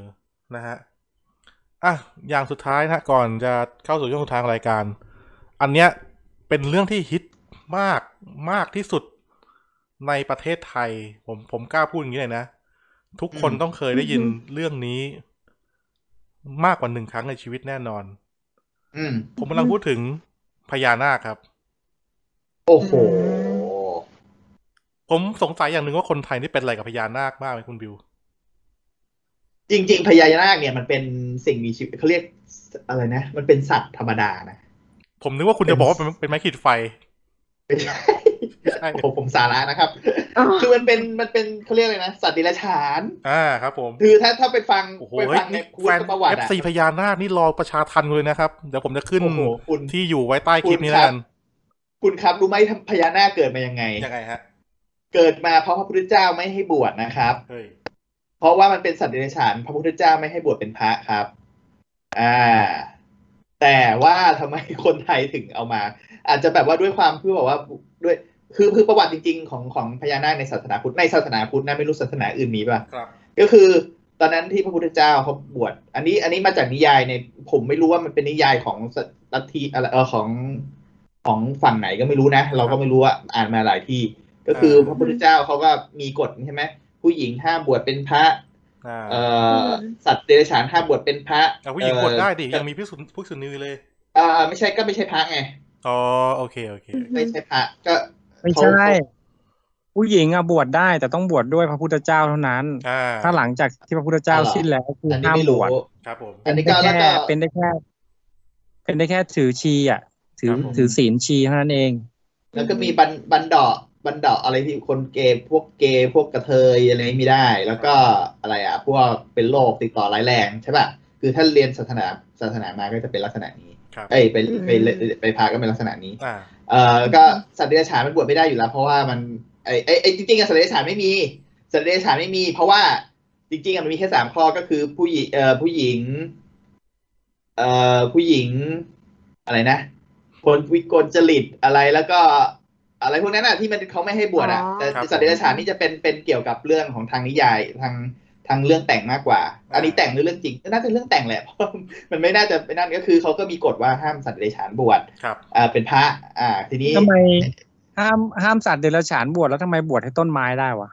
นะฮะ อ่ะ อย่างสุดท้ายนะฮะก่อนจะเข้าสู่ช่วงสุดท้ายของรายการ อันเนี้ยเป็นเรื่องที่ฮิตมากมากที่สุดในประเทศไทย ผมผมกล้าพูดอย่างนี้เลยนะ ทุกคน
อืม
ต้องเคยได้ยิน
อือหือ
เรื่องนี้ มากกว่าหนึ่งครั้งในชีวิตแน่นอน
อืม
ผมกำลังพูดถึงพญานาคครับ
โอ้โห
ผมสงสัยอย่างหนึ่งว่าคนไทยนี่เป็นอะไรกับพญานาคมากไหมคุณบิว
จริง ๆพญานาคเนี่ยมันเป็นสิ่งมีชีวิตเขาเรียกอะไรนะ มันเป็นสัตว์ธรรมดานะ
ผมนึกว่าคุณจะบอกว่าเป็นเป็นไม้ขีดไฟ
ไม่ใช่
ใช่
ผมผมสาระนะครับ
อ๋อ
คือมันเป็นมันเป็นเขาเรียกอะไรนะ สัตว์เดรัจฉาน
อ่าครับผม
คือถ้าถ้าไปฟัง
โอ้โห
ไป
เฮ้ย
ฟังใน
นี่
คุ
แฟ
ณ
น
ประวัติ
เอฟ
อะ
ซีพญานาคนี่รอประชาทันเลยนะครับ เดี๋ยวผมจะขึ้น
โอ้โหคุณ
ที่อยู่ไว้ใต้คลิปนี้
ณ
แล้
รั
ว
บ
กัน
คุณครับรู้ไหมพญานาคเกิดมายังไง
ยังไงฮะ
เกิดมาเพราะพระพุทธเจ้าไม่ให้บวชนะครับ
เฮ้ย
เพราะว่ามันเป็นสัตว์เดรัจฉาน พระพุทธเจ้าไม่ให้บวชเป็นพระครับ อ่า แต่ว่าทำไมคนไทยถึงเอามา อาจจะแบบว่าด้วยความที่แบบว่าด้วยคือคือประวัติจริง ๆ ของของพญานาคในศาสนาพุทธในศาสนาพุทธนะไม่รู้ศาสนาอื่นมีป่ะ
ครับ
ก็คือตอนนั้นที่พระพุทธเจ้าเขาบวชอันนี้อันนี้มาจากนิยายในผมไม่รู้ว่ามันเป็นนิยายของลัทธิอะไรเออของของฝั่งไหนก็ไม่รู้นะ เราก็ไม่รู้ว่าอ่านมาหลายที่ ก็คือ
เออ
พระพุทธเจ้าเขาก็มีกฎใช่ไหมผู้หญิงห้ามบวชเป็นพระ
อ่า
เอ่อ
ม
สัตว์เดรัจฉานห้ามบวชเป็นพระ
แต่ผู้หญิงกดได้ดิ
เอ่อ
ยังมีพิสุนพิสุนีเลย
เอ่อไม่ใช่ก็ไม่ใช่พระไง
อ๋อโอเคโอเค
ไม่ใช่พระก็
ไม่ใช่ ผู้หญิงอะบวชได้แต่ต้องบวชด้วยพระพุทธเจ้าเท่านั้น
อ่า
ถ้าหลังจากที่พระพุทธเจ้าสิ้นแล้วคือ
อันนี้
ห้าม
ไม่
บ
รู้
วช
ครับผม
อันนี้
เป็น
ก็
ได้
แล้ว
แค่
ก็
เป็นได้แค่ เป็นได้แค่ถือชีอ่ะ ถือ
ครับผม
ถือศีลชีเท่านั้นเอง
แล้วก็มีบันบันเดาะบันเดาะอะไรที่คนเกย์พวกเกย์พวกกระเทยอะไรไม่ได้ แล้วก็อะไรอ่ะ พวกเป็นโรคติดต่อร้ายแรงใช่ป่ะคือถ้าเรียนศาสนาศาสนามาก็จะเป็นลักษณะนี้
ครับ
เอ้ยไปไป
อืม
ไปพาก็เป็นลักษณะนี้
อ่า
เอ่อก็สัตว์เดรัจฉานมันบวชไม่ได้อยู่แล้ว เพราะว่ามันไอไอไอจริงๆอะสัตว์เดรัจฉานไม่มีสัตว์เดรัจฉานไม่มี เพราะว่าจริงๆอะมันมีแค่สามข้อก็คือผู้หญิงเอ่อผู้หญิง เอ่อผู้หญิง อะไรนะคนวิกลจริตอะไรแล้วก็ อะไรพวกนั้นอะที่มันเขาไม่ให้บวชอะ
อ๋อ
แต่สัตว์เดรัจฉานนี่จะเป็นเป็นเกี่ยวกับเรื่องของทางนิยายทาง ทางเรื่องแต่งมากกว่า อันนี้แต่งหรือเรื่องจริงน่าจะเรื่องแต่งแหละเพราะมันไม่น่าจะไปนั่นก็คือเขาก็มีกฎว่าห้ามสัตว์เดรัจฉานบวช
ครับ
อ่าเป็นพระ อ่า ทีนี้
ทำไม ห้ามห้ามสัตว์เดรัจฉานบวชแล้วทำไมบวชให้ต้นไม้ได้วะ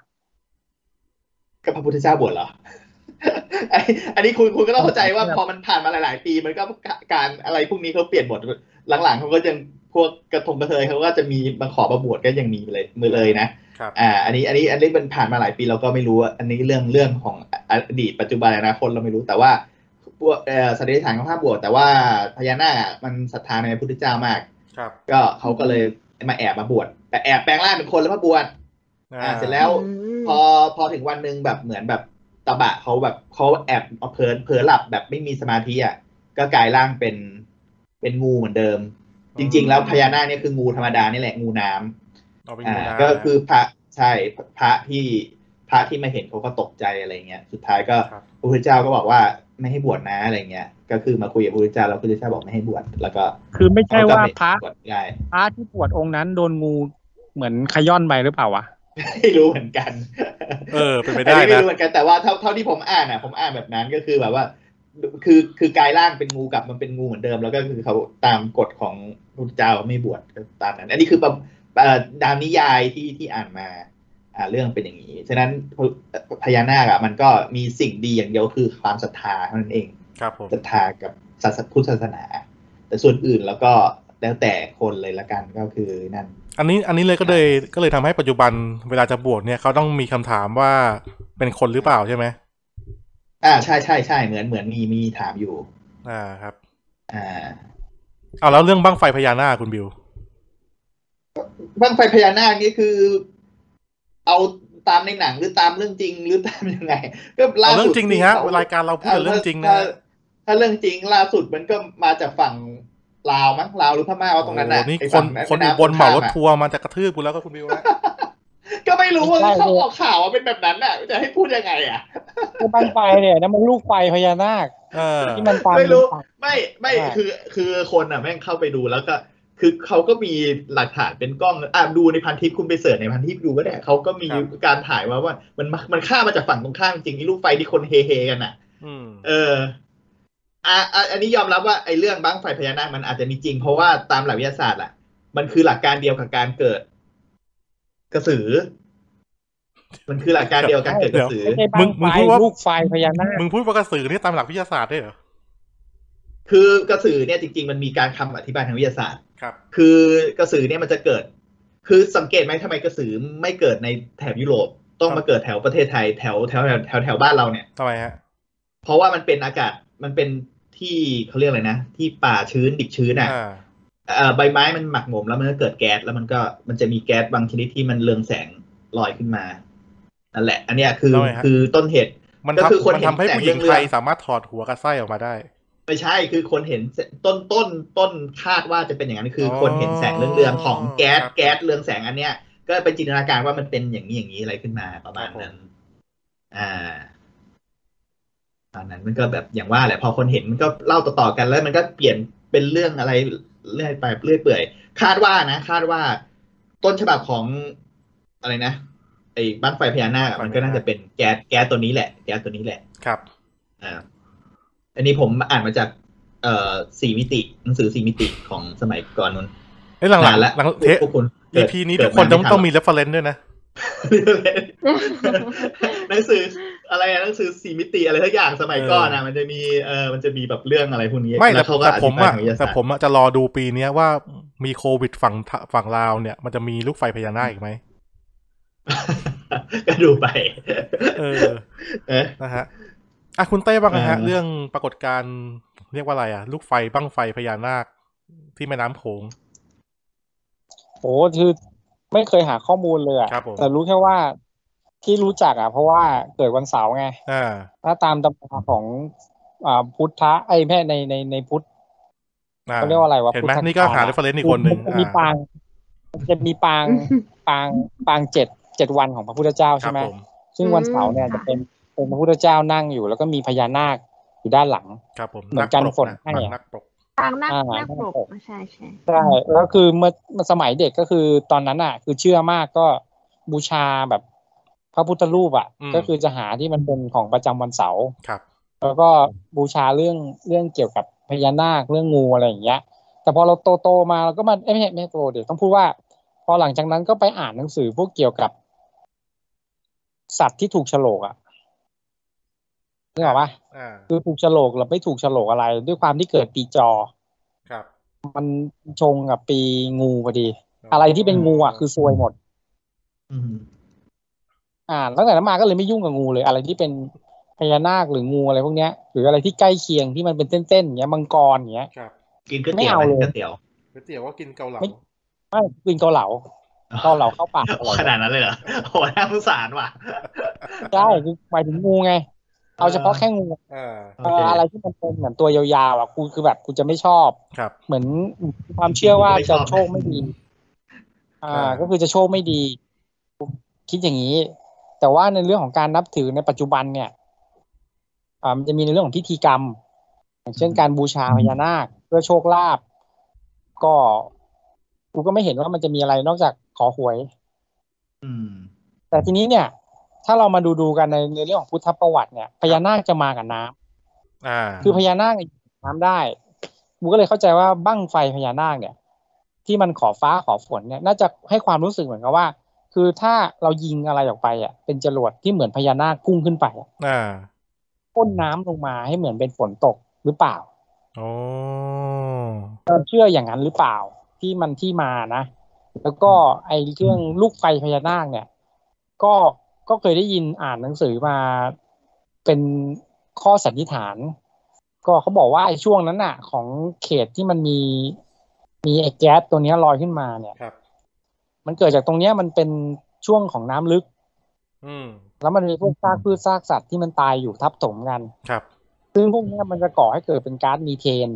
กับพระพุทธเจ้าบวชเหรอ อันอันนี้คุณคุณก็ต้องเข้าใจว่าพอมันผ่านมาหลาย ๆ ปีมันก็การอะไรพวกนี้เขาเปลี่ยนหมดหลัง ๆเขาก็จะพวกกระทงกระเทยเขาก็จะมีบางขอมาบวชก็ยังมีเลยมือเลยนะ
ครับ
อ่า อันนี้ อันนี้ อันนี้มันผ่านมาหลายปีเราก็ไม่รู้อะอันนี้เรื่อง เรื่องของอดีต ปัจจุบันอนาคตเราไม่รู้ แต่ว่าพวกเอ่อสันนิษฐานของภาพบวชแต่ว่าพญานาคอะมันศรัทธาในพระพุทธเจ้ามาก
ครับ
ก็เขาก็เลยมาแอบมาบวช แต่แอบแปลงร่างเป็นคนแล้วมาบวช อ่า เสร็จแล้ว พอ พอถึงวันหนึ่งแบบเหมือนแบบตะบะเขาแบบเขาแอบเอาเพลินเพลินหลับแบบไม่มีสมาธิอ่ะ ก็กลายร่างเป็น เป็นงูเหมือนเดิม จริง ๆ แล้วพญานาคเนี่ยคืองูธรรมดานี่แหละงูน้ำ
เอาไป
อ่า
ดูนะ
ก็คือพระใช่พระที่พระที่มาเห็นเขาก็ตกใจอะไรเงี้ยสุดท้ายก็
ครับ
พระพุทธเจ้าก็บอกว่าไม่ให้บวชนะอะไรเงี้ย ก็คือมาคุยกับพระพุทธเจ้าแล้วพระพุทธเจ้าบอกไม่ให้บวชแล้วก็
คือไม่ใช่ว่าพระ
บวชได้
พระที่บวชองค์นั้นโดนงูเหมือนขย้อนไปหรือเปล่าวะ
ไม่รู้เหมือนกัน
เออ เป็นไปได้
อัน
นะ
นี้ไม่รู้เหมือนกันแต่ว่าเท่าเท่าที่ผมอ่านอ่ะผมอ่านแบบนั้นก็คือแบบว่า คือคือกายร่างเป็นงูกลับมันเป็นงูเหมือนเดิม แล้วก็คือเขาตามกฎของพระพุทธเจ้าไม่บวชก็ตามนั้น อันนี้คือประเอ่อตามนิยายที่ที่อ่านมา อ่าเรื่องเป็นอย่างนี้ ฉะนั้นพพญานาคอะมันก็มีสิ่งดีอย่างเดียวคือความศรัทธาเท่านั้นเอง
ครับผม
ศรัทธากับศาสนาพุทธศาสนา แต่ส่วนอื่นแล้วก็แล้วแต่คนเลยละกันก็คือนั่น
อันนี้อันนี้เลยก็เลยก็เลยทำให้ปัจจุบันเวลาจะบวชเนี่ยเขาต้องมีคำถามว่าเป็นคนหรือเปล่าใช่ไหม
อ่าใช่ใช่ใช่เหมือนเหมือนมีมีถามอยู่
อ่าครับ
อ่า
เอาแล้วเรื่องบ้างไฟพญานาคคุณบิว
บ้างไฟพญานาคนี่คือ เอาตามในหนังหรือตามเรื่องจริงหรือตามยังไง ก็ล่า
เอา
สุด
เรื่องจริงดิฮะ
ที่ข
รายการเราพูดแต่เรื่องจริงนะ
ถ้าถ้าเรื่องจริงล่าสุดมันก็มาจากฝั่งลาวมั้งลาวหรือพม่าว่าตรงนั้นน่ะ
โอ้โหนี่
ไอ้
ค
ฝั่
น
ง
คน
แม่ำ
บนเหมารถ
ข้
ทัวร์มาจะกระทืบกูแล้วก็คุณบิว นะ
อะก็ไม่รู้ว่า
ใช่
เขาออกข่าวว่าเป็นแบบนั้นน่ะจะให้พูดยังไงอ่ะ
คือบังไฟเนี่ยนะมันลูกไฟพญานาค
เออ
ที่มันตาม
ไม่รู้ไม่ไม่
อ่า
คือ คือคนอ่ะแม่งเข้าไปดูแล้วก็ คือเขาก็มีหลักฐานเป็นกล้องอ่ะดูในพันทิปคุณไปเสิร์ชในพันทิปดูก็ได้เขาก็มี
ครับ
การถ่ายมาว่า มันมามันข้ามมาจากฝั่งตรงข้ามจริงไอ้ลูกไฟที่คนเฮเฮกันอ่ะ
อืม
เอออ่ะอ่ะอันนี้ยอมรับว่าไอ้เรื่องบั้งไฟพญานาคมันอาจจะมีจริง เพราะว่าตามหลักวิทยาศาสตร์อ่ะ มันคือหลักการเดียวกับการเกิด กระสือ มันคือหลักการเดียวกับการเกิดกระสือ
ไม่ใช่บั
มึ
ง
งมึง
ไฟ
พูดว่า
ลูกไฟพญานาค
มึงพูดว่ากระสือนี่ตามหลักวิทยาศาสตร์ได้วยเหรอ
คือกระสือเนี่ยจริง ๆ มันมีการคำอธิบายทางวิทยาศาสตร์
ครับ
คือกระสือเนี่ยมันจะเกิด คือสังเกตไหมทำไมกระสือไม่เกิดในแถบยุโรป ต้องมาเกิดแถวประเทศไทยแถวแถวแถวแถวแถวบ้านเราเนี่ย
ทำไมฮะ
เพราะว่ามันเป็นอากาศ มันเป็นที่เขาเรียกอะไรนะ ที่ป่าชื้นดิบชื้นอ่ะ
อ่า
เอ่อใบไม้มันหมักหมมแล้วมันก็เกิดแก๊ส แล้วมันก็มันจะมีแก๊สบางชนิดที่มันเรืองแสงลอยขึ้นมา นั่นแหละ อันเนี้ยคือ
ทำไมฮะ
คือต้นเหตุ
มัน
ก็คือ
ทำ
คน
มัน
เห็น
ทำให้
แสง
ผู้หญิง
เรื่อง
ไทยสามารถถอดหัวกับไส้ออกมาได้
ไม่ใช่ คือคนเห็นแสต้นต้นต้นคาดว่าจะเป็นอย่างนั้นคืออคนเห็นแสงเรื่องๆของแก๊ส
ครับ
แก๊สเรืองแสงอันเนี้ย ก็เป็นจินตนาการว่ามันเป็นอย่างนี้อย่างนี้อะไรขึ้นมาประมาณนั้น อ่าตอนนั้นมันก็แบบอย่างว่าแหละพอคนเห็นมันก็เล่าต่อๆกันแล้วมันก็เปลี่ยนเป็นเรื่องอะไรเรื่อยไปเรื่อยเปื่อยคาดว่านะ คาดว่าต้นฉบับของอะไรนะไอ้บ้างไฟพญานาคอะมันก็น่าจะเป็นแก๊สแก๊สตัวนี้แหละแก๊สตัวนี้แหละ
ครับ
อ่าอันนี้ผมอ่านมาจาก เอ่อสี่มิติหนังสือสี่มิติของสมัยก่อนนู้น
เอ้ยหลังหลั
นาง นละ
หลังเทป
พวกคุณ
EP นี้ทุกคนต้องต้องมี reference ด้วยนะ
หนังสืออะไรอะหนังสือสี่มิติอะไรทักอย่างสมัยก่อนนะมันจะมีเออมันจะมีแบบเรื่องอะไรพวกนี้
ไม่แต่
ล้วเขาก็
แต่ผม
ธิ
อะ
บายทางวิทยาศา
แต่
สตร์
ผมอะจะรอดูปีเนี้ยว่ามีโควิดฝั่งทะฝั่งลาวเนี่ย มันจะมีลูกไฟพญานาคอีกไหม
ก็ดูไป
เออ
เออ
นะฮะอ่ะคุณเต้บ้างนะฮะ
อ่า
เรื่องปรากฏการณ์เรียกว่าอะไรอ่ะ ลูกไฟบ้างไฟพญานาคที่แม่น้ำโขง
โอ้คือไม่เคยหาข้อมูลเลยอะ
ครับผม
แต่รู้แค่ว่าที่รู้จักอ่ะ เพราะว่าเกิดวันเสาร์ไง
อ่า
ถ้าตามตำราของอ่าพุทธะไอ้แม่ในในในพุทธ
อ่
เขาเรียกว่าอะไรวะ
เห็นไหม
พุทธัง
นี่ก็หา
คาระ
reference อีกคนหนึ่ง
มัจะมีปางมันจะมีปางปางปางเจ็ดเจ็ดวันของพระพุทธเจ้า
ครับ
ใช่ไหม
ผม
ซึ่งวันเสาร์เนี่ย
อืม
จะเป็นเป็นพระพุทธเจ้านั่งอยู่ แล้วก็มีพญานาคอยู่ด้านหลัง
ครับผม
เหมือนกันฝนให้
ะ
อะ
นักปรก
ต่างนัก
อ่า
นักปลกใช่ใช่
ใช่แล้วคือเมื่อสมัยเด็กก็คือตอนนั้นอ่ะ คือเชื่อมากก็บูชาแบบ พ ระพุทธรูปอ่ะ
อืม
ก็คือจะหาที่มันเป็นของประจำวันเสาร์
ครับ
แล้วก็บูชาเรื่องเรื่องเกี่ยวกับพญานาคเรื่องงูอะไรอย่างเงี้ย แต่พอเราโตโตๆมาเราก็มาเอ้ยไม่ใช่ไม่ใช่โตเดี๋ยวต้องพูดว่า พอหลังจากนั้นก็ไปอ่านหนังสือพวกเกี่ยวกับ สัตว์ที่ถูกโฉลกอะนึกออกปะ
อ่า
คือถูกโฉลกหรือไม่ถูกโฉลกอะไร ด้วยความที่เกิดปีจอ
ครับ
มันชงกับปีงูพอดี อะไรที่เป็นงูอะคือซวยหมด
อืม
อ่าตั้งแต่นั้นมาก็เลยไม่ยุ่งกับงูเลย อะไรที่เป็นพญานาคหรืองูอะไรพวกเนี้ย หรืออะไรที่ใกล้เคียงที่มันเป็นเส้นๆอย่างเงี้ยมังกรอย่างเงี้ย
ครับ
กินก๋วยเตี๋ยว
ไม่เอา
ไหม
เล
ก๋
ย
วยเตี๋ยว
ก๋วยเตี๋ยวก็กินเกาเหลา
ไม่ ไม่กินเกาเหลาเกาเหลาเข้าปาก
โอ้ขนาดนั้นเลยเหรอโอ้น่าสงสารว่ะ
ใช่คือหมายถึงงูไง เอาเฉพาะแค่งู
อ่า
เอออะไรที่มันเป็นเหมือนตัวยาวๆอ่ะกูคือแบบกูจะไม่ชอบ
ครับ
เหมือนความเชื่อว่า
ไม่ช
จะ
อบ
โชคไม่ดี อ่า
อ่า
ก็คือจะโชคไม่ดีกูคิดอย่างนี้ แต่ว่าในเรื่องของการนับถือในปัจจุบันเนี่ย อ่ามันจะมีในเรื่องของพิธีกรรม อย่างเช่นการบูชาพญานาคเพื่อโชคลาภก็กูก็ไม่เห็นว่ามันจะมีอะไรนอกจากขอหวย
อืม
แต่ทีนี้เนี่ย ถ้าเรามาดูดูๆกันในในเรื่องของพุทธประวัติเนี่ยพญานาคจะมากับน้ำ
อ่า
คือพญานาคเนี่ยอยู่กับน้ำได้กูก็เลยเข้าใจว่าบั้งไฟพญานาคเนี่ย ที่มันขอฟ้าขอฝนเนี่ยน่าจะให้ความรู้สึกเหมือนกับว่า คือถ้าเรายิงอะไรออกไปอ่ะเป็นจรวดที่เหมือนพญานาคพุ่งขึ้นไปอะ
อ่า
พ่นน้ำลงมาให้เหมือนเป็นฝนตกหรือเปล่า
โอ้
เราเชื่ออย่างนั้นหรือเปล่าที่มันที่มานะ แล้วก็ไอเรื่องลูกไฟพญานาคเนี่ย ก็ก็เคยได้ยินอ่านหนังสือมาเป็นข้อสันนิษฐาน ก็เขาบอกว่าไอช่วงนั้นน่ะ ของเขตที่มันมีมีไอแก๊สตัวเนี้ยลอยขึ้นมาเนี่ย
ครับ
มันเกิดจากตรงเนี้ยมันเป็นช่วงของน้ำลึก
อืม
แล้วมันมีพวกซากพืชซากสัตว์ที่มันตายอยู่ทับถมกัน
ครับ
ซึ่งพวกเนี้ยมันจะก่อให้เกิดเป็นก๊าซมีเทน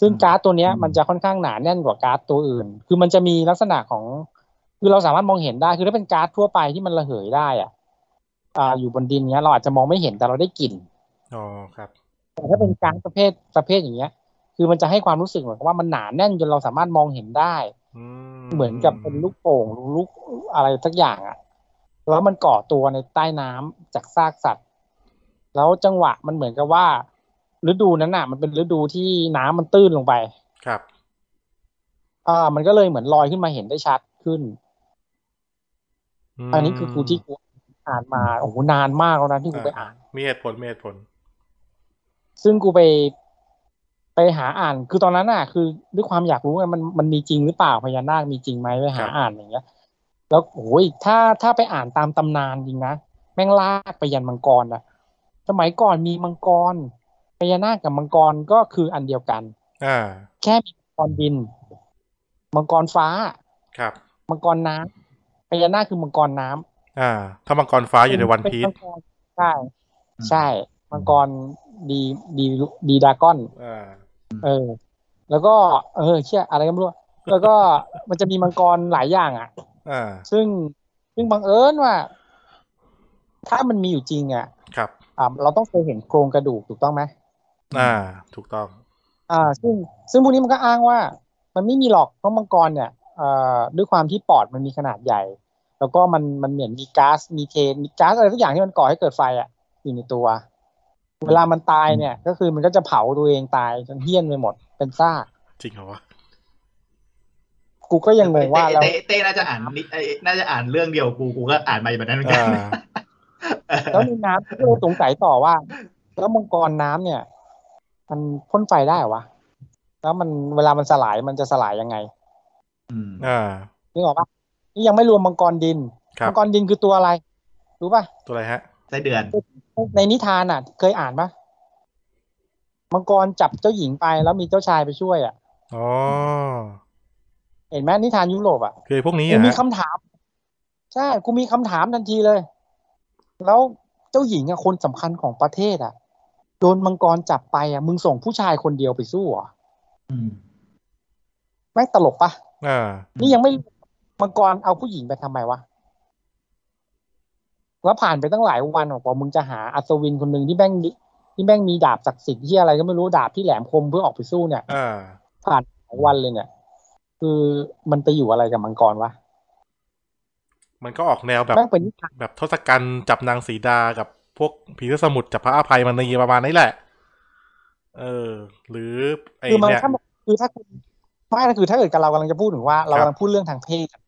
ซึ่งก๊าซตัวเนี้ย
อืม
มันจะค่อนข้างหนาแน่นกว่าก๊าซตัวอื่น คือมันจะมีลักษณะของ คือเราสามารถมองเห็นได้ คือถ้าเป็นก๊าซทั่วไปที่มันระเหยได้อ่ะอ่าอยู่บนดินเนี้ยเราอาจจะมองไม่เห็นแต่เราได้กลิ่น
อ๋อครับ
แต่ถ้าเป็นก๊าซประเภทประเภทอย่างเงี้ย คือมันจะให้ความรู้สึกเหมือนกับว่ามันหนาแน่นจนเราสามารถมองเห็นได้
อื
เหมือนกับเป็นลูกโป่งหรือลูกอะไรสักอย่างอะแล้วมันก่อตัวในใต้น้ำจากซากสัตว์ แล้วจังหวะมันเหมือนกับว่า ฤดูนั้นน่ะ มันเป็นฤดูที่น้ำมันตื้นลงไป
ครับ
อ่า มันก็เลยเหมือนลอยขึ้นมาเห็นได้ชัดขึ้น อันนี้คือกูที่กูอ่านมาโอ้โหนานมากแล้วนะที่กูไปอ่าน
มีเหตุผลมีเหตุผล
ซึ่งกูไปไปหาอ่าน คือตอนนั้นน่ะ คือด้วยความอยากรู้ไงมันมันมีจริงหรือเปล่าพญานาคมีจริงไหมไป
ครั
หา
บ
อ่านอย่างเงี้ย แล้วโอ้ยถ้าถ้าไปอ่านตามตำนานจริงนะแม่งลากไปยันมังกรนะสมัยก่อนมีมังกรพญานาคกับมังกรก็คืออันเดียวกัน
อ่า
แค่มีมังกรดิน มังกรฟ้า
ครับ
มังกรน้ำพญานาคคือมังกรน้ำ
อ่า ถ้ามังกรฟ้าอยู่ในวันพีซ
เป็มังกรใช่ ใช่มังกรดีดีดีดราก้อน
อ่า
เออ แล้วก็เออเชี่ยอะไรก็ไม่รู้ แล้วก็มันจะมีมังกรหลายอย่างอ่ะ
อ่า
ซึ่งซึ่งบังเอิญว่า ถ้ามันมีอยู่จริงอ่ะ
ครับ
อ่าเราต้องเคยเห็นโครงกระดูกถูกต้องไหม
อ่า ถูกต้อง
อ่า ซึ่งซึ่งพวกนี้มันก็อ้างว่า มันไม่มีหรอกเพราะมังกรเนี่ยเอ่อด้วยความที่ปอดมันมีขนาดใหญ่ แล้วก็มันมันเหมือนมีก๊าซมีเทนมีก๊าซอะไรทุกอย่างที่มันก่อให้เกิดไฟอ่ะอยู่ในตัว เวลามันตายเนี่ย ก็คือมันก็จะเผาตัวเองตายจนเหี้ยนไปหมดเป็นซาก
จริงเหรอวะ
กูก็ยังงงว่าแล้ว
เต้เต้เต้น่าจะอ่านนิดเอ้ยน่าจะอ่านเรื่องเดียวกูกูก็อ่านมาแบบนั้นเหมือนกัน
อ่า
แล้วในน้ำเราสงสัยต่อว่า แล้วมังกรน้ำเนี่ย มันพ่นไฟได้เหรอวะ แล้วมันเวลามันสลายมันจะสลายยังไง
อืม
อ่า
นึกออกปะนี่ยังไม่รวมมังกรดิน
ครับ
มังกรดินคือตัวอะไร รู้ปะ
ตัวอะไรฮะ
ไส้เดือน
ในนิทานอ่ะ เคยอ่านปะมังกรจับเจ้าหญิงไปแล้วมีเจ้าชายไปช่วยอ่ะ
อ๋อ
เห็นไหมนิทานยุโรปอ่ะ
คือพวกนี้
กู
อ่ะ
มี
ฮะ
คำถาม ใช่กูมีคำถามทันทีเลย แล้วเจ้าหญิงอะคนสำคัญของประเทศอะโดนมังกรจับไปอะมึงส่งผู้ชายคนเดียวไปสู้เหรอ
อืม
แม่งตลกปะ
อ่า
นี่ยังไม่มังกรเอาผู้หญิงไปทำไมวะแล้วผ่านไปตั้งหลายวันบอกว่ามึงจะหาอัศวินคนหนึ่งที่แม่งที่แม่งมีดาบศักดิ์สิทธิ์ที่อะไรก็ไม่รู้ดาบที่แหลมคมเพื่อออกไปสู้เนี่ย
อ่า
ผ่านหลายวันเลยเนี่ย คือมันไปอยู่อะไรกับมังกรวะ
มันก็ออกแนวแบบ
แม่งเป็นนิทาน
แบบทศกัณฐ์จับนางสีดากับพวกผีเสื้อสมุทรจับพระอภัยมันในประมาณนี้แหละ เออ หรือไอ้
คือมัน
เนี่ย
ถ้าคือถ้าคุณไม่นะคือถ้าเกิดกับเรากำลังจะพูดถึงว่าเรากำลังพูดเรื่องทางเพศ
อ่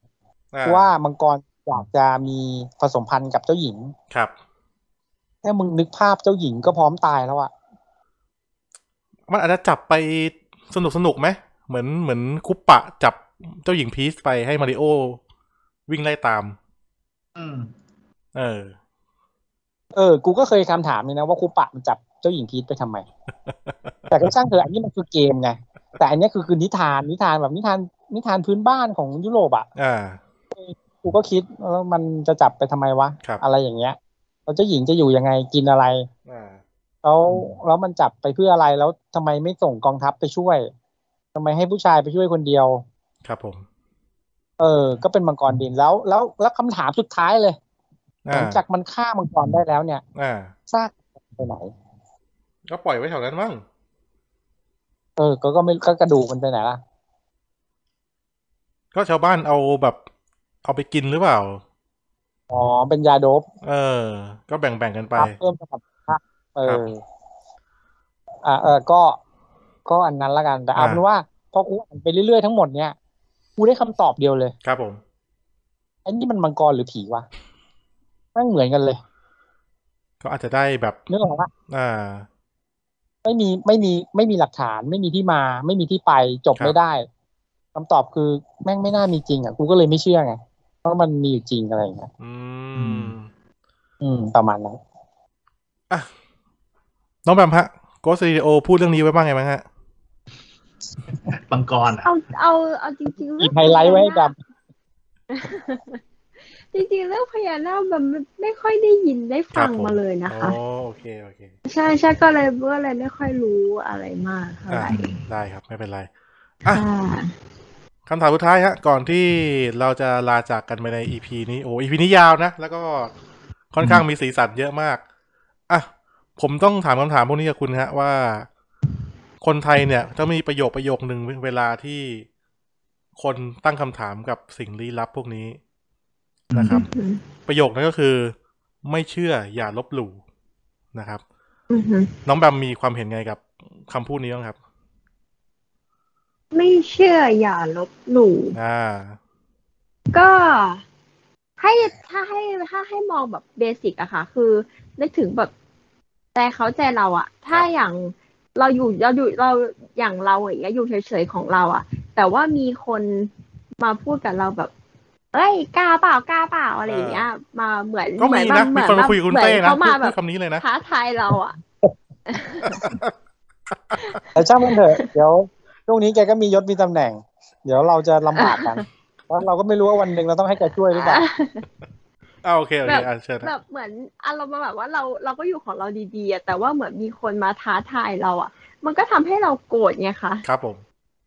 ว่ามังกรอยากจะมีผสมพันธ์กับเจ้าหญิง
ครับ
แค่มึงนึกภาพเจ้าหญิงก็พร้อมตายแล้วอะ
มันอาจจะจับไปสนุกสนุกๆไหมเหมือนเหมือนคุปปะจับเจ้าหญิงพีซไปให้มาริโอวิ่งไล่ตาม
อืม
เออ
เออ กูก็เคยคำถามเลยนะว่าครูปะมันจับเจ้าหญิงพีทไปทำไม แต่ก็ช่างเถอะอันนี้มันคือเกมไง แต่อันเนี้ยคือคือนิทานนิทานแบบนิทานนิทานพื้นบ้านของยุโรปอะ
อ่า
กูก็คิดว่ามันจะจับไปทำไมวะ
ครับ
อะไรอย่างเงี้ยแล้วเจ้าหญิงจะอยู่ยังไงกินอะไร
อ่า
แล้วแล้วมันจับไปเพื่ออะไรแล้วทำไมไม่ส่งกองทัพไปช่วยทำไมให้ผู้ชายไปช่วยคนเดียว
ครับผม
เออ ก็เป็นมังกรดินแล้วแล้วแล้วคำถามสุดท้ายเลย ห
อ่า
ลังจากมันฆ่ามังกรได้แล้วเนี่ย
อ่า
ซากไปไหน
ก็ปล่อยไว้แถวนั้นมั้ง
เออ ก็ก็ไม่ก็กระดูกมันไปไหนล่ะ
ก็ชาวบ้านเอาแบบ เอาไปกินหรือเปล่า
อ๋อ เป็นยาโดบ
เออ ก็แบ่งๆกันไป
ครับเพิ่มสมรรถภาพเอ
ครับ
อ อ่าเออ ก็ ก็อันนั้นละกัน แต่เอา
อ่า
เป็นว่าพอกูอ่านไปเรื่อยๆทั้งหมดเนี่ย กูได้คำตอบเดียวเลย
ครับผม
ไอ้นี่มันมังกรหรือผีวะแม่งเหมือนกันเลย
ก็อาจจะได้แบบ
นึกออกปะ
อ่า
ไม่มีไม่มีไม่มีหลักฐาน ไม่มีที่มา ไม่มีที่ไป จบ
ครับ
ไม่ได้คำตอบคือแม่งไม่น่ามีจริงอ่ะ กูก็เลยไม่เชื่อไงว่ามันมีอยู่จริงอะไรอย่างเงี้ย
อื
อื
ม
ม
อืม ประมาณนั้น
อ่ะ น้องแบมฮะโกสตีโอพูดเรื่องนี้ไว้บ้างไงบ้างฮะ
บังกรอ่ะ
เอาเอาเอาจริงๆ
หยิ
เรื่อบ ง
ไฮไลท์ไว้ให้ด
จริงๆเรื่องพญานาคแบบไม่ค่อยได้ยินได้ฟัง
ครับผม
มาเลยนะ
อ๋อ
คะ
โอเค โอเค
ใช่ใช่ก็เลยก็เลยไม่ค่อยรู้อะไรมากเท่า
อ่า
ไหร่
ได้ครับ ไม่เป็นไร อ่ะ
ค่ะ
คำถามสุดท้ายฮะ ก่อนที่เราจะลาจากกันไปใน EP นี้ โอ้ EP นี้ยาวนะ แล้วก็ค่อนข้างมีสีสันเยอะมาก อ่ะ ผมต้องถามคำถามพวกนี้กับคุณฮะ ว่า คนไทยเนี่ยจะมีประโยคประโยคหนึ่งเวลาที่คนตั้งคำถามกับสิ่งลี้ลับพวกนี้นะครับ
อืม
ประโยคนั้นก็คือ ไม่เชื่ออย่าลบหลู่นะครับ
อือฮึ
น้องแบมมีความเห็นไงกับคำพูดนี้บ้างครับ
ไม่เชื่ออย่าลบหลู่
อ่า
ก็ให้ถ้าให้ถ้าให้มองแบบเบสิกอะค่ะ คือนึกถึงแบบใจเขาใจเราอะถ้าอย่างเราอยู่เราอยู่เราอย่างเราอย่างเงี้ยอยู่เฉยๆของเราอะแต่ว่ามีคนมาพูดกับเราแบบเอ้ยกล้าเปล่ากล้าเปล่าอะไรอย่างเงี้ย มาเหมือน
ก็
เหมื
มี
อน
นะ
บางเห
มีคน
มือน
มา
บาง
คุยกับคุณ
เหมือน
เต้นะ
เขามา
พู
แบ
ด
บ
คำนี้เลยนะ
ท้าทายเราอะ
ำแต่ช่างมันเถอะ เดี๋ยวช่วงนี้แกก็มียศมีตำแหน่ง เดี๋ยวเราจะลำบากกัน เพราะเราก็ไม่รู้ว่าวันหนึ่งเราต้องให้แกช่วยหรือเปล่า
อ่าโอเคโอเค
แบบ
อ่ะเชิญนะ
แบบเหมือนอารมณ์แบบว่าเราเราก็อยู่ของเราดีๆอะแต่ว่าเหมือนมีคนมาท้าทายเราอะมันก็ทำให้เราโกรธไงคะ
ครับผม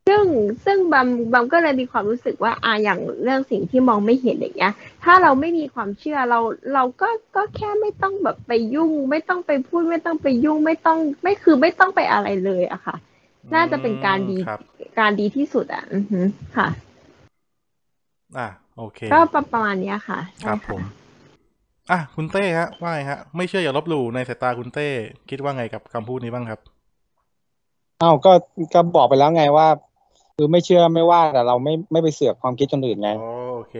ซึ่งซึ่งบัมบัมก็เลยมีความรู้สึกว่าอาอย่างเรื่องสิ่งที่มองไม่เห็นอย่างเงี้ย ถ้าเราไม่มีความเชื่อเราเราก็ก็แค่ไม่ต้องแบบไปยุ่ง ไม่ต้องไปพูดไม่ต้องไปยุ่งไม่ต้องไม่คือไม่ต้องไปอะไรเลยอะค่ะ น่าจะเป็นการดี
ครับ
การดีที่สุดอะอือฮึค่ะ
อ่ะโอเค
ก็ประประมาณเนี้ยค่ะใช่
ครับผ
ค่ะ
ม อ่ะคุณเต้ฮะ ว่าไงฮะ ไม่เชื่ออย่าลบหลู่ในสายตาคุณเต้ คิดว่าไงกับคำพูดนี้บ้างครับ
เอ้าก็ก็บอกไปแล้วไงว่า คือไม่เชื่อไม่ว่าแต่เราไม่ไม่ไปเสือกความคิดคนอื่นไง
อ๋อโอเค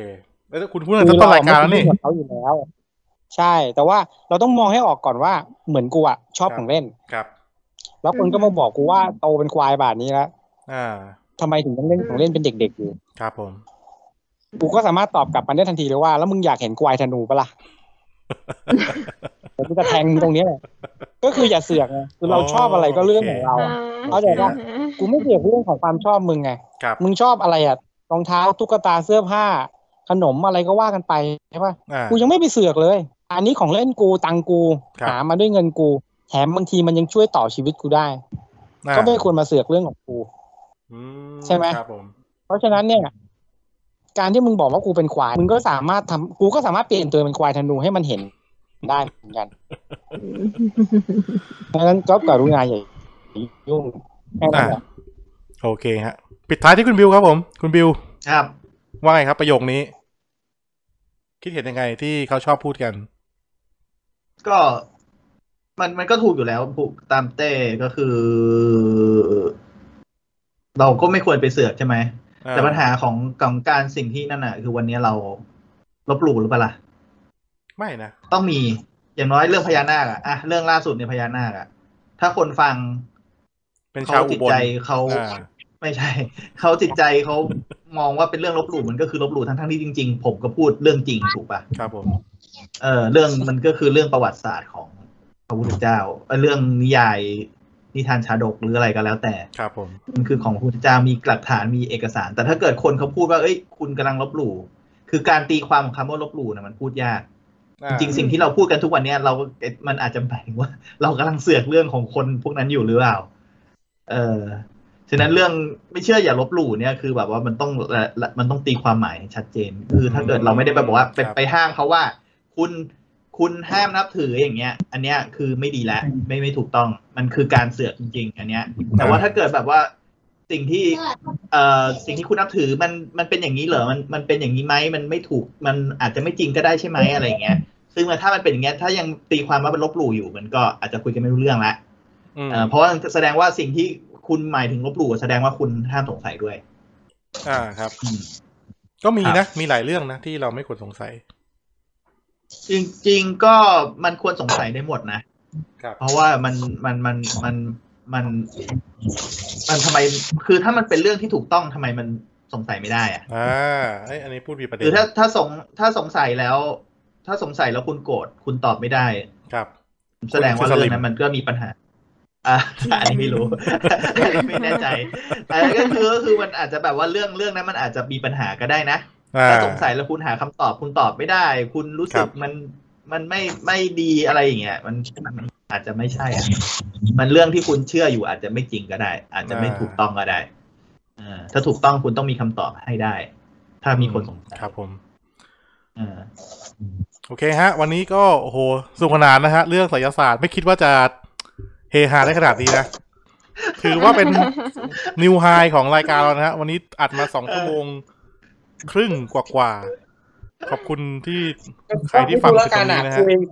แล้วคุณพูดตั้งแต่ต้นรายการแล้วนี่
คือเไม่ได้ยุ่งกับเขาอยู่แล้ว ใช่ แต่ว่าเราต้องมองให้ออกก่อนว่าเหมือนกูอะชอบ
ครับ
ของเล่น
ครับ
แล้วคนก็มาบอกกูว่าโตเป็นควายบาทนี้แล้ว
อ่า
ทำไมถึงต้องเล่นของเล่นเป็นเด็กๆอยู่
ครับผม
กูก็สามารถตอบกลับมันได้ทันทีเลยว่า แล้วมึงอยากเห็นควายธนูปะล่ะ ผมจะแทงมึงตรงเนี้ยแหละก็คืออย่าเสือกไงคือเรา
อ๋อ
ชอบอะไรก็เรื่องของเรา
โอค
เข้าใจปะ กูไม่เสือกเรื่องของความชอบมึงไง
ครับ
มึงชอบอะไรอะรองเท้าตุ๊กตาเสื้อผ้า ขนมอะไรก็ว่ากันไปใช่ปะ
อ่า
กูยังไม่ไปเสือกเลย อันนี้ของเล่นกูตังกู
ครับ
หามาด้วยเงินกู แถมบางทีมันยังช่วยต่อชีวิตกูได้
อ่า
ก็ไม่ควรมาเสือกเรื่องของกู
อื
ใช่ไหม
ครับผม
เพราะฉะนั้นเนี่ย การที่มึงบอกว่ากูเป็นควาย มึงก็สามารถทำกูก็สามารถเปลี่ยนตัวเป็นควายธนูให้มันเห็นได้เหมือนกันดังนั้นก็กรุณาอย่ายุ่งแค่นั้
อ่า
นแหละ
โอเคฮะ ปิดท้ายที่คุณบิวครับผม คุณบิว
ครับ
ว่าไงครับประโยคนี้ คิดเห็นยังไงที่เขาชอบพูดกัน
ก็มันมันก็ถูกอยู่แล้วผูกตามเต้ก็คือ เราก็ไม่ควรไปเสือกใช่ไหม
เออ
แต่ปัญหาของของการสิ่งที่นั่นน่ะ คือวันนี้เราลบหลู่หรือเปล่าล่ะ
ไม่นะ
ต้องมีอย่างน้อยเรื่องพญานาคอะอะเรื่องล่าสุดเนี่ยพญานาคอะถ้าคนฟัง
เป็น
เขา
ชาวอุ
จิต
บล
ใจเขา
อ่า
ไม่ใช่ เขาจิตใจเขามองว่าเป็นเรื่องลบหลู่มันก็คือลบหลู่ทั้งทั้งๆที่จริง ๆ ผมก็พูดเรื่องจริงถูกปะ
ครับผม
เออเรื่องมันก็คือเรื่องประวัติศาสตร์ของพระพุทธเจ้าเอ่อเรื่องนิยายนิทานชาดกหรืออะไรก็แล้วแต่
ครับผม
มันคือของพระพุทธเจ้ามีหลักฐานมีเอกสาร แต่ถ้าเกิดคนเขาพูดว่าเอ้ยคุณกำลังลบหลู่คือการตีความของคำว่าลบหลู่นะมันพูดยาก
อ่า
จริงๆสิ่งที่เราพูดกันทุกวันเนี้ยเราเอ๊ะมันอาจจะหมายถึงว่า เรากำลังเสือกเรื่องของคนพวกนั้นอยู่หรือเปล่า เออฉะนั้นเรื่องไม่เชื่ออย่าลบหลู่เนี่ยคือแบบว่ามันต้องละละมันต้องตีความหมายให้ชัดเจน คือถ้าเกิดเราไม่ได้ไปบอกว่าไปไปห้ามเขาว่า คุณคุณห้ามนับถืออย่างเงี้ย อันเนี้ยคือไม่ดีแล้วไม่ไม่ถูกต้อง มันคือการเสือกจริง ๆ อันเนี้ย แต่ว่าถ้าเกิดแบบว่าสิ่งที่ เอ่อสิ่งที่คุณนับถือมันมันเป็นอย่างนี้เหรอมันมันเป็นอย่างนี้ไหมมันไม่ถูกมันอาจจะไม่จริงก็ได้ใช่ไหมอะไรอย่างเงี้ย ซึ่งถ้ามันเป็นอย่างเงี้ยถ้ายังตีความว่ามันลบหลู่อยู่มันก็อาจจะคุยกันไม่รู้เรื่องละ
อืม
เอ่อเพราะว่าแสดงว่าสิ่งที่คุณหมายถึงลบหลู่แสดงว่าคุณห้ามสงสัยด้วย
อ่าครับ
อืม
ก็มีนะ มีหลายเรื่องนะที่เราไม่ควรสงสัย
จริงๆก็มันควรสงสัยได้หมดนะ
ครับ
เพราะว่ามันมันมันมันมันมันทำไมคือถ้ามันเป็นเรื่องที่ถูกต้องทำไมมันสงสัยไม่ได้อะ
อ่าเอ้ยอันนี้พูดมีประเด็
หรือน ถ้าถ้าสงถ้าสงสัยแล้ว ถ้าสงสัยแล้วคุณโกรธคุณตอบไม่ได้
ครับ
แสดงว่าเรื่องนั้นมันก็มีปัญหา อ่า อันนี้ไม่รู้ อันนี้ไม่แน่ใจ แต่ก็คือก็คือมันอาจจะแบบว่าเรื่องเรื่องนั้นมันอาจจะมีปัญหาก็ได้นะ
อ่า
ถ้าสงสัยแล้วคุณหาคำตอบคุณตอบไม่ได้ คุณรู้สึ
ครั
ก
บ
มันมันไม่ไม่ดีอะไรอย่างเงี้ยมันมันอาจจะไม่ใช่อะมันเรื่องที่คุณเชื่ออยู่อาจจะไม่จริงก็ได้ อาจจะไม่ถูกต้องก็ได้อ่าถ้าถูกต้องคุณต้องมีคำตอบให้ได้ ถ้ามีคนสงสัย
ครับผม
อ่า
โอเคฮะ วันนี้ก็โอ้โหสนุขนานนะฮะ เรื่องไสยศาสตร์ไม่คิดว่าจะเฮฮาได้ขนาดนี้นะ ถือว่า เป็น นิวไฮของรายการเรานะฮะ วันนี้อัดมาสองชั่วโมงครึ่งกว่าๆขอบคุณที่ใครที่ฟัง
ก็
ถึงตรงนี้นะฮะ
คุยคุย